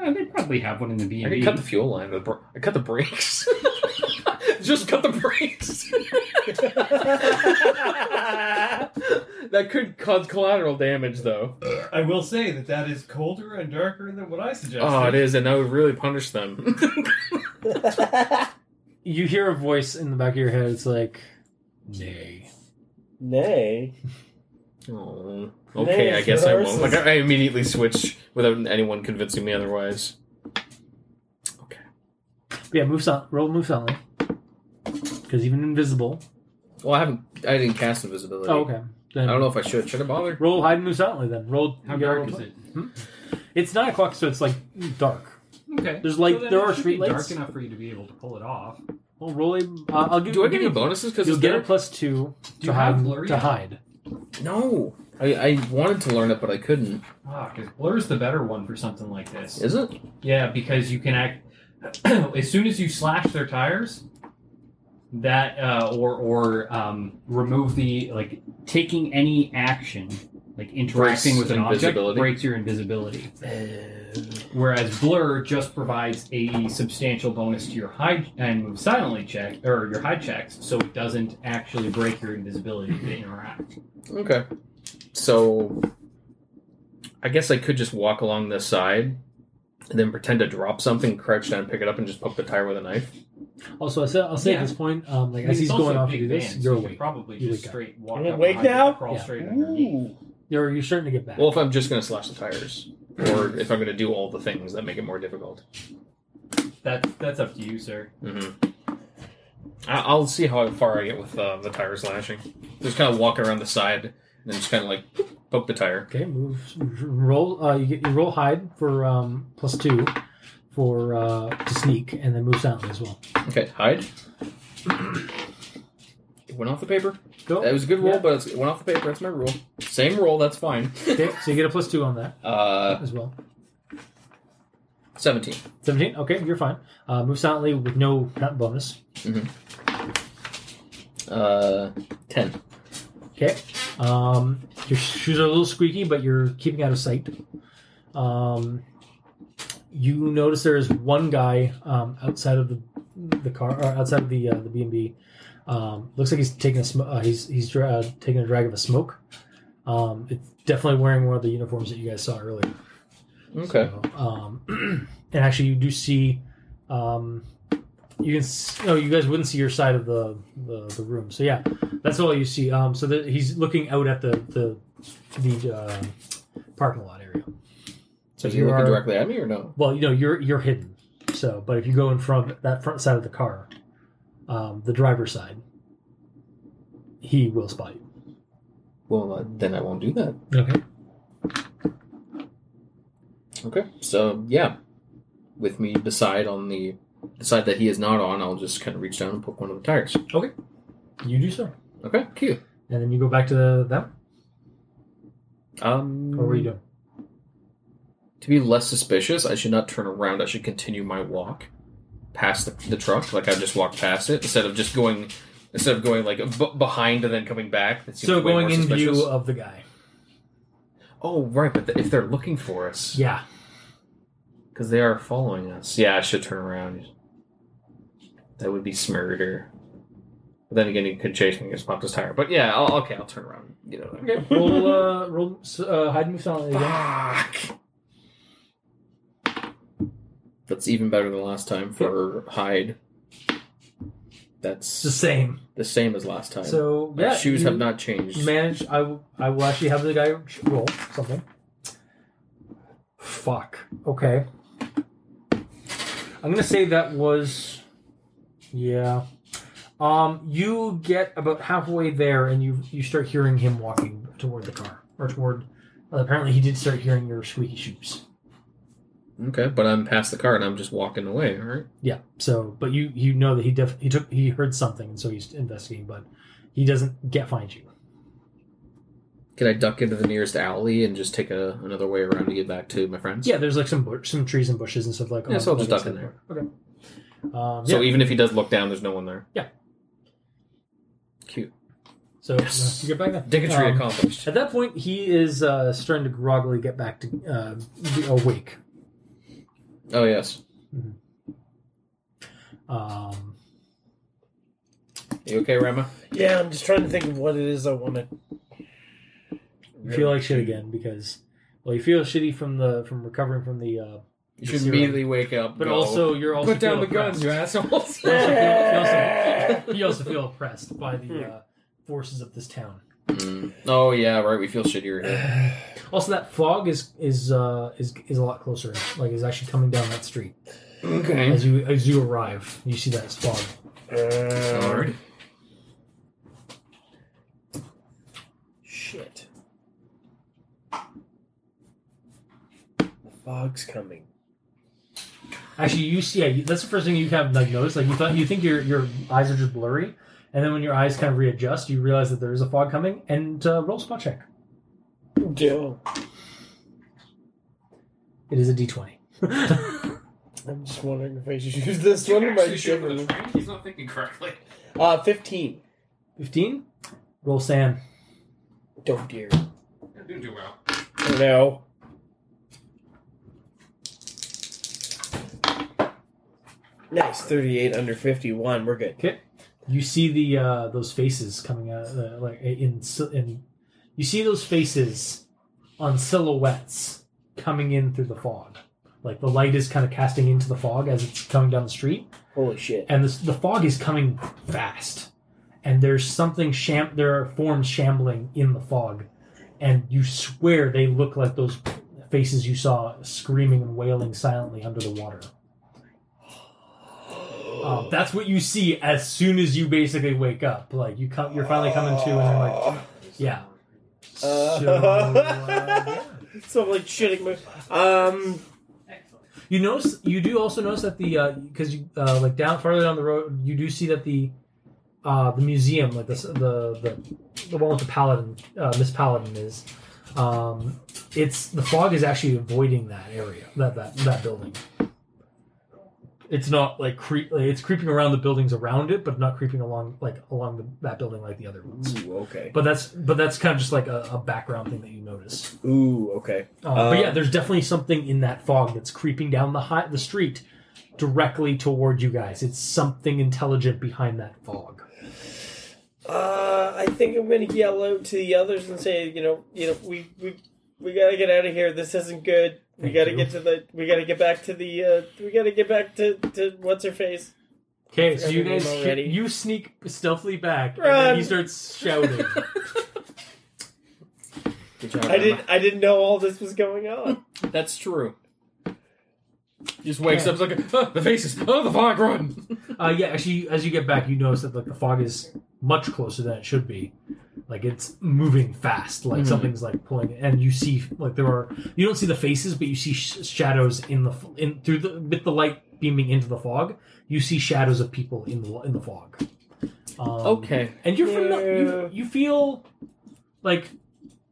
Speaker 5: Eh, they probably have one in the B
Speaker 4: I
Speaker 5: and
Speaker 4: could
Speaker 5: B.
Speaker 4: cut the fuel line. But br- I cut the brakes. Just cut the brakes. that could cause collateral damage, though.
Speaker 9: I will say that that is colder and darker than what I suggested.
Speaker 4: Oh, it is, and that would really punish them.
Speaker 2: you hear a voice in the back of your head. It's like, nay.
Speaker 3: Nay.
Speaker 4: Oh, okay,
Speaker 3: Nay,
Speaker 4: I guess I
Speaker 3: it's
Speaker 4: won't.
Speaker 3: versus.
Speaker 4: Like, I immediately switch without anyone convincing me otherwise.
Speaker 2: But yeah, move silent. Roll move silently. Because even invisible.
Speaker 4: Well, I haven't. I didn't cast invisibility.
Speaker 2: Oh, okay.
Speaker 4: I
Speaker 2: Then
Speaker 4: don't know if I should. Should I bother?
Speaker 2: roll hide and move silently. Then roll.
Speaker 5: How
Speaker 2: you gotta
Speaker 5: dark
Speaker 2: roll
Speaker 5: is
Speaker 2: twi-
Speaker 5: it?
Speaker 2: It's nine o'clock, so it's like dark.
Speaker 5: Okay.
Speaker 2: There's like
Speaker 5: So then
Speaker 2: there
Speaker 5: it
Speaker 2: are
Speaker 5: should be
Speaker 2: street
Speaker 5: Dark
Speaker 2: lights.
Speaker 5: enough for you to be able to pull it off.
Speaker 2: Well, roll a. Uh, I'll give.
Speaker 4: Do I
Speaker 2: I'll
Speaker 4: get
Speaker 2: give
Speaker 4: any bonuses because
Speaker 2: You'll
Speaker 4: it's
Speaker 2: get
Speaker 4: there?
Speaker 2: a plus two
Speaker 5: Do
Speaker 2: to
Speaker 5: you have
Speaker 2: hide.
Speaker 5: blurry
Speaker 2: To
Speaker 5: eye?
Speaker 2: hide.
Speaker 4: No, I, I wanted to learn it, but I couldn't.
Speaker 5: Ah, because blur's the better one for something like this.
Speaker 4: Is it?
Speaker 5: Yeah, because you can act as soon as you slash their tires, that uh, or or um, remove the like taking any action like interacting
Speaker 4: Breaks
Speaker 5: with an object
Speaker 4: invisibility.
Speaker 5: breaks your invisibility. Whereas blur just provides a substantial bonus to your hide and move silently check or your hide checks, so it doesn't actually break your invisibility to interact.
Speaker 4: Okay. So, I guess I could just walk along the side and then pretend to drop something, crouch down, pick it up, and just poke the tire with a knife.
Speaker 2: Also, I say, I'll say
Speaker 5: Yeah.
Speaker 2: at this point, um, like
Speaker 5: I mean,
Speaker 2: as
Speaker 5: it's
Speaker 2: he's
Speaker 5: also
Speaker 2: going
Speaker 5: a
Speaker 2: off to
Speaker 5: big
Speaker 2: do this,
Speaker 5: van, so
Speaker 2: you're
Speaker 5: you could
Speaker 2: awake.
Speaker 5: Probably
Speaker 2: You
Speaker 5: just
Speaker 2: wake up.
Speaker 5: straight walk.
Speaker 3: I'm
Speaker 5: up
Speaker 3: awake
Speaker 5: behind it,
Speaker 3: now?
Speaker 5: Crawl
Speaker 2: Yeah.
Speaker 5: straight underneath.
Speaker 2: You're, you're starting to get back.
Speaker 4: Well, if I'm just going to slash the tires, or if I'm going to do all the things that make it more difficult.
Speaker 5: That that's up to you, sir.
Speaker 4: hmm I- I'll see how far I get with uh, the tire slashing. Just kind of walk around the side and then just kind of like poke the tire.
Speaker 2: Okay, move. Roll. Uh, you get you roll hide for um, plus two for uh, to sneak, and then move silently as well.
Speaker 4: Okay, hide. It went off the paper.
Speaker 2: Go.
Speaker 4: That was a good roll,
Speaker 2: Yeah.
Speaker 4: but it's, it went off the paper. That's my rule. Same roll. That's fine.
Speaker 2: Okay, so you get a plus two on that
Speaker 4: Uh,
Speaker 2: as well.
Speaker 4: seventeen.
Speaker 2: Seventeen. Okay, you're fine. Uh, move silently with no not bonus.
Speaker 4: Uh, ten.
Speaker 2: Okay. Um, your shoes are a little squeaky, but you're keeping out of sight. Um, you notice there is one guy um, outside of the the car or outside of the uh, the B and B. Um, looks like he's taking a sm- uh, he's he's dra- uh, taking a drag of a smoke. Um, it's definitely wearing one of the uniforms that you guys saw earlier.
Speaker 4: Okay.
Speaker 2: So, um, and actually, you do see. Um, you can s- no, you guys wouldn't see your side of the, the, the room. So yeah, that's all you see. Um, so that he's looking out at the the the uh, parking lot area.
Speaker 4: So
Speaker 2: if
Speaker 4: you
Speaker 2: you
Speaker 4: looking
Speaker 2: are-
Speaker 4: directly at me or no?
Speaker 2: Well, you know you're you're hidden. So, but if you go in front that front side of the car, um, the driver's side, he will spot you.
Speaker 4: Well, uh, then I won't do that.
Speaker 2: Okay.
Speaker 4: Okay. So yeah, with me beside on the, the side that he is not on, I'll just kind of reach down and poke one of the tires.
Speaker 2: You do so,
Speaker 4: Okay. Cute.
Speaker 2: and then you go back to them.
Speaker 4: Um.
Speaker 2: Or what are you doing?
Speaker 4: to be less suspicious, I should not turn around. I should continue my walk past the, the truck, like I just walked past it, instead of just going, instead of going like b- behind and then coming back. That seems
Speaker 2: So
Speaker 4: way
Speaker 2: going
Speaker 4: more
Speaker 2: in
Speaker 4: suspicious.
Speaker 2: view of the guy.
Speaker 4: Oh right, but th- if they're looking for us,
Speaker 2: Yeah.
Speaker 4: because they are following us, yeah, I should turn around. That would be smarter. But then again, he could chase me and just pop his tire. But yeah, I'll, okay, I'll turn around. and Get out of there.
Speaker 2: Okay. Roll, uh, roll, s- uh, hide and move silently again.
Speaker 4: Fuck. That's even better than last time for hide.
Speaker 2: It's the
Speaker 4: That's
Speaker 2: same.
Speaker 4: the same as last time.
Speaker 2: So
Speaker 4: My
Speaker 2: yeah,
Speaker 4: shoes
Speaker 2: you
Speaker 4: have not changed.
Speaker 2: Manage. I will- I will actually have the guy roll something. Fuck. Okay. I'm gonna say that was. Yeah. Um, you get about halfway there, and you you start hearing him walking toward the car or toward. well, apparently, he did start hearing your squeaky shoes.
Speaker 4: Okay, but I'm past the car and I'm just walking away. All right.
Speaker 2: Yeah. So, but you you know that he def- he took he heard something, and so he's investigating, but he doesn't get find you.
Speaker 4: Can I duck into the nearest alley and just take a, another way around to get back to my friends?
Speaker 2: Yeah, there's like some bush, some trees and bushes and stuff like.
Speaker 4: Yeah, so I'll just
Speaker 2: that's
Speaker 4: duck in
Speaker 2: good. Okay. Um,
Speaker 4: So
Speaker 2: yeah.
Speaker 4: even if he does look down, there's no one there.
Speaker 2: Yeah.
Speaker 4: Cute.
Speaker 2: So uh,
Speaker 4: Yes.
Speaker 2: you get back then.
Speaker 4: Dicketry
Speaker 2: Um,
Speaker 4: accomplished.
Speaker 2: At that point, he is uh, starting to groggily get back to uh, be awake.
Speaker 4: Oh yes.
Speaker 2: Um,
Speaker 4: You okay, Rama?
Speaker 3: Yeah, I'm just trying to think of what it is I want to.
Speaker 2: you feel like shit again because, well, you feel shitty from the from recovering from the, uh,
Speaker 4: You
Speaker 2: the
Speaker 4: should
Speaker 2: serum.
Speaker 4: immediately wake up.
Speaker 2: but
Speaker 4: go.
Speaker 2: also you're also
Speaker 4: put down the
Speaker 2: feel
Speaker 4: guns, you assholes.
Speaker 2: You also feel- you also- you also feel oppressed by the
Speaker 4: Hmm.
Speaker 2: uh, forces of this town.
Speaker 4: Mm. Oh yeah, right. We feel shittier here.
Speaker 2: Also, that fog is is uh, is is a lot closer. Like, is actually coming down that street.
Speaker 4: okay.
Speaker 2: As you as you arrive, you see that it's fog.
Speaker 3: Uh,
Speaker 4: Alright.
Speaker 3: Shit. The fog's coming.
Speaker 2: Actually, you see, yeah, you- that's the first thing you kind of like notice. Like you thought, you think your your eyes are just blurry, and then when your eyes kind of readjust, you realize that there is a fog coming. And uh, roll spot check.
Speaker 3: Joe,
Speaker 2: It is a d twenty.
Speaker 3: I'm just wondering if I should use this one or my shivering.
Speaker 4: He's not thinking correctly.
Speaker 3: Uh, 15.
Speaker 2: Fifteen. Roll sand.
Speaker 3: Don't dare.
Speaker 4: Didn't do well.
Speaker 3: Oh, no. Nice, 38 under 51. We're good.
Speaker 2: You see the uh, those faces coming out, uh, like in si- in. You see those faces on silhouettes coming in through the fog. Like the light is kind of casting into the fog as it's coming down the street.
Speaker 3: Holy shit.
Speaker 2: and this, the fog is coming fast and there's something sham there are forms shambling in the fog and you swear they look like those faces you saw screaming and wailing silently under the water um, that's what you see as soon as you basically wake up like you come you're finally coming to and you're like yeah so, uh, yeah.
Speaker 3: So I'm like shitting my. Um,
Speaker 2: You notice you do also notice that the because you uh, like down farther down the road you do see that the uh, the museum like the s- the the, the one with the paladin uh, Miss Paladin is um, it's the fog is actually avoiding that area that that that building. It's not like creep. Like, it's creeping around the buildings around it, but not creeping along like along the, that building like the other ones.
Speaker 3: ooh, okay.
Speaker 2: But that's but that's kind of just like a, a background thing that you notice.
Speaker 3: Ooh, okay.
Speaker 2: Um, but yeah,
Speaker 3: Um,
Speaker 2: there's definitely something in that fog that's creeping down the high, the street directly toward you guys. It's something intelligent behind that fog.
Speaker 3: Uh, I think I'm gonna yell out to the others and say, you know, you know, we we we gotta get out of here. This isn't good. We
Speaker 2: Thank
Speaker 3: gotta
Speaker 2: you.
Speaker 3: get to the. We gotta get back to the. Uh, we gotta get back to to what's her face.
Speaker 2: Okay, so you
Speaker 3: Everyone
Speaker 2: guys
Speaker 3: already.
Speaker 2: you sneak stealthily back, and
Speaker 3: Run.
Speaker 2: then he starts shouting.
Speaker 4: Good job.
Speaker 3: I
Speaker 4: Rama.
Speaker 3: didn't. I didn't know all this was going on.
Speaker 4: That's true. Just wakes up like "Ah, the faces. Oh, the fog run.
Speaker 2: uh, yeah, actually, as you get back, you notice that like the fog is much closer than it should be. Like it's moving fast. Like
Speaker 4: Mhm.
Speaker 2: something's like pulling, and you see like there are you don't see the faces, but you see sh- shadows in the f- in through the with the light beaming into the fog. You see shadows of people in the in the fog. Um,
Speaker 4: Okay.
Speaker 2: and you're familiar,
Speaker 3: Yeah.
Speaker 2: you, you feel like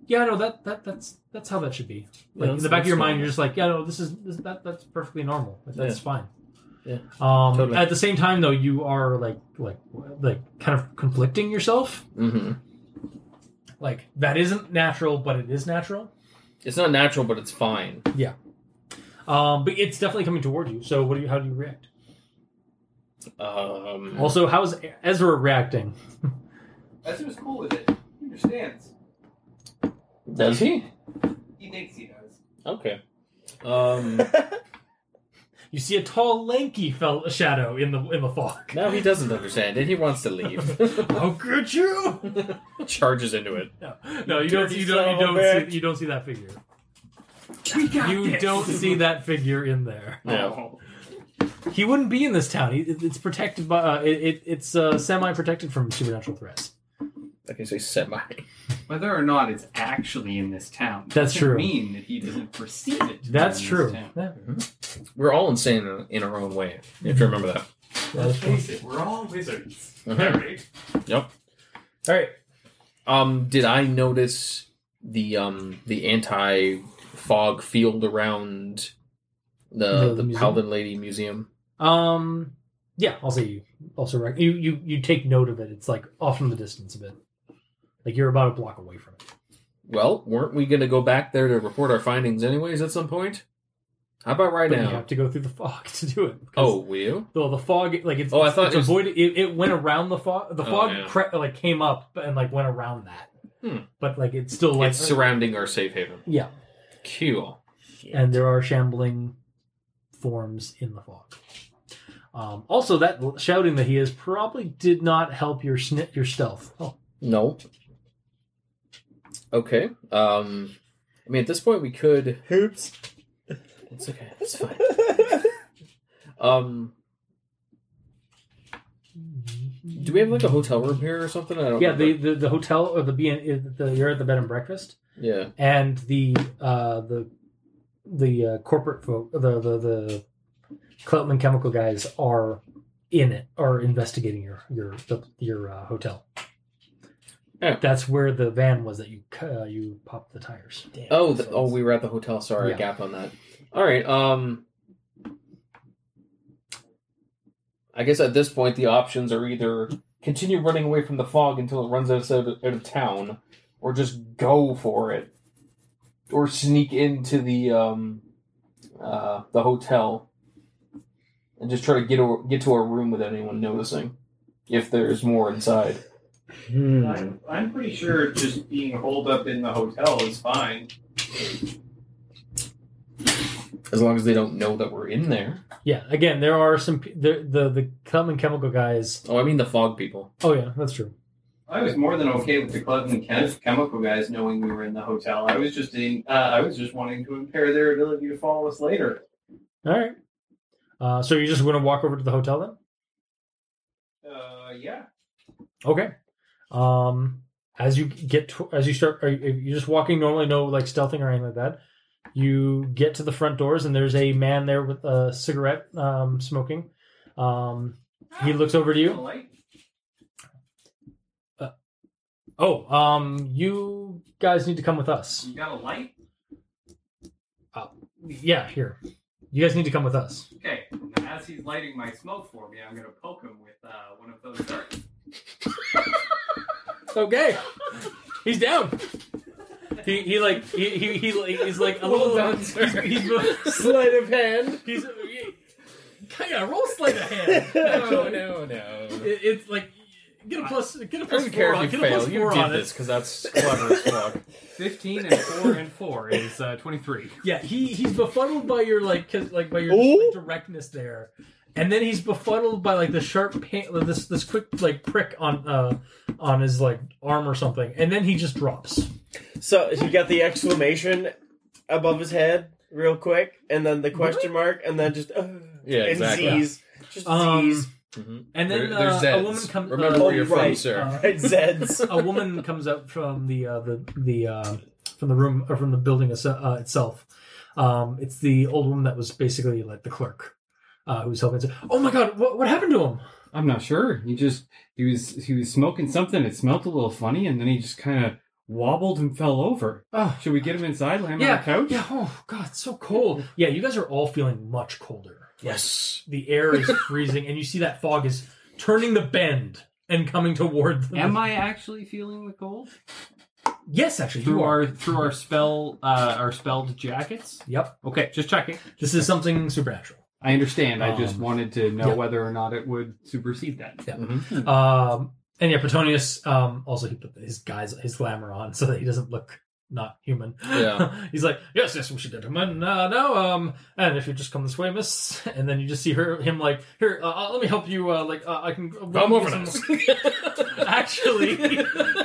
Speaker 2: yeah, no, that, that that's that's how that should be. Like
Speaker 3: Yeah,
Speaker 2: in the
Speaker 3: that's-
Speaker 2: back of your
Speaker 3: that's
Speaker 2: mind, you're just like, yeah, no, this is this, that that's perfectly normal. Like, That's fine.
Speaker 3: Yeah.
Speaker 2: Um,
Speaker 4: Totally.
Speaker 2: At the same time, though, you are like like like kind of conflicting yourself.
Speaker 4: Mm-hmm.
Speaker 2: Like that isn't natural, but it is natural.
Speaker 4: It's not natural, but it's fine.
Speaker 2: Um, but it's definitely coming toward you. So what do you? How do you react?
Speaker 4: Um,
Speaker 2: Also, how's Ezra reacting?
Speaker 6: Ezra's cool with it. He understands.
Speaker 4: does he?
Speaker 6: He thinks he does.
Speaker 4: Okay. Um,
Speaker 2: You see a tall, lanky fell shadow in the in the fog.
Speaker 4: now he doesn't understand it. He wants to leave.
Speaker 2: How could you?
Speaker 4: Charges into it.
Speaker 2: No, no, you don't.
Speaker 3: Dirty
Speaker 2: You don't. You
Speaker 3: son of a
Speaker 2: don't
Speaker 3: bitch.
Speaker 2: see. You don't see that figure.
Speaker 6: We got
Speaker 2: You
Speaker 6: this.
Speaker 2: don't see that figure in there.
Speaker 4: No.
Speaker 6: Oh.
Speaker 2: He wouldn't be in this town. He, it- it's protected by. Uh, it, it, it's uh, semi-protected from supernatural threats.
Speaker 4: Okay, so he's semi.
Speaker 7: Whether or not it's actually in this town,
Speaker 2: That's
Speaker 7: doesn't
Speaker 2: true.
Speaker 7: Mean that he doesn't perceive it. to be
Speaker 2: That's
Speaker 7: in this
Speaker 2: true.
Speaker 7: town.
Speaker 2: Yeah,
Speaker 4: We're all insane in- in our own way. You have to remember that.
Speaker 2: that's true.
Speaker 6: Face it, we're all wizards.
Speaker 4: Mhm.
Speaker 6: Alright.
Speaker 2: All right.
Speaker 4: Um, did I notice the um the anti fog field around the
Speaker 2: The
Speaker 4: the,
Speaker 2: museum?
Speaker 4: Paladin Lady Museum?
Speaker 2: Um. Yeah, I'll say you also rec- you you you take note of it. It's like off in the distance a bit. Like you're about a block away from it.
Speaker 4: Well, weren't we going to go back there to report our findings anyways at some point? How about right
Speaker 2: But you
Speaker 4: now?
Speaker 2: have to go through the fog to do it. because-
Speaker 4: Oh, will you?
Speaker 2: Well, the fog, like it's.
Speaker 4: Oh, I
Speaker 2: it's-
Speaker 4: thought
Speaker 2: it's
Speaker 4: it was-
Speaker 2: avoided. It, it went around the fog. The
Speaker 4: Oh,
Speaker 2: fog
Speaker 4: yeah.
Speaker 2: cre- like came up and like went around that.
Speaker 4: Hmm.
Speaker 2: But like it's still like
Speaker 4: it's surrounding our safe haven.
Speaker 2: yeah,
Speaker 4: Cool.
Speaker 2: and there are shambling forms in the fog. Um, also, that l- shouting that he is probably did not help your sni your stealth. Oh,
Speaker 4: No. Okay. Um, I mean, at this point, we could.
Speaker 3: Hoops.
Speaker 4: It's okay. It's fine. Um, do we have like a hotel room here or something? I don't.
Speaker 2: yeah, the,
Speaker 4: remember.
Speaker 2: the the hotel or the B and the you're at the bed and breakfast,
Speaker 4: yeah.
Speaker 2: and the uh, the the uh, corporate folk, the the the Cloutman chemical guys are in it, are investigating your your the, your uh, hotel.
Speaker 4: Yeah.
Speaker 2: That's where the van was that you cu- uh, you popped the tires.
Speaker 3: Damn,
Speaker 4: Oh,
Speaker 3: that
Speaker 4: the, oh,
Speaker 3: sucks.
Speaker 4: we were at the hotel. Sorry,
Speaker 2: Yeah.
Speaker 4: I gap on that. All right. Um, I guess at this point the options are either continue running away from the fog until it runs us out of, out of town, or just go for it, or sneak into the um, uh, the hotel and just try to get a, get to our room without anyone noticing if there's more inside.
Speaker 9: Hmm.
Speaker 7: I'm, I'm pretty sure just being holed up in the hotel is fine.
Speaker 4: As long as they don't know that we're in there.
Speaker 2: Yeah, again, there are some pe- the the the Cloutman chemical guys.
Speaker 4: Oh, I mean the fog people.
Speaker 2: Oh yeah, that's true.
Speaker 7: I was more than okay with the club and chem- chemical guys knowing we were in the hotel. I was just in, uh, I was just wanting to impair their ability to follow us later.
Speaker 2: All right. Uh, so you just want to walk over to the hotel then?
Speaker 7: Uh, yeah.
Speaker 2: Okay. Um, as you get to, as you start, are you, you're just walking normally, no like stealthing or anything like that. You get to the front doors, and there's a man there with a cigarette um, smoking. Um, he looks over to you. Uh,
Speaker 7: Like,
Speaker 2: Oh, um, you guys need to come with us. Uh,
Speaker 7: you got a light?
Speaker 2: Yeah, here. You guys need to come with us.
Speaker 7: Okay. Now, As he's lighting my smoke for me, I'm gonna poke him with uh, one of those darts.
Speaker 2: Okay. He's down. He, he like he, he, he like, he's like a little
Speaker 4: done,
Speaker 2: he's,
Speaker 4: sir.
Speaker 2: he's,
Speaker 3: Sleight of hand.
Speaker 2: he's, yeah roll sleight of hand.
Speaker 4: No, Oh, no, no.
Speaker 2: It, it's like get a plus, get a
Speaker 4: I
Speaker 2: plus
Speaker 4: don't care
Speaker 2: four, on,
Speaker 4: if
Speaker 2: get
Speaker 4: you
Speaker 2: a plus
Speaker 4: fail. You
Speaker 2: four on
Speaker 4: did
Speaker 2: it.
Speaker 4: this because that's clever as fuck.
Speaker 6: 15 and 4 and 4 is uh, 23.
Speaker 2: Yeah, he he's befuddled by your like, 'cause, like by your just,
Speaker 3: Ooh.
Speaker 2: like, directness there, and then he's befuddled by like the sharp pain, like, this this quick like prick on uh on his like arm or something, and then he just drops.
Speaker 3: So he got the exclamation above his head real quick, and then the question mark, and then just uh,
Speaker 4: Yeah,
Speaker 3: and
Speaker 4: exactly.
Speaker 3: Z's. Just
Speaker 2: Um,
Speaker 3: Z's.
Speaker 2: And then
Speaker 4: Mm-hmm. There- there's
Speaker 2: uh, a
Speaker 4: Zeds.
Speaker 2: woman comes.
Speaker 4: Remember
Speaker 2: uh,
Speaker 4: where you're
Speaker 3: oh,
Speaker 4: from,
Speaker 3: right.
Speaker 4: sir.
Speaker 2: uh,
Speaker 3: Right, Z's.
Speaker 2: a woman comes up from the uh, the the uh, from the room or from the building itse- uh, itself. Um, it's the old woman that was basically like the clerk uh, who was helping. to- Oh my god, what what happened to him?
Speaker 5: I'm not sure. He just he was he was smoking something. It smelled a little funny, and then he just kind of wobbled and fell over.
Speaker 2: Oh.
Speaker 5: Should we get him inside, lay him on
Speaker 2: Yeah.
Speaker 5: the couch?
Speaker 2: Yeah. Oh God, it's so cold. Yeah, you guys are all feeling much colder. Yes. The air is freezing, and you see that fog is turning the bend and coming toward them.
Speaker 5: Am I actually feeling the cold
Speaker 2: Yes, actually, you
Speaker 5: through
Speaker 2: are.
Speaker 5: our through our spell uh, our spelled jackets?
Speaker 2: Yep.
Speaker 5: Okay, just checking.
Speaker 2: This is something supernatural.
Speaker 5: I understand. I just
Speaker 2: Um,
Speaker 5: wanted to know
Speaker 2: yeah.
Speaker 5: whether or not it would supersede that.
Speaker 2: Yeah.
Speaker 4: Mm-hmm.
Speaker 5: Hmm.
Speaker 2: Um, and yeah, Petonius. Um, also he put his guys his glamour on so that he doesn't look not human.
Speaker 4: Yeah.
Speaker 2: He's like, yes, yes, we should get him in uh, now. Um, and if you just come this way, miss, and then you just see her him like, here, uh, uh, let me help you. Uh, like, uh, I can.
Speaker 4: I'm over
Speaker 2: Actually,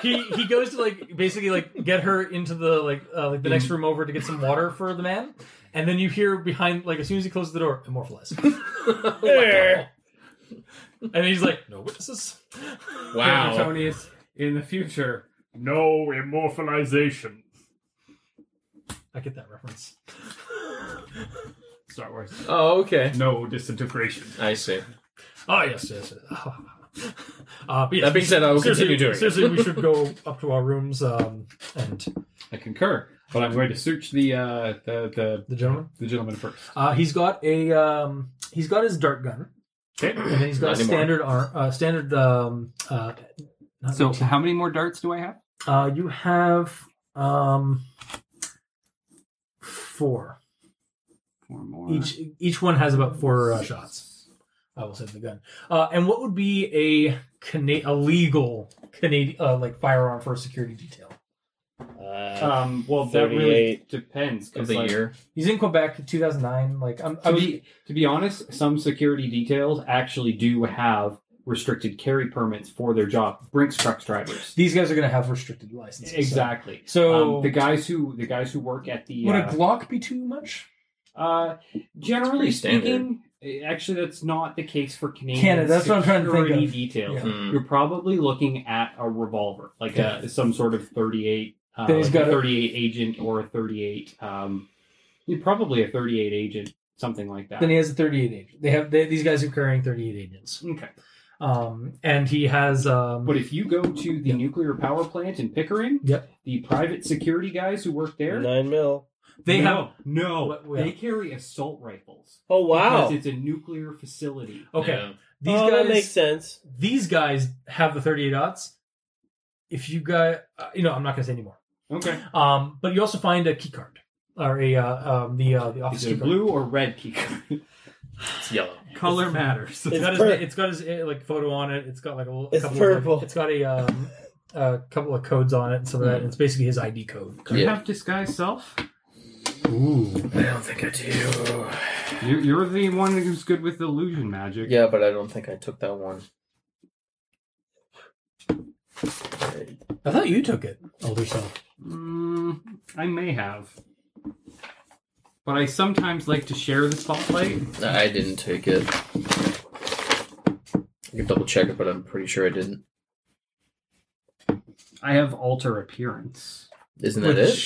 Speaker 2: he he goes to like basically like get her into the like uh, like the next room over to get some water for the man, and then you hear behind like as soon as he closes the door, immortalize.
Speaker 3: There.
Speaker 2: And he's like, no witnesses.
Speaker 4: Wow.
Speaker 5: Antonius, in the future, no immortalization.
Speaker 2: I get that reference.
Speaker 5: Star Wars.
Speaker 4: Oh, okay.
Speaker 5: No disintegration.
Speaker 4: I see.
Speaker 2: Oh yes, yes. yes. Uh, but yes,
Speaker 4: That being said, I will continue doing it.
Speaker 2: Seriously, we should go up to our rooms. Um, and
Speaker 5: I concur, but I'm going to search the uh, the, the
Speaker 2: the gentleman,
Speaker 5: the gentleman first.
Speaker 2: uh, he's got a um, he's got his dart gun,
Speaker 5: Okay.
Speaker 2: and then he's got
Speaker 4: Not
Speaker 2: a
Speaker 4: anymore.
Speaker 2: standard ar- uh, standard. Um, uh, not
Speaker 5: So,
Speaker 2: 18.
Speaker 5: how many more darts do I have?
Speaker 2: uh, you have um, four.
Speaker 5: Four more.
Speaker 2: Each each one has about four uh, shots. I will say the gun. Uh, and what would be a Cana- a legal Canadian uh, like firearm for a security detail?
Speaker 3: Uh,
Speaker 5: Um, well,
Speaker 3: that really
Speaker 5: depends.
Speaker 4: Of the year.
Speaker 2: He's in Quebec, 2009. Like I'm, I
Speaker 5: To
Speaker 2: was,
Speaker 5: be, to be honest, some security details actually do have restricted carry permits for their job. Brinks trucks drivers.
Speaker 2: these guys are going to have restricted licenses. so-
Speaker 5: Exactly.
Speaker 2: So,
Speaker 5: Um, the guys who the guys who work at the
Speaker 2: would
Speaker 5: uh,
Speaker 2: a Glock be too much?
Speaker 5: Uh, generally
Speaker 4: It's pretty
Speaker 5: speaking, eh, actually, that's not the case for Canadian.
Speaker 2: Canada, that's what I'm trying to think
Speaker 5: security
Speaker 2: of.
Speaker 5: Details.
Speaker 2: Yeah.
Speaker 4: Mm.
Speaker 5: You're probably looking at a revolver, like a, some sort of 38. Uh,
Speaker 2: Then he's
Speaker 5: like a
Speaker 2: got a-
Speaker 5: 38 agent or a 38. Um, yeah, probably a 38 agent, something like that.
Speaker 2: Then he has a 38 agent. They have they, these guys are carrying 38 agents.
Speaker 5: okay.
Speaker 2: Um, and he has um,
Speaker 5: But if you go to the nuclear power plant in Pickering,
Speaker 2: Yep.
Speaker 5: the private security guys who work there,
Speaker 3: nine mil.
Speaker 2: they have.
Speaker 5: no, no,
Speaker 2: What- what-
Speaker 5: they carry assault rifles.
Speaker 3: Oh wow.
Speaker 5: because it's a nuclear facility.
Speaker 2: Okay,
Speaker 4: Yeah.
Speaker 2: these
Speaker 3: oh, that
Speaker 2: guys
Speaker 3: makes sense.
Speaker 2: these guys have the 38 odds. If you guys, uh, you know, I'm not going to say anymore.
Speaker 5: Okay,
Speaker 2: Um, but you also find a key card or a uh, um, the uh, the office
Speaker 5: is
Speaker 2: key
Speaker 5: it a
Speaker 2: card.
Speaker 5: blue or red key?
Speaker 4: It's yellow.
Speaker 5: Color matters.
Speaker 2: It's
Speaker 3: It's
Speaker 2: got, his,
Speaker 3: pur-
Speaker 2: it's got his uh, like photo on it. It's got like a, little- a
Speaker 3: It's
Speaker 2: couple
Speaker 3: purple.
Speaker 2: Of, it's got a um, a couple of codes on it and some of that.
Speaker 3: Hmm.
Speaker 2: And it's basically his ID code.
Speaker 5: Do you
Speaker 4: Yeah.
Speaker 5: have disguise self?
Speaker 4: I don't think I do.
Speaker 5: You're, you're the one who's good with illusion magic.
Speaker 4: Yeah, but I don't think I took that one.
Speaker 2: I thought you took it, older self.
Speaker 5: Mm, I may have. But I sometimes like to share the spotlight.
Speaker 4: No, I didn't take it. I can double check it, but I'm pretty sure I didn't.
Speaker 5: I have alter appearance.
Speaker 4: Isn't that it?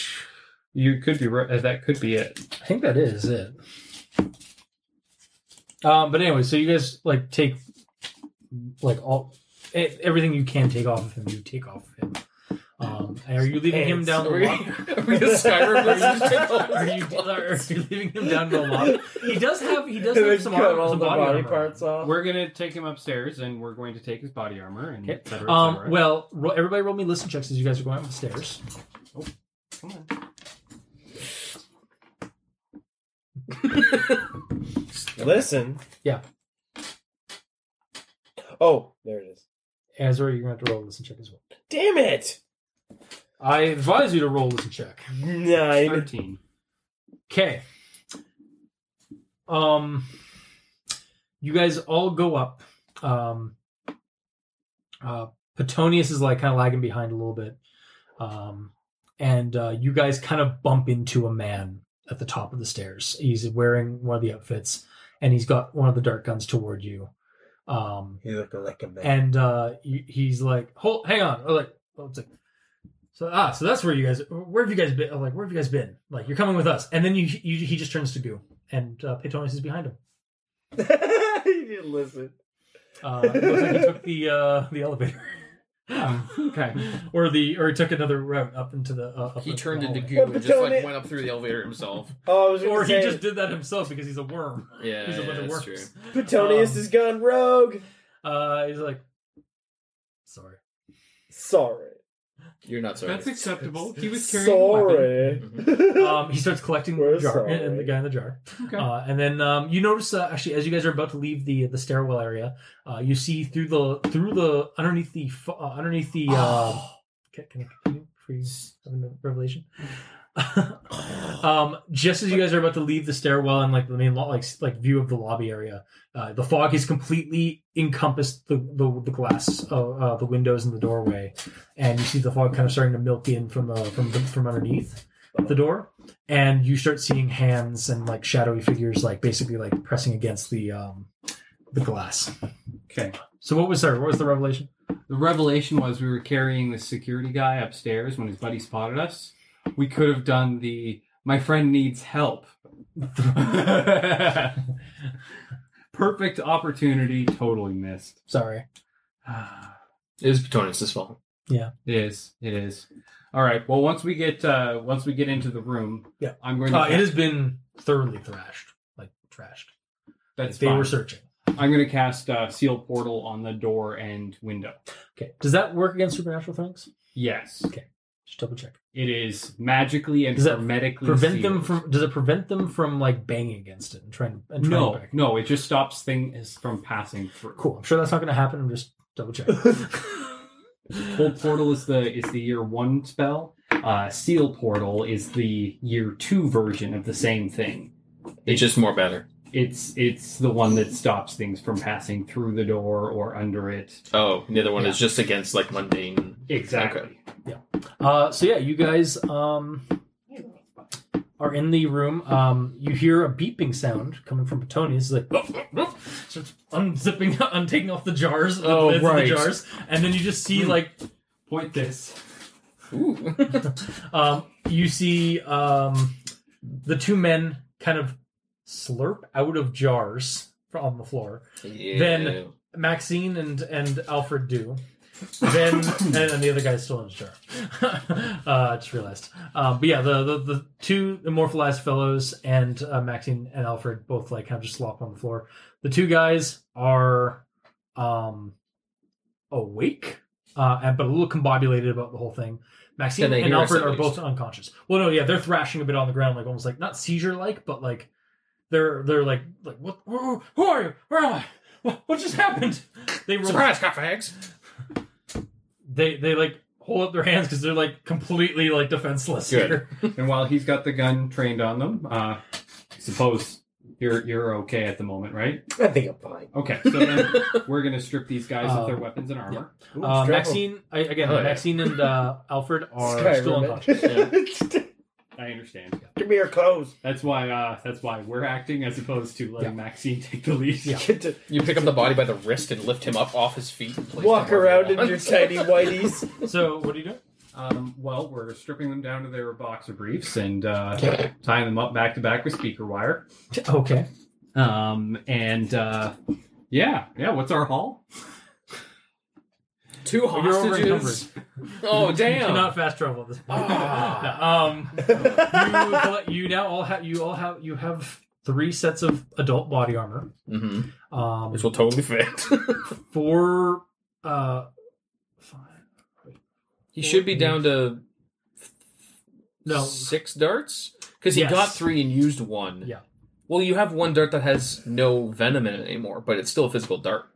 Speaker 5: You could be right. That could be it.
Speaker 2: I think that is it. Um, but anyway, so you guys like take like all e- everything you can take off of him. You take off of him. Um, and are you leaving him down
Speaker 3: Pants.
Speaker 2: the
Speaker 4: Are we-
Speaker 2: lo-
Speaker 4: are we gonna Skyrim this? Just take all
Speaker 2: Are
Speaker 4: his
Speaker 2: you,
Speaker 4: clothes.
Speaker 2: are you leaving him down the lobby? He does have he does
Speaker 3: And then
Speaker 2: have some,
Speaker 3: cut
Speaker 2: armor,
Speaker 3: all
Speaker 2: some
Speaker 3: the
Speaker 2: body,
Speaker 3: body
Speaker 2: armor.
Speaker 3: parts off.
Speaker 5: We're gonna take him upstairs, and we're going to take his body armor and et cetera, et
Speaker 2: Um,
Speaker 5: cetera.
Speaker 2: well, ro- everybody roll me listen checks as you guys are going up the stairs.
Speaker 5: Come on.
Speaker 3: Listen.
Speaker 2: Yeah.
Speaker 3: Oh, there it is.
Speaker 2: Azra, you're going to have to roll a listen check as well.
Speaker 3: Damn it!
Speaker 2: I advise you to roll a listen check.
Speaker 3: Nine.
Speaker 5: Thirteen.
Speaker 2: Okay. Um, you guys all go up. Um, uh, Petonius is like kind of lagging behind a little bit. Um, and uh, you guys kind of bump into a man at the top of the stairs. He's wearing one of the outfits, and he's got one of the dart guns toward you. Um,
Speaker 3: You look like a man.
Speaker 2: and uh he- he's like hold hang on I'm like oh, it's like so ah so that's where you guys where have you guys been I'm like where have you guys been like you're coming with us and then you, you he just turns to goo and uh Petonius is behind him
Speaker 3: you didn't listen.
Speaker 2: uh it looks like he took the uh the elevator
Speaker 5: Oh, okay.
Speaker 2: or the or he took another route up into the. Uh, up
Speaker 4: He
Speaker 2: into
Speaker 4: turned
Speaker 2: the
Speaker 4: into
Speaker 2: hallway.
Speaker 4: goo and just
Speaker 3: Tony-
Speaker 4: like went up through the elevator himself.
Speaker 3: Oh, I was
Speaker 2: Or
Speaker 3: going to
Speaker 2: he
Speaker 3: say,
Speaker 2: just did that himself because he's a worm.
Speaker 4: Yeah,
Speaker 2: He's a
Speaker 4: yeah,
Speaker 2: bunch of
Speaker 4: that's true.
Speaker 2: worms.
Speaker 3: Petonius
Speaker 2: um,
Speaker 3: has gone rogue.
Speaker 2: Uh, he's like, sorry.
Speaker 3: Sorry.
Speaker 4: You're not sorry.
Speaker 5: That's acceptable. He was carrying a weapon.
Speaker 3: Sorry.
Speaker 2: Um, he starts collecting
Speaker 3: We're
Speaker 2: the jar
Speaker 3: sorry.
Speaker 2: and, and the guy in the jar,
Speaker 5: Okay.
Speaker 2: uh, and then um, you notice uh, actually as you guys are about to leave the the stairwell area, uh, you see through the through the underneath the fu- uh, underneath the. Uh, can, can I continue before you have a revelation? um, just as you guys are about to leave the stairwell and like the main lo- like like view of the lobby area, uh, the fog has completely encompassed the the, the glass, uh, uh, the windows, and the doorway, and you see the fog kind of starting to melt in from the from the, from underneath the door, and you start seeing hands and like shadowy figures, like basically like pressing against the um the glass.
Speaker 5: Okay.
Speaker 2: So what was sorry? What was the revelation?
Speaker 5: The revelation was we were carrying the security guy upstairs when his buddy spotted us. We could have done the my friend needs help. Perfect opportunity, totally missed.
Speaker 2: Sorry.
Speaker 4: It is Petonius' fault.
Speaker 5: It is. It is. All right. Well, once we get uh once we get into the room,
Speaker 2: Yeah.
Speaker 5: I'm going to.
Speaker 2: Uh, it has been thoroughly thrashed, like trashed.
Speaker 5: That's
Speaker 2: they
Speaker 5: fine.
Speaker 2: were searching.
Speaker 5: I'm going to cast uh, seal portal on the door and window.
Speaker 2: Okay. Does that work against supernatural things?
Speaker 5: Yes,
Speaker 2: Just double check.
Speaker 5: it is magically and
Speaker 2: Does that
Speaker 5: hermetically
Speaker 2: Prevent them
Speaker 5: sealed.
Speaker 2: from. Does it prevent them from like banging against it and trying and trying
Speaker 5: No,
Speaker 2: back?
Speaker 5: no. It just stops things from passing through.
Speaker 2: Cool. I'm sure that's not going to happen. I'm just double checking.
Speaker 5: Cold Portal is the is the year one spell. Uh, Seal Portal is the year two version of the same thing.
Speaker 4: It's just more better.
Speaker 5: It's it's the one that stops things from passing through the door or under it.
Speaker 4: Oh, the other one is just against like mundane.
Speaker 5: Exactly.
Speaker 2: Uh, so yeah, you guys um, are in the room. Um, you hear a beeping sound coming from Petonius. It's like so it's unzipping, untaking off the jars, the
Speaker 5: Oh,
Speaker 2: lids of
Speaker 5: right. Hmm.
Speaker 2: the jars, and then you just see like
Speaker 5: Point this.
Speaker 2: um, you see um, the two men kind of slurp out of jars on the floor.
Speaker 4: Yeah.
Speaker 2: Then- Maxine and and Alfred do. Then and then the other guy's still in his jar. uh, I just realized. Um, but yeah, the, the the two immortalized fellows and uh, Maxine and Alfred both like kind of just slop on the floor. The two guys are um awake, uh, and, but a little combobulated about the whole thing. Maxine
Speaker 4: Can they
Speaker 2: and
Speaker 4: hear us
Speaker 2: Alfred
Speaker 4: at
Speaker 2: are both
Speaker 4: least?
Speaker 2: unconscious. Well, no, yeah, they're thrashing a bit on the ground, like almost like not seizure like, but like they're they're like like what who, who are you? Where am I? What, what just happened? They roll,
Speaker 4: Surprise, got fags.
Speaker 2: they they like hold up their hands because they're like completely like defenseless
Speaker 4: Good.
Speaker 2: here.
Speaker 5: and while he's got the gun trained on them, uh, suppose you're you're okay at the moment, right?
Speaker 3: I think I'm fine.
Speaker 5: Okay. So then we're gonna strip these guys of their
Speaker 2: Um,
Speaker 5: weapons and armor.
Speaker 3: Ooh,
Speaker 2: Uh,
Speaker 3: strap
Speaker 2: Maxine I, again,
Speaker 4: Oh, yeah.
Speaker 2: Maxine and uh, Alfred
Speaker 3: on.
Speaker 2: are
Speaker 3: Skyrim,
Speaker 2: still
Speaker 3: man.
Speaker 2: unconscious.
Speaker 5: I understand.
Speaker 3: Give me your clothes.
Speaker 5: That's why uh, that's why we're acting as opposed to letting Maxine take the lead.
Speaker 2: Yeah.
Speaker 3: Get to
Speaker 4: You pick up the body by the wrist and lift him up off his feet and place
Speaker 3: walk
Speaker 4: him where
Speaker 3: around
Speaker 4: you
Speaker 3: in
Speaker 4: want.
Speaker 3: your tiny whiteies.
Speaker 2: So what are you doing?
Speaker 5: Um, well, we're stripping them down to their boxer briefs and uh, tying them up back to back with speaker wire.
Speaker 2: Okay.
Speaker 5: Um, and uh, yeah, yeah. What's our haul?
Speaker 4: Two
Speaker 2: Well, you're
Speaker 4: hostages. Oh
Speaker 2: You
Speaker 4: damn!
Speaker 2: cannot fast travel at this point. No,
Speaker 4: Ah.
Speaker 2: um, you, collect- you now all have you all have you have three sets of adult body armor.
Speaker 4: mm-hmm.
Speaker 2: Um,
Speaker 4: This will totally fit.
Speaker 2: four. Uh, five.
Speaker 4: he should be down to
Speaker 2: No.
Speaker 4: six darts because he
Speaker 2: Yes.
Speaker 4: got three and used one.
Speaker 2: Yeah.
Speaker 4: Well, you have one dart that has no venom in it anymore, but it's still a physical dart.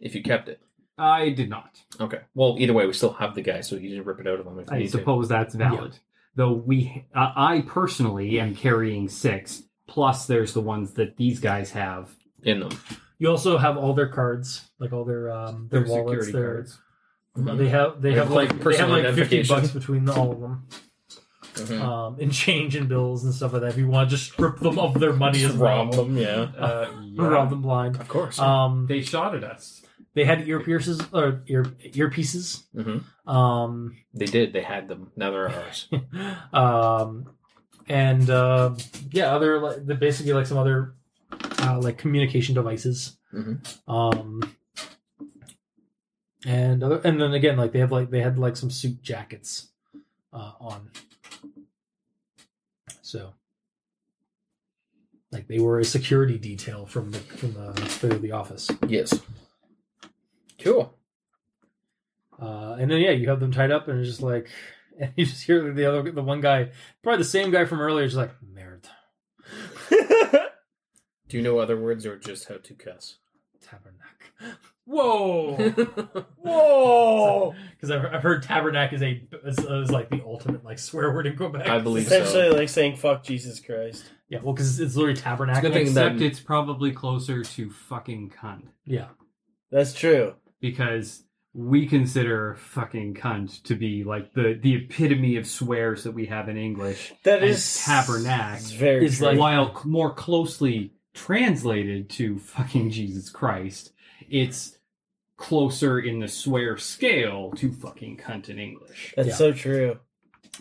Speaker 4: If you kept it,
Speaker 5: I did not.
Speaker 4: okay. Well, either way, we still have the guy, so you didn't rip it out of him if you
Speaker 5: I
Speaker 4: need to.
Speaker 5: suppose that's valid. Though we, uh, I personally am carrying six. Plus, there's the ones that these guys have.
Speaker 4: in them.
Speaker 2: You also have all their cards, like all their um, their, wallets, their
Speaker 4: Mhm.
Speaker 2: They have they
Speaker 4: They
Speaker 2: have
Speaker 4: have,
Speaker 2: like
Speaker 4: like,
Speaker 2: they have
Speaker 4: personal
Speaker 2: like fifty
Speaker 4: identification.
Speaker 2: bucks between the, all of them,
Speaker 4: Mhm.
Speaker 2: um, in change and bills and stuff like that. If you want to just strip them of their money as
Speaker 4: Just rob
Speaker 2: well,
Speaker 4: them, yeah.
Speaker 5: Uh, yeah.
Speaker 2: rob them blind.
Speaker 4: Of course.
Speaker 2: Um,
Speaker 5: They shot at us.
Speaker 2: they had ear pierces or ear earpieces.
Speaker 4: hmm
Speaker 2: Um,
Speaker 4: They did. They had them. Now they're ours.
Speaker 2: um, and uh, yeah, other like the basically like some other uh, like communication devices.
Speaker 4: Mhm.
Speaker 2: Um, and other, and then again, like they have like they had like some suit jackets uh, on, so like they were a security detail from the from the from the office.
Speaker 4: Yes.
Speaker 3: Cool.
Speaker 2: Uh, and then yeah, you have them tied up, and it's just like, and you just hear the other, the one guy, probably the same guy from earlier, is like, "Merd,
Speaker 4: Do you know other words or just how to cuss?
Speaker 2: tabernacle." Whoa!
Speaker 3: Whoa!
Speaker 2: Because I've, I've heard tabernacle is a is, is like the ultimate like swear word in Quebec.
Speaker 4: I believe
Speaker 3: Essentially,
Speaker 4: so.
Speaker 3: like saying "fuck Jesus Christ."
Speaker 2: Yeah, well, because it's literally tabernacle.
Speaker 4: Good thing
Speaker 5: Except
Speaker 4: that-
Speaker 5: it's probably closer to fucking cunt
Speaker 2: yeah,
Speaker 3: That's true.
Speaker 5: because we consider fucking cunt to be like the the epitome of swears that we have in English.
Speaker 3: That
Speaker 5: And
Speaker 3: is
Speaker 5: tabernac
Speaker 3: It's very
Speaker 2: is
Speaker 3: true.
Speaker 2: like-
Speaker 5: While c- more closely translated to fucking Jesus Christ, it's closer in the swear scale to fucking cunt in English.
Speaker 3: That's
Speaker 2: yeah.
Speaker 3: so true.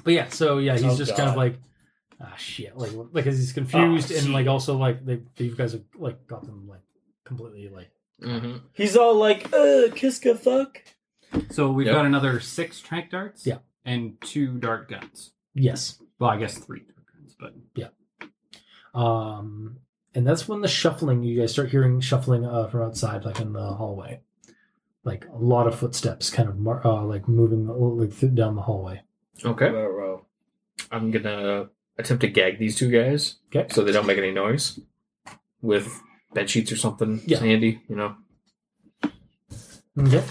Speaker 2: but yeah, so yeah, he's
Speaker 3: Oh,
Speaker 2: just kind of
Speaker 3: God.
Speaker 2: like, ah, shit, like because he's confused
Speaker 3: Ah,
Speaker 2: and
Speaker 3: shit.
Speaker 2: like also like they you guys have like got them like completely like
Speaker 4: hmm
Speaker 3: He's all like, "Uh, kiska fuck."
Speaker 5: So we've
Speaker 4: Yep.
Speaker 5: got another six trank darts,
Speaker 2: Yeah.
Speaker 5: and two dart guns.
Speaker 2: yes,
Speaker 5: Well, I guess three dart guns, but
Speaker 2: Um, and that's when the shuffling you guys start hearing shuffling uh, from outside, like in the hallway, like a lot of footsteps, kind of mar- uh, like moving uh, like th- down the hallway.
Speaker 4: Okay. I'm gonna attempt to gag these two guys
Speaker 2: Okay.
Speaker 4: so they don't make any noise with bed sheets or something
Speaker 2: Yeah.
Speaker 4: handy, you know.
Speaker 2: Okay.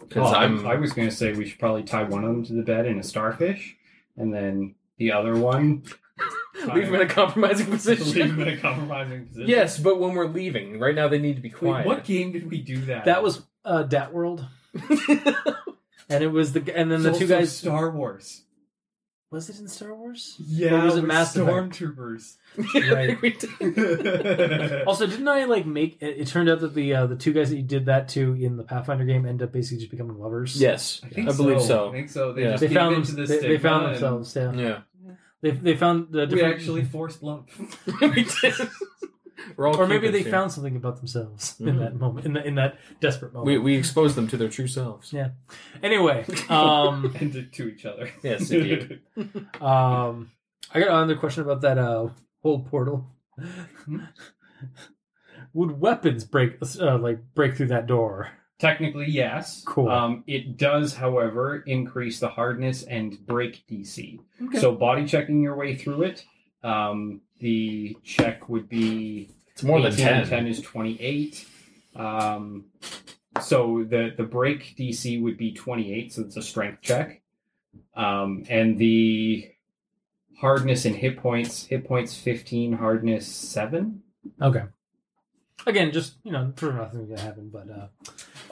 Speaker 4: Because
Speaker 7: Oh, I-
Speaker 4: I'm
Speaker 7: I was going to say we should probably tie one of them to the bed in a starfish, and then the other one
Speaker 4: leave them in a compromising
Speaker 7: leave him
Speaker 4: position.
Speaker 7: in a compromising position.
Speaker 4: yes, but when we're leaving, right now they need to be
Speaker 7: Wait,
Speaker 4: quiet.
Speaker 7: what game did we do that?
Speaker 2: That was uh, Dat World, and it was the g- and then
Speaker 7: It's
Speaker 2: the two
Speaker 7: also
Speaker 2: guys
Speaker 7: Star Wars.
Speaker 2: was it in Star Wars?
Speaker 7: Yeah,
Speaker 2: was it
Speaker 7: with
Speaker 2: Mass Effect?
Speaker 7: stormtroopers.
Speaker 4: Yeah,
Speaker 2: Right.
Speaker 4: we did.
Speaker 2: Also, didn't I like make it? It turned out that the uh, the two guys that you did that to in the Pathfinder game end up basically just becoming lovers.
Speaker 4: Yes, I, believe
Speaker 7: I
Speaker 4: so.
Speaker 7: think so. They
Speaker 4: Yeah.
Speaker 7: just
Speaker 2: They
Speaker 7: gave
Speaker 2: found
Speaker 7: in
Speaker 2: them,
Speaker 7: to the
Speaker 2: they, they
Speaker 7: stigma
Speaker 2: found
Speaker 7: and
Speaker 2: themselves. Yeah,
Speaker 4: Yeah,
Speaker 2: they, they found the
Speaker 7: We
Speaker 2: different,
Speaker 7: actually forced love.
Speaker 4: we did. We're all
Speaker 2: or maybe
Speaker 4: Cubans
Speaker 2: they
Speaker 4: here.
Speaker 2: found something about themselves in
Speaker 4: Mhm.
Speaker 2: that moment, in that in that desperate moment.
Speaker 4: we we exposed them to their true selves.
Speaker 2: Yeah. Anyway, um,
Speaker 7: and to- to each other.
Speaker 4: Yes, indeed.
Speaker 2: um, I got another question about that uh, whole portal.
Speaker 4: Hmm?
Speaker 2: Would weapons break uh, like break through that door?
Speaker 7: Technically, yes.
Speaker 2: Cool.
Speaker 7: Um, it does, however, increase the hardness and break DC. So body checking your way through it. Um, the check would be
Speaker 4: It's more than
Speaker 7: 18,
Speaker 4: ten.
Speaker 7: 10 is 28. Um, so the the break DC would be 28, so it's a strength check. Um, and the hardness and hit points, hit points 15, hardness 7.
Speaker 2: Okay. Again, just you know, for nothing's gonna happen. But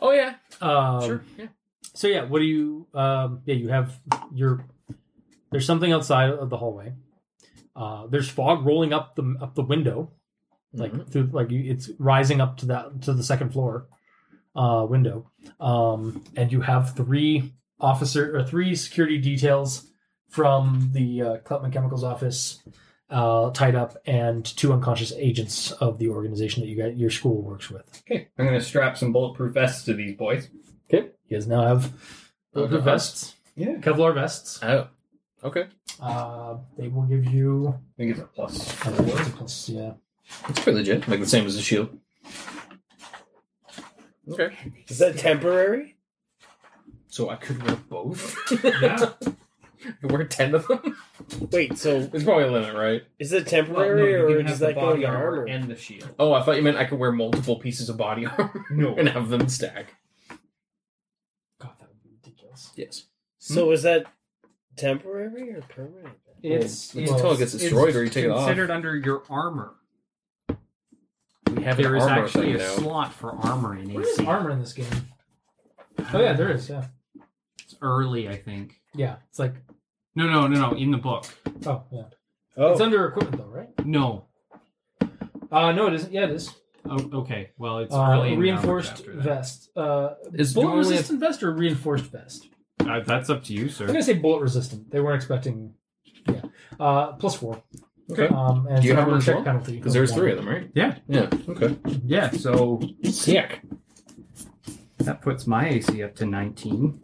Speaker 4: Oh yeah,
Speaker 2: uh, um,
Speaker 4: sure. Yeah.
Speaker 2: So yeah, what do you? Um, yeah, you have your. There's something outside of the hallway. Uh, there's fog rolling up the up the window, like
Speaker 4: Mhm.
Speaker 2: through like you, it's rising up to that to the second floor uh, window, um, and you have three officer or three security details from the uh, Klutman Chemicals office uh, tied up, and two unconscious agents of the organization that you got your school works with.
Speaker 7: Okay, I'm going to strap some bulletproof vests to these boys.
Speaker 2: Okay, you guys now have bulletproof
Speaker 4: Okay.
Speaker 2: vests,
Speaker 7: Yeah.
Speaker 2: Kevlar vests.
Speaker 4: Oh. Okay.
Speaker 2: Uh, they will give you.
Speaker 7: I think it's a plus.
Speaker 2: I don't know, it's a plus, yeah.
Speaker 4: It's pretty legit. Like the same as the shield. Okay.
Speaker 3: Is that temporary?
Speaker 4: So I could wear both.
Speaker 7: Yeah.
Speaker 4: I wear ten of them.
Speaker 3: Wait, so
Speaker 4: There's probably a limit, right?
Speaker 3: is it
Speaker 7: Well, no,
Speaker 3: temporary
Speaker 7: you
Speaker 3: or
Speaker 7: can have
Speaker 3: does
Speaker 7: the
Speaker 3: that go in
Speaker 7: body
Speaker 3: your
Speaker 7: armor
Speaker 3: armor?
Speaker 7: and the shield.
Speaker 4: Oh, I thought you meant I could wear multiple pieces of body armor
Speaker 7: No.
Speaker 4: and have them stack.
Speaker 2: God, that would be ridiculous.
Speaker 4: Yes.
Speaker 3: So is that temporary or permanent?
Speaker 4: It's- until it gets destroyed or you take it off.
Speaker 5: Considered under your armor.
Speaker 4: We have
Speaker 5: There
Speaker 4: an
Speaker 5: is
Speaker 4: armor
Speaker 5: actually
Speaker 4: thing
Speaker 5: a
Speaker 4: now.
Speaker 5: slot for armor in
Speaker 2: Where is
Speaker 5: AC.
Speaker 2: armor in this game? Oh yeah, there is. Yeah,
Speaker 5: It's early, I think.
Speaker 2: yeah. It's like
Speaker 5: No, no, no, no. In the book,
Speaker 2: oh yeah.
Speaker 3: Oh,
Speaker 2: It's under equipment though, right?
Speaker 5: no.
Speaker 2: Uh, no, it isn't. Yeah, it is.
Speaker 5: Oh, okay. Well, it's
Speaker 2: Uh,
Speaker 5: early. in the
Speaker 2: reinforced
Speaker 5: armor chapter then.
Speaker 2: vest. Uh,
Speaker 4: Is
Speaker 2: bullet
Speaker 4: normally a-
Speaker 2: resistant vest or reinforced vest?
Speaker 5: Uh, that's up to you,
Speaker 2: I'm
Speaker 5: sir.
Speaker 2: gonna say bullet resistant. They weren't expecting. Yeah. Uh, plus four.
Speaker 4: Okay.
Speaker 2: Um, and
Speaker 4: Do you
Speaker 2: it's
Speaker 4: have
Speaker 2: a
Speaker 4: one as
Speaker 2: check
Speaker 4: well?
Speaker 2: penalty
Speaker 4: Because there's three of them, right?
Speaker 5: Yeah.
Speaker 4: Yeah. Okay.
Speaker 5: Yeah. So
Speaker 4: Sick.
Speaker 5: That puts my AC up to 19.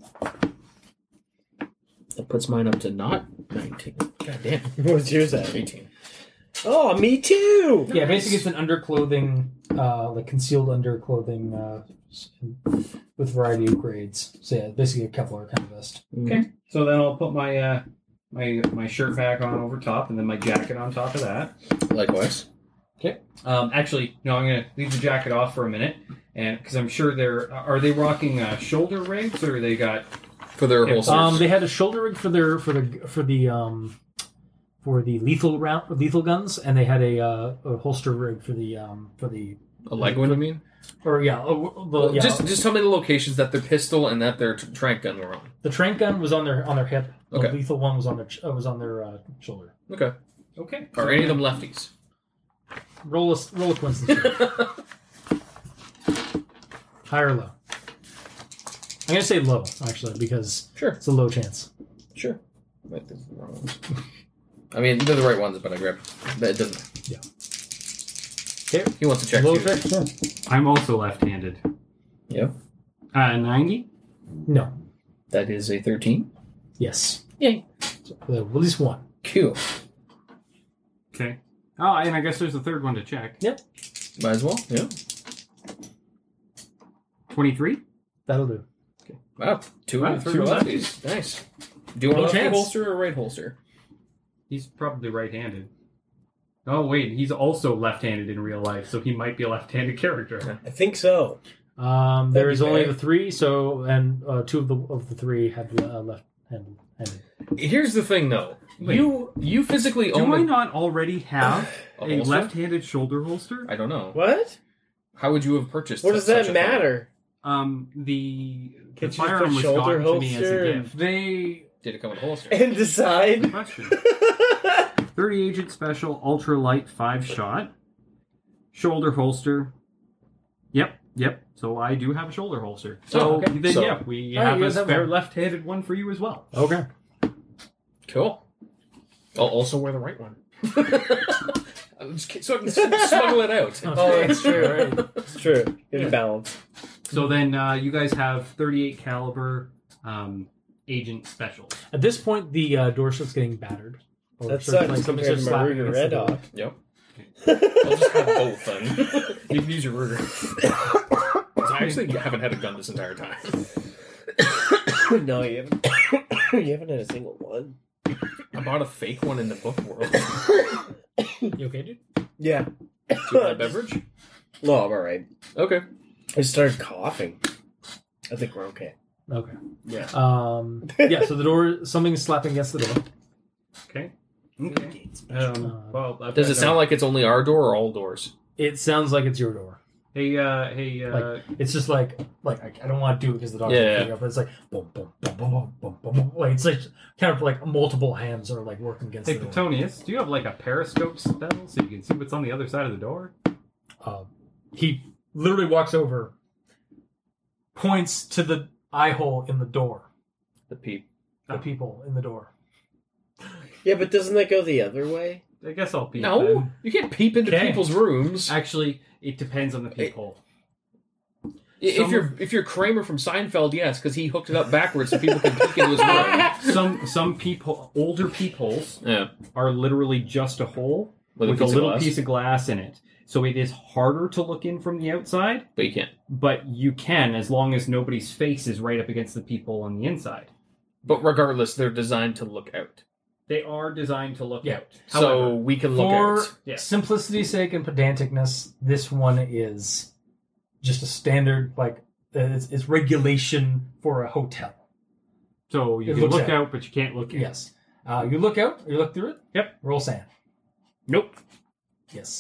Speaker 4: That puts mine up to not 19. God damn.
Speaker 3: What's yours at?
Speaker 4: 18.
Speaker 3: Oh, me too.
Speaker 2: Yeah, basically it's an underclothing, uh, like concealed underclothing uh, s- with variety of grades. So yeah, basically a Kevlar kind of vest.
Speaker 5: So then I'll put my uh, my my shirt back on over top, and then my jacket on top of that.
Speaker 4: Likewise.
Speaker 5: Um, actually, no, I'm gonna leave the jacket off for a minute, and because I'm sure they're are they rocking uh, shoulder rigs or they got
Speaker 4: For their
Speaker 5: Yeah,
Speaker 4: holsters.
Speaker 2: Um, they had a shoulder rig for their for the for the um, for the lethal round lethal guns, and they had a, uh, a holster rig for the um, for the
Speaker 4: a leg one, I mean?
Speaker 2: or yeah, oh, the, yeah
Speaker 4: Just just tell me the locations that their pistol and that their t- trank gun were on.
Speaker 2: the trank gun was on their on their hip. The
Speaker 4: Okay.
Speaker 2: lethal one was on their ch- uh, was on their uh, shoulder.
Speaker 4: Okay.
Speaker 5: okay?
Speaker 4: Are any of them lefties?
Speaker 2: Roll a roll a coincidence. check. High or low? I'm gonna say low actually because
Speaker 4: Sure.
Speaker 2: it's a low chance.
Speaker 4: Sure. I think they're the wrong ones. I mean, they're the right ones, but I grabbed. But it doesn't.
Speaker 2: Yeah.
Speaker 4: Okay. He wants to check.
Speaker 2: Low
Speaker 4: too.
Speaker 2: check?
Speaker 5: I'm also left-handed.
Speaker 4: Yeah.
Speaker 5: Uh, 90.
Speaker 2: No.
Speaker 4: That is a thirteen.
Speaker 2: Yes. Yay. So, uh, at least one.
Speaker 4: Q.
Speaker 5: Okay. Oh, and I guess there's a third one to check.
Speaker 4: Might as well. Yeah.
Speaker 5: 23.
Speaker 2: That'll do.
Speaker 4: Wow. Two
Speaker 5: Wow,
Speaker 4: and three
Speaker 5: two
Speaker 4: lefties. Nice. Do you want
Speaker 2: No
Speaker 4: a lefty
Speaker 2: chance.
Speaker 4: holster or a right holster?
Speaker 5: He's probably right-handed. Oh wait, he's also left-handed in real life, so he might be a left-handed character.
Speaker 3: I think so.
Speaker 2: Um, there
Speaker 3: That'd
Speaker 2: is
Speaker 3: be
Speaker 2: only
Speaker 3: fair.
Speaker 2: the three, so and uh, two of the of the three had uh, left hand. handed.
Speaker 4: Here's the thing, though.
Speaker 5: Wait.
Speaker 4: You you physically
Speaker 5: Do
Speaker 3: Oh,
Speaker 4: own
Speaker 5: I
Speaker 4: a-
Speaker 5: not already have
Speaker 4: a,
Speaker 5: a
Speaker 4: holster?
Speaker 5: left-handed shoulder holster?
Speaker 4: I don't know.
Speaker 3: What?
Speaker 4: How would you have purchased?
Speaker 3: What
Speaker 4: su-
Speaker 3: does that
Speaker 4: such a thing?
Speaker 3: matter?
Speaker 5: Um, the, the
Speaker 3: Can't you just
Speaker 5: firearm
Speaker 3: put
Speaker 5: was
Speaker 3: shoulder
Speaker 5: gotten to me as
Speaker 3: holster
Speaker 5: a
Speaker 3: and-
Speaker 5: gift.
Speaker 2: They
Speaker 4: Did it come with a holster?
Speaker 3: And decide.
Speaker 5: Question. 30 agent special ultra light five shot shoulder holster yep yep so i do have a shoulder holster so
Speaker 4: Oh, okay.
Speaker 5: then
Speaker 4: So-
Speaker 5: yeah we
Speaker 2: All right,
Speaker 5: have
Speaker 2: you
Speaker 5: a
Speaker 2: guys have Oh.
Speaker 5: spare
Speaker 2: one.
Speaker 5: left-handed one for you as well
Speaker 2: okay.
Speaker 4: Cool. I'll also wear the right one. I'm just kidding, so I can s- smuggle it out.
Speaker 3: Oh, that's true. Right. It's true. Get a balance.
Speaker 5: so then uh, you guys have 38 caliber um, agent special
Speaker 2: At this point, the uh, door starts getting battered. Or
Speaker 3: That
Speaker 2: sort of
Speaker 3: sucks compared
Speaker 2: sort of
Speaker 3: to my
Speaker 2: slapping
Speaker 3: Ruger
Speaker 2: against the
Speaker 3: Red
Speaker 2: door.
Speaker 3: Hawk.
Speaker 4: Yep. I'll just have both then. You can use your Ruger. So I actually haven't had a gun this entire time.
Speaker 3: no, you haven't. you haven't had a single one.
Speaker 4: I bought a fake one in the book world.
Speaker 2: You okay, dude?
Speaker 3: Yeah.
Speaker 4: Do you want a beverage?
Speaker 3: No, I'm all right.
Speaker 4: Okay.
Speaker 3: I started coughing. I think we're okay.
Speaker 2: Okay.
Speaker 3: Yeah.
Speaker 2: Um, yeah. So the door, something is slapping against the door.
Speaker 5: okay okay
Speaker 2: Uh,
Speaker 5: um, well I've
Speaker 4: Does
Speaker 5: got
Speaker 4: it sound
Speaker 5: no-
Speaker 4: like it's only our door or all doors?
Speaker 2: It sounds like it's your door.
Speaker 5: hey uh hey uh
Speaker 2: It's just like like I, I don't want to do it because the dog's
Speaker 4: Yeah,
Speaker 2: yeah,
Speaker 4: yeah.
Speaker 2: up. But it's like boom, boom, boom, boom, boom, boom, boom, boom. Like it's like kind of like multiple hands are like working against
Speaker 5: hey
Speaker 2: the door.
Speaker 5: Petonius, do you have like a periscope spell so you can see what's on the other side of the door
Speaker 2: Um, he literally walks over, points to the eye hole in the door,
Speaker 4: The peep.
Speaker 2: the people in the door.
Speaker 3: Yeah, but doesn't that go the other way?
Speaker 5: i guess i'll be
Speaker 4: No, you can't peep into
Speaker 5: Okay.
Speaker 4: people's rooms.
Speaker 5: Actually, it depends on the peephole.
Speaker 4: if
Speaker 5: some-
Speaker 4: you're if you're Kramer from Seinfeld, yes, because he hooked it up backwards so people can peek into his room.
Speaker 5: some some peephole, older peepholes
Speaker 4: Yeah,
Speaker 5: are literally just a hole
Speaker 4: With
Speaker 5: with,
Speaker 4: a
Speaker 5: a
Speaker 4: piece of
Speaker 5: little
Speaker 4: glass.
Speaker 5: piece of glass in it. So it is harder to look in from the outside,
Speaker 4: but you can't.
Speaker 5: but you can as long as nobody's face is right up against the peephole on the inside.
Speaker 4: But regardless, they're designed to look out,
Speaker 5: They are designed to look
Speaker 2: Yeah.
Speaker 5: out.
Speaker 4: so
Speaker 5: However,
Speaker 4: we can look
Speaker 2: For
Speaker 4: out.
Speaker 5: Yeah.
Speaker 2: simplicity's sake and pedanticness, this one is just a standard like uh, it's, it's regulation for a hotel.
Speaker 5: so you
Speaker 2: it
Speaker 5: can
Speaker 2: looks
Speaker 5: look
Speaker 2: out.
Speaker 5: out. but you can't look in.
Speaker 2: Yes. Uh, you look out. You look through it.
Speaker 5: Yep.
Speaker 2: Roll sand.
Speaker 5: Nope.
Speaker 2: Yes.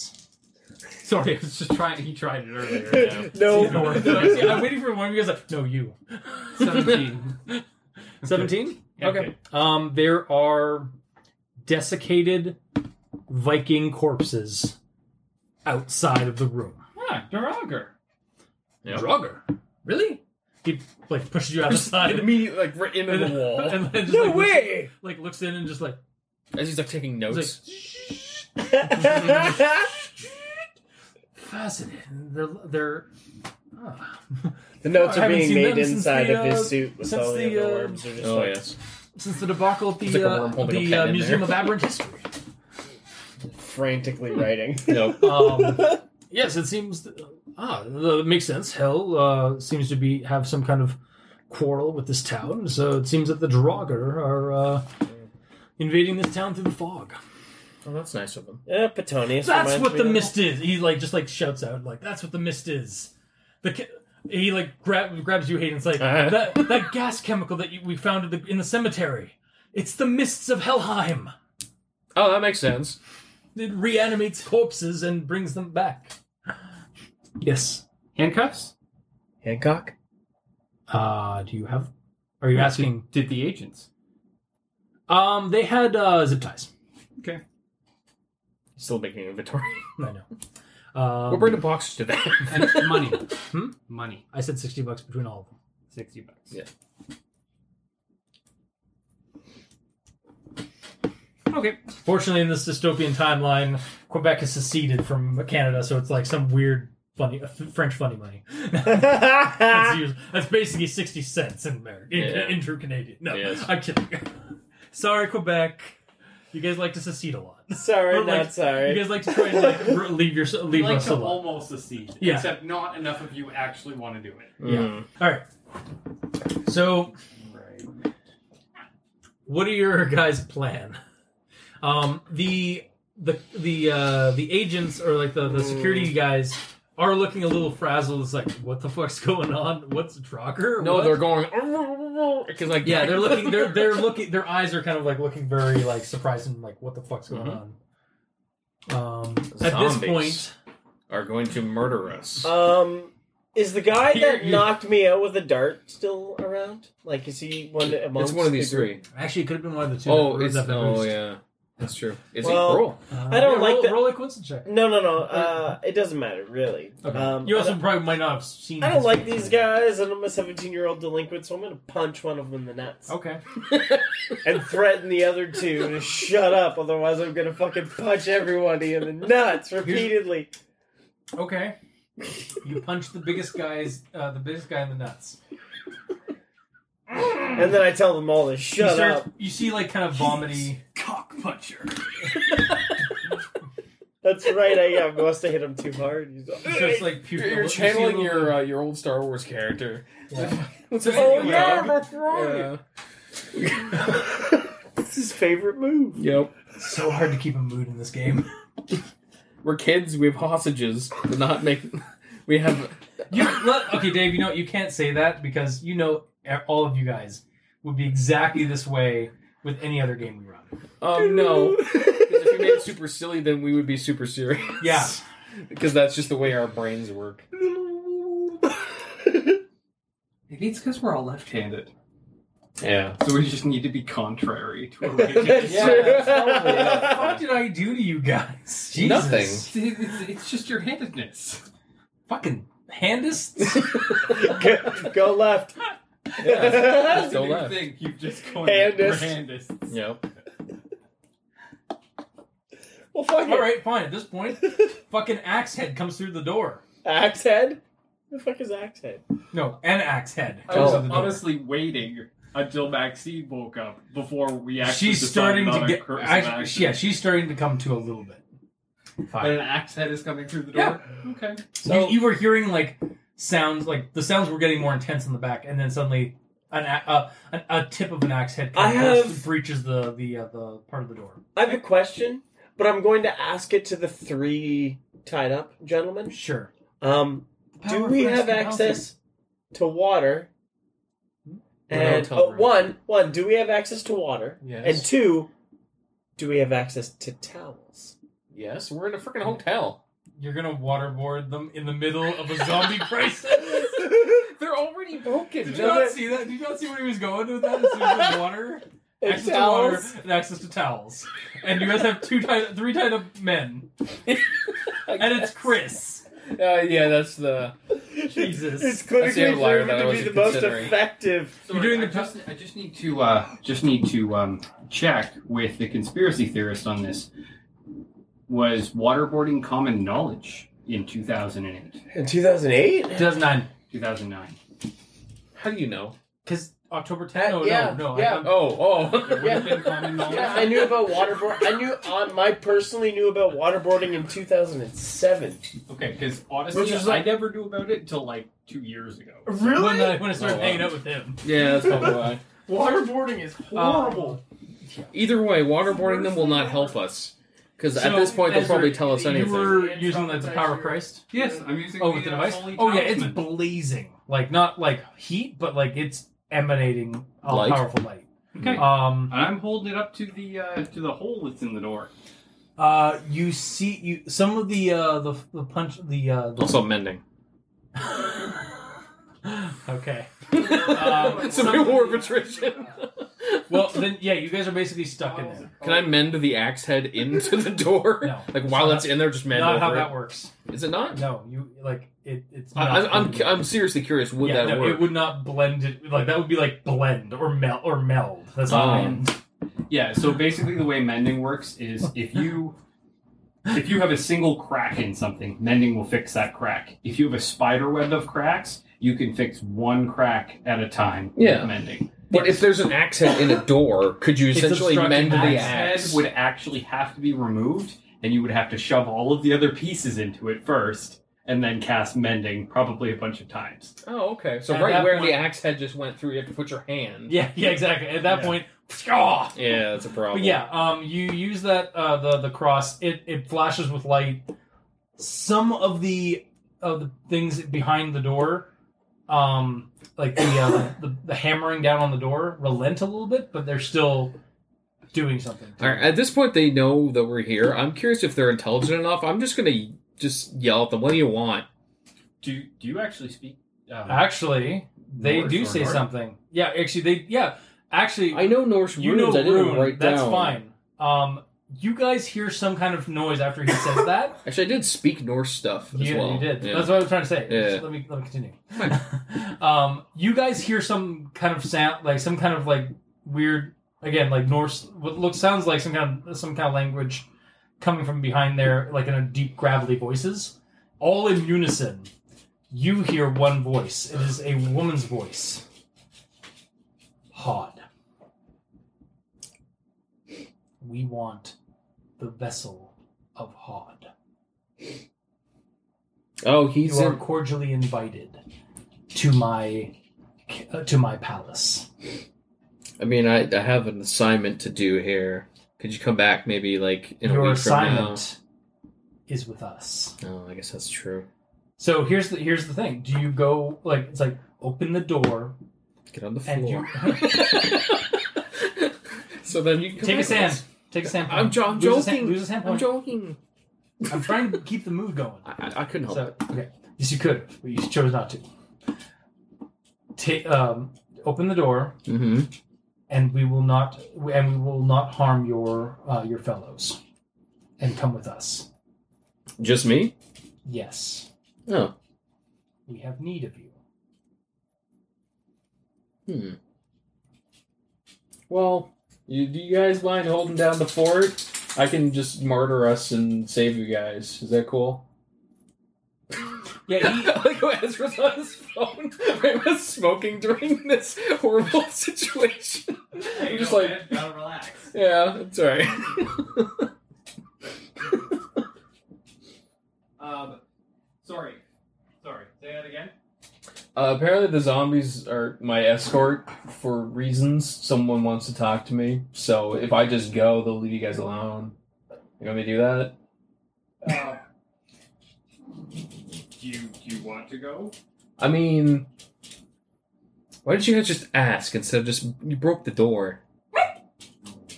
Speaker 5: Sorry, I was just trying. He tried it earlier.
Speaker 2: No,
Speaker 3: no.
Speaker 2: I see- I'm waiting for one of you guys. Like, no, you.
Speaker 5: Seventeen.
Speaker 2: Seventeen.
Speaker 5: Yeah, okay.
Speaker 2: Um, there are desiccated Viking corpses outside of the room.
Speaker 5: Ah, Draugr.
Speaker 4: Yeah.
Speaker 2: Draugr. Really? He like pushes you out the side.
Speaker 4: Immediately, like right into the wall.
Speaker 2: And then just,
Speaker 3: No
Speaker 2: like, looks-
Speaker 3: way!
Speaker 2: like looks in and just like
Speaker 4: As he's like taking notes.
Speaker 2: It's fascinating. They're they're
Speaker 3: The notes
Speaker 2: I
Speaker 3: are
Speaker 2: haven't
Speaker 3: being
Speaker 2: seen
Speaker 3: made
Speaker 2: them since
Speaker 3: inside
Speaker 2: the,
Speaker 3: of
Speaker 2: uh,
Speaker 3: his suit with
Speaker 2: since
Speaker 3: all the,
Speaker 2: the,
Speaker 3: other
Speaker 2: uh,
Speaker 3: worms. Are just
Speaker 4: Oh
Speaker 3: like,
Speaker 4: yes.
Speaker 2: Since the debacle at the,
Speaker 4: It's like a
Speaker 2: uh,
Speaker 4: worm holding a
Speaker 2: the
Speaker 4: pen
Speaker 2: uh,
Speaker 4: in
Speaker 2: Museum
Speaker 4: there.
Speaker 2: of Aberrant History.
Speaker 4: Mm.
Speaker 3: frantically writing.
Speaker 4: Nope.
Speaker 2: Um, yes, it seems. th- ah, that makes sense. Hell uh, seems to be have some kind of quarrel with this town, so it seems that the Draugr are uh, invading this town through the fog.
Speaker 4: Oh, that's nice of them.
Speaker 3: Yeah, Uh, Petonius.
Speaker 2: That's
Speaker 3: reminds
Speaker 2: what
Speaker 3: me
Speaker 2: the
Speaker 3: of-
Speaker 2: mist is. He like just like shouts out like, "That's what the mist is." The ca- he like grab, grabs you, Hayden's like
Speaker 3: Uh-huh.
Speaker 2: that that gas chemical that you, we found in the, in the cemetery. It's the mists of Helheim.
Speaker 4: Oh, that makes sense.
Speaker 2: It reanimates corpses and brings them back. Yes.
Speaker 5: Handcuffs?
Speaker 3: Hancock.
Speaker 2: Uh, do you have? Are you asking?
Speaker 5: Did the agents?
Speaker 2: Um, they had uh, zip ties.
Speaker 4: Still making inventory.
Speaker 2: I know. Um,
Speaker 4: we'll bring the boxes to them.
Speaker 5: And money.
Speaker 2: Hmm?
Speaker 5: Money.
Speaker 2: I said sixty bucks between all of them.
Speaker 5: 60 bucks.
Speaker 4: Yeah.
Speaker 5: Okay.
Speaker 2: Fortunately, in this dystopian timeline, Quebec has seceded from Canada, so it's like some weird funny uh, French funny money. That's, usually, that's basically sixty cents in America, in,
Speaker 4: Yeah.
Speaker 2: in true Canadian. No,
Speaker 4: Yes.
Speaker 2: I'm kidding. sorry, Quebec. You guys like to secede a lot.
Speaker 3: Sorry,
Speaker 2: Or
Speaker 3: not
Speaker 2: like-
Speaker 3: sorry.
Speaker 2: You guys like to try and like re- leave your leave
Speaker 7: like
Speaker 2: us
Speaker 7: to
Speaker 2: alone.
Speaker 7: almost secede,
Speaker 2: Yeah.
Speaker 7: except not enough of you actually want to do it.
Speaker 2: Yeah. All right. So, what are your guys' plan? Um, the the the uh, the agents or like the, the security guys are looking a little frazzled. It's like, what the fuck's going on? What's Drocker?
Speaker 4: No,
Speaker 2: What?
Speaker 4: they're going because like
Speaker 2: yeah, they're looking. They're they're looking. Their eyes are kind of like looking very like surprised and like, what the fuck's going on? Um, at this
Speaker 4: Zombies.
Speaker 2: point,
Speaker 4: are going to murder us.
Speaker 3: Um, is the guy
Speaker 2: Here,
Speaker 3: that
Speaker 2: you-
Speaker 3: knocked me out with a dart still around? Like, is he one amongst?
Speaker 4: it's one of these
Speaker 3: the group?
Speaker 4: three.
Speaker 2: actually, it could have been one of the two.
Speaker 4: Oh,
Speaker 2: that-
Speaker 4: it's
Speaker 2: that
Speaker 4: oh
Speaker 2: boost.
Speaker 4: yeah, that's true. Is
Speaker 3: Well,
Speaker 4: it roll?
Speaker 2: Uh,
Speaker 3: I don't
Speaker 2: yeah,
Speaker 3: like
Speaker 2: roll,
Speaker 3: that-
Speaker 2: roll a coincidence check.
Speaker 3: No, no, no. Uh, it doesn't matter really.
Speaker 2: Okay.
Speaker 3: Um,
Speaker 2: you
Speaker 3: I
Speaker 2: also
Speaker 3: don't-
Speaker 2: probably might not have seen.
Speaker 3: I don't
Speaker 2: his
Speaker 3: like
Speaker 2: face.
Speaker 3: these guys, and I'm a 17 year old delinquent, so I'm gonna punch one of them in the nuts
Speaker 5: Okay.
Speaker 3: and threaten the other two to shut up. Otherwise, I'm gonna fucking punch everybody in the nuts repeatedly.
Speaker 5: Okay.
Speaker 2: You punch the biggest guys, uh, the biggest guy in the nuts.
Speaker 3: And then I tell them all to
Speaker 2: you,
Speaker 3: shut
Speaker 2: start-
Speaker 3: up.
Speaker 2: you see like kind of vomity.
Speaker 7: Cock puncher.
Speaker 3: That's right. I, I must have hit him too hard. He's like,
Speaker 2: It's just like puke.
Speaker 4: You're,
Speaker 2: you
Speaker 4: you're
Speaker 2: see a little
Speaker 4: channeling your
Speaker 2: bit-
Speaker 4: uh, your old Star Wars character.
Speaker 3: oh yeah,
Speaker 4: Yeah.
Speaker 3: that's right. It's his favorite move.
Speaker 4: Yep.
Speaker 2: It's so hard to keep a mood in this game.
Speaker 4: We're kids. We have hostages. We're not making. We have.
Speaker 2: You let, okay, Dave? You know what? you can't say that because you know e- all of you guys would be exactly this way with any other game we run.
Speaker 4: Um no. 'Cause if we made it super silly, then we would be super serious.
Speaker 2: Yeah.
Speaker 4: Because that's just the way our brains work.
Speaker 5: Maybe it's because we're all left-handed,
Speaker 4: Yeah.
Speaker 5: so we just need to be contrary to our
Speaker 3: That's true.
Speaker 2: What did I do to you guys? Jesus.
Speaker 4: uh, Nothing.
Speaker 5: it's, it's just your handedness.
Speaker 2: Fucking handists.
Speaker 3: go, go left.
Speaker 4: Just go
Speaker 5: New
Speaker 4: left.
Speaker 5: thing you've just coined.
Speaker 3: Handist.
Speaker 5: Handist.
Speaker 4: Yep.
Speaker 3: well, fuck
Speaker 2: all
Speaker 3: it.
Speaker 2: right, fine. At this point, fucking axe head comes through the door.
Speaker 3: Axe head? The fuck is axe head?
Speaker 2: No, an axe head.
Speaker 3: Oh,
Speaker 5: I was
Speaker 2: comes through the door.
Speaker 5: Oh, honestly waiting until Maxine woke up before we actually.
Speaker 2: she's
Speaker 5: decided
Speaker 2: starting to
Speaker 5: on a
Speaker 2: get
Speaker 5: curse of
Speaker 2: I,
Speaker 5: action.
Speaker 2: yeah she's starting to come to a little bit
Speaker 5: But an axe head is coming through the door. Okay.
Speaker 2: you, you were hearing like sounds like the sounds were getting more intense in the back and then suddenly an a, uh, an, a tip of an axe head
Speaker 3: I
Speaker 2: comes past-
Speaker 3: have-
Speaker 2: breaches the the uh, the part of the door
Speaker 3: I have a question, but I'm going to ask it to the three tied up gentlemen.
Speaker 2: sure
Speaker 3: Um, do we have access to water?
Speaker 2: Hmm?
Speaker 3: And
Speaker 4: hotel
Speaker 3: uh,
Speaker 4: room.
Speaker 3: one, one, do we have access to water?
Speaker 4: Yes.
Speaker 3: And two, do we have access to towels?
Speaker 4: yes. We're in a freaking hotel.
Speaker 2: you're gonna waterboard them in the middle of a zombie crisis
Speaker 4: They're already broken.
Speaker 2: did you not see that did you not see where he was going with that as soon as the water
Speaker 3: And
Speaker 2: access to water and access to towels and you guys have two tied, three tied up men and it's chris
Speaker 4: Uh, yeah, that's the.
Speaker 2: Jesus.
Speaker 4: That's
Speaker 3: It's
Speaker 4: the
Speaker 3: clinically
Speaker 4: outlier
Speaker 3: proven
Speaker 4: that I
Speaker 3: to be
Speaker 4: wasn't
Speaker 3: the most
Speaker 4: considering.
Speaker 3: effective.
Speaker 5: You're doing the. I just, I just need to uh, just need to um, check with the conspiracy theorist on this. Was waterboarding common knowledge?
Speaker 7: in 2008.
Speaker 3: In 2008?
Speaker 2: 2009.
Speaker 7: 2009.
Speaker 4: How do you know?
Speaker 2: Because October 10th? No,
Speaker 3: yeah,
Speaker 2: no, no.
Speaker 3: yeah.
Speaker 2: I, I'm,
Speaker 4: Oh, oh.
Speaker 2: would have been common knowledge.
Speaker 3: Yeah, I knew about waterboard. I knew on my personally knew about waterboarding in 2007.
Speaker 7: Okay, because honestly,
Speaker 3: Which is
Speaker 7: I never knew about it until like two years ago.
Speaker 2: When I, when I started hanging out with him.
Speaker 4: yeah, that's probably
Speaker 2: uh,
Speaker 4: why.
Speaker 3: Waterboarding is horrible.
Speaker 4: Either way, waterboarding them will not help us. Because at
Speaker 2: So,
Speaker 4: this point, they'll
Speaker 2: Ezra,
Speaker 4: probably tell us anything.
Speaker 2: You were using that to power of Christ?
Speaker 10: Yes, I'm using
Speaker 2: Oh,
Speaker 10: the,
Speaker 2: with the
Speaker 10: uh,
Speaker 2: device?
Speaker 10: holy
Speaker 2: Oh, yeah, it's
Speaker 10: talisman.
Speaker 2: blazing. Like, not like heat, but like it's emanating a
Speaker 4: Light?
Speaker 2: powerful light.
Speaker 7: Okay.
Speaker 2: Um,
Speaker 7: And I'm holding it up to the uh, to the hole that's in the door.
Speaker 2: uh, you see, you some of the uh, the the punch the uh, the
Speaker 4: Also, mending.
Speaker 2: okay.
Speaker 4: Um, Somebody war of attrition.
Speaker 2: Well, then yeah, you guys are basically stuck in there.
Speaker 4: Can I mend the axe head into the door?
Speaker 2: No.
Speaker 4: Like while it's in there, just mend
Speaker 2: Not
Speaker 4: over
Speaker 2: how
Speaker 4: it.
Speaker 2: that works.
Speaker 4: Is it not?
Speaker 2: No, you like it. It's
Speaker 4: I,
Speaker 2: not
Speaker 4: I'm, I'm cu- I'm seriously curious. Would
Speaker 2: yeah,
Speaker 4: that
Speaker 2: no,
Speaker 4: work?
Speaker 2: it would not blend it. Like that would be like blend or melt or meld. That's not
Speaker 4: Oh.
Speaker 2: mend.
Speaker 7: Yeah. So basically, the way mending works is if you if you have a single crack in something, mending will fix that crack. If you have a spider web of cracks, you can fix one crack at a time. with
Speaker 4: Yeah.
Speaker 7: Mending.
Speaker 4: But if there's an axe head in a door, could you
Speaker 2: It's
Speaker 4: essentially
Speaker 2: obstructing
Speaker 4: mend the
Speaker 2: axe
Speaker 7: Head
Speaker 4: axe?
Speaker 7: would actually have to be removed, and you would have to shove all of the other pieces into it first, and then cast mending probably a bunch of times.
Speaker 4: Oh, okay. So
Speaker 2: At
Speaker 4: right
Speaker 2: that
Speaker 4: where
Speaker 2: point-
Speaker 4: the axe head just went through, you have to put your hand.
Speaker 2: Yeah, yeah, exactly. At that
Speaker 7: Yeah.
Speaker 2: point, pshaw!
Speaker 4: Yeah, that's a problem.
Speaker 2: But yeah, um, you use that uh, the the cross. It it flashes with light. Some of the of the things behind the door, um, like the, uh, the the hammering down on the door, relent a little bit, but they're still doing something.
Speaker 4: All right. At this point, they know that we're here. I'm curious if they're intelligent enough. I'm just gonna just yell at them. What do you want?
Speaker 7: Do Do you actually speak? Um,
Speaker 2: Uh, Actually, they
Speaker 7: Norse
Speaker 2: do
Speaker 7: or
Speaker 2: say
Speaker 7: Nordic?
Speaker 2: something. Yeah, actually, they yeah, actually,
Speaker 4: I know Norse
Speaker 2: you
Speaker 4: runes.
Speaker 2: know
Speaker 4: I didn't
Speaker 2: Rune.
Speaker 4: write
Speaker 2: That's
Speaker 4: down.
Speaker 2: fine. Um, you guys hear some kind of noise after he says that.
Speaker 4: Actually, I did speak Norse stuff as
Speaker 2: you,
Speaker 4: well.
Speaker 2: you did.
Speaker 4: Yeah.
Speaker 2: That's what I was trying to say.
Speaker 4: Yeah.
Speaker 2: Just let me let me continue. um, you guys hear some kind of sound, like some kind of like weird, again, like Norse. What looks sounds like some kind of some kind of language coming from behind there, like in a deep gravelly voices, all in unison. You hear one voice. It is a woman's voice. Hod. We want the vessel of Hod.
Speaker 4: oh, he's
Speaker 2: You are
Speaker 4: in.
Speaker 2: cordially invited to my uh, to my palace.
Speaker 4: I mean, I, I have an assignment to do here. Could you come back maybe like in a
Speaker 2: Your
Speaker 4: week
Speaker 2: assignment is with us.
Speaker 4: from now? Oh, I guess that's true.
Speaker 2: So here's the here's the thing. Do you go like it's like open the door,
Speaker 4: Get on the
Speaker 2: And
Speaker 4: floor. so then you can come
Speaker 2: take a
Speaker 4: with
Speaker 2: sand,
Speaker 4: us.
Speaker 2: take a sand.
Speaker 4: I'm
Speaker 2: point.
Speaker 4: jo- I'm
Speaker 2: Lose a sand-
Speaker 4: joking.
Speaker 2: lose a sand
Speaker 4: I'm
Speaker 2: point.
Speaker 4: joking.
Speaker 2: I'm trying to keep the mood going.
Speaker 4: I, I- I couldn't help
Speaker 2: So,
Speaker 4: it.
Speaker 2: okay. Yes, you could, but you chose not to. Take, um, open the door,
Speaker 4: Mm-hmm.
Speaker 2: and we will not, and we will not harm your uh, your fellows, and come with us.
Speaker 4: Just me?
Speaker 2: Yes,
Speaker 4: Oh.
Speaker 2: we have need of you.
Speaker 4: Hmm. Well, you, do you guys mind holding down the fort? I can just martyr us and save you guys. Is that cool?
Speaker 2: Yeah, he,
Speaker 4: like how Ezra's on his phone. Ray was smoking during this horrible situation. I'm just like,
Speaker 7: gotta relax.
Speaker 4: yeah, it's alright.
Speaker 7: Um, sorry, sorry. Say that again.
Speaker 4: Uh, apparently, the zombies are my escort for reasons. Someone wants to talk to me, so if I just go, they'll leave you guys alone. You want me to do that?
Speaker 7: Uh, do you do you want to go?
Speaker 4: I mean, why didn't you guys just ask instead of just you broke the door?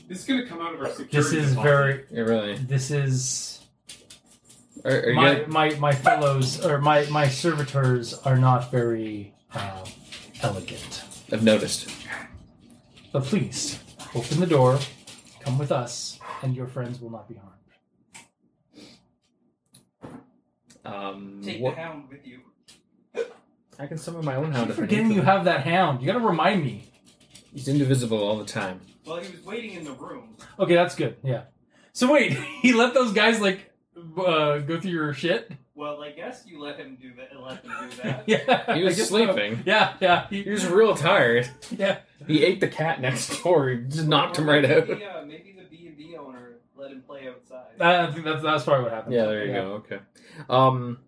Speaker 7: This is gonna come out of our security.
Speaker 2: this is
Speaker 7: deposit.
Speaker 2: very.
Speaker 4: Yeah, really.
Speaker 2: This is
Speaker 4: Are, are you
Speaker 2: my,
Speaker 4: guys-
Speaker 2: my my fellows or my my servitors are not very uh, elegant.
Speaker 4: I've noticed.
Speaker 2: But please, open the door, come with us, and your friends will not be harmed.
Speaker 4: Um,
Speaker 9: Take
Speaker 4: what-
Speaker 9: the hound with you.
Speaker 4: I can summon my own
Speaker 2: I
Speaker 4: hound.
Speaker 2: keep
Speaker 4: if I need
Speaker 2: forgetting
Speaker 4: to.
Speaker 2: you have that hound. You gotta remind me.
Speaker 4: He's indivisible all the time.
Speaker 9: Well, he was waiting in the room.
Speaker 2: Okay, that's good. Yeah. So wait, he let those guys like uh, go through your shit.
Speaker 9: Well, I guess you let him do that. Let him do that.
Speaker 2: Yeah,
Speaker 4: He
Speaker 2: I guess
Speaker 4: was
Speaker 2: so.
Speaker 4: sleeping.
Speaker 2: Yeah, yeah,
Speaker 4: He
Speaker 2: he-
Speaker 4: was real tired.
Speaker 2: yeah.
Speaker 4: He ate the cat next door. He just knocked him right out.
Speaker 9: Maybe, uh, maybe the B and B owner let him play outside.
Speaker 2: I think that's that's probably what happened.
Speaker 4: Yeah, there you go. Okay. Um,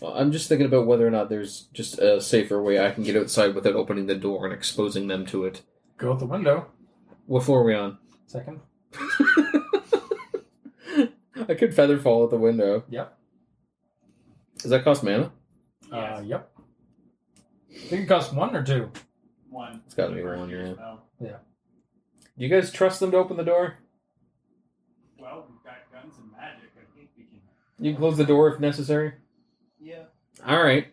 Speaker 4: well, I'm just thinking about whether or not there's just a safer way I can get outside without opening the door and exposing them to it.
Speaker 2: Go out the window.
Speaker 4: What floor are we on?
Speaker 2: Second.
Speaker 4: I could feather fall out the window.
Speaker 2: Yep.
Speaker 4: Does that cost mana?
Speaker 2: Uh, yep. I think it costs one or two.
Speaker 9: One.
Speaker 4: It's got to be one. Yeah.
Speaker 9: Well,
Speaker 4: Do you guys trust them to open the door?
Speaker 9: well, we've got guns and magic. I think we can.
Speaker 4: You can close the door if necessary.
Speaker 9: Yeah.
Speaker 4: All right.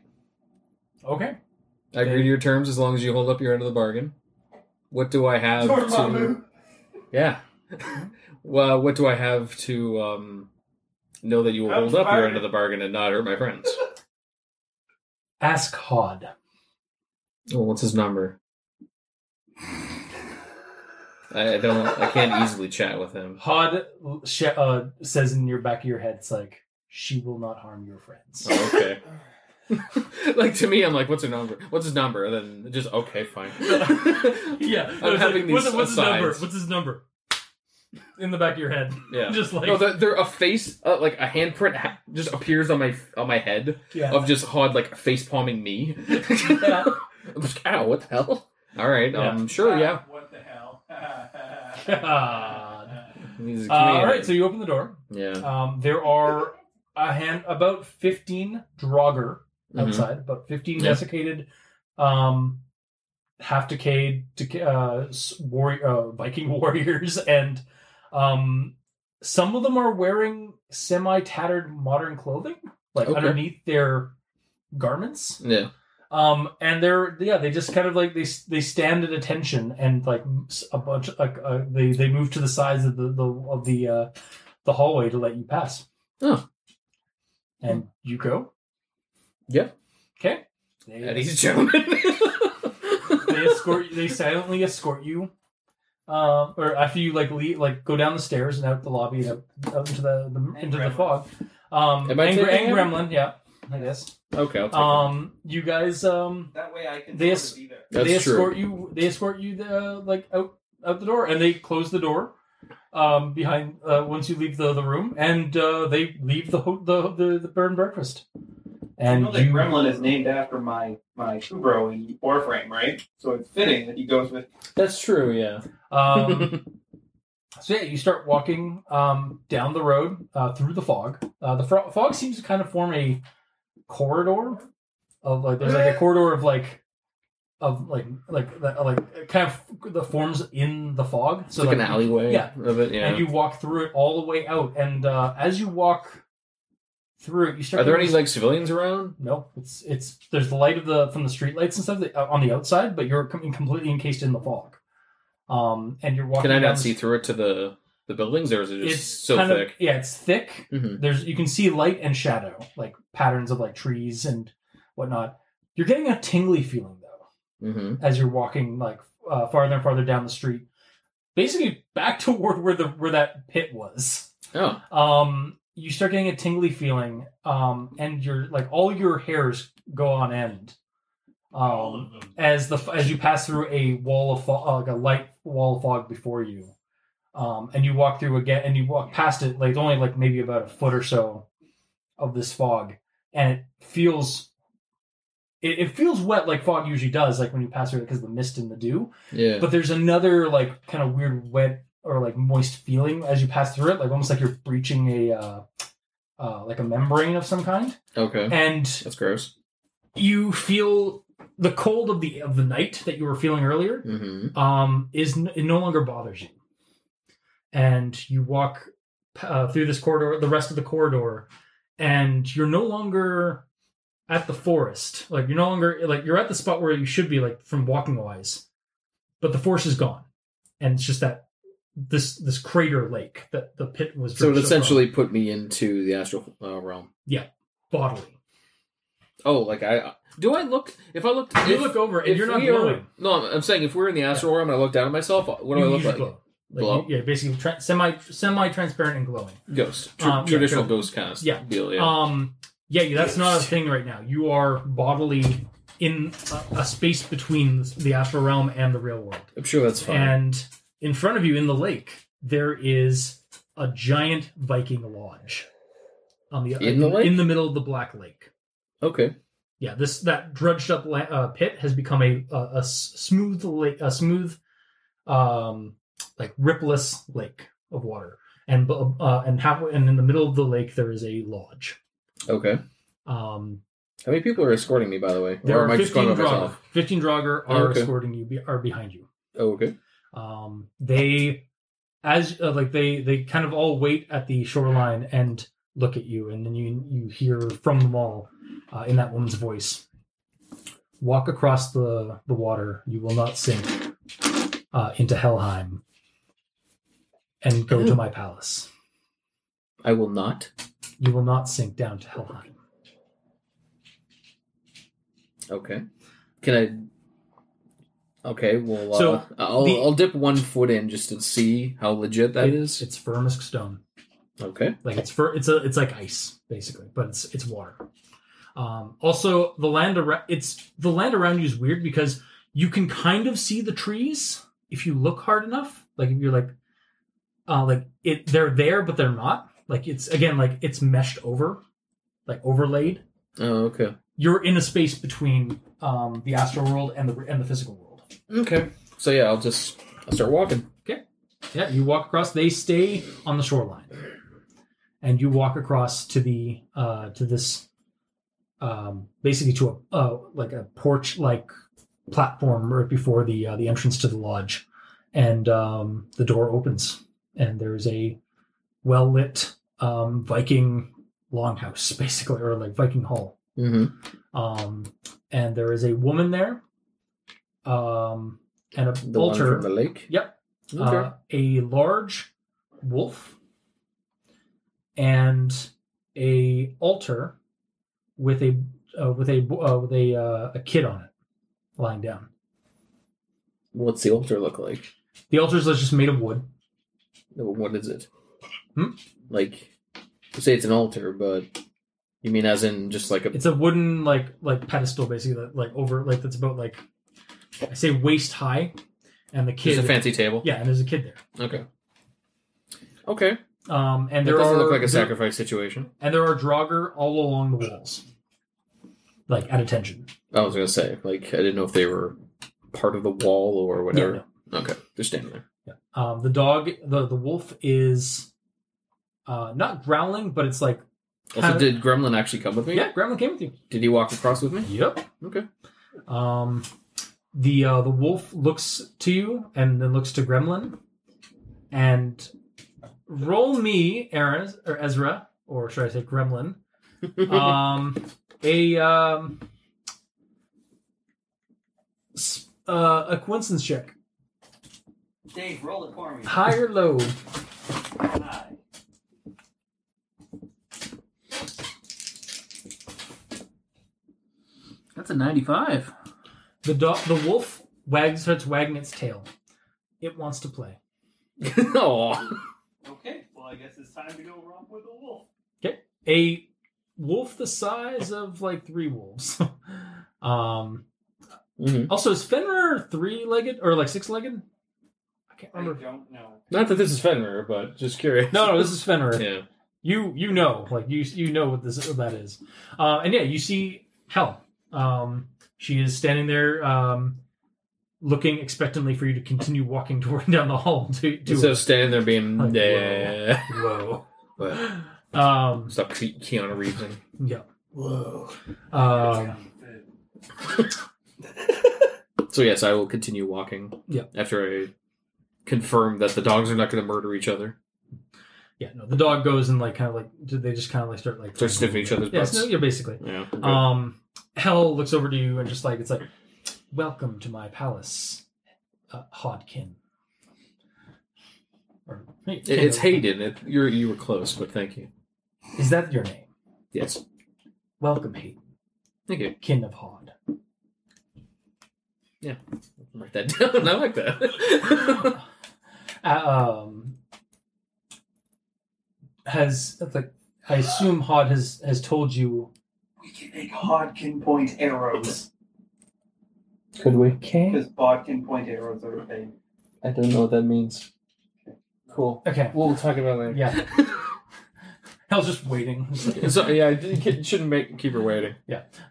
Speaker 2: Okay.
Speaker 4: I agree to your terms as long as you hold up your end of the bargain. What do I have to? Yeah. well, what do I have to um, know that you will
Speaker 11: Out
Speaker 4: hold
Speaker 11: the
Speaker 4: up your
Speaker 11: bargain.
Speaker 4: end of the bargain and not hurt my friends?
Speaker 2: Ask Hod.
Speaker 4: well, what's his number? I I don't. I can't easily chat with him.
Speaker 2: Hod sh- uh, says in your back of your head, it's like, she will not harm your friends.
Speaker 4: Oh, okay. like to me, I'm like, what's her number? What's his number? And then just okay, fine.
Speaker 12: Yeah,
Speaker 4: I'm having these
Speaker 12: what's, what's his number?
Speaker 4: asides.
Speaker 12: What's his number? In the back of your head,
Speaker 4: yeah.
Speaker 12: just like
Speaker 4: no, there, there a face uh, like a handprint ha- just appears on my on my head
Speaker 2: Yeah.
Speaker 4: of just Hod like face palming me. I'm just, Ow! What the hell? All right, um, sure, yeah.
Speaker 9: What the hell?
Speaker 2: God.
Speaker 4: He's a
Speaker 2: Uh, all
Speaker 4: comedian.
Speaker 2: right, so you open the door.
Speaker 4: yeah,
Speaker 2: Um, there are a hand about fifteen draugr
Speaker 4: Mhm.
Speaker 2: outside, about fifteen
Speaker 4: Yeah.
Speaker 2: desiccated, um, half decayed deca- uh, s- warrior, uh, Viking warriors, and um, some of them are wearing semi tattered modern clothing, like
Speaker 4: Okay.
Speaker 2: underneath their garments.
Speaker 4: yeah.
Speaker 2: Um, and they're yeah, they just kind of like they they stand at attention and like s- a bunch like uh, they they move to the sides of the, the of the uh, the hallway to let you pass.
Speaker 4: Oh.
Speaker 2: And you go.
Speaker 4: Yeah.
Speaker 2: Okay.
Speaker 4: And
Speaker 2: They,
Speaker 4: he's a gentleman.
Speaker 2: they escort. They silently escort you. Um, or after you like leave, like go down the stairs and out the lobby and out, out into the, the into the
Speaker 9: Gremlin.
Speaker 2: fog. Um,
Speaker 4: Am I
Speaker 2: and, Gre-
Speaker 4: taking
Speaker 2: and
Speaker 4: him?
Speaker 2: Gremlin, yeah, I guess.
Speaker 4: okay, I'll take it.
Speaker 2: Um, you guys, um,
Speaker 9: That way I can
Speaker 2: This-
Speaker 9: sort of be there.
Speaker 4: That's
Speaker 2: they
Speaker 4: true.
Speaker 2: escort you. They escort you the, like out out the door, and they close the door um, behind uh, once you leave the, the room, and uh, they leave the ho- the the, the burn breakfast.
Speaker 9: I
Speaker 2: And
Speaker 9: know that
Speaker 2: you-
Speaker 9: Gremlin is named after my my Kubro in Warframe, right? So it's fitting that he goes with.
Speaker 4: That's true. Yeah.
Speaker 2: Um, so yeah, you start walking um, down the road uh, through the fog. Uh, the fro- fog seems to kind of form a corridor of like there's
Speaker 4: Eh.
Speaker 2: like a corridor of like of like like that- like it kind of the forms in the fog.
Speaker 4: It's like, an alleyway.
Speaker 2: yeah.
Speaker 4: Of it. Yeah.
Speaker 2: and you walk through it all the way out. And uh, as you walk through it, you start.
Speaker 4: Are there any like civilians around?
Speaker 2: No, it's it's there's the light of the from the streetlights and stuff that, uh, on the outside, but you're com- completely encased in the fog. Um, and you're walking.
Speaker 4: Can I
Speaker 2: down
Speaker 4: not
Speaker 2: the
Speaker 4: see through it to the the buildings, or is it just
Speaker 2: it's
Speaker 4: so
Speaker 2: kind
Speaker 4: thick?
Speaker 2: of yeah, it's thick.
Speaker 4: Mhm.
Speaker 2: There's you can see light and shadow, like patterns of like trees and whatnot. You're getting a tingly feeling though
Speaker 4: Mm-hmm.
Speaker 2: as you're walking like uh, farther and farther down the street, basically back toward where the where that pit was.
Speaker 4: Oh,
Speaker 2: Um, you start getting a tingly feeling, um, and your like all your hairs go on end.
Speaker 12: all
Speaker 2: Um,
Speaker 12: of them.
Speaker 2: as the as you pass through a wall of fog, uh, like a light wall of fog before you, um, and you walk through again, and you walk past it, like it's only like maybe about a foot or so of this fog, and it feels. It, it feels wet like fog usually does, like when you pass through it because of the mist and the dew.
Speaker 4: yeah.
Speaker 2: But there's another like kind of weird wet or like moist feeling as you pass through it, like almost like you're breaching a uh, uh, like a membrane of some kind.
Speaker 4: okay,
Speaker 2: And
Speaker 4: that's gross.
Speaker 2: you feel the cold of the of the night that you were feeling earlier
Speaker 4: Mm-hmm.
Speaker 2: um is n- it no longer bothers you and you walk uh, through this corridor the rest of the corridor and you're no longer at the forest like you're no longer like you're at the spot where you should be like from walking wise but the forest is gone and it's just that this this crater lake that the pit was
Speaker 4: So it
Speaker 2: dredged up from
Speaker 4: essentially put me into the astral uh, realm.
Speaker 2: bodily
Speaker 4: Oh, like I do. I look if I looked.
Speaker 2: uh, you
Speaker 4: if-
Speaker 2: look over and
Speaker 4: if
Speaker 2: you're not
Speaker 4: we are-
Speaker 2: glowing
Speaker 4: no, I'm I'm saying if we're in the astral realm and I look down at myself, what do
Speaker 2: you
Speaker 4: I look
Speaker 2: usually
Speaker 4: like?
Speaker 2: glow. Like,
Speaker 4: Glow?
Speaker 2: Yeah, basically tra- semi semi transparent and glowing.
Speaker 4: Ghost. Tr-
Speaker 2: Um, yeah,
Speaker 4: traditional
Speaker 2: sure.
Speaker 4: ghost cast.
Speaker 2: Yeah.
Speaker 4: Deal, yeah.
Speaker 2: Um, yeah, you- that's not a thing right now. You are bodily in a, a space between the astral realm and the real world.
Speaker 4: I'm sure that's fine.
Speaker 2: And in front of you in the lake, there is a giant Viking lodge on the
Speaker 4: In the lake?
Speaker 2: in the middle of the Black Lake.
Speaker 4: okay.
Speaker 2: Yeah, this that dredged up la- uh, pit has become a a, a s- smooth lake, a smooth, um, like ripless lake of water. And bu- uh, and halfway and in the middle of the lake there is a lodge.
Speaker 4: Okay.
Speaker 2: Um,
Speaker 4: How many people are escorting me, by the way?
Speaker 2: there
Speaker 4: or am
Speaker 2: are
Speaker 4: I just
Speaker 2: fifteen
Speaker 4: going by
Speaker 2: Draugr.
Speaker 4: myself?
Speaker 2: Fifteen Draugr
Speaker 4: Oh,
Speaker 2: are
Speaker 4: okay.
Speaker 2: escorting you. Be, are behind you.
Speaker 4: Oh, okay.
Speaker 2: um, they as uh, like they they kind of all wait at the shoreline and look at you and then you you hear from them all uh, in that woman's voice walk across the the water you will not sink uh, into helheim and go to my palace
Speaker 4: I will not.
Speaker 2: you will not sink down to helheim
Speaker 4: Okay. Can I? Okay. Well, uh,
Speaker 2: So,
Speaker 4: I'll
Speaker 2: the-
Speaker 4: I'll dip one foot in just to see how legit that
Speaker 2: It-
Speaker 4: is.
Speaker 2: it's firm as stone
Speaker 4: Okay.
Speaker 2: like it's for it's a it's like ice basically but it's it's water um also the land around it's the land around you is weird because you can kind of see the trees if you look hard enough like if you're like uh like it they're there but they're not like it's again like it's meshed over like overlaid
Speaker 4: Oh, okay.
Speaker 2: you're in a space between um the astral world and the and the physical world
Speaker 4: Okay. So yeah, I'll just I'll start walking.
Speaker 2: Yeah, you walk across. They stay on the shoreline, and you walk across to the uh, to this um, basically to a uh, like a porch like platform right before the uh, the entrance to the lodge, and um, the door opens, and there's a well lit um, Viking longhouse basically, or like Viking hall
Speaker 4: Mm-hmm.
Speaker 2: um, and there is a woman there, um, and a
Speaker 4: The one
Speaker 2: altar,
Speaker 4: from the lake.
Speaker 2: Yep.
Speaker 4: Okay.
Speaker 2: uh, a large wolf, and a altar with a uh, with a bo- uh, with a uh, a kid on it, lying down.
Speaker 4: What's the altar look like?
Speaker 2: The altar is just made of wood.
Speaker 4: What is it?
Speaker 2: Hmm?
Speaker 4: Like, you say it's an altar, but you mean as in just like a
Speaker 2: It's a wooden like like pedestal basically that like over like that's about like I say waist high, and the kid
Speaker 4: just a fancy table?
Speaker 2: yeah, and there's a kid there.
Speaker 4: Okay. Okay.
Speaker 2: Um, and
Speaker 4: That
Speaker 2: there
Speaker 4: doesn't
Speaker 2: are,
Speaker 4: look like a
Speaker 2: there-
Speaker 4: sacrifice situation.
Speaker 2: and there are Draugr all along the walls, like at attention.
Speaker 4: I was gonna say, like, I didn't know if they were part of the wall or whatever.
Speaker 2: Yeah,
Speaker 4: Okay, they're standing there.
Speaker 2: Um, the dog, the the wolf is uh, not growling, but it's like
Speaker 4: Also,
Speaker 2: How-
Speaker 4: did Gremlin actually come with me?
Speaker 2: yeah, Gremlin came with you.
Speaker 4: Did he walk across with me?
Speaker 2: Yep.
Speaker 4: Okay.
Speaker 2: Um, the uh, the wolf looks to you and then looks to Gremlin, and roll me, Aaron or Ezra, or should I say Gremlin? um, a um, s- uh, a coincidence check,
Speaker 9: Dave, roll it for me.
Speaker 2: high or low.
Speaker 9: Hi.
Speaker 6: That's a 95.
Speaker 2: The dog, the wolf wags starts wagging its tail. It wants to play.
Speaker 4: Aw.
Speaker 9: Okay, well, I guess it's time to go romp with the wolf.
Speaker 2: A wolf the size of like three wolves. um.
Speaker 4: Mhm.
Speaker 2: Also, is Fenrir three-legged or like six-legged? I can't
Speaker 9: I
Speaker 2: remember.
Speaker 9: don't know.
Speaker 4: Not that this is Fenrir, but just curious.
Speaker 2: No, no, this is Fenrir.
Speaker 4: Yeah.
Speaker 2: You you know, like you you know what this what that is. Uh, and yeah, you see Hell. Um, she is standing there, um, looking expectantly for you to continue walking toward down the hall to to.
Speaker 4: Instead of standing there being,
Speaker 2: Like,
Speaker 4: "Nah."
Speaker 2: Whoa.
Speaker 4: But
Speaker 2: Um.
Speaker 4: stop Ke- Keanu Reeves. in.
Speaker 2: Yeah. Whoa. Um,
Speaker 4: So yes, I will continue walking.
Speaker 2: Yeah.
Speaker 4: After I confirm that the dogs are not going to murder each other,
Speaker 2: yeah. No, the dog goes and like kind of like do they just kind of like start like
Speaker 4: start sniffing each other's
Speaker 2: Yeah.
Speaker 4: butts.
Speaker 2: So, yeah. Basically.
Speaker 4: Yeah. okay.
Speaker 2: Um. Hell looks over to you and just like it's like, welcome to my palace, uh, Hodkin. Or, hey,
Speaker 4: It- it's Hayden. It, you're you were close, but thank you.
Speaker 2: Is that your name?
Speaker 4: Yes.
Speaker 2: Welcome, Hayden,
Speaker 4: Thank you.
Speaker 2: kin of Hod.
Speaker 4: Write that down. I like that.
Speaker 2: uh, um, has like I assume Hod has has told you.
Speaker 9: We can make Hodkin point arrows
Speaker 4: Could we?
Speaker 13: Okay.
Speaker 9: because Bodkin point arrows are a thing.
Speaker 4: I don't know what that means. Cool.
Speaker 2: Okay,
Speaker 4: We'll talk about it
Speaker 2: yeah. I was just waiting.
Speaker 4: later. So yeah, it shouldn't make keep her waiting.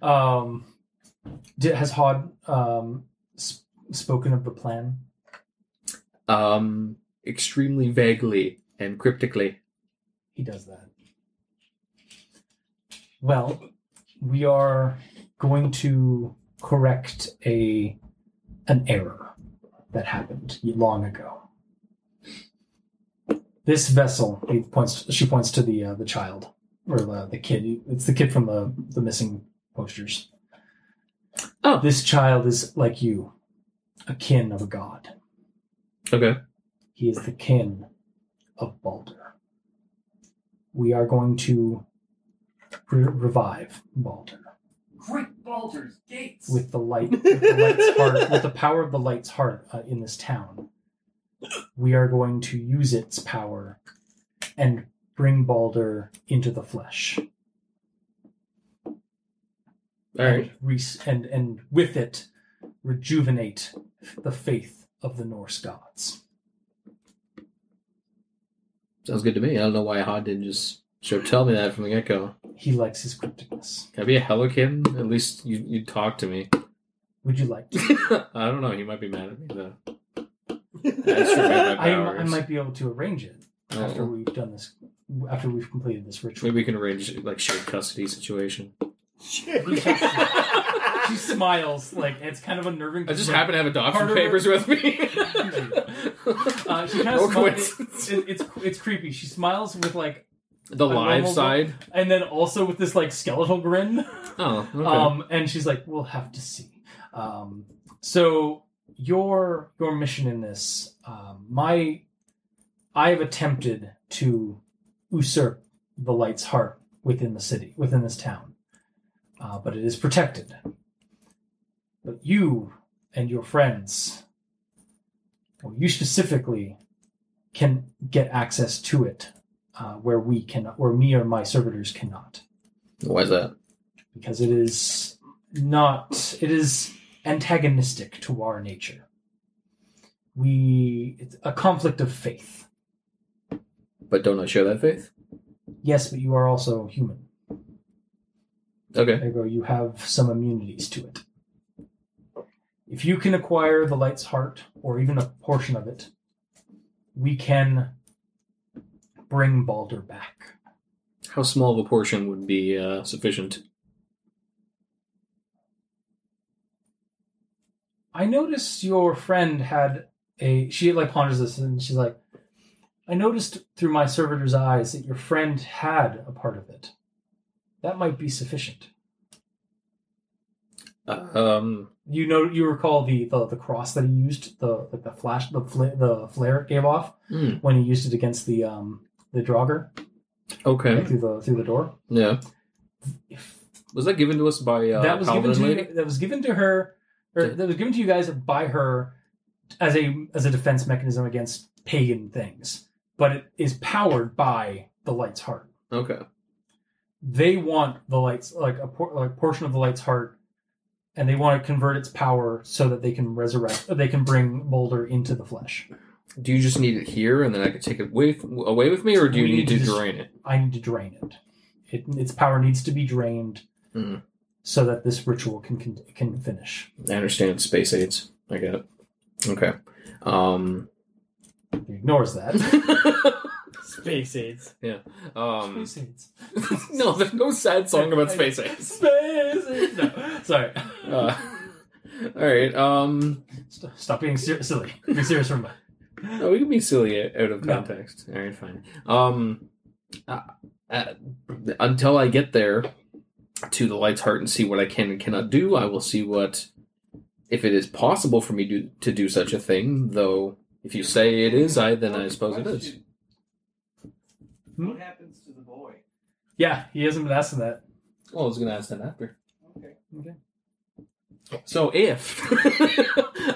Speaker 2: Um, did, has Hod um sp- spoken of the plan?
Speaker 4: Um, extremely vaguely and cryptically.
Speaker 2: He does that. Well, we are going to correct a an error that happened long ago. This vessel, he points. She points to the uh, the child or the, the kid. It's the kid from the the missing posters.
Speaker 4: Oh.
Speaker 2: this child is like you, a kin of a god.
Speaker 4: Okay.
Speaker 2: He is the kin of Balder. We are going to re- revive Balder
Speaker 9: Great Baldur's gates.
Speaker 2: with the light, with the light's heart, with the power of the light's heart uh, in this town. We are going to use its power and bring Balder into the flesh.
Speaker 4: All right.
Speaker 2: And, res- and and with it, rejuvenate the faith of the Norse gods.
Speaker 4: Sounds good to me. I don't know why Hod didn't just sort of tell me that from the get go.
Speaker 2: He likes his crypticness.
Speaker 4: Can I be a Hellican? At least you you talk to me.
Speaker 2: Would you like to?
Speaker 4: I don't know. He might be mad at me though. That's true. about my
Speaker 2: I, I
Speaker 4: powers.
Speaker 2: might be able to arrange it after
Speaker 4: Oh.
Speaker 2: we've done this, after we've completed this ritual.
Speaker 4: Maybe we can arrange like shared custody situation.
Speaker 2: she smiles, like it's kind of unnerving.
Speaker 4: I just
Speaker 2: like,
Speaker 4: happen to have adoption
Speaker 2: Carter-
Speaker 4: papers with me.
Speaker 2: Uh, she kind
Speaker 4: No
Speaker 2: of smiles.
Speaker 4: coincidence.
Speaker 2: It, it's it's creepy. She smiles with like,
Speaker 4: The
Speaker 2: I
Speaker 4: live
Speaker 2: rumbled-
Speaker 4: side.
Speaker 2: and then also with this like skeletal grin.
Speaker 4: Oh, okay.
Speaker 2: Um, and she's like, "We'll have to see." Um, so your your mission in this, um, my, I've attempted to usurp the light's heart within the city, within this town, uh, but it is protected. But you and your friends, or you specifically, can get access to it, uh, where we cannot, where me or my servitors cannot
Speaker 4: Why is that?
Speaker 2: because it is not it is antagonistic to our nature we it's a conflict of faith
Speaker 4: But don't I share that faith?
Speaker 2: yes but you are also human
Speaker 4: Okay.
Speaker 2: ergo you have some immunities to it if you can acquire the light's heart or even a portion of it we can bring balder back
Speaker 4: How small of a portion would be uh, sufficient?
Speaker 2: I noticed your friend had a. She like ponders this and she's like, I noticed through my servitor's eyes that your friend had a part of it. That might be sufficient.
Speaker 4: Um,
Speaker 2: You know, you recall the the, the cross that he used, the like the flash, the fla- the flare it gave off
Speaker 4: Hmm.
Speaker 2: when he used it against the um the Draugr like,
Speaker 4: okay.
Speaker 2: through the through the door.
Speaker 4: Yeah. Was that given to us by uh,
Speaker 2: that was
Speaker 4: Paladin
Speaker 2: given to
Speaker 4: lady?
Speaker 2: you, that was given to her, or
Speaker 4: Did-
Speaker 2: that was given to you guys by her as a as a defense mechanism against pagan things. But it is powered by the light's heart.
Speaker 4: Okay.
Speaker 2: They want the lights like a por- like portion of the light's heart, and they want to convert its power so that they can resurrect. They can bring Boulder into the flesh.
Speaker 4: Do you just need it here, and then I could take it with, away with me, or do you
Speaker 2: We
Speaker 4: need,
Speaker 2: need
Speaker 4: to
Speaker 2: to just-
Speaker 4: drain it?
Speaker 2: I need to drain it. it its power needs to be drained.
Speaker 4: Mhm.
Speaker 2: So that this ritual can can, can finish.
Speaker 4: I understand space aids. I get it. Okay. Um.
Speaker 2: He ignores that.
Speaker 3: Space aids.
Speaker 4: yeah. Um.
Speaker 2: Proceeds.
Speaker 4: no, there's no sad song about space aids.
Speaker 2: Space. No, sorry.
Speaker 4: Uh, all right. Um,
Speaker 2: Stop, stop being ser- silly. Be serious for a moment.
Speaker 4: no, we can be silly out of
Speaker 2: No.
Speaker 4: context. All right, fine. Um, uh, uh, until I get there to the light's heart and see what I can and cannot do, I will see what if it is possible for me to, to do such a thing. Though, if you say it is, I then I suppose it is.
Speaker 9: What happens to the boy?
Speaker 2: Yeah, he hasn't been asking that.
Speaker 4: Well, I was going to ask that after.
Speaker 9: Okay.
Speaker 4: So if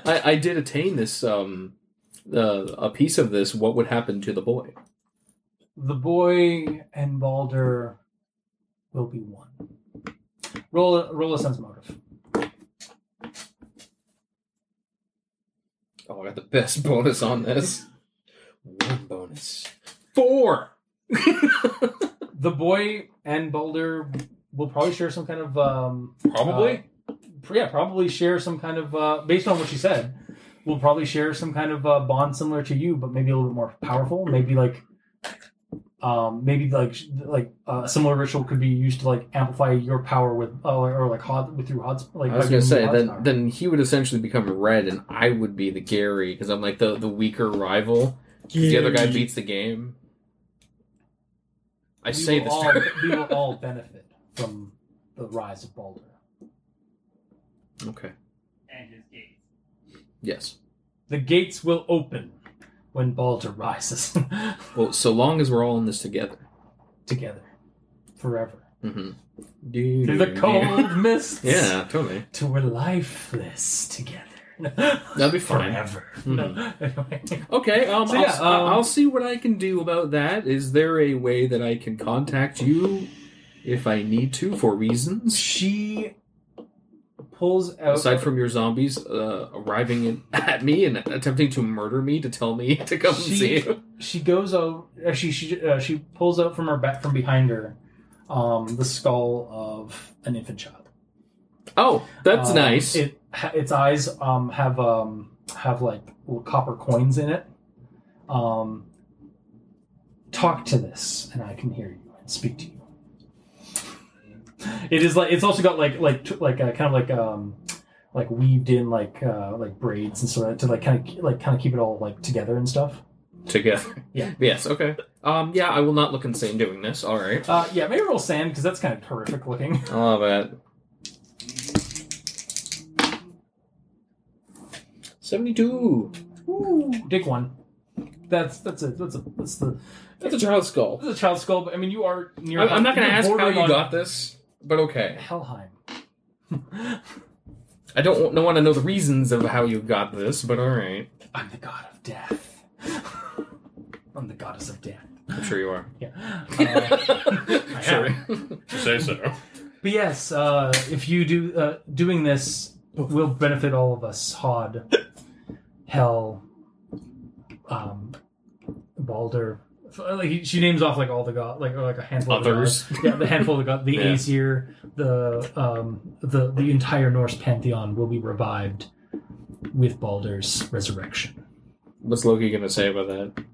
Speaker 4: I, I did attain this um uh, a piece of this, what would happen to the boy?
Speaker 2: The boy and Balder will be one. Roll a, roll a sense motive.
Speaker 4: Oh, I got the best bonus on this. One bonus. Four.
Speaker 2: The boy and Balder will probably share some kind of um,
Speaker 4: Probably.
Speaker 2: pr- yeah, probably share some kind of uh, based on what she said. We'll probably share some kind of uh, bond similar to you, but maybe a little bit more powerful. Maybe like, um, maybe like sh- like uh, similar ritual could be used to like amplify your power with uh, or like hot with through hot like.
Speaker 4: I was
Speaker 2: by
Speaker 4: gonna
Speaker 2: giving you
Speaker 4: say
Speaker 2: hot
Speaker 4: then
Speaker 2: power.
Speaker 4: then he would essentially become red, and I would be the Gary because I'm like the the weaker rival. The other guy beats the game. I
Speaker 2: We
Speaker 4: say
Speaker 2: will
Speaker 4: this.
Speaker 2: all-
Speaker 4: to-
Speaker 2: we will all benefit from the rise of Balder.
Speaker 4: okay.
Speaker 9: and his gates.
Speaker 4: Yes.
Speaker 2: The gates will open when Balder rises
Speaker 4: Well, so long as we're all in this together.
Speaker 2: together, forever.
Speaker 4: Mm-hmm.
Speaker 2: Through the cold mists.
Speaker 4: Yeah, totally.
Speaker 2: to we're lifeless together.
Speaker 4: That'd be fine.
Speaker 2: Forever.
Speaker 4: Mhm.
Speaker 2: Anyway.
Speaker 4: Okay, um,
Speaker 2: So,
Speaker 4: I'll,
Speaker 2: yeah, um,
Speaker 4: I'll see what I can do about that. Is there a way that I can contact you if I need to for reasons?
Speaker 2: she pulls out.
Speaker 4: Aside from your zombies uh, arriving in, at me and attempting to murder me to tell me to come and
Speaker 2: She-
Speaker 4: see you.
Speaker 2: she goes out. uh, She she uh, she pulls out from her back from behind her, um, the skull of an infant child.
Speaker 4: Oh, that's
Speaker 2: Um,
Speaker 4: nice.
Speaker 2: It ha- its eyes um have um have like little copper coins in it. Um, talk to this, and I can hear you and speak to you. It is like it's also got like like t- like uh, kind of like um like weaved in like uh like braids and sort of to like kind of like kind of keep it all like together and stuff.
Speaker 4: Together.
Speaker 2: Yeah.
Speaker 4: Yes, okay. Um, yeah, I will not look insane doing this. All right.
Speaker 2: Uh, yeah, maybe roll sand because that's kind of horrific looking.
Speaker 4: I love it. 72.
Speaker 2: Ooh, dick one. That's that's a that's a that's the
Speaker 4: That's a child skull.
Speaker 2: that's a child skull. But I mean, you are near.
Speaker 4: I'm, I'm not going to
Speaker 2: you're
Speaker 4: ask how
Speaker 2: bordering
Speaker 4: you
Speaker 2: on
Speaker 4: got this, but okay.
Speaker 2: Helheim.
Speaker 4: I don't want to know the reasons of how you got this, but all right.
Speaker 2: I'm the god of death. I'm the goddess of death.
Speaker 4: I'm sure you are.
Speaker 2: Yeah. Uh,
Speaker 4: sure.
Speaker 14: say so.
Speaker 2: but yes, uh, if you do uh, doing this will benefit all of us. Hod, Hell, um, Balder. F- uh, Like he- she names off like all the god, like or, like a handful
Speaker 4: Others.
Speaker 2: of the gods. yeah, the handful of the god, the
Speaker 4: Yeah.
Speaker 2: Aesir, the um, the the entire Norse pantheon will be revived with Balder's resurrection.
Speaker 4: What's Loki gonna say about that?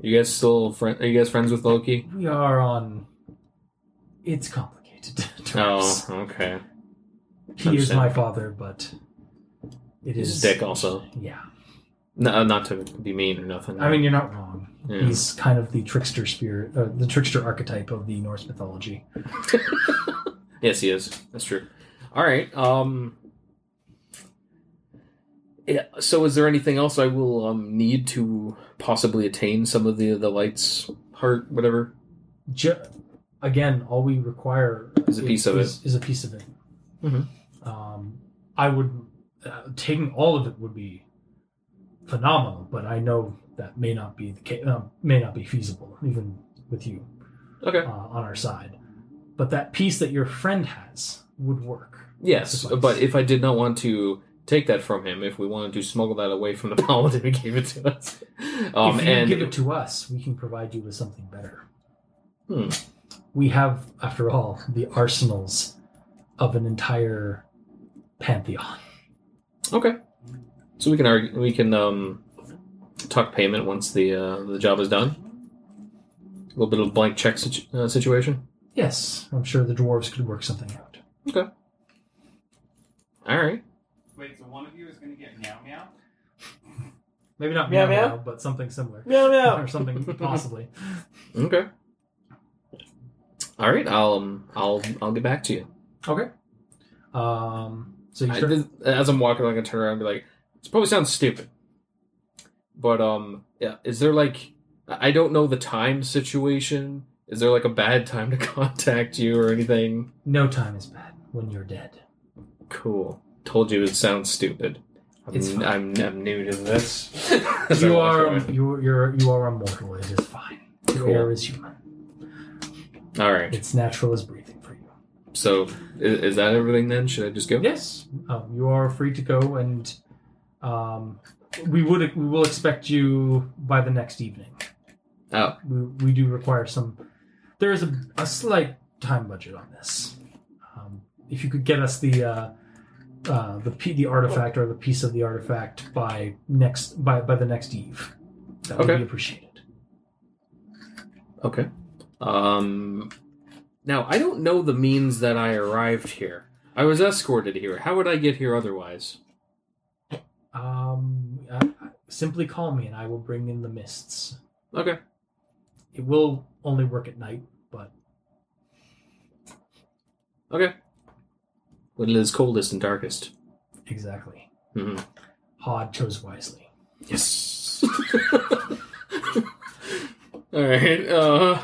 Speaker 4: You guys still friend? Are you guys friends with Loki?
Speaker 2: We are on. It's complicated
Speaker 4: Oh,
Speaker 2: terms.
Speaker 4: okay.
Speaker 2: he is
Speaker 4: understand.
Speaker 2: my father, but it is
Speaker 4: His dick also.
Speaker 2: Yeah,
Speaker 4: No, uh, not to be mean or nothing.
Speaker 2: I mean you're not wrong.
Speaker 4: Yeah.
Speaker 2: He's kind of the trickster spirit, uh, the trickster archetype of the Norse mythology.
Speaker 4: yes, he is. That's true. All right. Um. Yeah. So, is there anything else I will um need to possibly attain some of the the lights, heart, whatever?
Speaker 2: Ju- again, all we require
Speaker 4: Is a piece of
Speaker 2: is, is a piece of it.
Speaker 4: Mhm.
Speaker 2: Um, I would uh, taking all of it would be phenomenal, but I know that may not be the case, um, may not be feasible even with you.
Speaker 4: Okay.
Speaker 2: uh, on our side. But that piece that your friend has would work.
Speaker 4: Yes,
Speaker 2: Suffice.
Speaker 4: but if I did not want to take that from him, if we wanted to smuggle that away from the paladin who gave it to us, um,
Speaker 2: if you
Speaker 4: and
Speaker 2: give it to us, we can provide you with something better.
Speaker 4: Hmm.
Speaker 2: We have, after all, the arsenals of an entire pantheon.
Speaker 4: okay, so we can argue, we can um, talk payment once the uh, the job is done. A little bit of blank check situ- uh, situation.
Speaker 2: Yes, I'm sure the dwarves could work something out.
Speaker 4: All right,
Speaker 9: Wait, so one of you is going to get meow meow?
Speaker 2: Maybe not
Speaker 3: Meow
Speaker 2: meow,
Speaker 3: meow?
Speaker 2: meow, but something similar.
Speaker 3: Meow meow.
Speaker 2: Or something possibly.
Speaker 4: okay, all right. I'll um, I'll I'll get back to you.
Speaker 2: Okay. Um, so you
Speaker 4: I,
Speaker 2: start,
Speaker 4: this- as I'm walking, I'm gonna turn around and be like, "This probably sounds stupid, but um, yeah, is there like, I I don't know the time situation. Is there like a bad time to contact you or anything?
Speaker 2: no time is bad when you're dead.
Speaker 4: Cool. Told you it sounds stupid.
Speaker 5: It's
Speaker 4: I'm,
Speaker 5: fine.
Speaker 4: I'm, I'm new to this.
Speaker 2: You are you you're you are a mortal. It is fine. Your
Speaker 4: Cool.
Speaker 2: air is human.
Speaker 4: All right.
Speaker 2: It's natural as breathing for you.
Speaker 4: So i- is, is that everything then? Should I just go?
Speaker 2: Yes, um, you are free to go, and um, we would we will expect you by the next evening.
Speaker 4: Oh.
Speaker 2: we, we do require some. There is a, a slight time budget on this. Um, if you could get us the uh, uh, the p- the artifact or the piece of the artifact by next by by the next eve, that would
Speaker 4: Okay.
Speaker 2: be appreciated.
Speaker 4: Okay. Um. Now I don't know the means that I arrived here. I was escorted here. How would I get here otherwise?
Speaker 2: Um, uh, simply call me, and I will bring in the mists.
Speaker 4: Okay.
Speaker 2: It will only work at night, but
Speaker 4: Okay. When it is coldest and darkest.
Speaker 2: exactly.
Speaker 4: hmm
Speaker 2: Hod chose wisely.
Speaker 4: Yes. all right. Uh,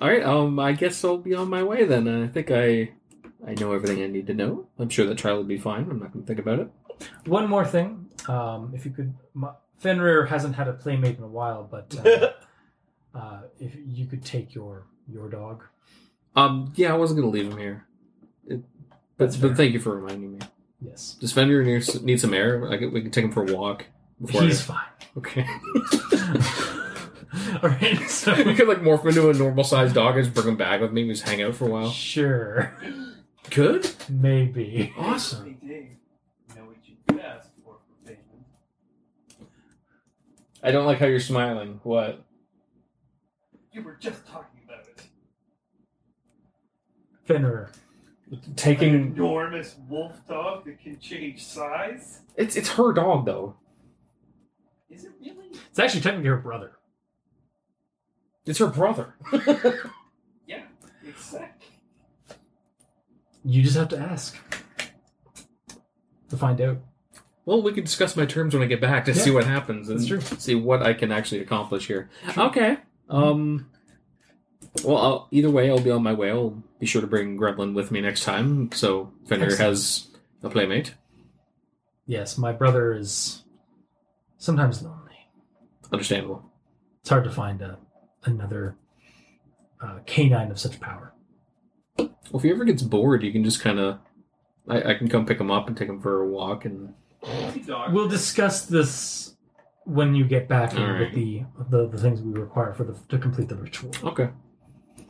Speaker 4: all right. Um, I guess I'll be on my way then. I think I, I know everything I need to know. I'm sure that trial will be fine. I'm not going to think about it.
Speaker 2: One more thing, um, if you could, my, Fenrir hasn't had a playmate in a while, but uh, uh, if you could take your your dog,
Speaker 4: Um, yeah, I wasn't going to leave him here. It, but, but thank you for reminding me.
Speaker 2: yes,
Speaker 4: Does Fender need, s- need some air? I could, we can take him for a walk. Before
Speaker 2: he's
Speaker 4: I,
Speaker 2: fine.
Speaker 4: okay.
Speaker 2: All right, so
Speaker 4: we could like morph into a normal sized dog and just bring him back with me. We just hang out for a while.
Speaker 2: sure,
Speaker 4: Good.
Speaker 2: maybe.
Speaker 4: Awesome.
Speaker 9: know what you could ask for for payment.
Speaker 4: I don't like how you're smiling. What?
Speaker 9: You were just talking about it.
Speaker 2: Fenrir,
Speaker 9: An
Speaker 4: Taking
Speaker 9: enormous wolf dog that can change size?
Speaker 4: It's it's her dog though.
Speaker 9: Is it really?
Speaker 2: it's actually technically her brother.
Speaker 4: It's her brother.
Speaker 9: Yeah, exactly.
Speaker 2: You just have to ask to find out.
Speaker 4: well, we can discuss my terms when I get back to see what happens and
Speaker 2: That's true.
Speaker 4: see what I can actually accomplish here. Okay. Um. Well, I'll, either way, I'll be on my way. I'll be sure to bring Gremlin with me next time, so Fenrir
Speaker 2: Excellent.
Speaker 4: has a playmate.
Speaker 2: Yes, my brother is sometimes lonely.
Speaker 4: Understandable.
Speaker 2: It's hard to find a, another uh, canine of such power.
Speaker 4: Well, if he ever gets bored, you can just kind of, I, I can come pick him up and take him for a walk, and
Speaker 9: Dog.
Speaker 2: We'll discuss this when you get back
Speaker 4: All
Speaker 2: and
Speaker 4: right.
Speaker 2: with the, the the things we require for the to complete the ritual.
Speaker 4: okay.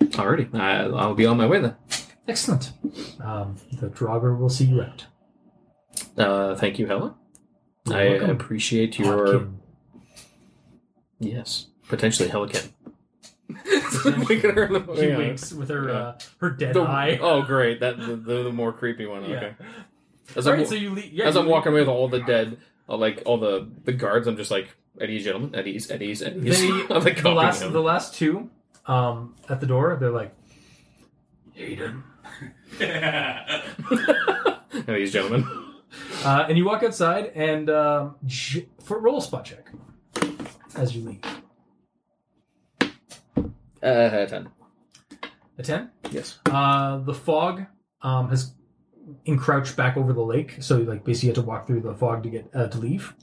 Speaker 4: Alrighty, I, I'll be on my way then.
Speaker 2: Excellent. Um, the Draugr will see you out.
Speaker 4: Uh, thank you, Helen.
Speaker 2: You're
Speaker 4: I
Speaker 2: welcome,
Speaker 4: appreciate your
Speaker 2: Hodkin.
Speaker 4: Yes, potentially Helican.
Speaker 2: She winks with her
Speaker 4: Oh, Yeah.
Speaker 2: uh, her dead
Speaker 4: The-
Speaker 2: eye.
Speaker 4: oh, great! That the, the, the more creepy one.
Speaker 2: Yeah.
Speaker 4: Okay. As
Speaker 2: All
Speaker 4: I'm,
Speaker 2: right, so you leave. Yeah,
Speaker 4: as
Speaker 2: you
Speaker 4: I'm
Speaker 2: leave-
Speaker 4: walking away with all the dead, uh, like all the the guards, I'm just like at ease, gentlemen, at ease, at ease, at ease.
Speaker 2: They-
Speaker 4: I'm like
Speaker 2: the
Speaker 4: copying
Speaker 2: last
Speaker 4: him.
Speaker 2: the last two um, at the door. They're like, Hayden.
Speaker 4: at ease, gentlemen.
Speaker 2: Uh, and you walk outside and um, j- for roll a spot check as you leave.
Speaker 4: Uh, ten.
Speaker 2: A ten.
Speaker 4: Yes.
Speaker 2: Uh, the fog um, has encroached back over the lake, so like basically you have to walk through the fog to get uh, to leave,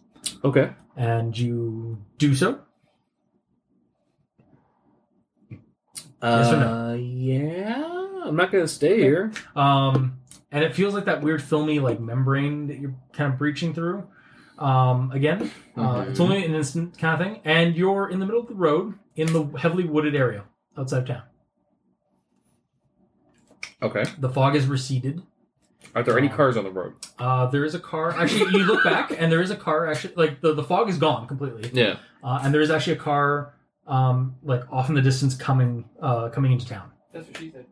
Speaker 4: Okay.
Speaker 2: and you do so.
Speaker 4: Uh,
Speaker 2: Yes or
Speaker 4: Yeah. I'm not gonna stay here.
Speaker 2: Um, and it feels like that weird filmy like membrane that you're kind of breaching through. Um, again, uh,
Speaker 4: Mhm.
Speaker 2: it's only an instant kind of thing, and you're in the middle of the road in the heavily wooded area outside of town.
Speaker 4: Okay.
Speaker 2: The fog has receded.
Speaker 4: Are there any cars on the road?
Speaker 2: Uh, there is a car. Actually, you look back, and there is a car. Actually, like the, the fog is gone completely.
Speaker 4: Yeah.
Speaker 2: uh, and there is actually a car um, like off in the distance coming uh, coming into town.
Speaker 9: That's what she said.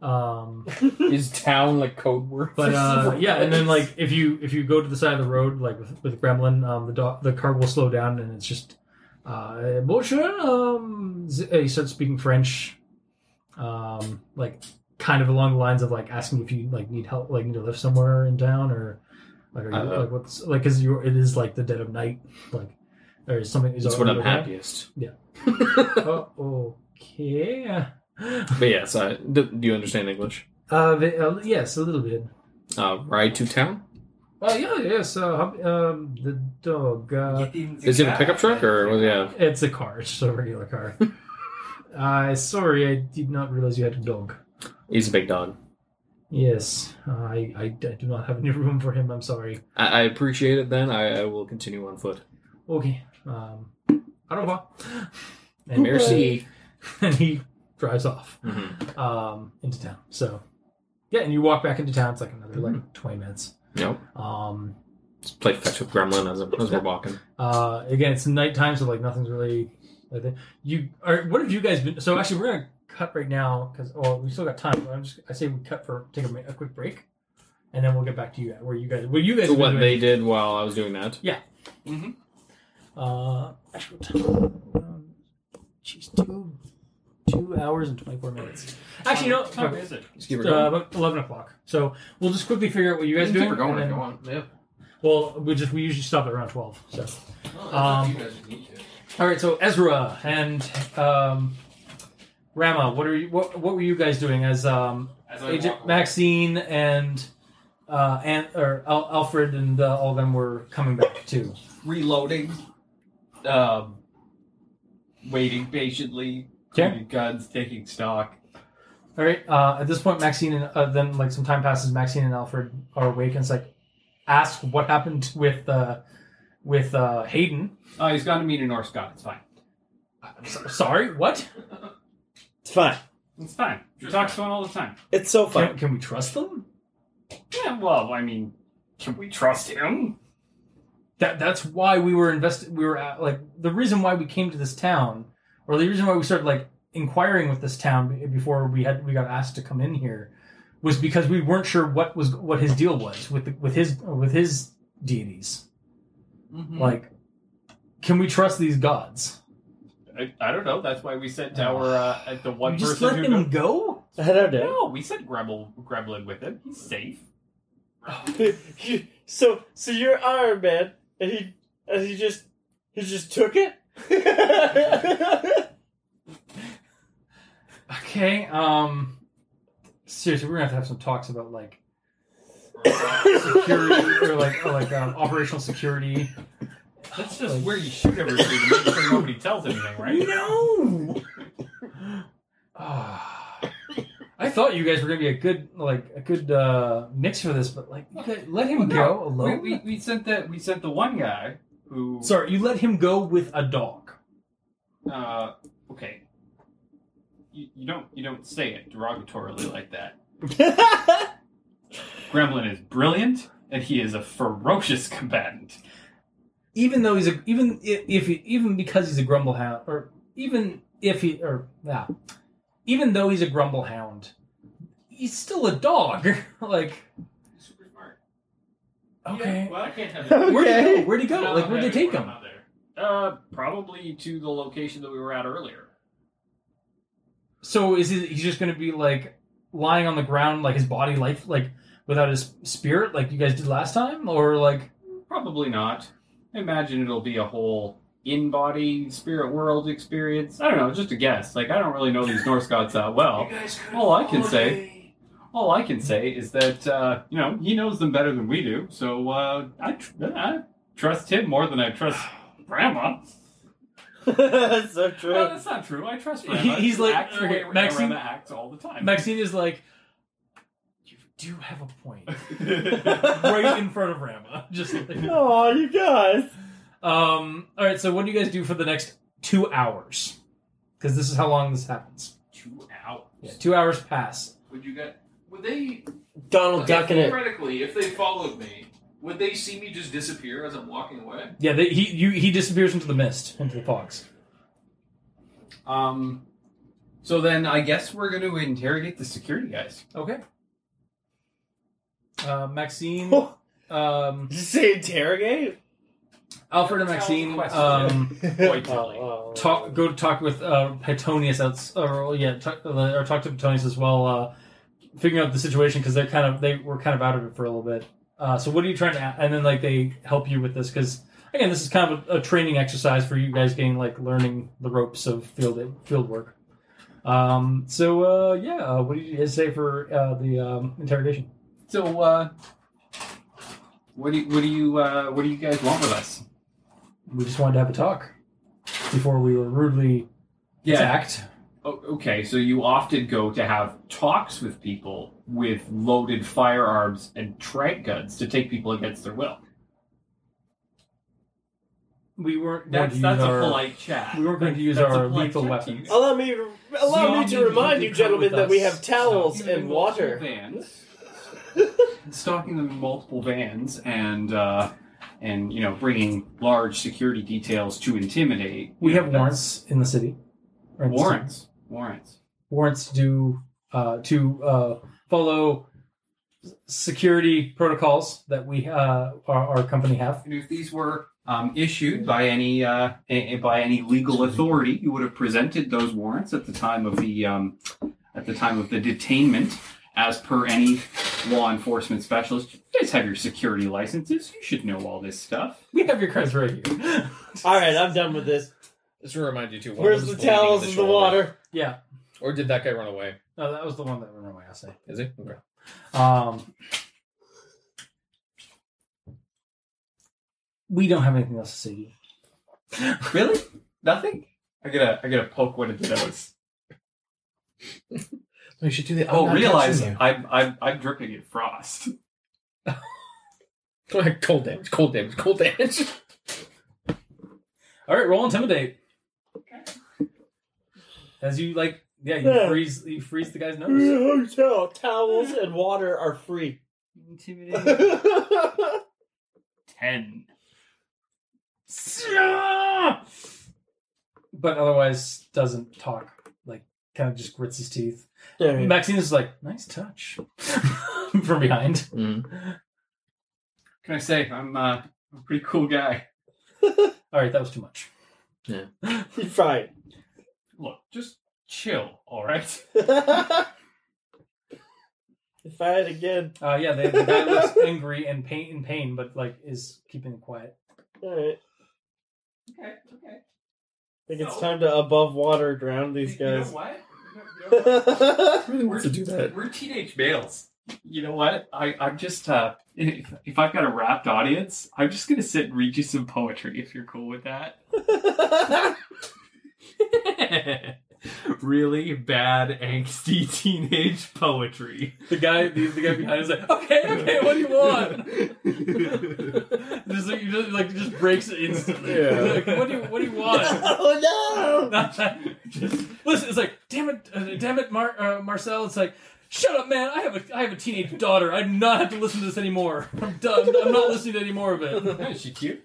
Speaker 2: Um,
Speaker 4: Is town like code word?
Speaker 2: but uh, yeah, and then like if you if you go to the side of the road like with, with Gremlin, um, the dog the car will slow down and it's just uh, bonjour. Um, z- uh, he starts speaking French, um, like kind of along the lines of like asking if you like need help, like need to live somewhere in town or like are you,
Speaker 4: Uh-oh.
Speaker 2: like what's like because you it is like the dead of night like or something. is
Speaker 4: That's when I'm
Speaker 2: already there.
Speaker 4: happiest.
Speaker 2: oh, okay.
Speaker 4: But yes, I, do, do you understand English?
Speaker 2: Uh, ve- uh, yes, a little bit.
Speaker 4: Uh, ride to town.
Speaker 2: Uh, yeah, yes. Uh, hub- um, the dog. Uh,
Speaker 4: Is it a pickup truck or was yeah?
Speaker 2: It's a car. It's just a regular car. uh, sorry, I did not realize you had a dog.
Speaker 4: He's a big dog.
Speaker 2: Yes, I, I, I do not have any room for him. I'm sorry.
Speaker 4: I, I appreciate it. Then I, I will continue on foot.
Speaker 2: Okay. Um, I don't know. And,
Speaker 4: Merci.
Speaker 2: and he drives off
Speaker 4: Mhm.
Speaker 2: um, into town. So, yeah, and you walk back into town. It's like another like 20 minutes.
Speaker 4: Nope.
Speaker 2: Um,
Speaker 4: Just play fetch with Gremlin as, as we're walking.
Speaker 2: uh, again, it's nighttime, so like nothing's really. Like that. You are. What have you guys been? So actually, we're gonna cut right now because oh, we still got time. I'm just. I say we cut for take a, mi- a quick break, and then we'll get back to you. Where you guys? What you guys?
Speaker 4: So
Speaker 2: have been
Speaker 4: what
Speaker 2: doing.
Speaker 4: they did while I was doing that.
Speaker 2: Uh, actually, what time? Um, Jeez, two, two hours and twenty four minutes. Actually, no,
Speaker 7: What time is it?
Speaker 4: Just keep it
Speaker 2: uh,
Speaker 4: going.
Speaker 2: about eleven o'clock. So we'll just quickly figure out what you guys are doing.
Speaker 4: keep it going
Speaker 2: and
Speaker 4: if you
Speaker 2: then-
Speaker 4: want. Yeah.
Speaker 2: Well, we just we usually stop at around twelve. So, um, all right. So Ezra and um, Rama, what are you? What, what were you guys doing as um,
Speaker 7: As I walk
Speaker 2: Agent
Speaker 7: away.
Speaker 2: Maxine and uh, and or Al- Alfred and uh, all of them were coming back too?
Speaker 7: reloading, um, waiting patiently,
Speaker 2: Okay.
Speaker 7: shooting guns, taking stock.
Speaker 2: All right. Uh, at this point, Maxine and uh, then like some time passes. Maxine and Alfred are awake and it's like, ask what happened with uh, with uh, Hayden.
Speaker 7: Oh, he's got to meet a Norse god. It's fine.
Speaker 2: I'm so- sorry, what?
Speaker 3: It's fine.
Speaker 7: It's fine. He talks to him all the time.
Speaker 3: It's so
Speaker 2: Can,
Speaker 3: fun.
Speaker 2: can we trust them?
Speaker 7: Yeah, well, I mean, can we trust him?
Speaker 2: That that's why we were invested. We were at, like the reason why we came to this town, or the reason why we started like inquiring with this town be- before we had we got asked to come in here, was because we weren't sure what was what his deal was with the, with his with his deities.
Speaker 7: Mm-hmm.
Speaker 2: Like, can we trust these gods?
Speaker 7: I, I don't know. That's why we sent our uh, at the one
Speaker 2: Oh. You
Speaker 7: person
Speaker 2: just let
Speaker 7: who
Speaker 2: them
Speaker 7: knows-
Speaker 2: go?
Speaker 3: I don't know.
Speaker 7: No, we sent Gremlin, Gremlin with him. He's safe.
Speaker 3: so so you're Iron Man, and he and he just he just took it.
Speaker 2: Okay. Um. Seriously, we're gonna have to have some talks about like security or like or, like um, operational security.
Speaker 7: That's just where you shoot everybody to make sure nobody tells anything, right?
Speaker 2: No. Ah. I thought you guys were gonna be a good like a good uh, mix for this, but like you guys- let him
Speaker 7: No,
Speaker 2: go
Speaker 7: We,
Speaker 2: alone.
Speaker 7: we, we sent the we sent the one guy who
Speaker 2: Sorry, you let him go with a dog.
Speaker 7: uh okay. You, you don't you don't say it derogatorily like that. Gremlin is brilliant and he is a ferocious combatant.
Speaker 2: even though he's a even i- if he, even because he's a grumble hound or even if he or yeah even though he's a grumble hound he's still a dog like
Speaker 7: Super smart.
Speaker 2: okay
Speaker 7: well, I can't have
Speaker 2: where'd he
Speaker 3: Okay.
Speaker 2: go where'd he go
Speaker 7: No,
Speaker 2: like where'd
Speaker 7: okay,
Speaker 2: they take
Speaker 7: we're
Speaker 2: him
Speaker 7: not there. Uh, probably to the location that we were at earlier.
Speaker 2: so is he he's just gonna be like lying on the ground like his body life like without his spirit like you guys did last time or like
Speaker 7: Probably not. I imagine it'll be a whole in body spirit world experience. I don't know, just a guess. Like I don't really know these Norse gods that well. All I can say all I can say is that uh, you know, he knows them better than we do, so uh, I, tr- I trust him more than I trust Grandma.
Speaker 3: That's so true.
Speaker 7: No, that's not true. I trust Grandma.
Speaker 2: He- he's
Speaker 7: She
Speaker 2: like-
Speaker 7: acts the
Speaker 2: okay,
Speaker 7: way Grandma
Speaker 2: Maxine-
Speaker 7: acts all the time.
Speaker 2: Maxine is like you do have a point
Speaker 7: Maxine
Speaker 2: right in front of Rama just like
Speaker 3: Oh, you guys.
Speaker 2: Um, all right, so what do you guys do for the next two hours? Because this is how long this happens.
Speaker 7: Two hours.
Speaker 2: Two hours pass.
Speaker 15: Would you get? Would they?
Speaker 3: Donald
Speaker 15: okay,
Speaker 3: ducking it.
Speaker 15: theoretically, if they followed me, would they see me just disappear as I'm walking away?
Speaker 2: Yeah, they, he you, he disappears into the mist, into the fogs.
Speaker 7: Um, so then I guess we're going to interrogate the security guys.
Speaker 2: Okay. Uh, Maxine,
Speaker 3: Did
Speaker 2: um,
Speaker 3: you say interrogate?
Speaker 2: Alfred, and Maxine um,
Speaker 7: Boy,
Speaker 3: Oh,
Speaker 7: Tilly.
Speaker 3: oh,
Speaker 2: talk go to talk with uh, Petonius. Outs, or yeah, talk, or talk to Petonius as well. Uh, figuring out the situation because they're kind of they were kind of out of it for a little bit. Uh, so what are you trying to? a- And then like they help you with this because again, this is kind of a, a training exercise for you guys getting like learning the ropes of field field work. Um, so uh, yeah, uh, what do you guys say for uh, the um, interrogation?
Speaker 7: So, uh, what do you, what do you uh, what do you guys want with us?
Speaker 16: We just wanted to have a talk before we were rudely attacked.
Speaker 7: O- okay, so you often go to have talks with people with loaded firearms and trank guns to take people against their will.
Speaker 2: We weren't. going
Speaker 7: That's
Speaker 2: to
Speaker 7: that's
Speaker 2: use
Speaker 7: a
Speaker 2: our-
Speaker 7: polite chat.
Speaker 2: We weren't going to use
Speaker 7: That's a
Speaker 2: our
Speaker 7: polite
Speaker 2: lethal
Speaker 7: chat to
Speaker 2: weapons.
Speaker 7: you.
Speaker 3: Allow me, allow me
Speaker 2: Zombie,
Speaker 3: to remind
Speaker 2: you
Speaker 3: you,
Speaker 2: can come
Speaker 3: gentlemen,
Speaker 2: with
Speaker 3: that we
Speaker 2: us.
Speaker 3: have towels
Speaker 7: Stalking them
Speaker 3: and
Speaker 7: in
Speaker 3: water.
Speaker 7: multiple Vans. Stalking them in multiple vans and uh, and you know bringing large security details to intimidate.
Speaker 16: We
Speaker 7: you
Speaker 16: have
Speaker 7: know,
Speaker 16: warrants in the city. Or in the city.
Speaker 7: warrants. Warrants.
Speaker 16: warrants do uh, to uh, follow security protocols that we uh, our, our company have.
Speaker 7: And if these were um, issued by any uh, a- a- by any legal authority, you would have presented those warrants at the time of the um, at the time of the detainment, as per any law enforcement specialist. You guys have your security licenses. You should know all this stuff.
Speaker 2: We have your cards right here.
Speaker 3: All right, I'm done with this.
Speaker 4: Just to remind you too. one
Speaker 3: Where's
Speaker 4: of
Speaker 3: the
Speaker 4: them's bleeding in
Speaker 3: towels and the
Speaker 4: shoulder.
Speaker 3: water?
Speaker 2: yeah.
Speaker 4: Or did that guy run away?
Speaker 2: No, that was the one that ran away. I say.
Speaker 4: Is he? Okay.
Speaker 2: Um, we don't have anything else to say. to you.
Speaker 7: Really? Nothing? I gotta I gotta poke one of those.
Speaker 4: We should do the.
Speaker 7: Oh, realize I'm I'm I'm dripping in frost.
Speaker 4: cold damage. Cold damage. Cold damage.
Speaker 2: All right, roll intimidate. As you like, yeah, you
Speaker 3: Yeah.
Speaker 2: freeze, you freeze the guy's nose.
Speaker 3: Hotel towels and water are free.
Speaker 2: Intimidate.
Speaker 3: All
Speaker 7: Ten.
Speaker 2: but otherwise doesn't talk. Like, kind of just grits his teeth. Maxine is like, nice touch from behind.
Speaker 4: Mm.
Speaker 7: Can I say I'm uh, I'm a pretty cool guy?
Speaker 2: All right, that was too much.
Speaker 3: right.
Speaker 7: Look, just chill, all right?
Speaker 3: if I had again,
Speaker 2: Uh, yeah, they, the guy looks angry and pain in pain, but like is keeping quiet.
Speaker 3: all right.
Speaker 7: Okay, okay.
Speaker 3: I think it's
Speaker 7: No.
Speaker 3: time to above water drown these
Speaker 7: You know
Speaker 3: guys.
Speaker 7: what? You know- you know what?
Speaker 3: All
Speaker 4: really wants to do that.
Speaker 7: We're teenage males. You know what? I, I'm just uh, if, if I've got a rapt audience, I'm just gonna sit and read you some poetry if you're cool with that. really bad angsty teenage poetry.
Speaker 2: The guy, the, the guy behind is like, okay, okay, what do you want? just like, just, like just breaks it instantly.
Speaker 4: Yeah.
Speaker 2: Like, what do you, what do you want?
Speaker 3: oh no!
Speaker 2: Not that- just listen. It's like, damn it, uh, damn it, Mar- uh, Marcel. It's like, shut up, "Uh, man. I have a I have a teenage daughter. I do not have to listen to this anymore. I'm done. I'm not listening to any more of it.
Speaker 4: Is she cute?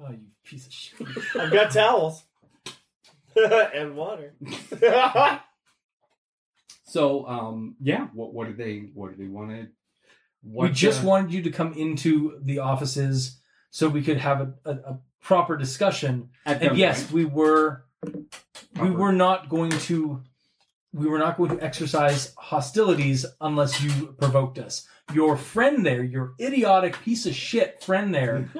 Speaker 2: Oh, you piece of shit.
Speaker 3: I've got towels and water.
Speaker 7: So, um, yeah. What what do they what do they want to?
Speaker 2: we just wanted you to come into the offices so we could have a, a, a proper discussion.
Speaker 7: at
Speaker 2: And
Speaker 7: gunpoint.
Speaker 2: yes, we were we
Speaker 7: Proper.
Speaker 2: were not going to we were not going to exercise hostilities unless you provoked us. Your friend there, your idiotic piece of shit friend there,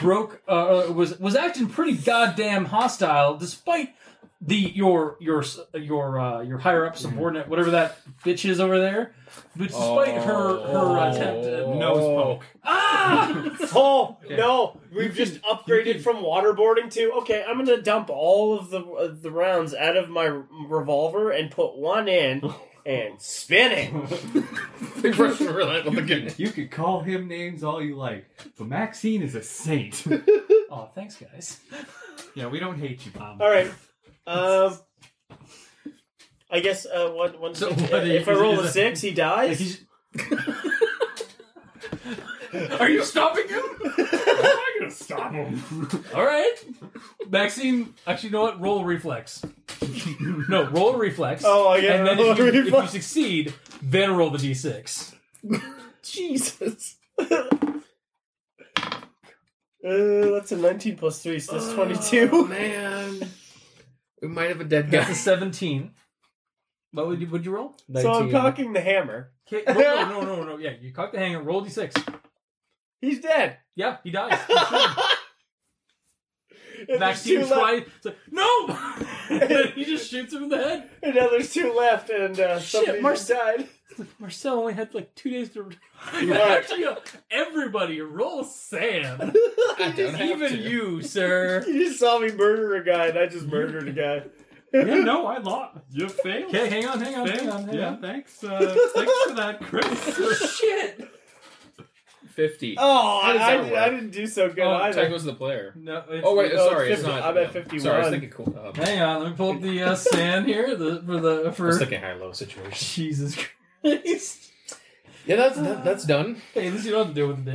Speaker 2: broke uh, uh, was was acting pretty goddamn hostile despite the your your your uh, your higher
Speaker 7: Mm.
Speaker 2: up subordinate whatever that bitch is over there, but despite her
Speaker 7: Oh.
Speaker 2: her attempt at,
Speaker 7: nose
Speaker 5: Oh.
Speaker 7: poke.
Speaker 2: ah
Speaker 3: Oh
Speaker 7: Okay.
Speaker 3: no! We've
Speaker 7: can-
Speaker 3: just upgraded from waterboarding to okay. I'm gonna dump all of the uh, the rounds out of my revolver and put one in and spin it.
Speaker 4: They rush over that with the kid.
Speaker 7: You could call him names all you like, but Maxine is a saint.
Speaker 2: oh thanks guys
Speaker 7: yeah, we don't hate you, Bob.
Speaker 3: All right. Um. I guess uh, one, one,
Speaker 4: So
Speaker 3: if,
Speaker 4: what do you-
Speaker 3: I roll
Speaker 4: is
Speaker 3: a
Speaker 4: it-
Speaker 3: six, he dies.
Speaker 7: Are you stopping him? I'm not gonna stop him.
Speaker 2: all right Maxine actually you know what roll reflex no roll reflex
Speaker 3: oh, I get
Speaker 2: and then if you, if you
Speaker 3: reflex.
Speaker 2: succeed then roll the d6
Speaker 3: Jesus. uh, that's a 19 plus 3, so that's 22.
Speaker 4: Oh, man. We might have a dead
Speaker 2: that's a
Speaker 4: guy.
Speaker 2: 17 what would you would you roll
Speaker 3: so I'm cocking the hammer.
Speaker 2: Okay, no, no, no, no, no. Oh, Yeah, you cock the hanger, roll d6.
Speaker 3: He's dead.
Speaker 2: Yeah, he dies.
Speaker 3: And there's
Speaker 2: Maxine
Speaker 3: two left-
Speaker 2: tries. it's like, no! And then he just shoots him in the head.
Speaker 3: And now there's two left, and uh,
Speaker 2: Shit,
Speaker 3: somebody
Speaker 2: Mar-
Speaker 3: just died.
Speaker 17: like, Marcel only had like two days to.
Speaker 2: Actually, uh, everybody roll Sam. Even you, sir.
Speaker 3: You just saw me murder a guy, and I just murdered a guy.
Speaker 2: Yeah, no, I lost.
Speaker 5: You failed.
Speaker 2: Okay, hang on, hang on,
Speaker 5: Thanks.
Speaker 2: hang on, hang
Speaker 5: yeah,
Speaker 2: on.
Speaker 5: thanks. Uh, thanks for that, Chris.
Speaker 3: Shit!
Speaker 4: 50.
Speaker 3: Oh,
Speaker 4: How does
Speaker 3: I,
Speaker 4: that work?
Speaker 3: I, didn't do so good
Speaker 4: oh,
Speaker 3: either.
Speaker 4: Tycho's the player.
Speaker 2: No, it's,
Speaker 4: Oh, wait,
Speaker 3: no,
Speaker 4: sorry, it's
Speaker 3: 50.
Speaker 4: not.
Speaker 3: I'm at
Speaker 4: yeah. Sorry, I was
Speaker 3: 51.
Speaker 4: thinking cool. Uh, I
Speaker 2: Hang on, let me pull up the uh, sand here. The for the
Speaker 4: was
Speaker 2: for
Speaker 4: thinking high low situation.
Speaker 2: Jesus Christ.
Speaker 4: Yeah, that's that, that's done.
Speaker 2: Hey, at least you don't have to deal with it,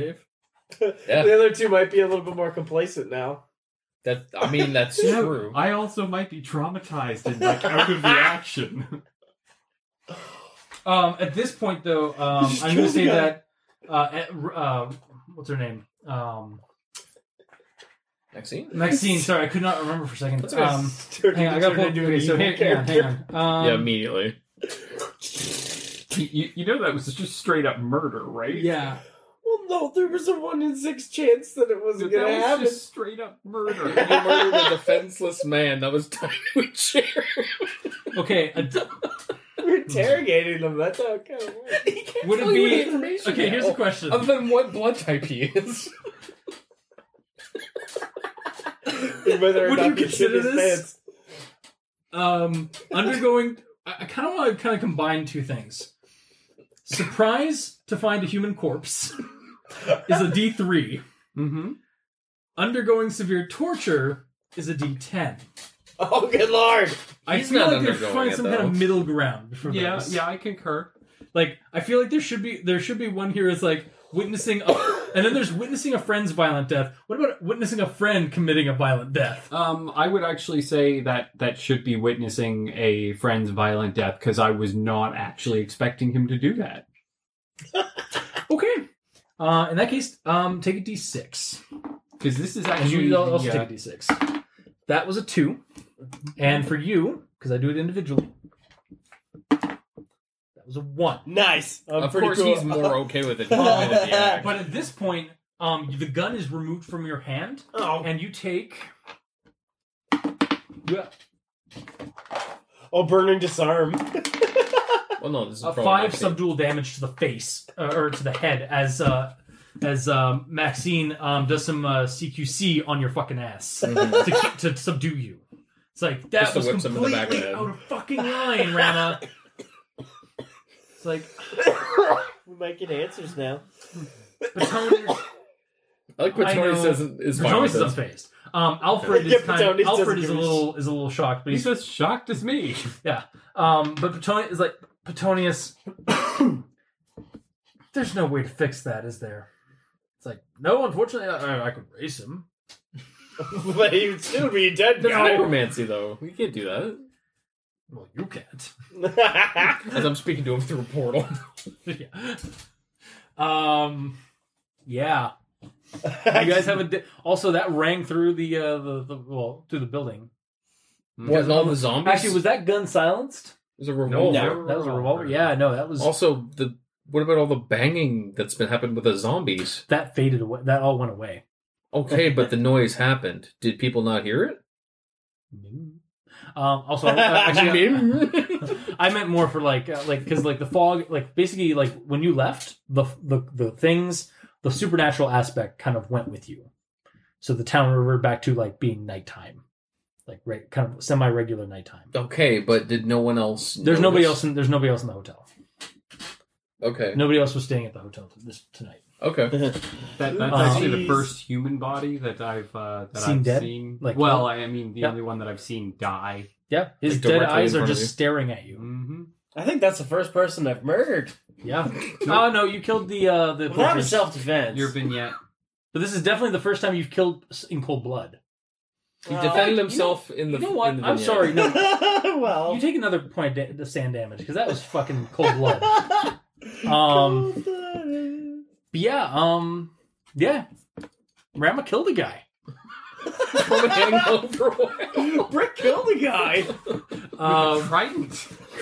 Speaker 2: Dave.
Speaker 4: Yeah,
Speaker 3: The other two might be a little bit more complacent now.
Speaker 4: that I mean that's
Speaker 5: Yeah,
Speaker 4: true.
Speaker 5: I also might be traumatized and like out of the action.
Speaker 2: Um, at this point, though, um, I'm going to say that uh, at- uh, what's her name? Um,
Speaker 4: Maxine.
Speaker 2: Maxine. Sorry, I could not remember for a second.
Speaker 3: what I
Speaker 2: Um,
Speaker 3: Turned
Speaker 2: hang on, I got to
Speaker 3: turned
Speaker 2: pull.
Speaker 3: into an
Speaker 2: Okay, so
Speaker 3: evil
Speaker 2: hang, hang on,
Speaker 3: character.
Speaker 2: hang on. Um,
Speaker 4: yeah, immediately.
Speaker 5: You, you know that was just straight up murder, right?
Speaker 2: Yeah.
Speaker 3: Well, no, there was a one in six chance that it
Speaker 5: That
Speaker 3: wasn't going to
Speaker 5: was
Speaker 3: happen.
Speaker 5: just straight up murder.
Speaker 4: You murdered a defenseless man. That was tied to a chair.
Speaker 2: Okay. uh,
Speaker 3: We're interrogating them. That's how it kind of works.
Speaker 2: would it
Speaker 4: Tell you any
Speaker 2: be?
Speaker 4: information
Speaker 2: Okay. Here's
Speaker 4: now.
Speaker 2: oh, a question.
Speaker 4: Other than what blood type he is.
Speaker 3: Whether or
Speaker 2: Would
Speaker 3: not
Speaker 2: you
Speaker 3: they shit
Speaker 2: consider
Speaker 3: his
Speaker 2: this?
Speaker 3: pants.
Speaker 2: um, undergoing. I kind of want to kind of combine two things. Surprise to find a human corpse is a D three.
Speaker 5: mm-hmm.
Speaker 2: Undergoing severe torture is a D ten.
Speaker 3: Oh, good lord!
Speaker 2: I
Speaker 4: He's
Speaker 2: feel
Speaker 4: not
Speaker 2: like there's
Speaker 4: undergoing
Speaker 2: find
Speaker 4: it,
Speaker 2: some kind
Speaker 4: though.
Speaker 2: of middle ground for
Speaker 5: Yeah,
Speaker 2: those.
Speaker 5: yeah, I concur.
Speaker 2: Like I feel like there should be there should be one here is like witnessing a, and then there's witnessing a friend's violent death. What about witnessing a friend committing a violent death?
Speaker 7: Um, I would actually say that that should be witnessing a friend's violent death because I was not actually expecting him to do that.
Speaker 2: Okay. Uh, in that case, um, take a d6.
Speaker 7: Because this is
Speaker 2: And
Speaker 7: actually
Speaker 2: you also
Speaker 7: yeah.
Speaker 2: take a d6. That was a two, and for you, because I do it individually, that was a one.
Speaker 3: Nice. I'm
Speaker 4: of
Speaker 3: pretty
Speaker 4: course,
Speaker 3: cool.
Speaker 4: he's more okay with it. than I'm with the act.
Speaker 2: But at this point, um, the gun is removed from your hand,
Speaker 3: Oh,
Speaker 2: and you take.
Speaker 3: oh, burning disarm.
Speaker 4: well, no, this is
Speaker 2: uh,
Speaker 4: probably
Speaker 2: five
Speaker 4: Maxine.
Speaker 2: subdual damage to the face uh, or to the head as uh, as um, Maxine um, does some uh, CQC on your fucking ass
Speaker 4: Mhm.
Speaker 2: to, keep- to subdue you. It's like that
Speaker 4: Just to
Speaker 2: was
Speaker 4: whip some in the
Speaker 2: completely
Speaker 4: back of the head.
Speaker 2: out of fucking line, Rama. It's like
Speaker 3: we might get answers now.
Speaker 2: Patone
Speaker 4: I like
Speaker 2: I
Speaker 4: what Tony
Speaker 2: know.
Speaker 4: says is fine
Speaker 2: Patone
Speaker 4: with
Speaker 2: is
Speaker 4: this.
Speaker 2: unfazed. Um, Alfred
Speaker 3: Yeah,
Speaker 2: is kind of,
Speaker 3: Patone doesn't
Speaker 2: Alfred is a
Speaker 3: give a
Speaker 2: little is a little shocked, but he's
Speaker 7: He's as shocked as me.
Speaker 2: Um, but Petonius is like Petonius. There's no way to fix that, is there? It's like no. Unfortunately, I, I- I could race him.
Speaker 3: but he would still be dead
Speaker 4: That's
Speaker 3: now.
Speaker 4: necromancy, though. We can't do that.
Speaker 2: Well, you can't.
Speaker 4: As I'm speaking to him through a portal.
Speaker 2: Hmm. yeah. Um. Yeah. You guys have a. Di- also, that rang through the uh the, the well through the building.
Speaker 4: What, and all the zombies?
Speaker 2: Actually, was that gun silenced?
Speaker 4: There's a revolver.
Speaker 2: that was a revolver. Yeah. No, that was
Speaker 4: Also, the what about all the banging that's been happened with the zombies?
Speaker 2: that faded away. That all went away.
Speaker 4: Okay, but the noise happened. Did people not hear it?
Speaker 2: Um. Also, uh, actually, I meant more for like uh, like because like the fog like basically like when you left the the the things the supernatural aspect kind of went with you, so the town reverted back to like being nighttime, like right kind of semi regular nighttime.
Speaker 4: okay, but did no one else?
Speaker 2: There's
Speaker 4: notice?
Speaker 2: nobody else in there's nobody else in the hotel.
Speaker 4: Okay.
Speaker 2: Nobody else was staying at the hotel this tonight.
Speaker 4: Okay.
Speaker 7: That, that's
Speaker 2: Um,
Speaker 7: actually the
Speaker 3: Jeez.
Speaker 7: first human body that I've uh, that
Speaker 2: Seen
Speaker 7: I've
Speaker 2: dead?
Speaker 7: seen.
Speaker 2: Like-
Speaker 7: well, I I mean, the
Speaker 2: Yeah.
Speaker 7: only one that I've seen die.
Speaker 2: Yeah, his
Speaker 4: Like,
Speaker 2: dead
Speaker 4: directly
Speaker 2: eyes
Speaker 4: in
Speaker 2: are
Speaker 4: front of
Speaker 2: just
Speaker 4: you. Mm.
Speaker 2: staring at you.
Speaker 7: Mm-hmm.
Speaker 3: I think that's the first person I've murdered.
Speaker 2: Yeah. oh no, you killed the uh the.
Speaker 3: Well, that was
Speaker 2: porters.
Speaker 3: self defense.
Speaker 7: Your vignette.
Speaker 2: But this is definitely the first time you've killed s- in cold blood.
Speaker 4: He defended himself in the.
Speaker 2: You know what?
Speaker 4: in the
Speaker 2: I'm
Speaker 4: vignette.
Speaker 2: sorry. No,
Speaker 3: well,
Speaker 2: you take another point da- of sand damage because that was fucking cold blood. Um, but yeah, um, yeah, Rama killed a guy.
Speaker 4: From a hangover.
Speaker 3: um, Brick killed a guy.
Speaker 2: Um,
Speaker 7: Trident.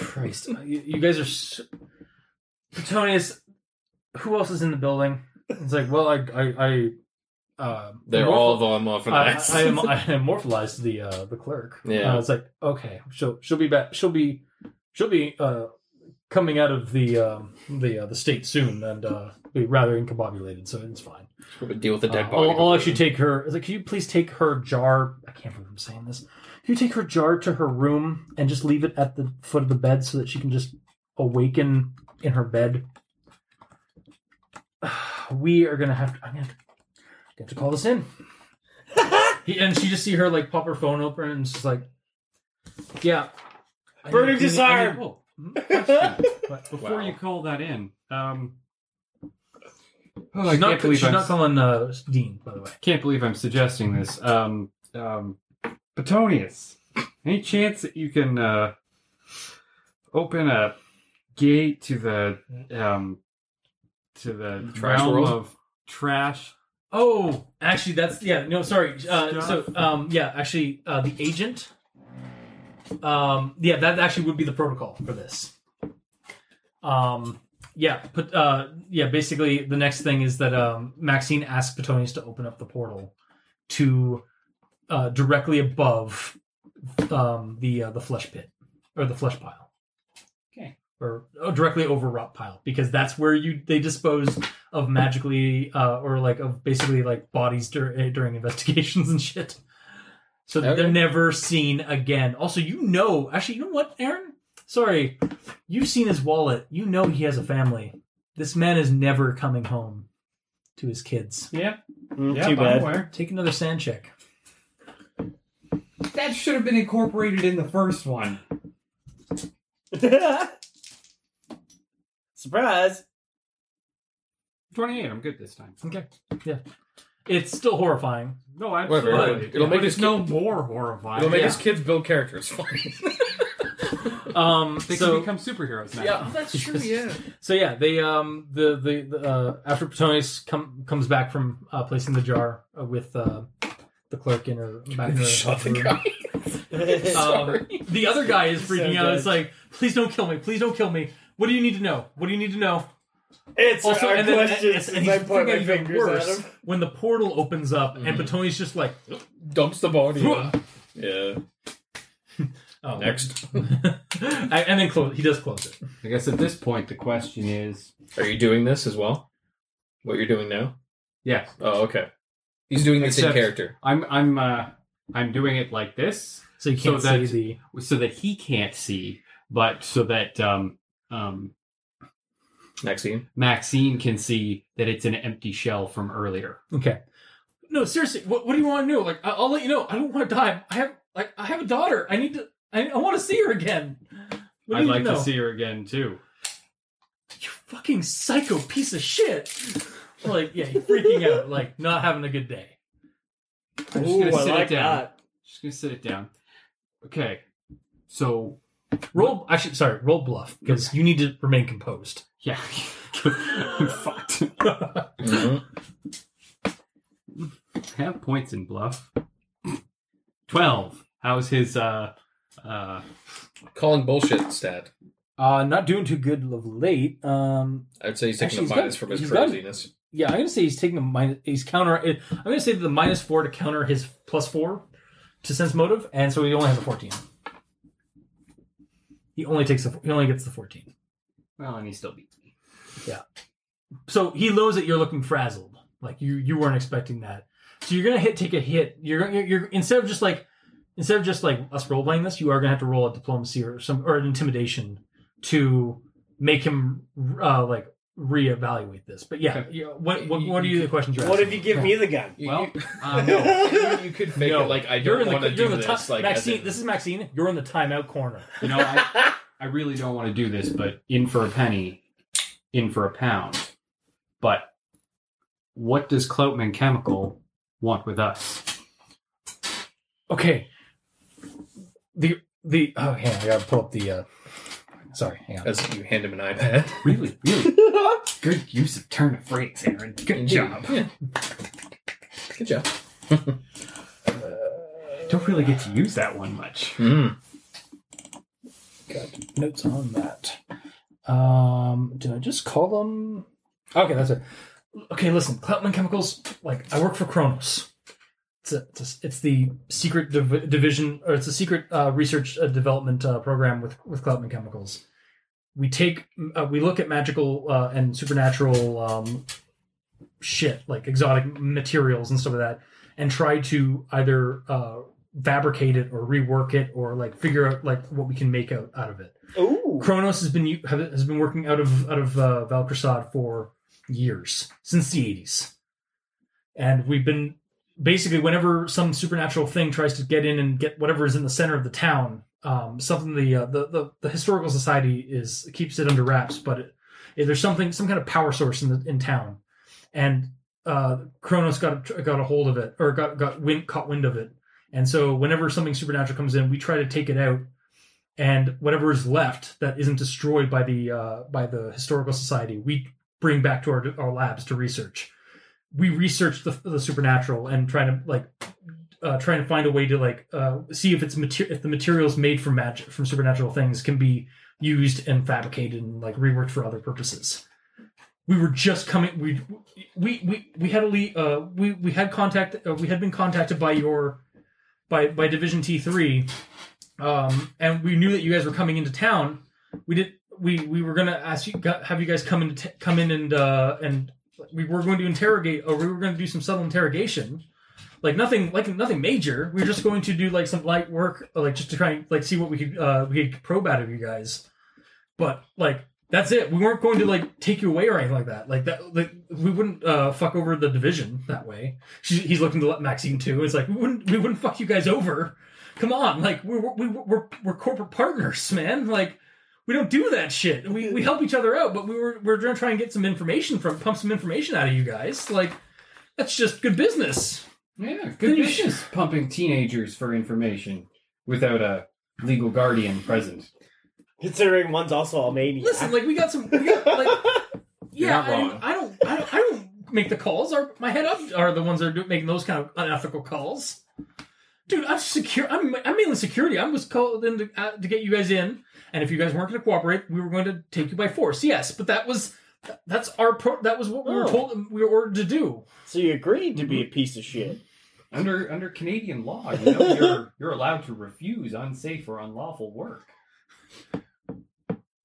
Speaker 2: Christ, Uh, you, you guys are. So... Petonius, who else is in the building? It's like, well, I, I, I uh,
Speaker 4: They're all the I'm off and
Speaker 2: I,
Speaker 4: ice.
Speaker 2: I, am, I am morphalized the uh, the clerk.
Speaker 4: Yeah.
Speaker 2: uh, it's like okay, she'll she'll be back. She'll be she'll be uh, coming out of the um, the uh, the state soon and uh, be rather incombobulated, so it's fine.
Speaker 4: But deal with the dead
Speaker 2: Uh,
Speaker 4: body.
Speaker 2: I'll, I'll actually take her. Like, can you please take her jar? I can't believe I'm saying this. Can you take her jar to her room and just leave it at the foot of the bed so that she can just awaken in her bed? We are gonna have to. I'm gonna have to, gonna have to call this in. He- and she just see her like pop her phone open and she's like, "Yeah, I need-
Speaker 3: Burning
Speaker 2: I need- I
Speaker 3: desire.
Speaker 2: need-
Speaker 7: Oh,
Speaker 2: hmm. But
Speaker 7: before you call that in, um, oh, I
Speaker 2: she's
Speaker 7: can't
Speaker 2: not,
Speaker 7: believe
Speaker 2: she's
Speaker 7: I'm
Speaker 2: not calling uh, Dean, by the way.
Speaker 7: can't believe I'm suggesting this. Um, um, Petonius, any chance that you can uh, open a gate to the um, to the
Speaker 4: Trash
Speaker 7: realm
Speaker 4: world?
Speaker 7: of trash?
Speaker 2: Oh, actually, that's yeah. No, sorry. Uh, so, um, yeah, actually, uh, the agent. Um, yeah, that actually would be the protocol for this. Um, yeah, but uh, yeah, basically, the next thing is that um, Maxine asks Petonius to open up the portal to uh, directly above um, the uh, the flesh pit or the flesh pile.
Speaker 7: Okay.
Speaker 2: Or oh, directly over rock pile because that's where you they disposed of magically uh, or like of basically like bodies dur- eh, during investigations and shit. So that they're
Speaker 4: Okay.
Speaker 2: never seen again. Also, you know, actually, you know what, Aaron? Sorry, you've seen his wallet. You know he has a family. This man is never coming home to his kids.
Speaker 7: Yeah,
Speaker 3: Mm,
Speaker 7: yeah,
Speaker 3: too bad.
Speaker 2: Take another sand check.
Speaker 7: That should have been incorporated in the first one.
Speaker 3: Surprise!
Speaker 7: Twenty-eight. I'm good this time.
Speaker 2: Okay. Yeah. It's still horrifying.
Speaker 7: No, absolutely.
Speaker 4: Whatever, it'll make
Speaker 7: but
Speaker 4: us
Speaker 7: it's no more horrifying.
Speaker 4: It'll make
Speaker 2: Yeah.
Speaker 4: his kids build characters. Fine.
Speaker 2: Um,
Speaker 7: They
Speaker 2: so,
Speaker 7: can become superheroes now.
Speaker 4: that's true. Yeah.
Speaker 2: So yeah, they um the the, the uh, after Petonius come comes back from uh, placing the jar uh, with uh, the clerk in her back in her
Speaker 4: Shot the
Speaker 2: room.
Speaker 4: guy.
Speaker 2: Um, the other guy is
Speaker 3: So
Speaker 2: freaking out.
Speaker 3: dead.
Speaker 2: It's like, please don't kill me. Please don't kill me. What do you need to know? What do you need to know?
Speaker 3: It's
Speaker 2: Also,
Speaker 3: our
Speaker 2: and then
Speaker 3: questions.
Speaker 2: and, and
Speaker 3: as I
Speaker 2: he's
Speaker 3: point
Speaker 2: freaking out
Speaker 3: my
Speaker 2: even
Speaker 3: fingers at
Speaker 2: worse
Speaker 3: him.
Speaker 2: when the portal opens up and Petonius just like,
Speaker 4: Dumps the body. yeah.
Speaker 2: oh,
Speaker 4: Next.
Speaker 2: I- and then close. He does close it.
Speaker 7: I guess at this point the question is,
Speaker 4: Are you doing this as well? What you're doing now?
Speaker 7: yes,
Speaker 4: Oh, okay. He's doing this
Speaker 7: Except-
Speaker 4: in character.
Speaker 7: I'm I'm uh, I'm doing it like this
Speaker 2: So you
Speaker 7: So
Speaker 2: can't
Speaker 7: that's-
Speaker 2: see
Speaker 7: so that he can't see, but so that um, um,
Speaker 4: Maxine.
Speaker 7: Maxine can see that it's an empty shell from earlier.
Speaker 2: the. Okay. No, seriously. What, what do you want to know? Like, I- I'll let you know. I don't want to die. I have like I have a daughter. I need to. I, I want to see her again. What do
Speaker 7: I'd
Speaker 2: you
Speaker 7: like
Speaker 2: know?
Speaker 7: to see her again too.
Speaker 2: you fucking psycho piece of shit. Like, yeah, you're freaking out, like not having a good day.
Speaker 7: I'm just
Speaker 3: Ooh,
Speaker 7: gonna
Speaker 3: I
Speaker 7: sit
Speaker 3: like
Speaker 7: it down.
Speaker 3: that.
Speaker 7: Just gonna sit it down. Okay, so
Speaker 2: Roll, actually, sorry, roll bluff because you need to remain composed.
Speaker 7: yeah, I'm fucked.
Speaker 2: Mm-hmm.
Speaker 4: Mhm.
Speaker 7: Have points in bluff. Twelve. How's his uh uh
Speaker 4: Calling bullshit stat.
Speaker 2: Uh, not doing too good of late. Um,
Speaker 4: I'd say he's taking
Speaker 2: Actually, he's
Speaker 4: a minus
Speaker 2: got-
Speaker 4: from his
Speaker 2: he's got-
Speaker 4: craziness.
Speaker 2: yeah, I'm gonna say he's taking the minus. He's counter. eh, I'm gonna say the minus four to counter his plus four to sense motive, and so he only has a fourteen. He only takes the. He only gets the fourteen.
Speaker 7: well and he still beats me.
Speaker 2: So he knows that you're looking frazzled. Like you, you weren't expecting that. So you're gonna hit, take a hit. You're, gonna- you're, you're instead of just like, instead of just like us role playing this, you are gonna have to roll a diplomacy or some or an intimidation to make him uh, like reevaluate this. But yeah, yeah what, what what are you the questions you're
Speaker 3: What
Speaker 2: asking?
Speaker 3: if you give me the gun?
Speaker 4: You-
Speaker 7: Well,
Speaker 4: you-
Speaker 7: uh,
Speaker 4: no, you could fake
Speaker 2: No,
Speaker 4: it like I
Speaker 2: You're
Speaker 4: don't
Speaker 2: in the,
Speaker 4: want to
Speaker 2: you're
Speaker 4: do
Speaker 2: in the
Speaker 4: this.
Speaker 2: ti-
Speaker 4: Like as
Speaker 2: Maxine.
Speaker 4: in-
Speaker 2: This is Maxine. You're in the timeout corner.
Speaker 7: You know, I, I really don't want to do this, but in for a penny, in for a pound. But what does Cloutman Chemical want with us?
Speaker 2: Okay. The the oh hang on, I gotta pull up the. Uh, sorry, hang on.
Speaker 4: as you hand him an iPad.
Speaker 7: Really, really good use of turn of phrase, Aaron. Good job.
Speaker 4: Yeah. Good job.
Speaker 7: Don't really get to use that one much.
Speaker 4: Mm.
Speaker 2: got notes on that. Um, did I just call them? Okay, that's it. Okay, listen, Cloutman Chemicals. Like, I work for Kronos. It's a, it's, a, it's the secret div- division, or it's a secret uh, research uh, development uh, program with with Cloutman Chemicals. we take uh, we look at magical uh, and supernatural um, shit like exotic materials and stuff like that, and try to either uh, fabricate it or rework it or like figure out like what we can make out, out of it.
Speaker 3: Ooh.
Speaker 2: Kronos has been u- have- has been working out of out of uh, Valkrasad for years since the eighties, and we've been basically whenever some supernatural thing tries to get in and get whatever is in the center of the town, um, something the, uh, the the the historical society is keeps it under wraps, but it, it- there's something some kind of power source in the in town, and uh, Kronos got a, got a hold of it or got got wind, caught wind of it, and so whenever something supernatural comes in, we try to take it out and whatever is left that isn't destroyed by the uh, by the historical society, we bring back to our our labs to research. We research the, the supernatural and try to like uh, try and find a way to like uh, see if it's mater- if the materials made from magic from supernatural things can be used and fabricated and like reworked for other purposes. We were just coming. We we we, we had a le- uh, we we had contact. Uh, we had been contacted by your by by Division T three um, and we knew that you guys were coming into town. We did. We we were gonna ask you have you guys come in to t- come in and uh, and we were going to interrogate or we were going to do some subtle interrogation, like nothing like nothing major. We were just going to do like some light work, like just to try and like see what we could uh, we could probe out of you guys. But like that's it. We weren't going to like take you away or anything like that. Like that like we wouldn't uh, fuck over the division that way. She, he's looking to let Maxine too. It's like we wouldn't we wouldn't fuck you guys over come on like we're we, we're we're corporate partners man like we don't do that shit we, we help each other out but we were we're gonna try and get some information from pump some information out of you guys like that's just good business
Speaker 7: Yeah, good business pumping teenagers for information without a legal guardian present.
Speaker 3: Considering one's also a maniac.
Speaker 2: listen like we got some we got, like yeah
Speaker 7: not wrong.
Speaker 2: I, I don't I don't I don't make the calls our my head up are the ones that are do, making those kind of unethical calls dude I'm secure I'm I'm mainly security I was called in to, uh, to get you guys in and if you guys weren't going to cooperate we were going to take you by force yes but that was that's our pro- that was what we were
Speaker 3: Oh.
Speaker 2: told we were ordered to do
Speaker 3: so you agreed to be a piece of shit.
Speaker 7: Under under Canadian law, you know, you're you're allowed to refuse unsafe or unlawful work.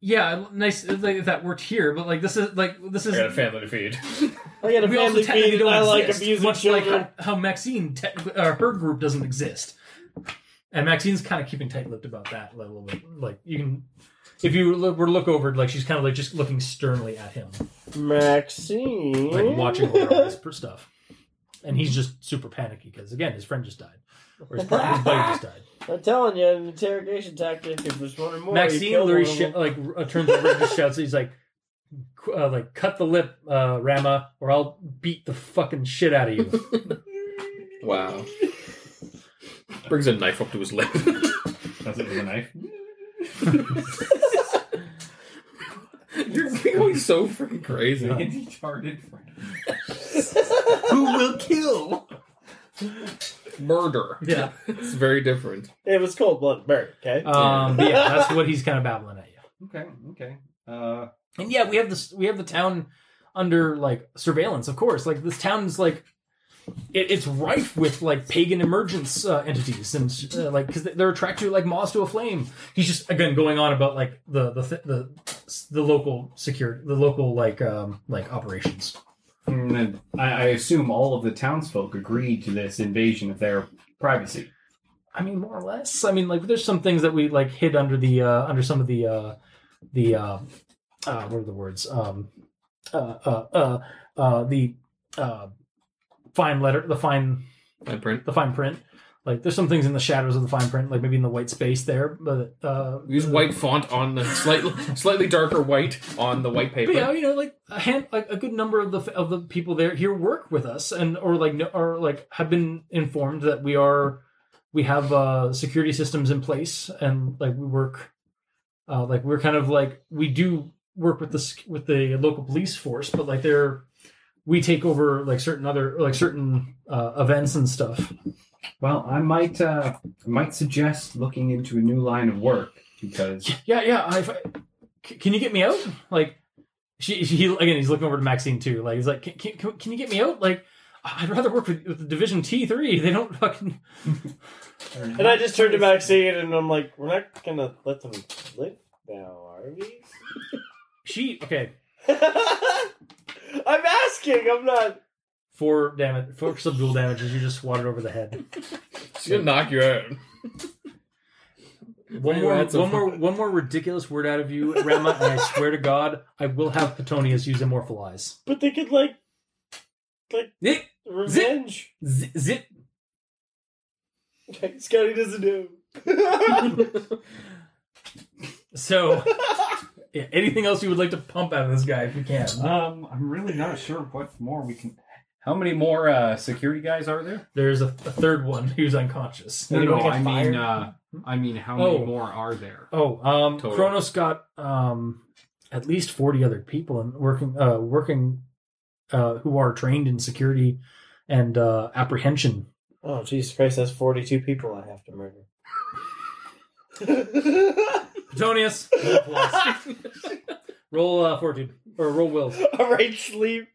Speaker 2: yeah nice like if that worked here but like this is like this is
Speaker 4: I got a family to feed.
Speaker 3: I got Oh, a
Speaker 2: we also
Speaker 3: family
Speaker 2: technically
Speaker 3: feed.
Speaker 2: don't
Speaker 3: I like
Speaker 2: exist,
Speaker 3: abusing
Speaker 2: much
Speaker 3: children.
Speaker 2: like how, how Maxine, technically, uh, her group doesn't exist, and Maxine's kind of keeping tight-lipped about that a little bit. Like you can, if you look- were to look over, like she's kind of like just looking sternly at him,
Speaker 3: Maxine.
Speaker 2: like watching over all this per- stuff, and he's just super panicky because again, his friend just died, or his, partner, his buddy just died.
Speaker 3: I'm telling you, an interrogation tactic. If there's one or more, you
Speaker 2: Maxine
Speaker 3: kill
Speaker 2: literally
Speaker 3: one of
Speaker 2: sh-
Speaker 3: them.
Speaker 2: like uh, turns over and just shouts. He's like, qu- uh, like cut the lip, uh, Rama, or I'll beat the fucking shit out of you.
Speaker 4: Wow. Brings a knife up to his lip.
Speaker 7: That's it with a knife.
Speaker 4: You're going so freaking crazy.
Speaker 7: Andy charted friend.
Speaker 4: Who will kill? Murder.
Speaker 2: Yeah.
Speaker 4: It's very different.
Speaker 3: It was cold blooded murder. Okay.
Speaker 2: Um, but yeah, that's what he's kind of babbling at you.
Speaker 7: Okay, okay. Uh,
Speaker 2: And yeah, we have this. We have the town under like surveillance, of course. Like this town is like it, it's rife with like pagan emergence uh, entities and uh, like because they're attracted to like moths to a flame. He's just again going on about like the the th- the the local security, the local like um like operations.
Speaker 7: mm, and then I, I assume all of the townsfolk agreed to this invasion of their privacy.
Speaker 2: I mean, more or less. I mean, like there's some things that we like hid under the uh, under some of the uh, the uh, uh, what are the words? Um, uh, uh, uh, uh, the uh, fine letter, the fine
Speaker 4: Fine print.
Speaker 2: the fine print. Like there's some things in the shadows of the fine print, like maybe in the white space there, but uh,
Speaker 4: Use white font on the slightly slightly darker white on the white paper.
Speaker 2: But yeah, you know, like a hand, like a good number of the of the people there here work with us, and or like no- or like have been informed that we are we have uh, security systems in place, and like we work, uh, like we're kind of like we do work with the sec- with the local police force, but like they're we take over like certain other like certain uh, events and stuff.
Speaker 7: Well, I might uh, might suggest looking into a new line of work because
Speaker 2: Yeah, yeah. I, if I- c- can you get me out? Like, she, she he, again. He's looking over to Maxine too. Like, he's like, can, can, can- can you get me out? Like, I'd rather work with, with the Division T three. They don't fucking.
Speaker 3: and I just turned to Maxine, and I'm like, "We're not gonna let them live Now, are we?
Speaker 2: She okay
Speaker 3: I'm asking. I'm not.
Speaker 2: for damage for subdual damage as you just swatted over the head.
Speaker 4: She's gonna knock you out.
Speaker 2: One more, one more, one more ridiculous word out of you, Rama, and I swear to God, I will have Petonius use Immortalize.
Speaker 3: But they could like, like
Speaker 2: Zip,
Speaker 3: revenge.
Speaker 2: zip, zip.
Speaker 3: Scotty doesn't do.
Speaker 2: So, yeah, anything else you would like to pump out of this guy if you can?
Speaker 7: Um, I'm really not sure what more we can. How many more security guys are there?
Speaker 2: There's a, a third one who's unconscious.
Speaker 7: No, no,
Speaker 2: Anyone
Speaker 7: I
Speaker 2: get
Speaker 7: mean,
Speaker 2: fired?
Speaker 7: uh, I mean, how many
Speaker 2: Oh.
Speaker 7: more are there?
Speaker 2: oh, um,
Speaker 4: Total.
Speaker 2: Kronos got um, at least forty other people and working, uh, working, uh, who are trained in security and uh, apprehension.
Speaker 3: Oh Jesus Christ! That's forty-two people I have to murder.
Speaker 2: Petonius, roll uh, fortitude or roll will.
Speaker 3: All right, sleep.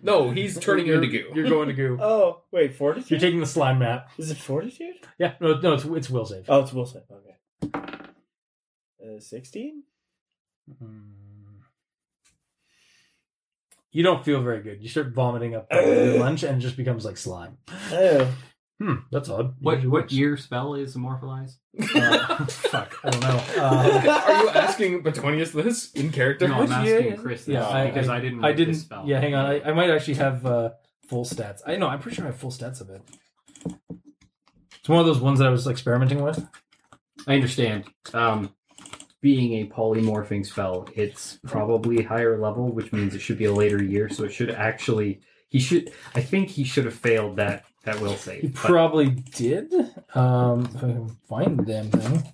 Speaker 4: No, he's turning you
Speaker 2: you're,
Speaker 4: into goo.
Speaker 2: You're going to goo.
Speaker 3: Oh wait, fortitude.
Speaker 2: You're taking the slime map.
Speaker 3: Is it fortitude?
Speaker 2: Yeah, no, no, it's, it's will save.
Speaker 3: Oh, it's Wilson. Okay. Uh, Sixteen.
Speaker 2: Hmm. You don't feel very good. You start vomiting up your lunch, and it just becomes like slime.
Speaker 3: Oh,
Speaker 2: Hmm, that's odd.
Speaker 7: What
Speaker 2: Usually
Speaker 7: what
Speaker 2: works.
Speaker 7: year spell is Immortalize?
Speaker 2: Uh, fuck, I don't know. Uh,
Speaker 4: Are you asking Petonius this in character?
Speaker 7: No, I'm asking Chris this
Speaker 2: Yeah, I-
Speaker 7: because I, didn't.
Speaker 2: I
Speaker 7: write this
Speaker 2: didn't.
Speaker 7: Spell.
Speaker 2: Yeah, hang on. I, I might actually have uh, full stats. I know. I'm pretty sure I have full stats of it. It's one of those ones that I was experimenting with.
Speaker 7: I understand. Um, being a polymorphing spell, it's probably higher level, which means it should be a later year. So it should actually, he should. I think he should have failed that that will
Speaker 2: You
Speaker 7: save. but
Speaker 2: probably did. Um, if I can find the damn thing.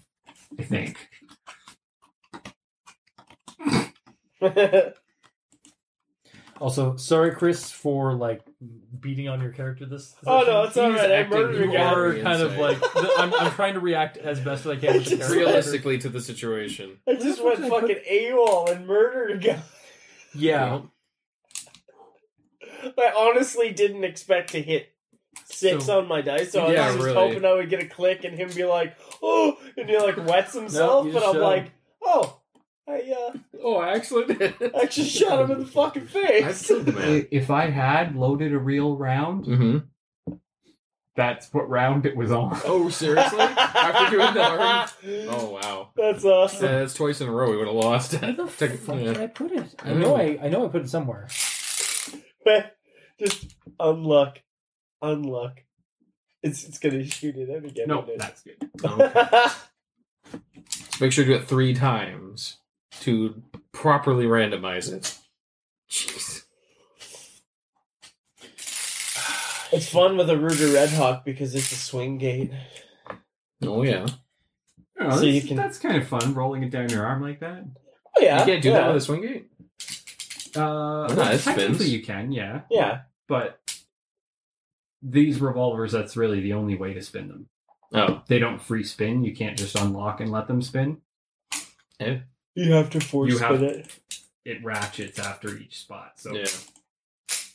Speaker 7: I think
Speaker 2: Also, sorry, Chris, for like beating on your character this. this
Speaker 3: Oh, no,
Speaker 2: session.
Speaker 3: it's all right. I
Speaker 4: acting
Speaker 3: murdered a
Speaker 2: You
Speaker 4: Yeah.
Speaker 3: guy.
Speaker 2: are kind of
Speaker 4: Inside.
Speaker 2: like the- I'm, I'm trying to react as best as I can. With the character.
Speaker 4: Realistically to the situation.
Speaker 3: I just went fucking AWOL and murdered a guy.
Speaker 2: yeah.
Speaker 3: I honestly didn't expect to hit six
Speaker 2: So-
Speaker 3: on my dice, so
Speaker 4: Yeah,
Speaker 3: I was just
Speaker 4: really.
Speaker 3: hoping I would get a click and him be like, "Oh," and he like wets himself,
Speaker 2: you
Speaker 3: but
Speaker 2: just
Speaker 3: I'm
Speaker 2: shot
Speaker 3: like, "Oh, I
Speaker 4: Oh, I actually did.
Speaker 3: uh, actually shot him in the fucking
Speaker 4: I
Speaker 3: face."
Speaker 4: killed the man.
Speaker 7: if I had loaded a real round,
Speaker 4: Mm-hmm.
Speaker 7: that's what round it was on.
Speaker 4: Oh, seriously? After doing that already? Oh, wow.
Speaker 3: That's
Speaker 4: Yeah,
Speaker 3: awesome.
Speaker 4: that's twice in a row we would have lost.
Speaker 2: Where the
Speaker 4: Check-
Speaker 2: fuck
Speaker 4: yeah.
Speaker 2: did I put it? I
Speaker 4: I
Speaker 2: know
Speaker 4: don't
Speaker 2: I, I know I put it somewhere.
Speaker 3: just unluck, unluck. It's it's gonna shoot it out again.
Speaker 7: No,
Speaker 3: isn't it?
Speaker 7: that's good.
Speaker 3: Oh.
Speaker 4: Make sure to do it three times to properly randomize it. Jeez.
Speaker 3: it's fun with a Ruger Red Hawk because it's a swing gate.
Speaker 4: Oh, yeah.
Speaker 7: Oh,
Speaker 3: So
Speaker 7: that's-
Speaker 3: you can-
Speaker 7: That's kind of fun, rolling it down your arm like that.
Speaker 3: Oh yeah,
Speaker 4: You can't do
Speaker 3: yeah,
Speaker 4: that with a swing gate?
Speaker 7: Uh,
Speaker 3: Oh,
Speaker 4: Why not?
Speaker 7: well,
Speaker 4: It spins.
Speaker 7: technically, you can, yeah.
Speaker 3: Yeah,
Speaker 7: But these revolvers, that's really the only way to spin them.
Speaker 4: Oh.
Speaker 7: They don't free spin. You can't just unlock and let them spin.
Speaker 3: you have to force
Speaker 7: You have-
Speaker 3: spin it.
Speaker 7: It ratchets after each spot. So
Speaker 4: Yeah.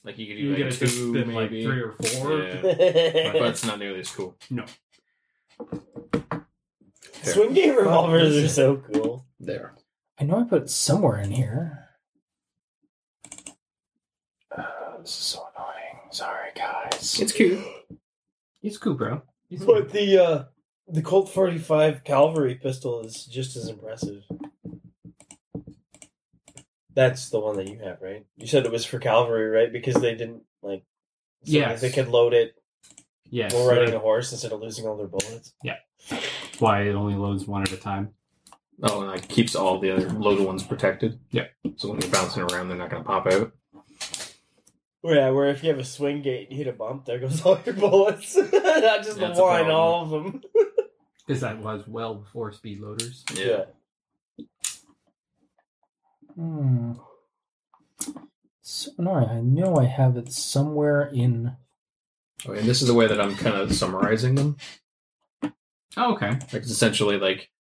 Speaker 4: Like, you could do
Speaker 7: you
Speaker 4: like
Speaker 7: get it to
Speaker 4: two,
Speaker 7: spin like
Speaker 4: maybe.
Speaker 7: three or four.
Speaker 4: Yeah. But it's not nearly as cool.
Speaker 3: Swing game revolvers are so cool.
Speaker 4: There.
Speaker 2: I know I put it somewhere in here. Uh, this is so annoying. Sorry, guys.
Speaker 4: It's cute.
Speaker 7: It's cool, bro. It's
Speaker 3: But the uh the Colt 45 Calvary pistol is just as impressive. That's the one that you have, right? You said it was for Calvary, right? Because they didn't like so
Speaker 7: Yes.
Speaker 3: they could load it
Speaker 7: yes.
Speaker 3: while riding a
Speaker 7: That's
Speaker 3: horse instead of losing all their bullets.
Speaker 7: why it only loads one at a time.
Speaker 4: Oh, and it keeps all the other loaded ones protected.
Speaker 7: Yeah.
Speaker 4: So when you're bouncing around, they're not going to pop out.
Speaker 3: Well, Yeah, where if you have a swing gate and you hit a bump, there goes all your bullets. Not just
Speaker 4: That's
Speaker 3: the
Speaker 4: a
Speaker 3: one,
Speaker 4: problem.
Speaker 3: all of them.
Speaker 7: Because that was well before speed loaders.
Speaker 3: Yeah.
Speaker 2: Hmm. So annoying. I know I have it somewhere in.
Speaker 4: Okay, and this is the way that I'm kind of summarizing them.
Speaker 7: Oh, okay.
Speaker 4: Like it's essentially like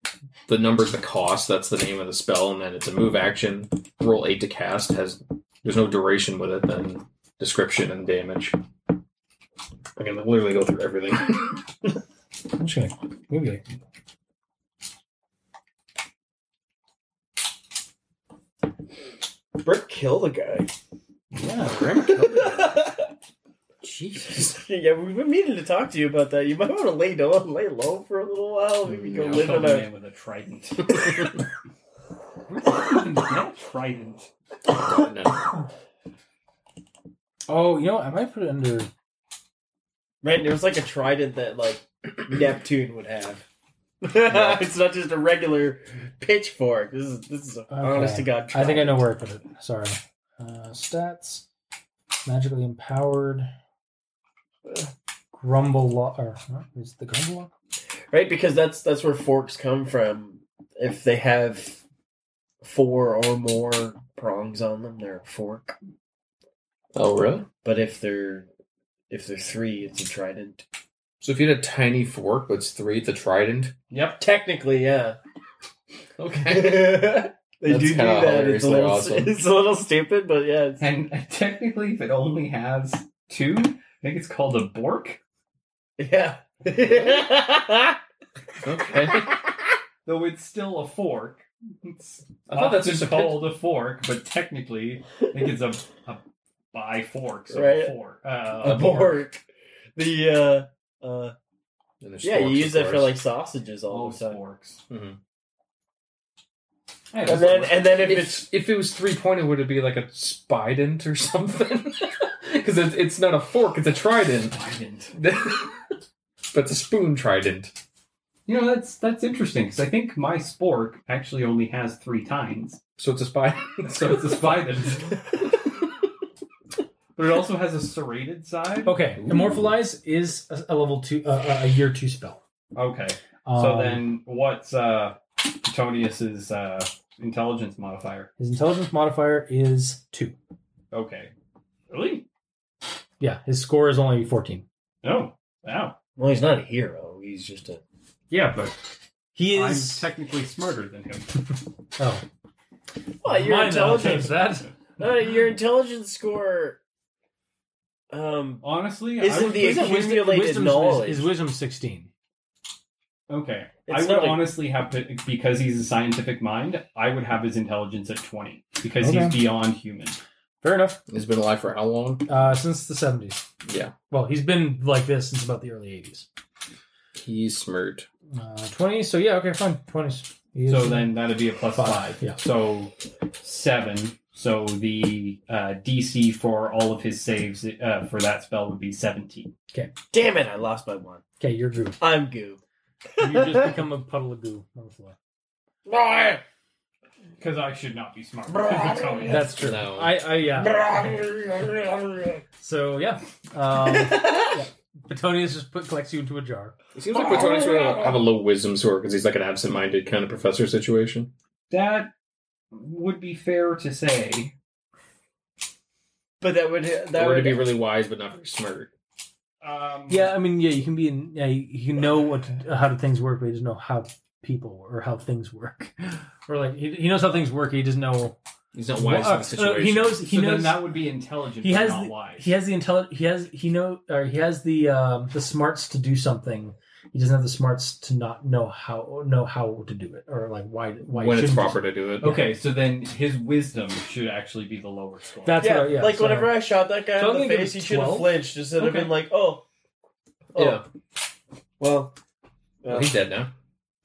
Speaker 4: the number's the cost, that's the name of the spell, and then it's a move action. Roll eight to cast has there's no duration with it than description and damage. I can literally go through everything.
Speaker 2: I'm just gonna maybe. I can-
Speaker 3: Brick killed a guy.
Speaker 4: Yeah, Brick killed
Speaker 3: a guy.
Speaker 4: Jesus.
Speaker 3: Yeah, we've been meaning to talk to you about that. You might want to lay down, lay low for a little while. Maybe go live in
Speaker 7: coming
Speaker 3: a.
Speaker 7: in with a trident. Not trident.
Speaker 2: Oh, you know what? I might put it under.
Speaker 3: Right, there was like a trident that like Neptune would have. it's not just a regular pitchfork. This is this is a honest to god.
Speaker 2: I think I know where I put it. Sorry. Uh, stats. Magically empowered. Grumble lock. Or huh? is it the grumble lock?
Speaker 3: Right, because that's that's where forks come from. If they have four or more prongs on them, they're a fork.
Speaker 4: Oh, really?
Speaker 3: But if they're if they're three, it's a trident.
Speaker 4: So if you had a tiny fork, but it's three, it's a trident.
Speaker 3: Yep, Uh, technically, yeah.
Speaker 4: Okay.
Speaker 3: They
Speaker 4: That's
Speaker 3: do do
Speaker 4: kinda
Speaker 3: that. It's a,
Speaker 4: hilariously
Speaker 3: little,
Speaker 4: awesome.
Speaker 3: it's a little stupid, but yeah. It's,
Speaker 7: And technically, if it only has two, I think it's called a bork.
Speaker 3: yeah. okay.
Speaker 7: Though it's still a fork. It's
Speaker 4: I thought that's
Speaker 7: often
Speaker 4: just a pit-
Speaker 7: called a fork, but technically, I think it's a, a by fork. So
Speaker 3: Right. Oh,
Speaker 7: a fork. Uh,
Speaker 3: a pork. The uh uh
Speaker 4: And there's
Speaker 3: yeah, you
Speaker 4: forks,
Speaker 3: use
Speaker 4: of
Speaker 3: that for
Speaker 4: course.
Speaker 3: like sausages all the time.
Speaker 7: Forks.
Speaker 4: Mhm.
Speaker 3: And then and then if
Speaker 4: if,
Speaker 3: it's
Speaker 4: if it was three pointed, would it be like a spident or something? Because it's, it's not a fork; it's a trident.
Speaker 7: Trident.
Speaker 4: but it's a spoon trident.
Speaker 7: You know that's that's interesting because I think my spork actually only has three tines,
Speaker 4: So it's a spy.
Speaker 7: so it's a spident. but it also has a serrated side.
Speaker 2: Okay. Immortalize is a, a level two, uh, a year two spell.
Speaker 7: Okay.
Speaker 2: Um,
Speaker 7: so then, what's uh, Tonius's uh, intelligence modifier?
Speaker 2: his intelligence modifier is two.
Speaker 7: Okay. Really?
Speaker 2: Yeah, his score is only fourteen.
Speaker 7: No. Wow.
Speaker 3: well, he's not a hero. He's just a
Speaker 7: Yeah, but
Speaker 2: He
Speaker 7: I'm
Speaker 2: is.
Speaker 7: technically smarter than him.
Speaker 2: oh,
Speaker 3: well, your
Speaker 5: Mine now change
Speaker 3: intelligence.
Speaker 5: that.
Speaker 3: Uh, your intelligence score. Um,
Speaker 7: Honestly, I
Speaker 3: Isn't
Speaker 7: would,
Speaker 3: the-
Speaker 2: Isn't
Speaker 3: accumulated
Speaker 2: wisdom
Speaker 3: knowledge.
Speaker 2: Is, is wisdom sixteen?
Speaker 7: okay.
Speaker 3: It's
Speaker 7: I would
Speaker 3: not like-
Speaker 7: honestly have to because he's a scientific mind. I would have his intelligence at twenty because
Speaker 2: Okay.
Speaker 7: he's beyond human.
Speaker 2: Fair enough.
Speaker 4: It's been alive for how long?
Speaker 2: Uh, since the seventies.
Speaker 4: Yeah,
Speaker 2: Well, he's been like this since about the early eighties.
Speaker 4: he's smirt.
Speaker 2: Uh, Twenties. So yeah, okay, fine. Twenties.
Speaker 7: So then that'd be a plus
Speaker 2: Five,
Speaker 7: five.
Speaker 2: yeah.
Speaker 7: So seven. So the uh, DC for all of his saves uh, for that spell would be seventeen.
Speaker 3: damn it! I lost my one.
Speaker 2: okay, you're goo.
Speaker 3: I'm goo.
Speaker 2: You just become a puddle of goo on the floor.
Speaker 7: Because I should not be smart.
Speaker 2: That's true.
Speaker 4: No.
Speaker 2: I, I yeah. So yeah. Um, yeah. Petonius just put, collects you into a jar.
Speaker 4: It seems like Batoni's would have a low wisdom score because he's like an absent-minded kind of professor situation.
Speaker 7: that would be fair to say.
Speaker 3: But that would that
Speaker 4: or to
Speaker 3: would
Speaker 4: be really wise but not very smart.
Speaker 7: Um,
Speaker 2: Yeah, I mean, yeah, you can be in. Yeah, you, you know what to, how do things work, but he doesn't know how people or how things work, or like he, he knows how things work. He doesn't know.
Speaker 4: He's not wise
Speaker 2: Uh,
Speaker 4: to the situation.
Speaker 2: uh, he knows. He
Speaker 7: so then
Speaker 2: knows.
Speaker 7: that would be intelligent.
Speaker 2: He
Speaker 7: but
Speaker 2: has
Speaker 7: not
Speaker 2: the-
Speaker 7: wise.
Speaker 2: He has the intelli- He has he know or he has the um, the smarts to do something. He doesn't have the smarts to not know how know how to do it or like why why
Speaker 4: when it's
Speaker 2: shouldn't you-
Speaker 4: proper to do it.
Speaker 7: okay, so then his wisdom should actually be the lower score.
Speaker 2: That's
Speaker 3: yeah,
Speaker 2: what I, yeah,
Speaker 3: like
Speaker 2: sorry.
Speaker 3: whenever I shot that guy
Speaker 2: So
Speaker 3: in
Speaker 2: I'm
Speaker 3: the
Speaker 2: gonna give
Speaker 3: face, he
Speaker 2: it
Speaker 3: should have
Speaker 2: 12.
Speaker 3: flinched instead of
Speaker 2: Okay.
Speaker 3: been like, "Oh, oh,
Speaker 4: Yeah.
Speaker 3: well,
Speaker 4: Well, Oh, he's dead now.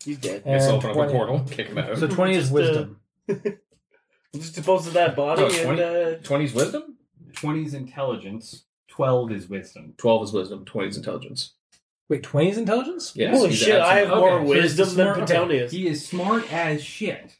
Speaker 3: he's dead."
Speaker 4: Let's
Speaker 2: And
Speaker 4: open up a
Speaker 2: 20.
Speaker 4: portal, kick him out.
Speaker 2: So twenty is
Speaker 3: Just, uh,
Speaker 2: wisdom.
Speaker 3: Just dispose of that body
Speaker 4: Oh,
Speaker 3: and
Speaker 4: 20?
Speaker 3: uh,
Speaker 4: 20's wisdom?
Speaker 7: Twenty is intelligence. Twelve is wisdom.
Speaker 4: 12 is wisdom, 20 is intelligence.
Speaker 2: Wait, twenty is intelligence.
Speaker 4: Yes,
Speaker 3: holy
Speaker 4: he's
Speaker 3: shit! I have
Speaker 4: absent-
Speaker 3: more
Speaker 2: Okay, so he's
Speaker 3: wisdom than
Speaker 2: smart- okay.
Speaker 3: Petonius.
Speaker 7: He is smart as shit.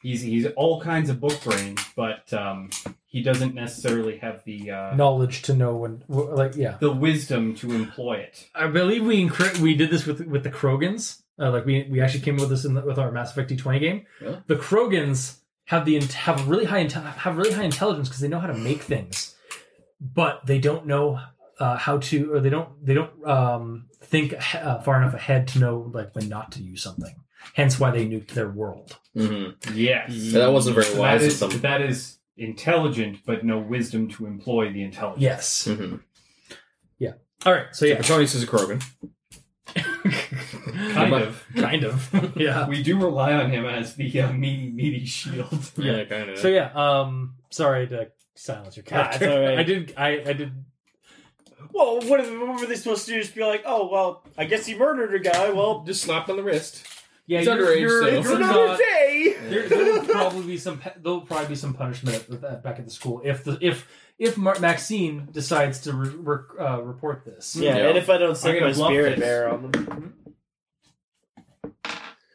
Speaker 7: He's he's all kinds of book brain, but um, he doesn't necessarily have the uh,
Speaker 2: Knowledge to know when wh- like yeah.
Speaker 7: the wisdom to employ it.
Speaker 2: I believe we incre- we did this with with the Krogans. Uh, like we we actually came up with this in the, with our Mass Effect D20 game.
Speaker 4: Yeah.
Speaker 2: The Krogans have the int- have really high inte- have really high intelligence because they know how to make things, but they don't know uh, how to or they don't they don't um, think ahe- uh, far enough ahead to know like when not to use something. Hence why they nuked their world.
Speaker 4: Mhm.
Speaker 7: Yes,
Speaker 4: Yeah, that wasn't very
Speaker 7: So
Speaker 4: wise
Speaker 7: that
Speaker 4: of
Speaker 7: is,
Speaker 4: them.
Speaker 7: that is intelligent, but no wisdom to employ the intelligence.
Speaker 2: Yes.
Speaker 4: Mhm.
Speaker 2: All right. So yeah.
Speaker 4: Petronius is a Krogan.
Speaker 5: kind of.
Speaker 7: Kind of. Yeah.
Speaker 5: We do rely on him as the uh, meaty, meaty shield.
Speaker 4: Yeah, kind of.
Speaker 7: So yeah, um, sorry to silence your
Speaker 3: Ah, it's
Speaker 7: character.
Speaker 3: all right.
Speaker 7: I did. I, I did.
Speaker 3: Well, what, if, what were they supposed to do? Just be like, oh, well, I guess he murdered a guy. Well,
Speaker 4: Just slapped on the wrist.
Speaker 2: Yeah,
Speaker 4: He's
Speaker 2: you're,
Speaker 4: underage,
Speaker 2: you're,
Speaker 4: so-
Speaker 2: you're
Speaker 4: It's
Speaker 3: another
Speaker 2: not-
Speaker 3: day!
Speaker 2: there, there will probably be some. pe- There'll probably be some punishment at, the- back at the school if the if if Mar- Maxine decides to re- re- uh, report this.
Speaker 3: Yeah,
Speaker 4: Yeah.
Speaker 3: and if I don't
Speaker 5: I'm
Speaker 3: send
Speaker 5: gonna
Speaker 3: my
Speaker 5: bluff
Speaker 3: spirit
Speaker 5: this.
Speaker 3: bear on them,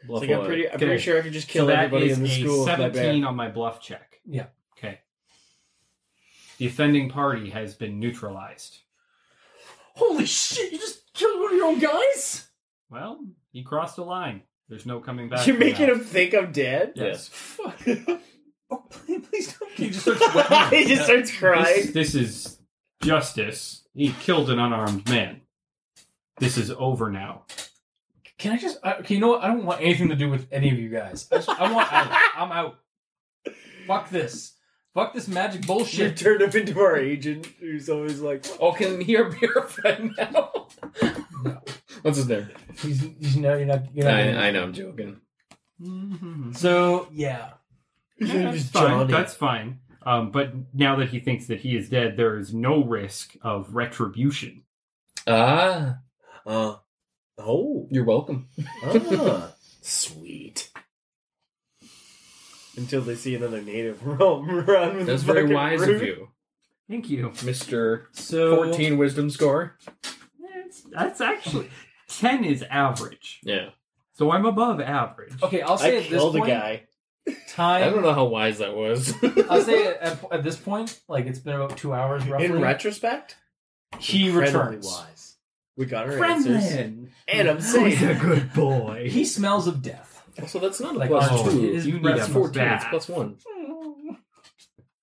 Speaker 4: Bluff
Speaker 3: like, I'm
Speaker 4: away.
Speaker 3: pretty, I'm
Speaker 5: Okay.
Speaker 3: pretty sure I could just kill
Speaker 5: so that
Speaker 3: everybody
Speaker 5: is
Speaker 3: in the
Speaker 5: a
Speaker 3: school with my bear.
Speaker 5: seventeen on my bluff check.
Speaker 2: Yeah.
Speaker 5: Okay. The offending party has been neutralized.
Speaker 2: Holy shit! You just killed one of your own guys.
Speaker 5: Well, he crossed a line. There's no coming back.
Speaker 3: You're
Speaker 5: from
Speaker 3: making
Speaker 5: that.
Speaker 3: him think I'm dead?
Speaker 5: yes.
Speaker 2: Fuck. Oh, please, please don't. You just
Speaker 3: he just starts
Speaker 5: This,
Speaker 3: crying.
Speaker 5: this is justice. He killed an unarmed man. This is over now.
Speaker 2: Can I just? I, okay, you know what? I don't want anything to do with any of you guys. I, just, I want out. I'm out. Fuck this. Fuck this magic
Speaker 3: You
Speaker 2: bullshit.
Speaker 3: turned him into our agent, who's always like,
Speaker 4: Oh, can he be your friend now? What's his name?
Speaker 2: He's, he's no, you're not. You're
Speaker 4: I,
Speaker 2: not
Speaker 4: I know, I'm joking.
Speaker 5: Mm-hmm.
Speaker 2: So yeah,
Speaker 5: That's fine. That's fine. Um, but now that he thinks that he is dead, there is no risk of retribution.
Speaker 4: Ah,
Speaker 3: uh, oh,
Speaker 4: you're welcome.
Speaker 3: ah, sweet. Until they see another native roam around with
Speaker 4: That's
Speaker 3: a
Speaker 4: very
Speaker 3: fucking
Speaker 4: wise
Speaker 3: root.
Speaker 4: of you,
Speaker 5: Thank you.
Speaker 4: Mister
Speaker 5: So
Speaker 4: Fourteen Wisdom Score.
Speaker 5: That's, that's actually ten is average.
Speaker 4: Yeah,
Speaker 5: So I'm above average.
Speaker 2: okay. I'll say
Speaker 3: I
Speaker 2: at this
Speaker 3: killed a
Speaker 2: point,
Speaker 3: guy.
Speaker 4: I don't
Speaker 2: time.
Speaker 4: know how wise that was.
Speaker 2: I'll say at, at this point, like it's been about two hours roughly.
Speaker 3: In retrospect,
Speaker 2: he
Speaker 3: incredibly
Speaker 2: returns.
Speaker 3: wise. We got our answers,
Speaker 5: Friendlin,
Speaker 3: and I'm safe.
Speaker 5: good boy.
Speaker 2: He smells of death.
Speaker 4: so that's not a
Speaker 2: Like,
Speaker 4: plus
Speaker 2: oh,
Speaker 4: two.
Speaker 2: his
Speaker 4: You need
Speaker 2: breath's
Speaker 4: that's fourteen.
Speaker 5: bad.
Speaker 4: It's plus one.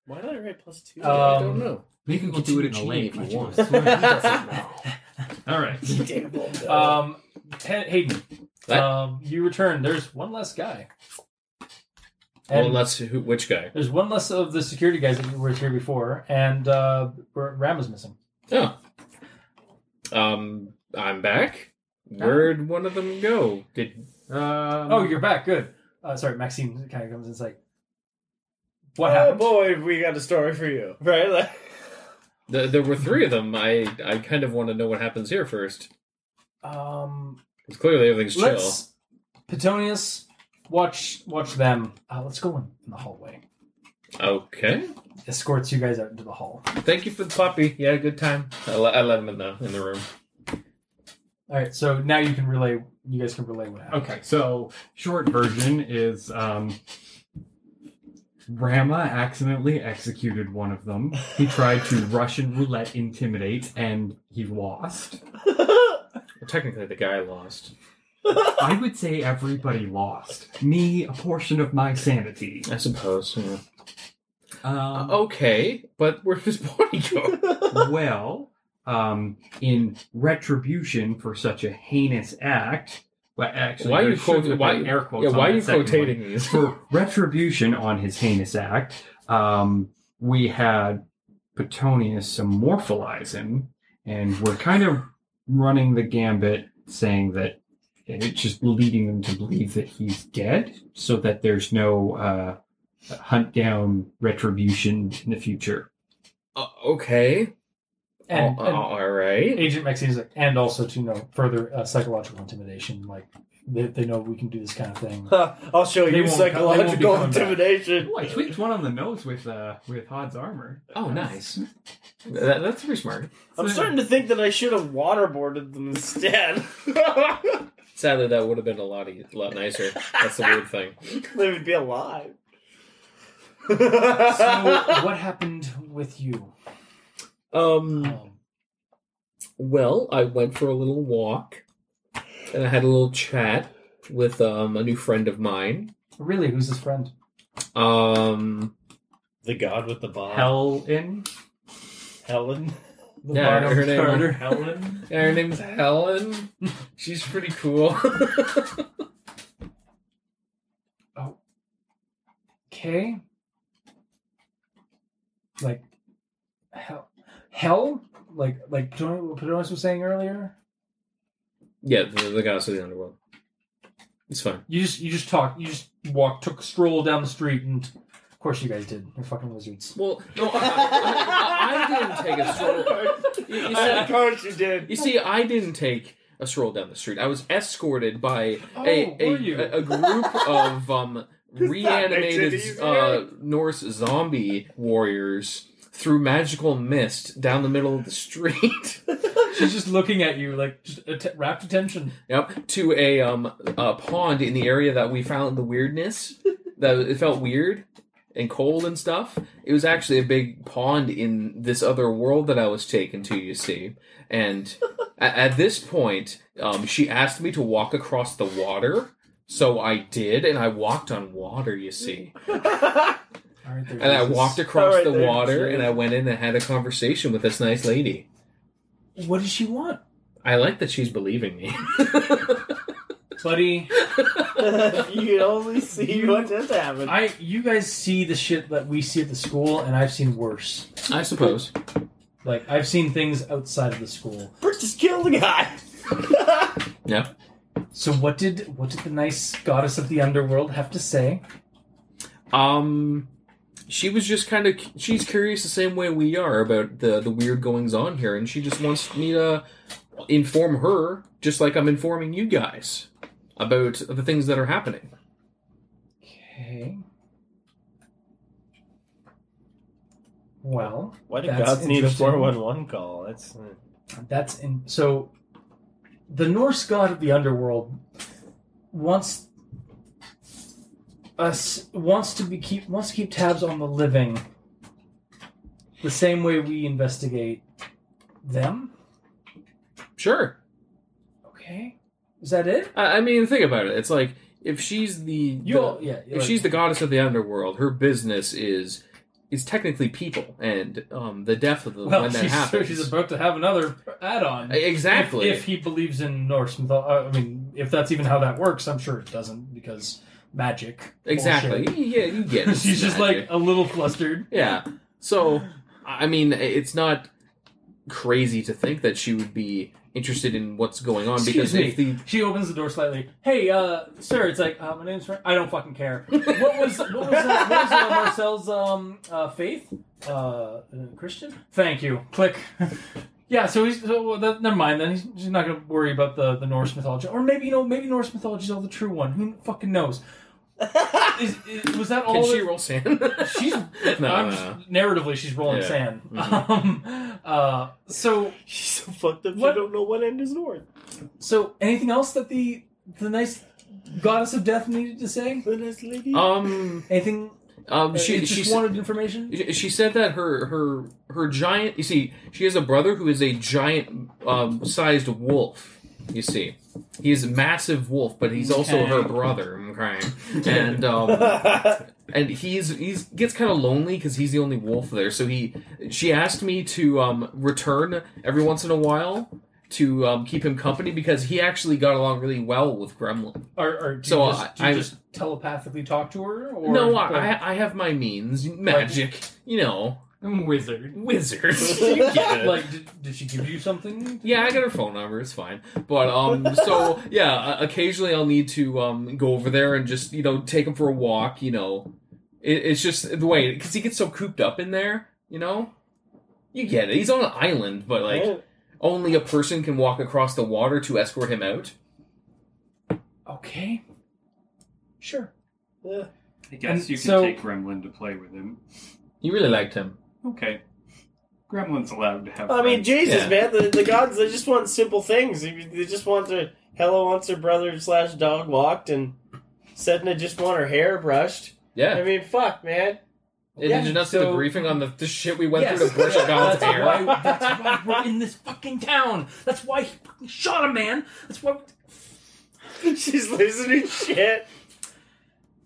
Speaker 3: Why did I write plus two?
Speaker 4: I
Speaker 2: Um,
Speaker 4: don't know.
Speaker 5: You can do it in a
Speaker 4: Continue
Speaker 5: lake
Speaker 4: cheating
Speaker 5: if
Speaker 4: if
Speaker 5: you
Speaker 4: you
Speaker 5: want. All right.
Speaker 2: Um, Hay- Hayden,
Speaker 4: What?
Speaker 2: um, you return. There's one less guy.
Speaker 4: Well,
Speaker 2: And-
Speaker 3: uh,
Speaker 4: that's who, which guy?
Speaker 2: There's one less of the security guys that were here before, and uh, Ram is missing.
Speaker 4: Oh, um, I'm back. Where'd one of them go? Did
Speaker 5: Um,
Speaker 2: oh, you're back. Good. Uh, sorry, Maxine kind of comes and is like, "What
Speaker 3: oh
Speaker 2: happened?"
Speaker 3: boy, we got a story for you, right? Like,
Speaker 4: th- there were three of them? I I kind of want to know what happens here first.
Speaker 2: Um,
Speaker 4: 'Cause clearly everything's chill.
Speaker 2: let's Petonius watch watch them. Uh, let's go in, in the hallway.
Speaker 4: Okay.
Speaker 2: Escorts you guys out into the hall.
Speaker 4: Thank you for the puppy. Yeah, good time. I, le- I let him in the in the room.
Speaker 2: All right, so now you can relay. You guys can relay what happened.
Speaker 5: Okay, so short version is
Speaker 7: uh,
Speaker 5: um, Rama accidentally executed one of them. He tried to Russian roulette intimidate, and he lost.
Speaker 4: Well, technically, the guy lost.
Speaker 5: I would say everybody lost. Me, a portion of my sanity.
Speaker 4: I suppose. yeah.
Speaker 5: Um,
Speaker 4: okay, but where does Bonnie go?
Speaker 5: well, um, in retribution for such a heinous act. Well, actually,
Speaker 4: Why are you
Speaker 5: there should
Speaker 4: quote-
Speaker 5: have
Speaker 4: why-
Speaker 5: been air quotes
Speaker 4: yeah,
Speaker 5: on
Speaker 4: why
Speaker 5: that
Speaker 4: are you
Speaker 5: second one.
Speaker 4: quotating these?
Speaker 5: for retribution on his heinous act, um, we had Petonius amorphalize him, and we're kind of running the gambit, saying that it's just leading them to believe that he's dead, so that there's no uh, hunt down retribution in the future.
Speaker 4: Uh, okay.
Speaker 2: And,
Speaker 4: Al-
Speaker 2: and
Speaker 4: all right.
Speaker 2: Agent Maxine is like, and also to know further uh, psychological intimidation. Like they, they know we can do this kind of thing.
Speaker 3: I'll show
Speaker 2: They
Speaker 3: you
Speaker 2: won't come- they won't be
Speaker 3: psychological
Speaker 2: coming back.
Speaker 3: intimidation.
Speaker 5: I Oh, tweaked one on the nose with uh, with Hod's armor.
Speaker 4: Oh, nice. That, that's pretty smart.
Speaker 3: I'm starting to think that I should have waterboarded them instead.
Speaker 4: Sadly, that would have been a lot e- lot nicer. That's the weird thing.
Speaker 3: they would be alive.
Speaker 2: so what happened with you?
Speaker 4: Um.
Speaker 2: Um,
Speaker 4: Well, I went for a little walk, and I had a little chat with um, a new friend of mine.
Speaker 2: really, who's his friend?
Speaker 4: Um.
Speaker 3: the god with the bob.
Speaker 5: Hell in
Speaker 3: Helen.
Speaker 2: The
Speaker 4: Yeah,
Speaker 2: bottom
Speaker 4: her name-
Speaker 2: third.
Speaker 5: Helen.
Speaker 4: Yeah, her name's Helen. She's pretty cool.
Speaker 2: Okay. Like hell, hell, like like Tony, what Padonis was saying earlier.
Speaker 4: Yeah, the, the goddess of the underworld. It's fine.
Speaker 2: You just you just talk you just walk took a stroll down the street and of course you guys did. You're fucking wizards.
Speaker 4: Well, no, I, I didn't take a stroll. You, you
Speaker 3: Of
Speaker 4: see,
Speaker 3: course you did.
Speaker 4: you see, I didn't take a stroll down the street. I was escorted by
Speaker 2: Oh,
Speaker 4: a
Speaker 2: were you?
Speaker 4: a, a, a group of um, reanimated
Speaker 3: makes it
Speaker 4: uh, Norse zombie warriors through magical mist down the middle of the street.
Speaker 2: She's just looking at you like just att- rapt attention.
Speaker 4: Yep, to a um a pond in the area that we found the weirdness. that it felt weird and cold and stuff. It was actually a big pond in this other world that I was taken to, you see. And at, at this point, um, she asked me to walk across the water. So I did, and I walked on water, you see.
Speaker 2: All right, there
Speaker 4: And I
Speaker 2: Jesus.
Speaker 4: walked across
Speaker 3: Alright,
Speaker 4: the
Speaker 3: there,
Speaker 4: water,
Speaker 3: Jim.
Speaker 4: and I went in and had a conversation with this nice lady.
Speaker 2: What does she want,
Speaker 4: I like that she's believing me.
Speaker 2: buddy?
Speaker 3: you can only see what just happened.
Speaker 2: I you guys see the shit that we see at the school, and I've seen worse.
Speaker 4: I suppose.
Speaker 2: Like I've seen things outside of the school.
Speaker 3: Bert just killed a guy.
Speaker 4: Yeah.
Speaker 2: So what did what did the nice goddess of the underworld have to say?
Speaker 4: Um, she was just kind of she's curious the same way we are about the the weird goings on here, and she just wants me to inform her, just like I'm informing you guys about the things that are happening.
Speaker 2: Okay. Well,
Speaker 3: Why do
Speaker 2: That's
Speaker 3: gods need a
Speaker 2: interesting.
Speaker 3: 411 call? That's uh,
Speaker 2: that's in so the Norse god of the underworld wants us wants to be keep wants to keep tabs on the living the same way we investigate them.
Speaker 4: Sure,
Speaker 2: Okay. Is that it?
Speaker 4: I, I mean think about it. It's like if she's the,
Speaker 2: You
Speaker 4: the
Speaker 2: all, yeah.
Speaker 4: if she's the goddess of the underworld, her business is is technically people and um the death of the
Speaker 2: well,
Speaker 4: when that
Speaker 2: she's,
Speaker 4: happens.
Speaker 2: she's about to have another add-on.
Speaker 4: exactly.
Speaker 2: If, if he believes in Norse mythology, I mean, if that's even how that works, I'm sure it doesn't because magic.
Speaker 4: exactly.
Speaker 2: bullshit.
Speaker 4: Yeah, you get it.
Speaker 2: She's just like a little flustered.
Speaker 4: Yeah. So, I mean, it's not crazy to think that she would be interested in what's going on
Speaker 2: Excuse
Speaker 4: because
Speaker 2: me.
Speaker 4: if the
Speaker 2: She opens the door slightly. Hey, uh, sir, it's like uh, my name's Frank. I don't fucking care. What was what was, uh, what was uh, Marcel's um uh, faith? Uh, uh, Christian. Thank you. Click. Yeah, so he's so, well, that, never mind. Then he's, he's not going to worry about the, the Norse mythology, or maybe you know, maybe Norse mythology is all the true one. Who fucking knows? Is, is, was that all?
Speaker 4: can
Speaker 2: that-
Speaker 4: she roll sand?
Speaker 2: She's
Speaker 4: No,
Speaker 2: I'm
Speaker 4: no,
Speaker 2: just,
Speaker 4: no.
Speaker 2: narratively she's rolling
Speaker 4: Yeah.
Speaker 2: sand.
Speaker 4: Mhm.
Speaker 2: Um, uh, so
Speaker 3: she's so fucked up.
Speaker 2: What?
Speaker 3: She don't know what end is north.
Speaker 2: so anything else that the the nice goddess of death needed to say?
Speaker 3: The nice lady.
Speaker 4: um,
Speaker 2: Anything?
Speaker 4: um,
Speaker 2: uh, it
Speaker 4: she
Speaker 2: just
Speaker 4: she s-
Speaker 2: wanted information.
Speaker 4: she said that her her her giant. You see, she has a brother who is a giant um, sized wolf. You see, he is a massive wolf, but he's also her
Speaker 2: Okay.
Speaker 4: brother. Okay, and um, and he's he's gets kind of lonely because he's the only wolf there. So he she asked me to um, return every once in a while to um, keep him company because he actually got along really well with Gremlin.
Speaker 2: Or, or do
Speaker 4: So,
Speaker 2: you, just, do
Speaker 4: I-
Speaker 2: you
Speaker 4: I-
Speaker 2: just telepathically talk to her? Or
Speaker 4: no, I, I I have my means, magic, you know,
Speaker 2: wizard.
Speaker 4: wizards.
Speaker 2: Like, did, did she give you something?
Speaker 4: Yeah, I got her phone number. It's fine. But um, so yeah, o- occasionally I'll need to um go over there and just you know take him for a walk. You know, it, it's just the way because he gets so cooped up in there. You know, you get it. He's on an island, but like only a person can walk across the water to escort him out.
Speaker 2: Okay. Sure.
Speaker 3: Yeah.
Speaker 7: I guess
Speaker 2: And
Speaker 7: you can
Speaker 2: so-
Speaker 7: take Gremlin to play with him.
Speaker 4: You really liked him.
Speaker 7: Okay. Gremlin's allowed to have.
Speaker 3: I mean,
Speaker 7: friends.
Speaker 3: Jesus,
Speaker 4: Yeah.
Speaker 3: man, the, the gods, they just want simple things. They they just want to. Hella wants her brother slash dog walked, and Setna just want her hair brushed. I
Speaker 4: Yeah.
Speaker 3: mean, fuck, man.
Speaker 4: And
Speaker 2: yeah,
Speaker 4: did you not see the
Speaker 2: so-
Speaker 4: briefing on the, the shit we went
Speaker 2: Yes.
Speaker 4: through to brush a god's
Speaker 2: that's,
Speaker 4: hair?
Speaker 2: why, that's why we're in this fucking town. That's why he fucking shot a man. That's why.
Speaker 3: She's losing her shit.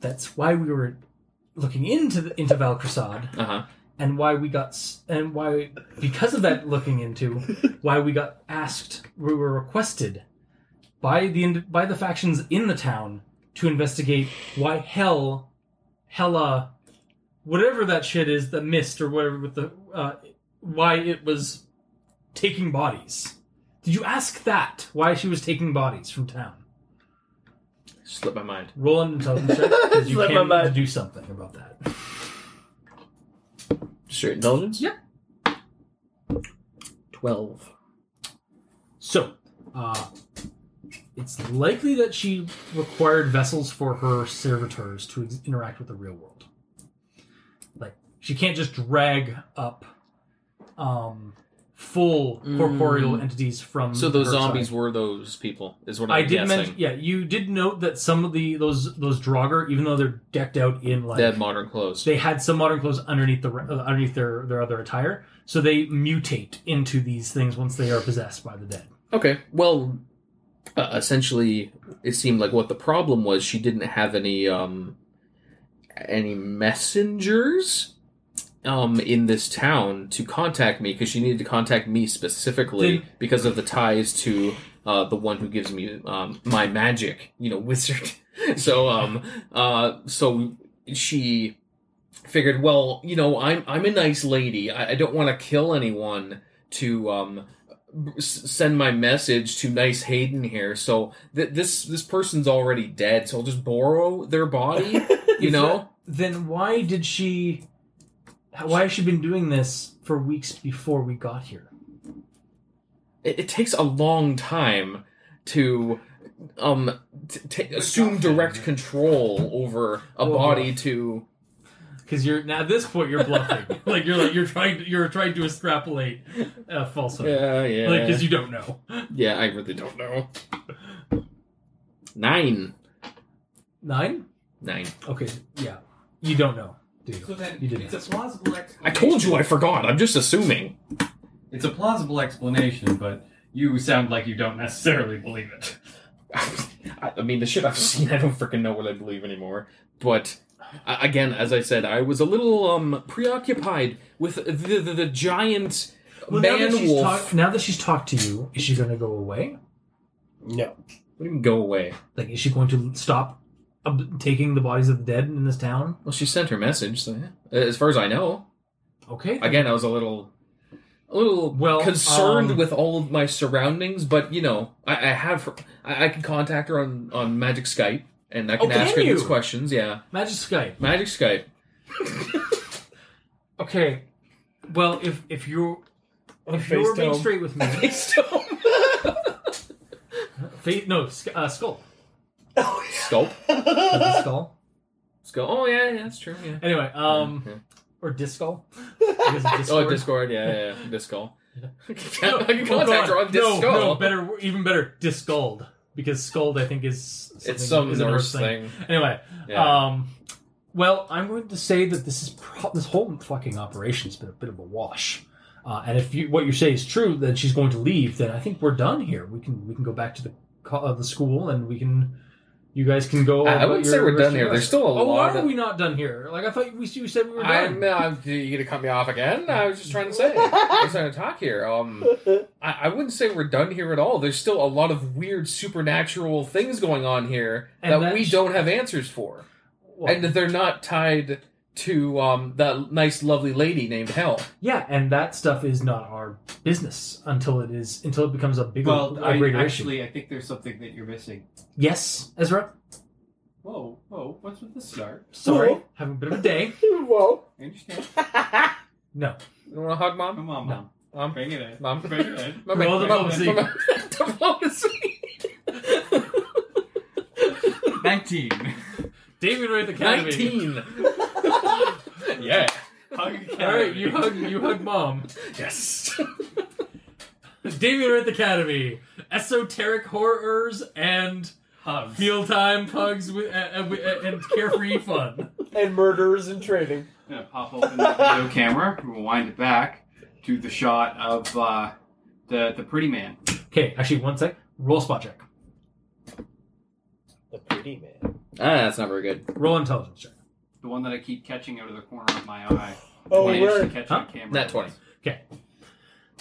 Speaker 2: That's why we were looking into the, into Valkrasad
Speaker 4: Uh huh.
Speaker 2: and why we got s- and why because of that looking into why we got asked we were requested by the ind- by the factions in the town to investigate why hell hella whatever that shit is the mist or whatever with the uh, why it was taking bodies Did you ask that? Why she was taking bodies from town?
Speaker 4: Slipped my mind.
Speaker 2: Roll an intelligence check because you
Speaker 4: Slipped my
Speaker 2: can
Speaker 4: mind.
Speaker 2: do something about that.
Speaker 4: Straight intelligence?
Speaker 2: Yep.
Speaker 4: 12.
Speaker 2: So, uh, it's likely that she required vessels for her servitors to ex- interact with the real world. Like, she can't just drag up um, full corporeal
Speaker 4: Mm.
Speaker 2: entities from.
Speaker 4: So those
Speaker 2: her
Speaker 4: zombies
Speaker 2: side.
Speaker 4: were those people, is what I'm
Speaker 2: I did
Speaker 4: guessing.
Speaker 2: mention, yeah, you did note that some of the those those Draugr, even though they're decked out in like
Speaker 4: they had modern clothes.
Speaker 2: they had some modern clothes underneath the uh, underneath their their other attire, so they mutate into these things once they are possessed by the dead.
Speaker 4: Okay. Well, uh, essentially, it seemed like what the problem was. She didn't have any um, any messengers um, in this town to contact me because she needed to contact me specifically
Speaker 2: Then-
Speaker 4: because of the ties to uh, the one who gives me um, my magic, you know, wizard. so, um, uh, so she figured, well, you know, I'm I'm a nice lady. I, I don't want to kill anyone to um, b- s- send my message to nice Hayden here. So th- this this person's already dead. So I'll just borrow their body. You know,
Speaker 2: Then why did she? Why has she been doing this for weeks before we got here?
Speaker 4: it, it takes a long time to um t- t- assume direct control over a
Speaker 2: Whoa.
Speaker 4: body to
Speaker 2: Because you're now at this point you're bluffing. like you're like you're trying to, you're trying to extrapolate uh, falsehood.
Speaker 4: Yeah, yeah.
Speaker 2: Like because you don't know.
Speaker 4: yeah i really don't know nine
Speaker 2: Nine.
Speaker 4: nine
Speaker 2: Okay. Yeah. You don't know. Do you?
Speaker 7: So then
Speaker 2: you didn't.
Speaker 7: it's a plausible
Speaker 4: i told you i forgot i'm just assuming
Speaker 7: It's a plausible explanation, but you sound like you don't necessarily believe it.
Speaker 4: I, I mean, the shit I've seen, I don't freaking know what I believe anymore. But a- again, as I said, I was a little um preoccupied with the the, the giant
Speaker 2: Well, now that,
Speaker 4: man
Speaker 2: she's
Speaker 4: wolf.
Speaker 2: talk, now that she's talked to you, is she going to go away?
Speaker 4: No. What do you mean go away?
Speaker 2: Like, is she going to stop ob- taking the bodies of the dead in this town?
Speaker 4: Well, she sent her message. So yeah. Uh, As far as I know,
Speaker 2: Okay.
Speaker 4: again, I was a little, a little
Speaker 2: Well,
Speaker 4: concerned
Speaker 2: um,
Speaker 4: with all of my surroundings. But you know, I, I have, her- I, I can contact her on on Magic Skype, and I can
Speaker 2: Oh,
Speaker 4: ask
Speaker 2: can
Speaker 4: her these
Speaker 2: you?
Speaker 4: questions. Yeah,
Speaker 2: Magic Skype.
Speaker 4: Magic Skype.
Speaker 2: Okay. Well, if if you're if you're being
Speaker 3: FaceTime.
Speaker 2: straight with me, Fa- no sc- uh, skull,
Speaker 3: Oh,
Speaker 4: Sculpt.
Speaker 2: Is it skull.
Speaker 4: Skull. Oh yeah, yeah, that's true. Yeah.
Speaker 2: Anyway, um,
Speaker 4: Yeah.
Speaker 2: or disco. Because of Discord.
Speaker 4: Oh, Discord. Yeah, yeah, yeah. Discord. I can
Speaker 2: No,
Speaker 4: I can
Speaker 2: oh,
Speaker 4: contact
Speaker 2: God.
Speaker 4: her on
Speaker 2: no,
Speaker 4: Discord.
Speaker 2: no, better, even better, discald because scold I think is something-
Speaker 4: it's some
Speaker 2: is a
Speaker 4: Norse thing.
Speaker 2: Anyway,
Speaker 4: Yeah.
Speaker 2: um, well, I'm going to say that this is pro- this whole fucking operation's been a bit of a wash. Uh, and if you, what you say is true, then she's going to leave. Then I think we're done here. We can we can go back to the co- uh, the school, and we can you guys can go.
Speaker 4: I
Speaker 2: about
Speaker 4: wouldn't
Speaker 2: your
Speaker 4: say we're
Speaker 2: rest
Speaker 4: done
Speaker 2: of your
Speaker 4: here.
Speaker 2: life.
Speaker 4: There's still a
Speaker 2: oh,
Speaker 4: lot
Speaker 2: Why are
Speaker 4: of-
Speaker 2: we not done here? Like I thought we you said we were
Speaker 4: I'm,
Speaker 2: done.
Speaker 4: I'm, uh, you gonna cut me off again? I was just trying to say. I was trying to talk here. Um, I, I wouldn't say we're done here at all. There's still a lot of weird supernatural things going on here
Speaker 2: And
Speaker 4: that we
Speaker 2: that's-
Speaker 4: don't have answers for,
Speaker 2: Well,
Speaker 4: and that they're not tied to um that nice, lovely lady named Hell.
Speaker 2: yeah, and that stuff is not our business until it is until it becomes a bigger,
Speaker 7: Well,
Speaker 2: a
Speaker 7: I,
Speaker 2: greater issue.
Speaker 7: actually, I think there's something that you're missing.
Speaker 2: Yes, Ezra.
Speaker 7: Whoa, whoa, what's with the start?
Speaker 2: Sorry, having a bit of a day.
Speaker 3: Whoa.
Speaker 7: I understand.
Speaker 2: No.
Speaker 4: You don't want to hug mom?
Speaker 7: Come on,
Speaker 2: No.
Speaker 7: mom.
Speaker 4: Mom,
Speaker 7: Bring it in.
Speaker 4: mom,
Speaker 7: Bring it in.
Speaker 4: mom,
Speaker 2: Roll
Speaker 4: mom,
Speaker 2: diplomacy.
Speaker 4: mom, diplomacy.
Speaker 7: 19.
Speaker 2: David Wraith Academy.
Speaker 4: Nineteen. yeah.
Speaker 7: Hug
Speaker 2: All right, you hug, you hug mom.
Speaker 4: Yes.
Speaker 2: David Wraith Academy, esoteric horrors and
Speaker 7: Hugs.
Speaker 2: mealtime pugs with, uh, uh, uh, and carefree fun.
Speaker 3: And murderers in training.
Speaker 7: I'm gonna pop open the video camera. We'll wind it back to the shot of uh, the the pretty man.
Speaker 2: Okay, actually, one sec. Roll spot check.
Speaker 3: The pretty man.
Speaker 4: Ah, that's not very good.
Speaker 2: Roll intelligence check.
Speaker 7: The one that I keep catching out of the corner of my eye.
Speaker 3: Oh,
Speaker 7: Managed to
Speaker 3: word.
Speaker 7: catch
Speaker 2: Huh?
Speaker 7: on camera.
Speaker 4: Not 20.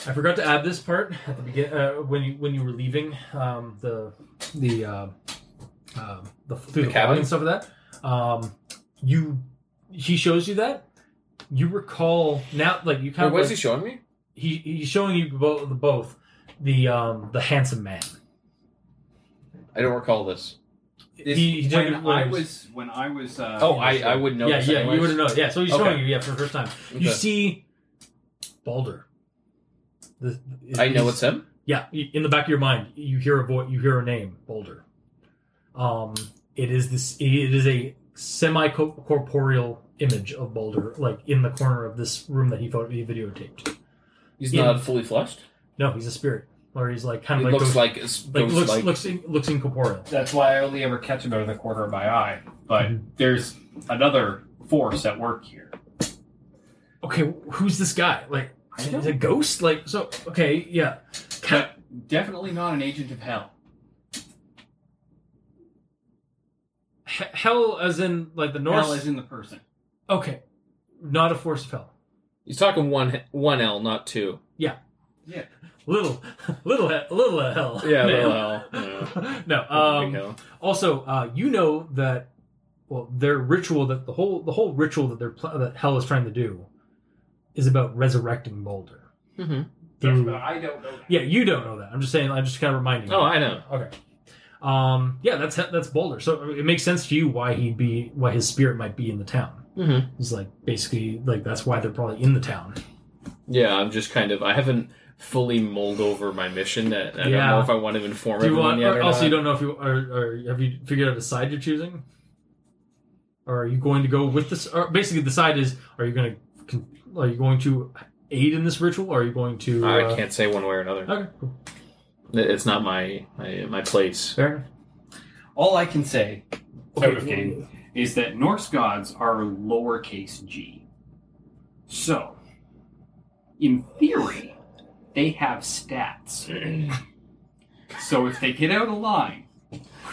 Speaker 2: I forgot to add this part at the begin uh, when you when you were leaving um, the the uh, um, the through the, cabin
Speaker 4: cabin?
Speaker 2: and stuff like that. Um, you he shows you that you recall now like you kind
Speaker 4: Wait,
Speaker 2: of
Speaker 4: what
Speaker 2: like-
Speaker 4: is he showing me?
Speaker 2: he he's showing you both, both the um, the handsome man.
Speaker 4: I don't recall this.
Speaker 5: This-
Speaker 2: he, he
Speaker 5: when
Speaker 2: did it
Speaker 5: I
Speaker 2: with-
Speaker 5: was when I was. Uh,
Speaker 4: Oh, I- I would know
Speaker 2: Yeah,
Speaker 4: this
Speaker 2: yeah,
Speaker 4: anyways.
Speaker 2: you would know. Yeah, so he's
Speaker 4: Okay.
Speaker 2: showing you. Yeah, for the first time,
Speaker 4: Okay.
Speaker 2: you see Balder. The-
Speaker 4: I know
Speaker 2: he's-
Speaker 4: it's him.
Speaker 2: Yeah, y- in the back of your mind, you hear a voice. You hear a name, Boulder. Um, it is this. It is a semi-corporeal image of Boulder, like in the corner of this room that he, photo- he videotaped.
Speaker 4: He's
Speaker 2: In-
Speaker 4: not fully fleshed.
Speaker 2: No, he's a spirit, or he's like kind
Speaker 4: It
Speaker 2: of like
Speaker 4: looks
Speaker 2: ghost-
Speaker 4: like it's
Speaker 2: like
Speaker 4: ghost
Speaker 2: looks
Speaker 4: like.
Speaker 2: looks in, looks incorporeal.
Speaker 7: That's why I only ever catch about in the corner of my eye. But there's another force at work here.
Speaker 2: Okay, who's this guy? Like,
Speaker 7: I don't-
Speaker 2: is it a ghost? Like, so okay, yeah.
Speaker 7: But definitely not an agent of hell.
Speaker 5: He- hell, as in like the Norse.
Speaker 7: Hell is in the person.
Speaker 5: okay, not a force of hell.
Speaker 4: He's talking one one L, not two.
Speaker 7: Yeah.
Speaker 2: Little, little, he- little hell.
Speaker 4: Yeah,
Speaker 2: man.
Speaker 4: little L. Yeah.
Speaker 2: no.
Speaker 4: Big
Speaker 2: Um,
Speaker 4: L.
Speaker 2: also, uh, you know that well, their ritual that the whole the whole ritual that they're pl- that hell is trying to do is about resurrecting Boulder.
Speaker 4: Mhm.
Speaker 2: Through-
Speaker 9: but I don't know.
Speaker 2: yeah, you don't know that. I'm just saying. I'm just kind of reminding.
Speaker 4: Oh,
Speaker 2: you.
Speaker 4: I know.
Speaker 2: Okay. Um, yeah, that's that's Boulder. So it makes sense to you why he'd be why his spirit might be in the town.
Speaker 4: Mhm.
Speaker 2: It's like basically like that's why they're probably in the town.
Speaker 4: Yeah, I'm just kind of. I haven't fully mulled over my mission. I, I don't
Speaker 2: Yeah.
Speaker 4: know if I want to inform
Speaker 2: Do you
Speaker 4: everyone
Speaker 2: want?
Speaker 4: yet.
Speaker 2: Or
Speaker 4: Or
Speaker 2: also, you
Speaker 4: not.
Speaker 2: don't know if you or, or have you figured out a side you're choosing? Or are you going to go with this? Or basically, the side is: Are you going to? con- Are you going to aid in this ritual? Or are you going to?
Speaker 4: I
Speaker 2: uh,
Speaker 4: can't say one way or another.
Speaker 2: Okay, cool.
Speaker 4: It- It's not my my, my place.
Speaker 2: fair enough.
Speaker 7: All I can say
Speaker 5: Oh,
Speaker 7: out of game is that Norse gods are lowercase g. So, in theory, they have stats. so if they get out of line,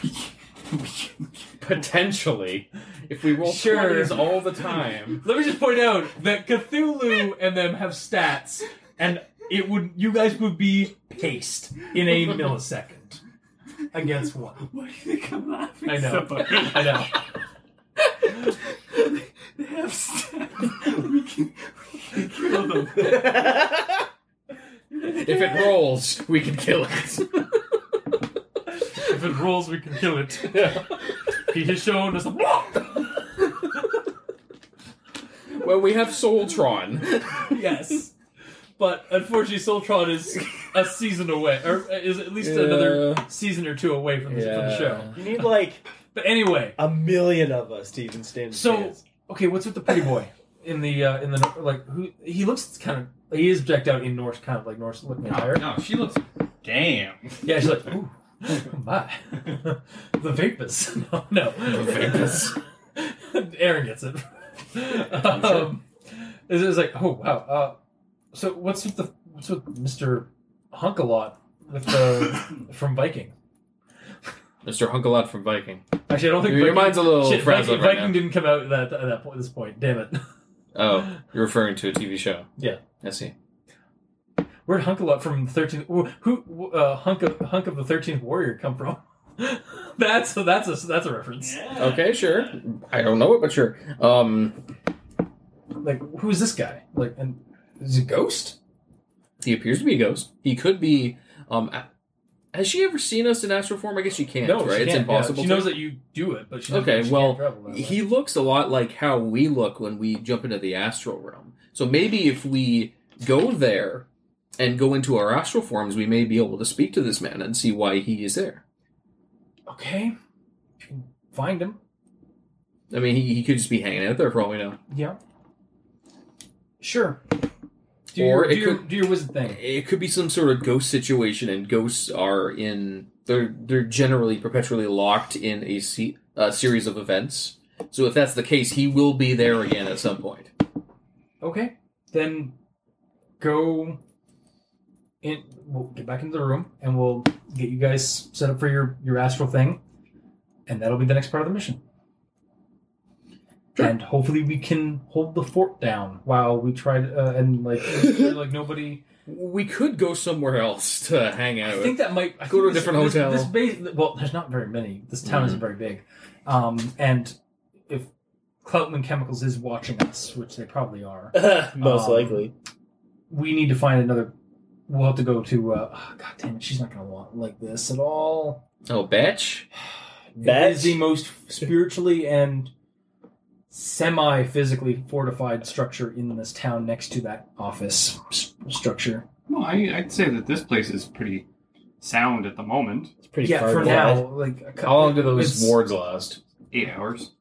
Speaker 7: we can, we can,
Speaker 4: Potentially, if we roll
Speaker 5: Sure.
Speaker 4: 20s all the time.
Speaker 5: Let me just point out that Cthulhu and them have stats, and it would you guys would be paced in a millisecond against one.
Speaker 7: why do you think I'm laughing
Speaker 5: I know.
Speaker 7: so much?
Speaker 5: I know.
Speaker 7: They have stats. We can, we can kill them.
Speaker 4: If it rolls, we can kill it.
Speaker 5: If it rolls, we can kill it. He has shown us. A-
Speaker 4: well, we have Soultron.
Speaker 5: yes, but unfortunately, Soltron is a season away, or is at least another
Speaker 4: Yeah.
Speaker 5: season or two away from, the- from the
Speaker 4: Yeah.
Speaker 5: show.
Speaker 3: You need like
Speaker 5: But anyway,
Speaker 3: a million of us to even stand. a
Speaker 5: So-
Speaker 3: chance.
Speaker 5: Okay, what's with the pretty boy in the uh, in the like who he looks kind of he is decked out in Norse kind of like Norse looking attire.
Speaker 7: No, she looks damn.
Speaker 5: Yeah, she's like, ooh, my, the vapors. No, no, the
Speaker 4: vapors.
Speaker 5: Aaron gets it. Um, it's, it's like, oh wow. Uh, so what's with the what's with Mister Hunk a lot with the from Viking?
Speaker 4: Mr. Hunkalot from Viking.
Speaker 5: Actually, I don't think
Speaker 4: Your
Speaker 5: Viking,
Speaker 4: mind's a little
Speaker 5: shit,
Speaker 4: frazzled
Speaker 5: Viking,
Speaker 4: right
Speaker 5: Viking
Speaker 4: now.
Speaker 5: didn't come out at that at that point. This point, damn it.
Speaker 4: Oh, you're referring to a TV show.
Speaker 5: Yeah.
Speaker 4: I see.
Speaker 5: Where'd Hunkalot from thirteen? Who uh, hunk of hunk of the thirteenth warrior come from? that's that's a that's a reference.
Speaker 4: Okay, sure. I don't know it, but sure. Um,
Speaker 5: Like who's this guy? Like and is he a ghost?
Speaker 4: he appears to be a ghost. He could be. Um, a- has she ever seen us in astral form? I guess she can't.
Speaker 5: she
Speaker 4: right? it's
Speaker 5: can't,
Speaker 4: impossible.
Speaker 5: Yeah. She
Speaker 4: to.
Speaker 5: knows that you do it, but she doesn't-
Speaker 4: Okay,
Speaker 5: she
Speaker 4: well,
Speaker 5: can't travel that way.
Speaker 4: he looks a lot like how we look when we jump into the astral realm. So maybe if we go there and go into our astral forms, we may be able to speak to this man and see why he is there.
Speaker 5: okay, If you find him.
Speaker 4: I mean, he, he could just be hanging out there for all we know.
Speaker 5: Yeah, sure. Do
Speaker 4: Or
Speaker 5: your,
Speaker 4: it
Speaker 5: do, your,
Speaker 4: could-
Speaker 5: do your wizard thing.
Speaker 4: It could be some sort of ghost situation, and ghosts are in they're they're generally perpetually locked in a, se- a series of events. So if that's the case, he will be there again at some point.
Speaker 5: Okay, then go in. We'll get back into the room, and we'll get you guys set up for your your astral thing, and that'll be the next part of the mission. And hopefully, we can hold the fort down while we try to, uh, and like make sure, like nobody.
Speaker 4: We could go somewhere else to hang out.
Speaker 5: I think that might I
Speaker 4: Go
Speaker 5: think
Speaker 4: to a
Speaker 5: this-
Speaker 4: different
Speaker 5: this-
Speaker 4: hotel. Mm-hmm.
Speaker 5: This base, well, there's not very many. This town isn't very big, um, and if Cloutman Chemicals is watching us, which they probably are,
Speaker 3: Most
Speaker 5: Um,
Speaker 3: likely.
Speaker 5: we need to find another
Speaker 2: we'll have to go to. Uh, oh, God damn it, she's not gonna want like this at all.
Speaker 4: Oh, Batch?
Speaker 2: That is the most spiritually and semi-physically fortified structure in this town next to that office s- structure.
Speaker 5: Well, I, I'd say that this place is pretty sound at the moment. It's
Speaker 3: pretty
Speaker 2: yeah, for now, like a cou-
Speaker 4: How long do those
Speaker 2: it's-
Speaker 4: wards last?
Speaker 5: Eight hours.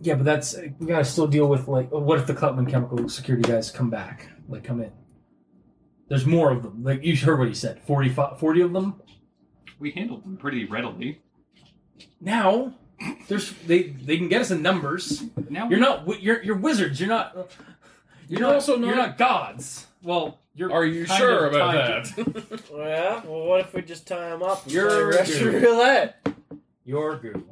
Speaker 2: Yeah, but that's we gotta still deal with like what if the Klutman chemical security guys come back, like come in. There's more of them. Like you heard what he said, 45, 40 of them.
Speaker 5: We handled them pretty readily.
Speaker 2: Now, there's they they can get us in numbers.
Speaker 5: Now
Speaker 2: You're not wi- you're you're wizards. You're not. You're, not, also not. You're not gods. Well, you're.
Speaker 4: Are you
Speaker 2: kind
Speaker 4: sure
Speaker 2: of
Speaker 4: about
Speaker 2: tied to-
Speaker 4: that?
Speaker 3: Well, well, what if we just tie him up? And
Speaker 2: You're
Speaker 3: play Russian
Speaker 2: good.
Speaker 3: roulette.
Speaker 2: You're goo.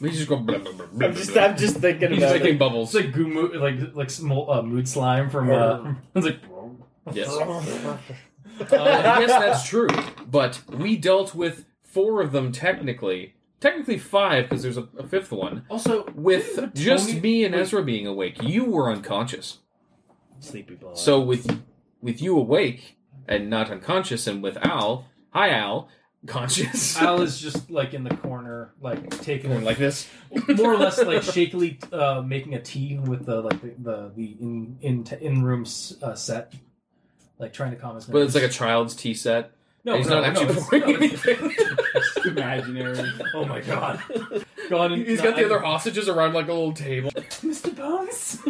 Speaker 4: We just go. Blah, blah, blah, blah,
Speaker 3: I'm just,
Speaker 4: blah.
Speaker 3: I'm just thinking
Speaker 4: He's
Speaker 3: about
Speaker 4: making
Speaker 3: it.
Speaker 2: It's
Speaker 4: bubbles.
Speaker 2: like goo mo- like like some old, uh, mood slime from. Uh, it's like
Speaker 4: Yes. Uh, yes, that's true. But we dealt with four of them technically. Technically five, because there's a, a fifth one.
Speaker 2: also
Speaker 4: With just me and Ezra being awake, you were unconscious.
Speaker 3: Sleepy blood.
Speaker 4: So with with you awake and not unconscious, and with Al, hi Al, conscious,
Speaker 2: Al is just like in the corner, like taking
Speaker 4: Going like this.
Speaker 2: more or less like shakily uh, making a tea with the like the the, the in in in room uh, set, like trying to calm his.
Speaker 4: But it's like a
Speaker 2: nerves.
Speaker 4: child's tea set.
Speaker 2: No,
Speaker 4: and he's
Speaker 2: no,
Speaker 4: not
Speaker 2: no,
Speaker 4: actually
Speaker 2: it's-
Speaker 4: pouring
Speaker 2: no, it's-
Speaker 4: anything.
Speaker 18: imaginary.
Speaker 2: oh my god, god! and-
Speaker 4: He's
Speaker 2: no,
Speaker 4: got the
Speaker 2: I-
Speaker 4: other hostages around like a little table.
Speaker 2: Mr. Bones?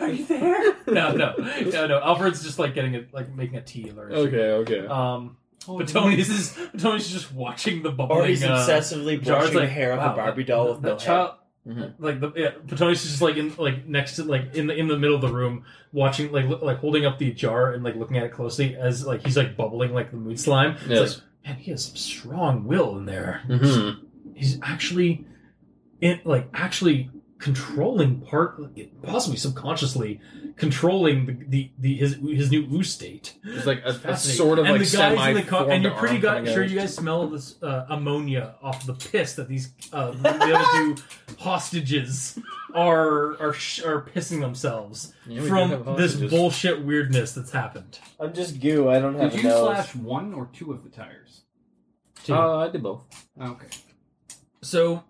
Speaker 2: Are you there? No, no, no, no. Alfred's just like getting it, like making a tea alert.
Speaker 4: Okay, okay.
Speaker 2: Um, but Tony's is Tony's just watching the bubbling.
Speaker 3: Or he's
Speaker 2: uh,
Speaker 3: obsessively
Speaker 2: jars,
Speaker 3: brushing the
Speaker 2: like,
Speaker 3: hair off
Speaker 2: wow,
Speaker 3: a Barbie doll
Speaker 2: that-
Speaker 3: with
Speaker 2: that
Speaker 3: no hair. Mm-hmm.
Speaker 2: child. Like the yeah, Patonius is just like in like next to like in the in the middle of the room watching like look, like holding up the jar and like looking at it closely as like he's like bubbling like the mood slime. It's
Speaker 4: Yes.
Speaker 2: like, man, he has some strong will in there.
Speaker 3: Mm-hmm.
Speaker 4: hmm
Speaker 2: He's actually in like actually controlling part possibly subconsciously controlling the, the, the his his new ooze state.
Speaker 4: It's like a,
Speaker 2: It's
Speaker 4: a
Speaker 2: fascinating.
Speaker 4: sort of
Speaker 2: and
Speaker 4: like
Speaker 2: the guys in
Speaker 4: semi
Speaker 2: the car, and you're pretty
Speaker 4: got
Speaker 2: got, sure you guys smell this uh, ammonia off the piss that these uh, the other two hostages are are sh- are pissing themselves
Speaker 4: Yeah, we Oh, do have
Speaker 2: from this
Speaker 4: hostages.
Speaker 2: bullshit weirdness that's happened.
Speaker 3: I'm just goo. I don't have
Speaker 5: Did you
Speaker 3: a nose.
Speaker 5: slash one or two of the tires?
Speaker 4: Uh, I did both.
Speaker 5: Okay.
Speaker 2: So,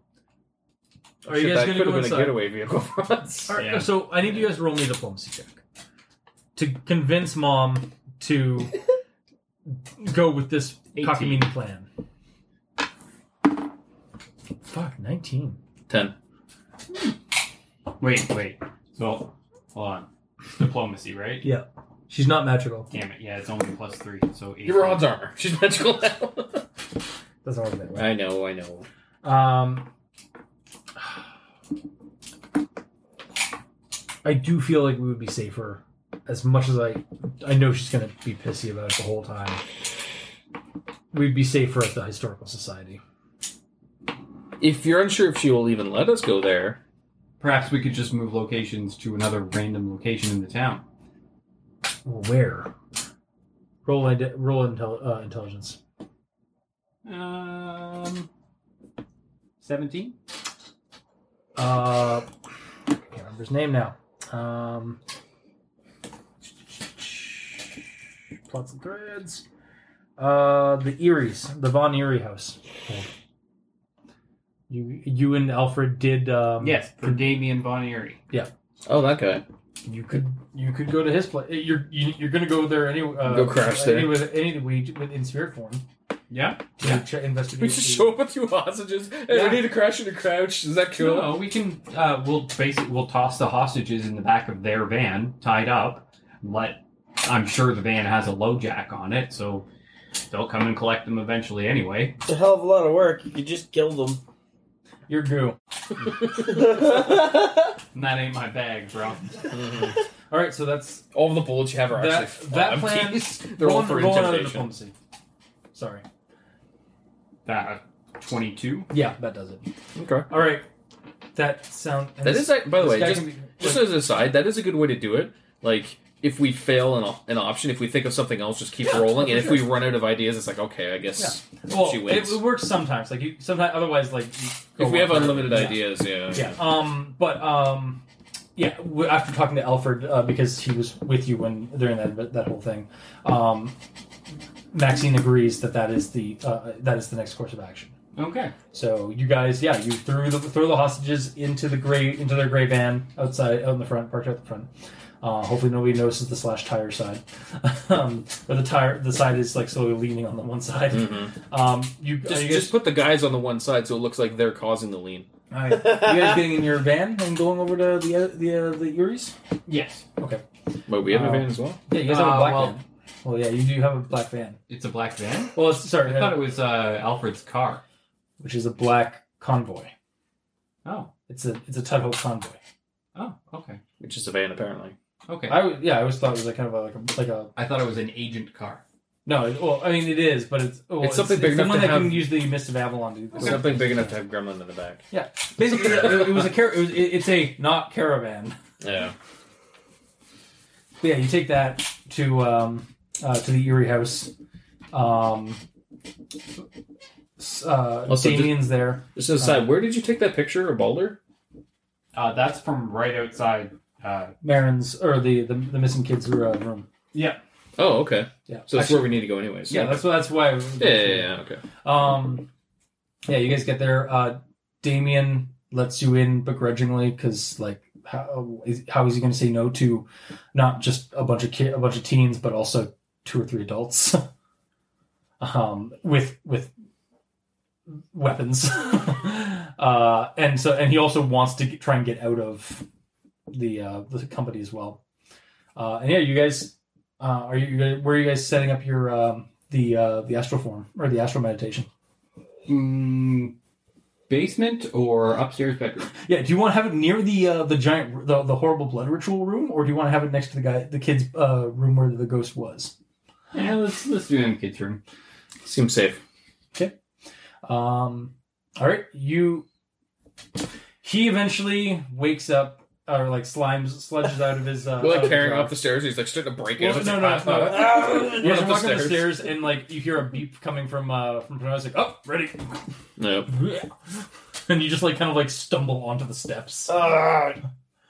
Speaker 2: are you
Speaker 4: Shit,
Speaker 2: guys going
Speaker 4: that
Speaker 2: to go
Speaker 4: could have been a
Speaker 2: inside?
Speaker 4: getaway vehicle for us.
Speaker 2: All right,
Speaker 5: Yeah.
Speaker 2: So I need you guys to roll me a diplomacy check to convince mom to go with this
Speaker 5: 18.
Speaker 2: cockamamie plan. Fuck, nineteen.
Speaker 4: Ten.
Speaker 5: Wait, wait. So, hold on. Diplomacy, right?
Speaker 2: Yeah, she's not magical.
Speaker 5: Damn it. Yeah, it's only plus three. So eight.
Speaker 4: Give her odds armor. She's magical now.
Speaker 2: That's all that.
Speaker 4: I know, I know.
Speaker 2: Um, I do feel like we would be safer, as much as I, I know she's gonna be pissy about it the whole time. We'd be safer at the historical society.
Speaker 4: If you're unsure if she will even let us go there,
Speaker 5: Perhaps we could just move locations to another random location in the town.
Speaker 2: Where? Roll ide- roll intel- uh, intelligence.
Speaker 5: Um, seventeen.
Speaker 2: Uh, I can't remember his name now. Um, plots and threads. Uh, the Eries, the Von Erie house. You, you and Alfred did. Um,
Speaker 5: Yes, for Damien Bonieri.
Speaker 4: oh, that guy.
Speaker 2: you could you could go to his place. You're you, you're gonna go there anyway. Uh,
Speaker 4: Go crash there.
Speaker 2: any- with any with, with in spirit form
Speaker 5: Yeah.
Speaker 2: to che- investigate.
Speaker 4: We just
Speaker 2: the-
Speaker 4: show up with two hostages and
Speaker 2: Yeah.
Speaker 4: we need to crash into crouch. Is that cool?
Speaker 5: No, we can. Uh, we'll basically we'll toss the hostages in the back of their van, tied up. Let I'm sure the van has a low jack on it, so they'll come and collect them eventually anyway.
Speaker 3: It's a hell of a lot of work. You could just kill them.
Speaker 2: You're goo.
Speaker 5: And that ain't my bag, bro.
Speaker 2: All right, so that's
Speaker 4: All the bullets you have are
Speaker 2: that.
Speaker 4: actually
Speaker 2: That
Speaker 4: empty.
Speaker 2: plan.
Speaker 4: They're all
Speaker 2: roll-
Speaker 4: for
Speaker 2: roll another
Speaker 4: intimidation.
Speaker 2: diplomacy. Sorry.
Speaker 5: That uh, twenty two.
Speaker 2: Yeah, that does it.
Speaker 4: Okay.
Speaker 2: All right. That sound. and
Speaker 4: That
Speaker 2: this-
Speaker 4: is, like, by the
Speaker 2: this
Speaker 4: way,
Speaker 2: guy
Speaker 4: just,
Speaker 2: can be-
Speaker 4: just as an aside, that is a good way to do it. Like, if we fail an, op- an option, if we think of something else, just keep rolling. And if we run out of ideas, it's like, okay, I guess
Speaker 2: well,
Speaker 4: she wins.
Speaker 2: It, it works sometimes. Like you, sometimes otherwise, like you go
Speaker 4: if we have
Speaker 2: on.
Speaker 4: unlimited
Speaker 2: Yeah.
Speaker 4: ideas, yeah.
Speaker 2: Yeah. Um. But um. yeah, w- after talking to Alfred uh, because he was with you when during that that whole thing, um, Maxine agrees that that is the uh, that is the next course of action.
Speaker 5: Okay.
Speaker 2: So you guys, yeah, you threw the throw the hostages into the gray into their gray van outside out in the front, parked out the front. Uh, hopefully nobody notices the slash tire side, um, but the tire the side is like slowly leaning on the one side.
Speaker 4: Mhm.
Speaker 2: Um, you,
Speaker 4: Just,
Speaker 2: are you guys,
Speaker 4: just put the guys on the one side so it looks like they're causing the lean.
Speaker 2: all right. you guys getting in your van and going over to the uh, the uh, the Uris?
Speaker 5: Yes.
Speaker 2: Okay.
Speaker 4: But we have
Speaker 2: Uh,
Speaker 4: a van as well.
Speaker 2: Yeah, you guys have a black
Speaker 5: Uh, well-
Speaker 2: van. Well, yeah, you do have a black van,
Speaker 19: It's a black van.
Speaker 2: Well, it's- sorry,
Speaker 19: I thought
Speaker 2: uh,
Speaker 19: it was uh, Alfred's car.
Speaker 2: which is a black convoy.
Speaker 19: Oh.
Speaker 2: It's a it's a Tudhope convoy.
Speaker 19: Oh, okay,
Speaker 4: Which is a van apparently.
Speaker 19: okay.
Speaker 2: I w- yeah, I always thought it was like kind of a, like a like a
Speaker 19: I thought it was an agent car.
Speaker 2: no. it- Well, I mean it is, but it's well,
Speaker 4: It's something big
Speaker 2: the
Speaker 4: enough
Speaker 2: one
Speaker 4: to
Speaker 2: that
Speaker 4: have-
Speaker 2: can use the Mist of Avalon to.
Speaker 4: Something big enough to have gremlin in the back.
Speaker 2: Yeah, basically it, it was a car- it was, it, it's a not caravan.
Speaker 4: Yeah.
Speaker 2: But yeah, you take that to um, uh, to the Erie House. Um, s- uh,
Speaker 4: Also, just-
Speaker 2: Damien's there.
Speaker 4: Just to the
Speaker 2: Uh,
Speaker 4: side, where did you take that picture of Balder?
Speaker 19: Uh, that's from right outside. Uh,
Speaker 2: Marin's or the the, the missing kids uh, room.
Speaker 19: yeah,
Speaker 4: Oh, okay.
Speaker 2: Yeah.
Speaker 4: So that's where we need to go anyways.
Speaker 2: Yeah, that's that's why.
Speaker 4: yeah, yeah, yeah, okay.
Speaker 2: Um, yeah, you guys get there. Uh, Damien lets you in begrudgingly because, like, how is, how is he going to say no to not just a bunch of ki- a bunch of teens, but also two or three adults um, with with weapons? uh, and so, and he also wants to get, try and get out of the uh, the company as well. Uh, and yeah, you guys, uh, are you you guys- where are you guys setting up your um, the uh, the astral form or the astral meditation?
Speaker 19: Mm, basement or upstairs bedroom?
Speaker 2: Yeah, do you want to have it near the uh, the giant the, the horrible blood ritual room, or do you want to have it next to the guy the kid's uh, room where the ghost was?
Speaker 19: Yeah, let's let's do it in the kids' room.
Speaker 4: Seems safe.
Speaker 2: Um, all right, you. He eventually wakes up, or like slimes sludges out of his. Uh, out
Speaker 4: We're like
Speaker 2: of the
Speaker 4: carrying him
Speaker 2: jar.
Speaker 4: up the stairs. He's like starting to break
Speaker 2: Well,
Speaker 4: in. It's
Speaker 2: no, no,
Speaker 4: like,
Speaker 2: no.
Speaker 4: ah, ah,
Speaker 2: You guys
Speaker 4: run
Speaker 2: are
Speaker 4: up the
Speaker 2: walking up the
Speaker 4: stairs.
Speaker 2: stairs, and like you hear a beep coming from uh from Pernod. Like, oh, ready,
Speaker 4: Nope.
Speaker 2: and you just like kind of like stumble onto the steps.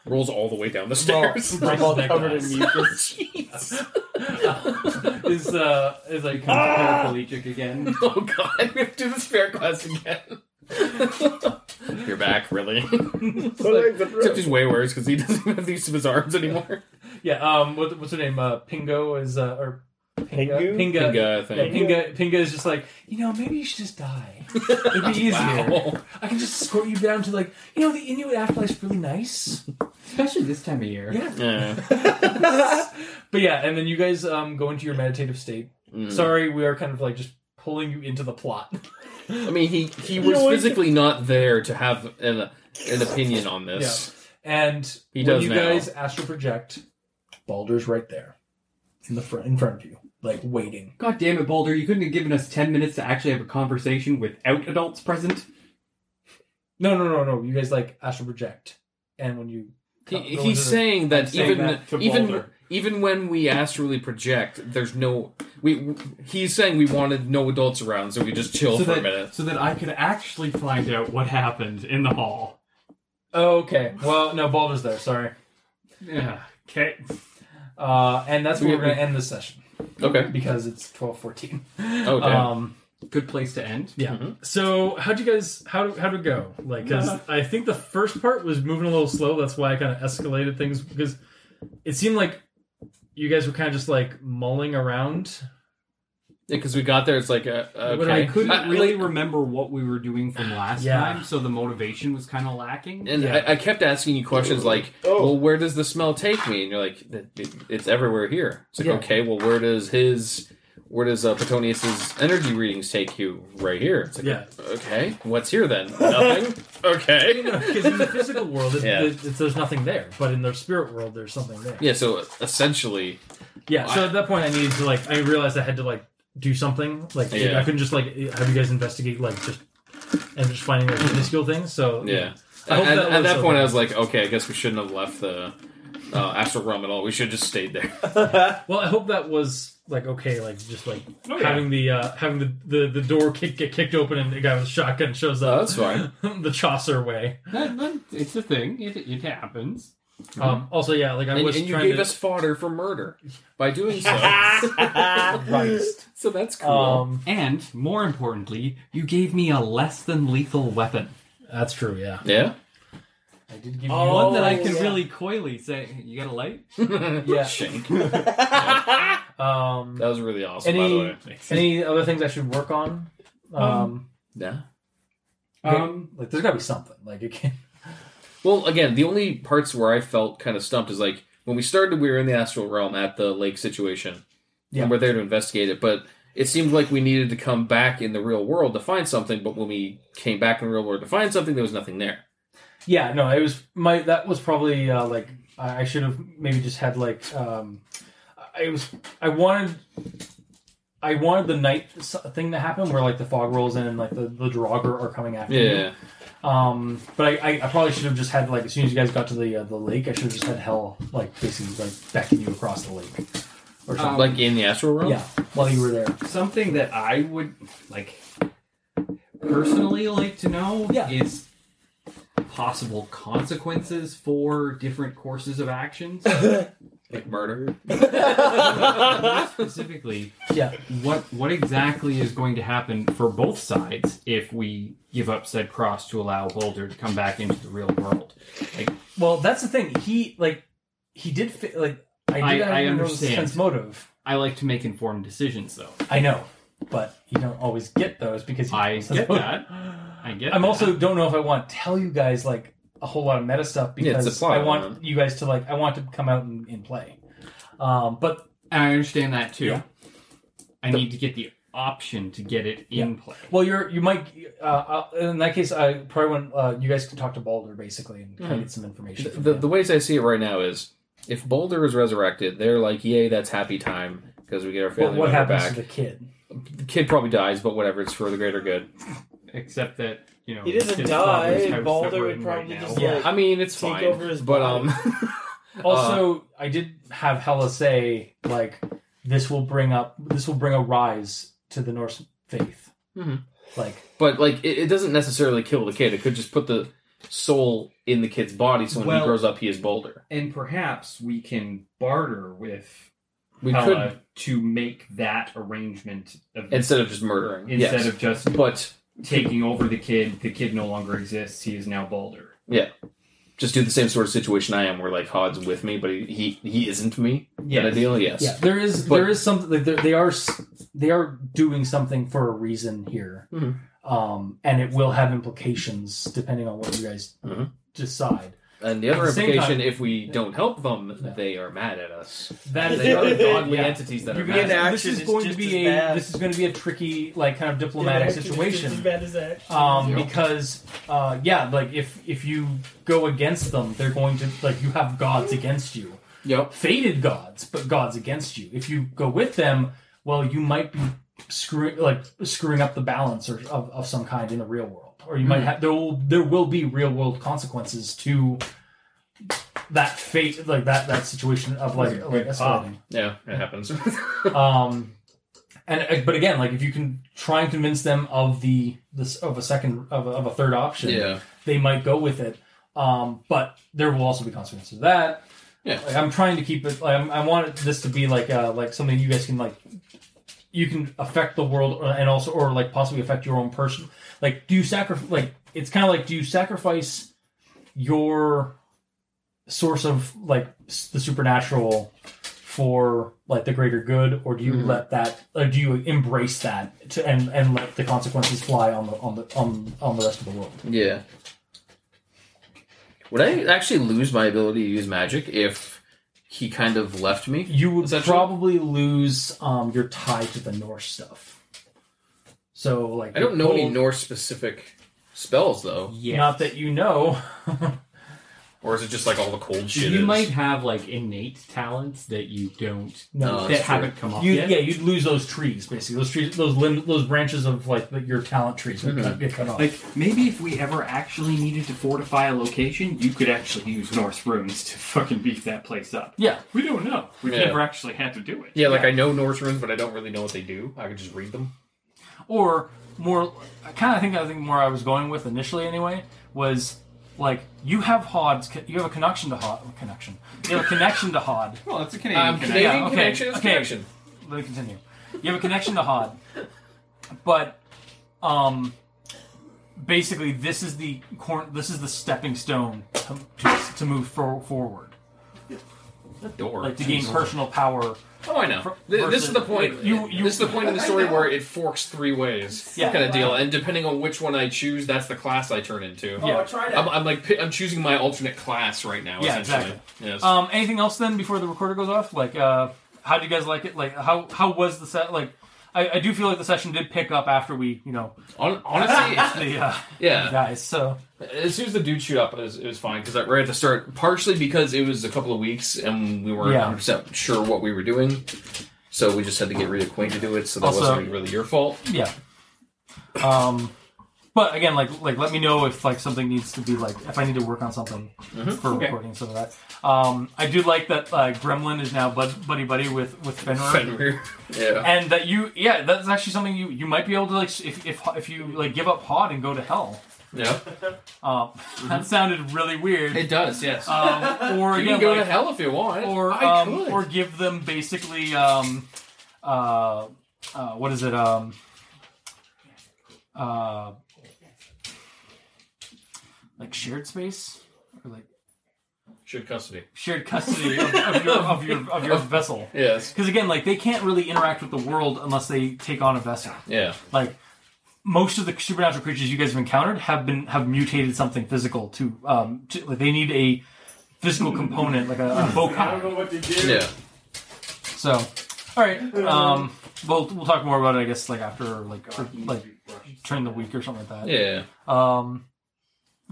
Speaker 4: Rolls all the way down the
Speaker 2: Ball-
Speaker 4: stairs.
Speaker 2: breaks
Speaker 3: all
Speaker 2: his neck
Speaker 3: Ah, covered in
Speaker 2: glass.
Speaker 3: mucus.
Speaker 2: is uh is
Speaker 3: Ah!
Speaker 2: like
Speaker 19: Paraplegic again.
Speaker 4: Oh god, we have to do this fair class again. You're back, really? Except he's way worse because he doesn't even have the use of his arms anymore.
Speaker 2: yeah um what, what's her name uh Pingo is uh or Pinga
Speaker 3: Pingu?
Speaker 2: Pinga
Speaker 4: Pinga, I
Speaker 2: yeah,
Speaker 4: think.
Speaker 2: Pinga Pinga is just like you know maybe you should just die it'd be easier
Speaker 4: Wow.
Speaker 2: I can just escort you down to like you know the Inuit afterlife's really nice
Speaker 19: Especially this time of year.
Speaker 2: yeah
Speaker 4: Yeah.
Speaker 2: but yeah and then you guys um go into your meditative state
Speaker 4: Mm.
Speaker 2: sorry we are kind of like just pulling you into the plot
Speaker 4: I mean, he, he was
Speaker 3: know what?
Speaker 4: physically not there to have an, an opinion on this.
Speaker 2: and
Speaker 4: He
Speaker 2: when
Speaker 4: does
Speaker 2: you
Speaker 4: now.
Speaker 2: guys astral project Balder's right there in the front in front of you like waiting
Speaker 19: God damn it, Boulder! You couldn't have given us ten minutes to actually have a conversation without adults present.
Speaker 2: No, no, no, no. You guys like astral project, and when you come-
Speaker 4: He,
Speaker 2: go into
Speaker 4: he's
Speaker 2: the-
Speaker 4: saying that
Speaker 19: saying
Speaker 4: even
Speaker 19: that to
Speaker 4: even
Speaker 19: Balder.
Speaker 4: even when we astrally project, there's no we. He's saying we wanted no adults around, so we just chill
Speaker 19: so
Speaker 4: for
Speaker 19: that,
Speaker 4: a minute.
Speaker 19: So that I could actually find out what happened in the hall.
Speaker 2: Oh, okay. Well, no, Baldur's there. Sorry.
Speaker 19: Yeah. Okay.
Speaker 2: Uh, and that's where
Speaker 4: We-
Speaker 2: we're going to end this session
Speaker 4: Okay.
Speaker 2: because it's twelve fourteen.
Speaker 4: Oh, damn.
Speaker 2: Um,
Speaker 19: Good place to end.
Speaker 2: yeah.
Speaker 4: Mm-hmm.
Speaker 6: So how'd you guys how how to go? Like, 'cause I think the first part was moving a little slow. That's why I kind of escalated things because it seemed like you guys were kind of just like mulling around.
Speaker 4: because we got there, it's like uh
Speaker 19: But I
Speaker 4: okay.
Speaker 19: couldn't
Speaker 4: I- I
Speaker 19: really
Speaker 4: like-
Speaker 19: remember what we were doing from last
Speaker 2: Yeah.
Speaker 19: time, so the motivation was kind of lacking.
Speaker 4: and
Speaker 2: Yeah.
Speaker 4: I, I kept asking you questions like,
Speaker 3: Oh.
Speaker 4: "Well, where does the smell take me?" And you're like, "It- it- "It's everywhere here." It's like,
Speaker 2: Yeah.
Speaker 4: okay, well, where does his, where does uh, Petonius's energy readings take you? Right here. It's like,
Speaker 6: Yeah.
Speaker 4: okay, what's here then? Nothing. okay.
Speaker 6: Because in the physical world, it,
Speaker 4: Yeah.
Speaker 6: it- it- there's nothing there, but in the spirit world, there's something there.
Speaker 4: Yeah. So essentially,
Speaker 6: Yeah, so at that point, I needed to like. I realized I had to like do something. Like
Speaker 4: Yeah.
Speaker 6: I couldn't just like have you guys investigate like just and just finding like minuscule things. So
Speaker 4: yeah.
Speaker 6: I hope
Speaker 4: at,
Speaker 6: that
Speaker 4: at
Speaker 6: was
Speaker 4: that point,
Speaker 6: okay.
Speaker 4: I was like, okay, I guess we shouldn't have left the uh, astral realm at all. We should have just stayed there.
Speaker 6: Well, I hope that was like okay, like just like
Speaker 2: Oh,
Speaker 6: having the uh having the the, the door kick, get kicked open and the guy with a shotgun shows
Speaker 4: Oh,
Speaker 6: up.
Speaker 4: that's fine.
Speaker 6: the Chaucer way.
Speaker 19: That- that- it's a thing. It, it happens.
Speaker 6: Um, also, yeah, like I
Speaker 4: Mm-hmm. and,
Speaker 6: was
Speaker 4: and you
Speaker 6: trying
Speaker 4: gave
Speaker 6: to.
Speaker 4: us fodder for murder by doing so.
Speaker 6: Christ.
Speaker 4: So that's cool.
Speaker 6: Um,
Speaker 19: and more importantly, you gave me a less than lethal weapon.
Speaker 6: That's true. Yeah.
Speaker 4: yeah.
Speaker 6: I did give
Speaker 19: One
Speaker 2: Oh.
Speaker 19: that I can really coyly say, "You got a light?"
Speaker 6: Yeah.
Speaker 4: Shank.
Speaker 6: Um,
Speaker 4: That was really awesome, by the
Speaker 2: Any
Speaker 4: way.
Speaker 2: any other things I should work on? Um,
Speaker 4: Yeah.
Speaker 2: um like there's got to be something. Like it can
Speaker 4: Well, again, the only parts where I felt kind of stumped is like when we started, we were in the astral realm at the lake situation,
Speaker 2: Yeah.
Speaker 4: and we're there to investigate it. But it seemed like we needed to come back in the real world to find something. But when we came back in the real world to find something, there was nothing there.
Speaker 2: Yeah, no, it was my that was probably uh, like I I should have maybe just had like um I was I wanted I wanted the night s- thing to happen where like the fog rolls in and like the the drog are, are coming after you.
Speaker 4: Yeah,
Speaker 2: Um, but I, I, I probably should have just had like as soon as you guys got to the uh, the lake, I should have just had hell like basically like backing you across the lake or something.
Speaker 7: Um,
Speaker 4: like in the astral
Speaker 19: Oh.
Speaker 4: realm.
Speaker 2: yeah, while you were there.
Speaker 19: Something that I would like personally like to know
Speaker 2: Yeah.
Speaker 19: is possible consequences for different courses of actions.
Speaker 4: like murder.
Speaker 19: Specifically,
Speaker 2: Yeah,
Speaker 19: what what exactly is going to happen for both sides if we give up said cross to allow Boulder to come back into the real world?
Speaker 2: well, that's the thing. He like he did fi- like I
Speaker 19: I-
Speaker 2: did
Speaker 19: I
Speaker 2: have no
Speaker 19: understand.
Speaker 2: sense motive.
Speaker 19: I like to make informed decisions, though.
Speaker 2: I know, but you don't always get those because you
Speaker 19: I get that. I get.
Speaker 2: I'm
Speaker 19: that.
Speaker 2: also don't know if I want to tell you guys like a whole lot of meta stuff
Speaker 4: Yeah, it's
Speaker 2: because
Speaker 4: a plot,
Speaker 2: I want
Speaker 4: huh?
Speaker 2: you guys to like I want to come out and, and play. Um, but
Speaker 19: And I understand that too.
Speaker 2: Yeah.
Speaker 19: I need to get the option to get it in play.
Speaker 2: well, you're you might uh, uh, in that case I probably want uh, you guys can talk to Balder basically and kind of get some information. from
Speaker 4: The,
Speaker 2: him.
Speaker 4: the ways I see it right now is if Boulder is resurrected, they're like, "Yay, that's happy time." Because we get our
Speaker 2: what
Speaker 4: family
Speaker 2: what
Speaker 4: member
Speaker 2: happens
Speaker 4: back.
Speaker 2: to the kid?
Speaker 4: The kid probably dies, but whatever. It's for the greater good.
Speaker 19: Except that you know
Speaker 3: He doesn't
Speaker 19: his
Speaker 3: die,
Speaker 19: father's house that
Speaker 3: Balder
Speaker 19: we're
Speaker 3: would
Speaker 19: in
Speaker 3: probably
Speaker 19: now.
Speaker 3: just,
Speaker 2: Yeah.
Speaker 3: like,
Speaker 4: I mean, it's
Speaker 3: Take
Speaker 4: fine.
Speaker 3: over his
Speaker 4: but
Speaker 3: body.
Speaker 4: um, Uh,
Speaker 2: Also, I did have Hella say like this will bring up this will bring a rise to the Norse faith.
Speaker 4: Mhm.
Speaker 2: Like
Speaker 4: But like, it, it doesn't necessarily kill the kid. It could just put the soul in the kid's body, so when he
Speaker 19: Well-
Speaker 4: grows up, he is bolder.
Speaker 19: and perhaps we can barter with
Speaker 4: We
Speaker 19: Hela
Speaker 4: could
Speaker 19: to make that arrangement of
Speaker 4: instead of just murdering.
Speaker 19: instead
Speaker 4: yes.
Speaker 19: of just
Speaker 4: but
Speaker 19: taking over the kid. The kid no longer exists. He is now Balder.
Speaker 4: just do the same sort of situation I am, where like Hod's with me, but he he, he isn't me. Yeah,
Speaker 19: Yes.
Speaker 4: ideal. Yes.
Speaker 2: Yeah, there is
Speaker 4: But-
Speaker 2: there is something like they're- they are s- they are doing something for a reason here,
Speaker 4: Mhm.
Speaker 3: Mm-hmm.
Speaker 2: um, and it will have implications depending on what you guys
Speaker 3: Mm-hmm.
Speaker 4: Mhm.
Speaker 2: decide.
Speaker 4: And the other
Speaker 2: At the same
Speaker 4: implication,
Speaker 2: time-
Speaker 4: if we don't help them,
Speaker 2: Yeah.
Speaker 4: they are mad at us.
Speaker 2: That
Speaker 4: They are godly
Speaker 2: yeah.
Speaker 4: entities that
Speaker 2: You
Speaker 4: are
Speaker 2: guys-
Speaker 4: mad. at us.
Speaker 2: this
Speaker 3: Inaction
Speaker 2: is
Speaker 3: is
Speaker 2: going to
Speaker 3: just
Speaker 2: be a
Speaker 3: as bad.
Speaker 2: this is going to be a tricky like kind of diplomatic
Speaker 3: Yeah, Just as
Speaker 2: situation.
Speaker 3: bad as that.
Speaker 20: Uh,
Speaker 2: Um,
Speaker 4: Yep.
Speaker 2: because uh, yeah, like if if you go against them, they're going to like you have gods against you.
Speaker 4: Yep.
Speaker 2: fated gods, but gods against you. If you go with them, well, you might be screwing like screwing up the balance or of, of some kind in the real world, or you might
Speaker 4: Hmm.
Speaker 2: have there will there will be real world consequences to that fate, like that that situation of like, like escalating.
Speaker 4: Yeah, it happens.
Speaker 2: Um, and but again, like if you can try and convince them of the this of a second of a, of a third option,
Speaker 4: yeah.
Speaker 2: they might go with it. Um, but there will also be consequences to that.
Speaker 4: Yeah.
Speaker 2: Like, I'm trying to keep it. Like, I'm, I want it- this to be like uh, like something you guys can like. You can affect the world, or, and also, or like possibly affect your own person. Like, do you sacrifice? Like, it's kind of like do you sacrifice your source of like s- the supernatural for like the greater good, or do you
Speaker 4: Mhm.
Speaker 2: let that? Or do you embrace that to, and and let the consequences fly on the on the on on the rest of the world?
Speaker 4: Yeah. Would I actually lose my ability to use magic if he kind of left me?
Speaker 2: you would
Speaker 4: Is that true?
Speaker 2: probably lose um, your tie to the Norse stuff. So like
Speaker 4: I don't know any
Speaker 2: Norse.
Speaker 4: Norse specific spells though,
Speaker 19: Yeah,
Speaker 2: Not that you know.
Speaker 4: or is it just like all the cold shit?
Speaker 19: you
Speaker 4: is?
Speaker 19: might have like innate talents that you don't
Speaker 2: no.
Speaker 4: No.
Speaker 19: that
Speaker 4: that's true.
Speaker 19: haven't come up
Speaker 2: you,
Speaker 19: yet.
Speaker 2: yeah, you'd lose those trees basically. Those trees, those lim- those branches of like the, your talent trees would
Speaker 4: Mhm.
Speaker 2: get cut off.
Speaker 19: Like maybe if we ever actually needed to fortify a location, you could actually use Norse runes to fucking beef that place up.
Speaker 2: yeah,
Speaker 19: We don't know. We've
Speaker 4: Yeah.
Speaker 19: never actually had to do it.
Speaker 4: Yeah, like I know Norse runes, but I don't really know what they do. I could just read them.
Speaker 2: or more. I kind of think I think more I was going with initially anyway was Like you have Hod's, you have a connection to Hod, connection. You have a connection to Hod.
Speaker 7: Well, it's a Canadian Um, connection. Canadian connection is connection.
Speaker 2: Let me continue. You have a connection to Hod, but um, basically this is the corn. This is the stepping stone to, to, to move for, forward.
Speaker 4: Door.
Speaker 2: Like to gain personal power.
Speaker 4: Oh, I know.
Speaker 2: Fr-
Speaker 4: Th- this
Speaker 2: versus-
Speaker 4: is the point.
Speaker 2: like, you- you-
Speaker 4: this is the point in the story where it forks three ways,
Speaker 2: Yeah.
Speaker 4: kind of deal. And depending on which one I choose, that's the class I turn into.
Speaker 2: Oh, I tried it.
Speaker 4: I'm, I'm like pi- I'm choosing my alternate class right now.
Speaker 2: Yeah,
Speaker 4: essentially.
Speaker 2: exactly.
Speaker 4: Yes.
Speaker 2: Um, anything else then before the recorder goes off? Like, uh, how do you guys like it? Like, how how was the set? Like, I, I do feel like the session did pick up after we, you know,
Speaker 4: Hon- honestly,
Speaker 2: the, uh,
Speaker 4: yeah.
Speaker 2: guys. So
Speaker 4: as soon as the dude shoot up, it was, it was fine because right at the start, partially because it was a couple of weeks and we weren't
Speaker 2: Yeah.
Speaker 4: 100 percent sure what we were doing, so we just had to get reacquainted to it. So that
Speaker 2: Also-
Speaker 4: wasn't really your fault.
Speaker 2: yeah. Um, but again, like like let me know if like something needs to be like if I need to work on something
Speaker 4: Mhm.
Speaker 2: for
Speaker 4: Okay.
Speaker 2: recording some of that. Um, I do like that uh, Gremlin is now bud- buddy buddy with with Fenrir.
Speaker 4: Fenrir. Yeah.
Speaker 2: And that you, yeah, that's actually something you you might be able to like if if, if you like give up Pod and go to hell.
Speaker 4: Yeah.
Speaker 2: Um, that sounded really weird.
Speaker 4: It does, yes.
Speaker 2: Um, or
Speaker 4: You can
Speaker 2: again,
Speaker 4: go
Speaker 2: like-
Speaker 4: to hell if you want.
Speaker 2: Or
Speaker 4: I
Speaker 2: um,
Speaker 4: could.
Speaker 2: or give them basically um, uh, uh, what is it um, uh, like shared space or like
Speaker 4: Shared custody.
Speaker 2: shared custody of, of your of your of your vessel.
Speaker 4: Yes.
Speaker 2: Because again, like they can't really interact with the world unless they take on a vessel.
Speaker 4: Yeah.
Speaker 2: Like most of the supernatural creatures you guys have encountered have been have mutated something physical to um to, like they need a physical component like a, a
Speaker 4: Hmm.
Speaker 3: I
Speaker 2: vocal.
Speaker 3: don't know what to do.
Speaker 4: Yeah.
Speaker 2: So, all right. Um, we'll we'll talk more about it. I guess like after like for, like turn the week or something like that.
Speaker 4: Yeah.
Speaker 2: Um,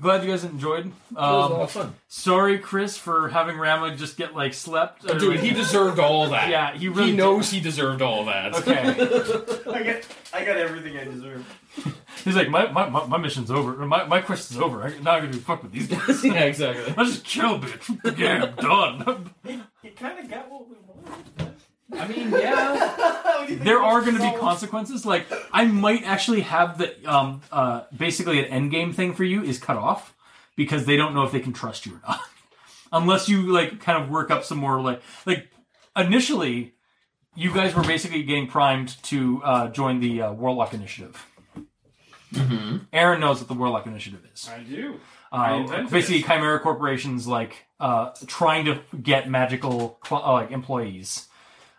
Speaker 2: glad you guys enjoyed. Um,
Speaker 4: was a lot of fun.
Speaker 2: Sorry, Chris, for having Rama just get like slept.
Speaker 4: Oh, dude, he deserved all that.
Speaker 2: Yeah, he really
Speaker 4: he knows he deserved all that.
Speaker 3: I got, I got everything I deserve.
Speaker 2: He's like, my, my, my, my mission's over. Or My, my quest is over. I, now I'm going to fuck with these guys.
Speaker 4: yeah, exactly.
Speaker 2: I just kill, bitch. Yeah, I'm done.
Speaker 3: You kind of got what we wanted.
Speaker 2: I mean, there are going to be consequences. Like, I might actually have the, um, uh, basically an endgame thing for you is cut off because they don't know if they can trust you or not. Unless you, like, kind of work up some more, like, like, initially, you guys were basically getting primed to uh, join the uh, Warlock Initiative. Aaron knows what the Warlock Initiative is.
Speaker 7: I do. I
Speaker 2: Uh,
Speaker 7: invented
Speaker 2: basically,
Speaker 7: it.
Speaker 2: Chimera Corporation's like uh, trying to get magical cl- uh, like employees.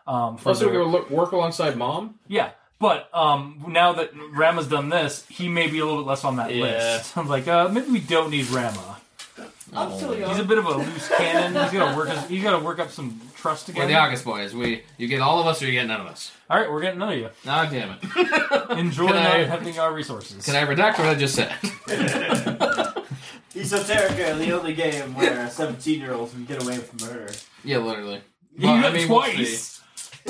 Speaker 2: Um, for
Speaker 4: Also, we
Speaker 2: their-
Speaker 4: go look, work alongside mom.
Speaker 2: yeah, but um, now that Rama's done this, he may be a little bit less on that
Speaker 4: Yeah.
Speaker 2: list. I'm like, uh, maybe we don't need Rama.
Speaker 3: I'm
Speaker 20: Oh.
Speaker 3: still young.
Speaker 2: He's a bit of a loose cannon. He's got to work. His, he's got to work up some trust
Speaker 21: We're
Speaker 2: again.
Speaker 21: the August boys. We you get all of us or you get none of us.
Speaker 2: All right, we're getting none of you.
Speaker 21: Ah, damn it.
Speaker 2: Enjoy
Speaker 21: Can
Speaker 2: not
Speaker 21: I-
Speaker 2: having our resources.
Speaker 21: Can I redact what I just said?
Speaker 3: Esoterica, the only game where 17 year olds can get away with murder.
Speaker 21: yeah, literally.
Speaker 2: You
Speaker 21: Well,
Speaker 2: did
Speaker 21: I mean, we'll see.
Speaker 2: twice.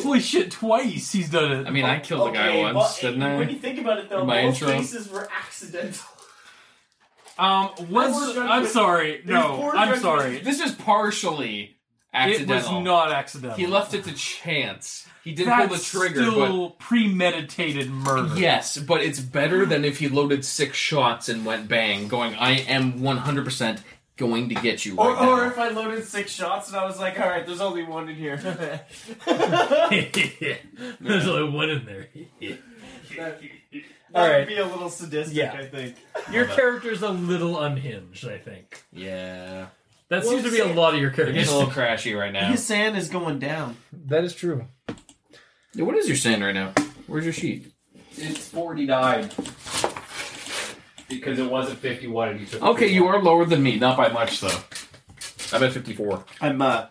Speaker 2: Holy shit! Twice he's done it.
Speaker 21: I mean, I killed a guy
Speaker 3: Oh, Okay,
Speaker 21: once,
Speaker 3: well,
Speaker 21: didn't I?
Speaker 3: When you think about it, though,
Speaker 21: In my
Speaker 3: most
Speaker 21: intro.
Speaker 3: cases were accidental.
Speaker 2: Um, was
Speaker 3: Poor judgment.
Speaker 2: I'm sorry.
Speaker 3: There's
Speaker 2: No,
Speaker 3: poor
Speaker 2: I'm
Speaker 3: judgment.
Speaker 2: sorry.
Speaker 4: This is partially
Speaker 2: It was
Speaker 4: accidental.
Speaker 2: not accidental.
Speaker 4: He left it to chance. He did
Speaker 2: That's
Speaker 4: pull the trigger,
Speaker 2: still premeditated murder.
Speaker 4: but yes, but it's better than if he loaded six shots and went bang, going, "I am one hundred percent going to get you."
Speaker 3: Or,
Speaker 4: Right
Speaker 3: or
Speaker 4: now."
Speaker 3: if I loaded six shots and I was like, all right, there's only one in here.
Speaker 20: There's only one in there.
Speaker 3: That,
Speaker 20: All
Speaker 3: that
Speaker 20: right.
Speaker 3: would be a little sadistic,
Speaker 20: Yeah.
Speaker 3: I think.
Speaker 20: Your character's a little unhinged, I think.
Speaker 4: Yeah.
Speaker 20: That
Speaker 3: Well,
Speaker 20: seems to be a
Speaker 3: it's-
Speaker 20: lot of your
Speaker 4: It's
Speaker 20: characters.
Speaker 4: a little crashy right now.
Speaker 3: His sand is going down.
Speaker 20: That is true.
Speaker 4: Yeah, What is your saying right now? Where's your sheet?
Speaker 5: It's 49. Because it wasn't 51 and you took
Speaker 4: Okay,
Speaker 5: 51.
Speaker 4: you are lower than me, not by much though. I'm at fifty-four.
Speaker 3: I'm uh,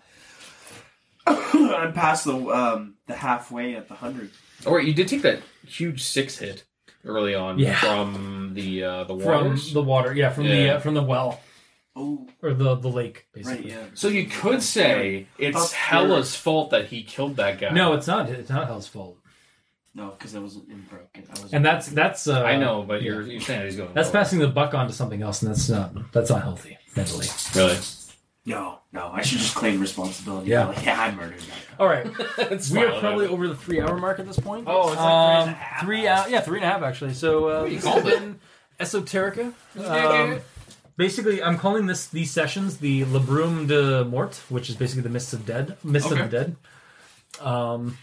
Speaker 3: I'm past the um the halfway at the hundred.
Speaker 4: All right, Oh, you did take that huge six hit early on
Speaker 20: Yeah.
Speaker 4: from the uh, the
Speaker 20: From
Speaker 4: waters.
Speaker 20: the water, yeah, from the
Speaker 4: Yeah.
Speaker 20: uh, from the well
Speaker 3: Oh,
Speaker 20: or the the lake,
Speaker 3: right,
Speaker 20: basically.
Speaker 3: yeah.
Speaker 4: So you could say it's
Speaker 3: Up
Speaker 4: Hella's fault that he killed that guy.
Speaker 20: No, it's not. It's not Hell's fault.
Speaker 3: No, because I wasn't in broken. I was.
Speaker 20: And that's that's. Uh,
Speaker 4: I know, but you're, you're saying he's going.
Speaker 20: That's
Speaker 4: lower.
Speaker 20: passing the buck on to something else, and that's not that's not healthy mentally.
Speaker 4: Really?
Speaker 3: No, no, I should just claim responsibility.
Speaker 20: Yeah.
Speaker 3: Like, yeah, I murdered that.
Speaker 20: All right,
Speaker 4: It's
Speaker 20: we are
Speaker 4: fine,
Speaker 20: probably
Speaker 4: whatever.
Speaker 20: over the three hour mark at this point.
Speaker 3: Oh, it's
Speaker 20: um, three hour, yeah, three and a half actually. So uh,
Speaker 4: you
Speaker 20: this
Speaker 4: called
Speaker 20: has been Esoterica. Um,
Speaker 2: basically, I'm calling this these sessions the Labrum de Mort, which is basically the Mists of Dead, Mists
Speaker 22: Okay.
Speaker 2: of the Dead, um,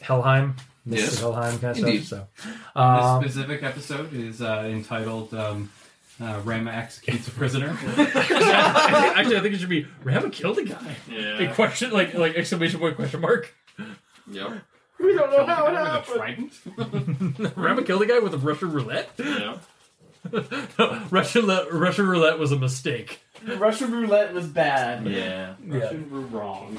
Speaker 2: Helheim, Mists
Speaker 22: Yes.
Speaker 2: of Helheim kind of
Speaker 22: Indeed.
Speaker 2: stuff. So, um,
Speaker 7: this specific episode is uh, entitled um, uh, "Rama Executes a Prisoner."
Speaker 2: actually, I think it should be Rama killed a guy.
Speaker 7: Yeah.
Speaker 2: A question like like exclamation point question mark.
Speaker 4: Yep.
Speaker 3: We don't know how it
Speaker 2: With a
Speaker 3: happened.
Speaker 2: trident? Rama killed a guy with a Russian roulette.
Speaker 4: Yeah.
Speaker 2: no, Russian le- Russian roulette was a mistake.
Speaker 3: Russian roulette was bad.
Speaker 2: Yeah.
Speaker 3: Russian were wrong.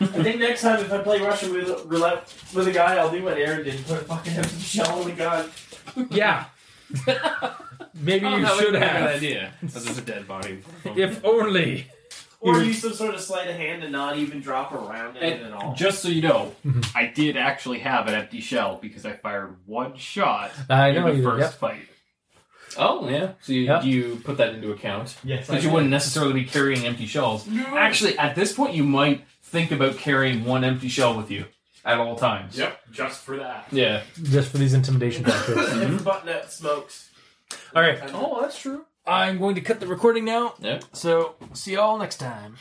Speaker 3: I think next time if I play Russian with, roulette with a guy, I'll do what Aaron did. Put a fucking empty shell on the gun.
Speaker 2: Yeah. Maybe
Speaker 4: Oh,
Speaker 2: you
Speaker 4: that would
Speaker 2: should
Speaker 4: be a good
Speaker 2: have.
Speaker 4: idea. That's just a dead body.
Speaker 2: If only.
Speaker 3: Or use some sort of sleight of hand and not even drop a round in it at all.
Speaker 23: Just so you know, I did actually have an empty shell because I fired one shot
Speaker 2: I know
Speaker 23: in
Speaker 2: you
Speaker 23: the
Speaker 2: did,
Speaker 23: first
Speaker 2: yep.
Speaker 23: fight.
Speaker 4: Oh yeah. So you,
Speaker 23: Yep.
Speaker 4: you put that into account.
Speaker 23: Yes,
Speaker 4: But
Speaker 23: I
Speaker 4: you
Speaker 23: did.
Speaker 4: wouldn't necessarily be carrying empty shells.
Speaker 23: No.
Speaker 4: Actually, at this point, you might think about carrying one empty shell with you at all times.
Speaker 23: Yep, just for that.
Speaker 4: Yeah.
Speaker 2: Just for these intimidation factors.
Speaker 3: If button up smokes.
Speaker 2: All right.
Speaker 4: Oh, that's true.
Speaker 2: I'm going to cut the recording now.
Speaker 4: Yep.
Speaker 2: So, see y'all next time.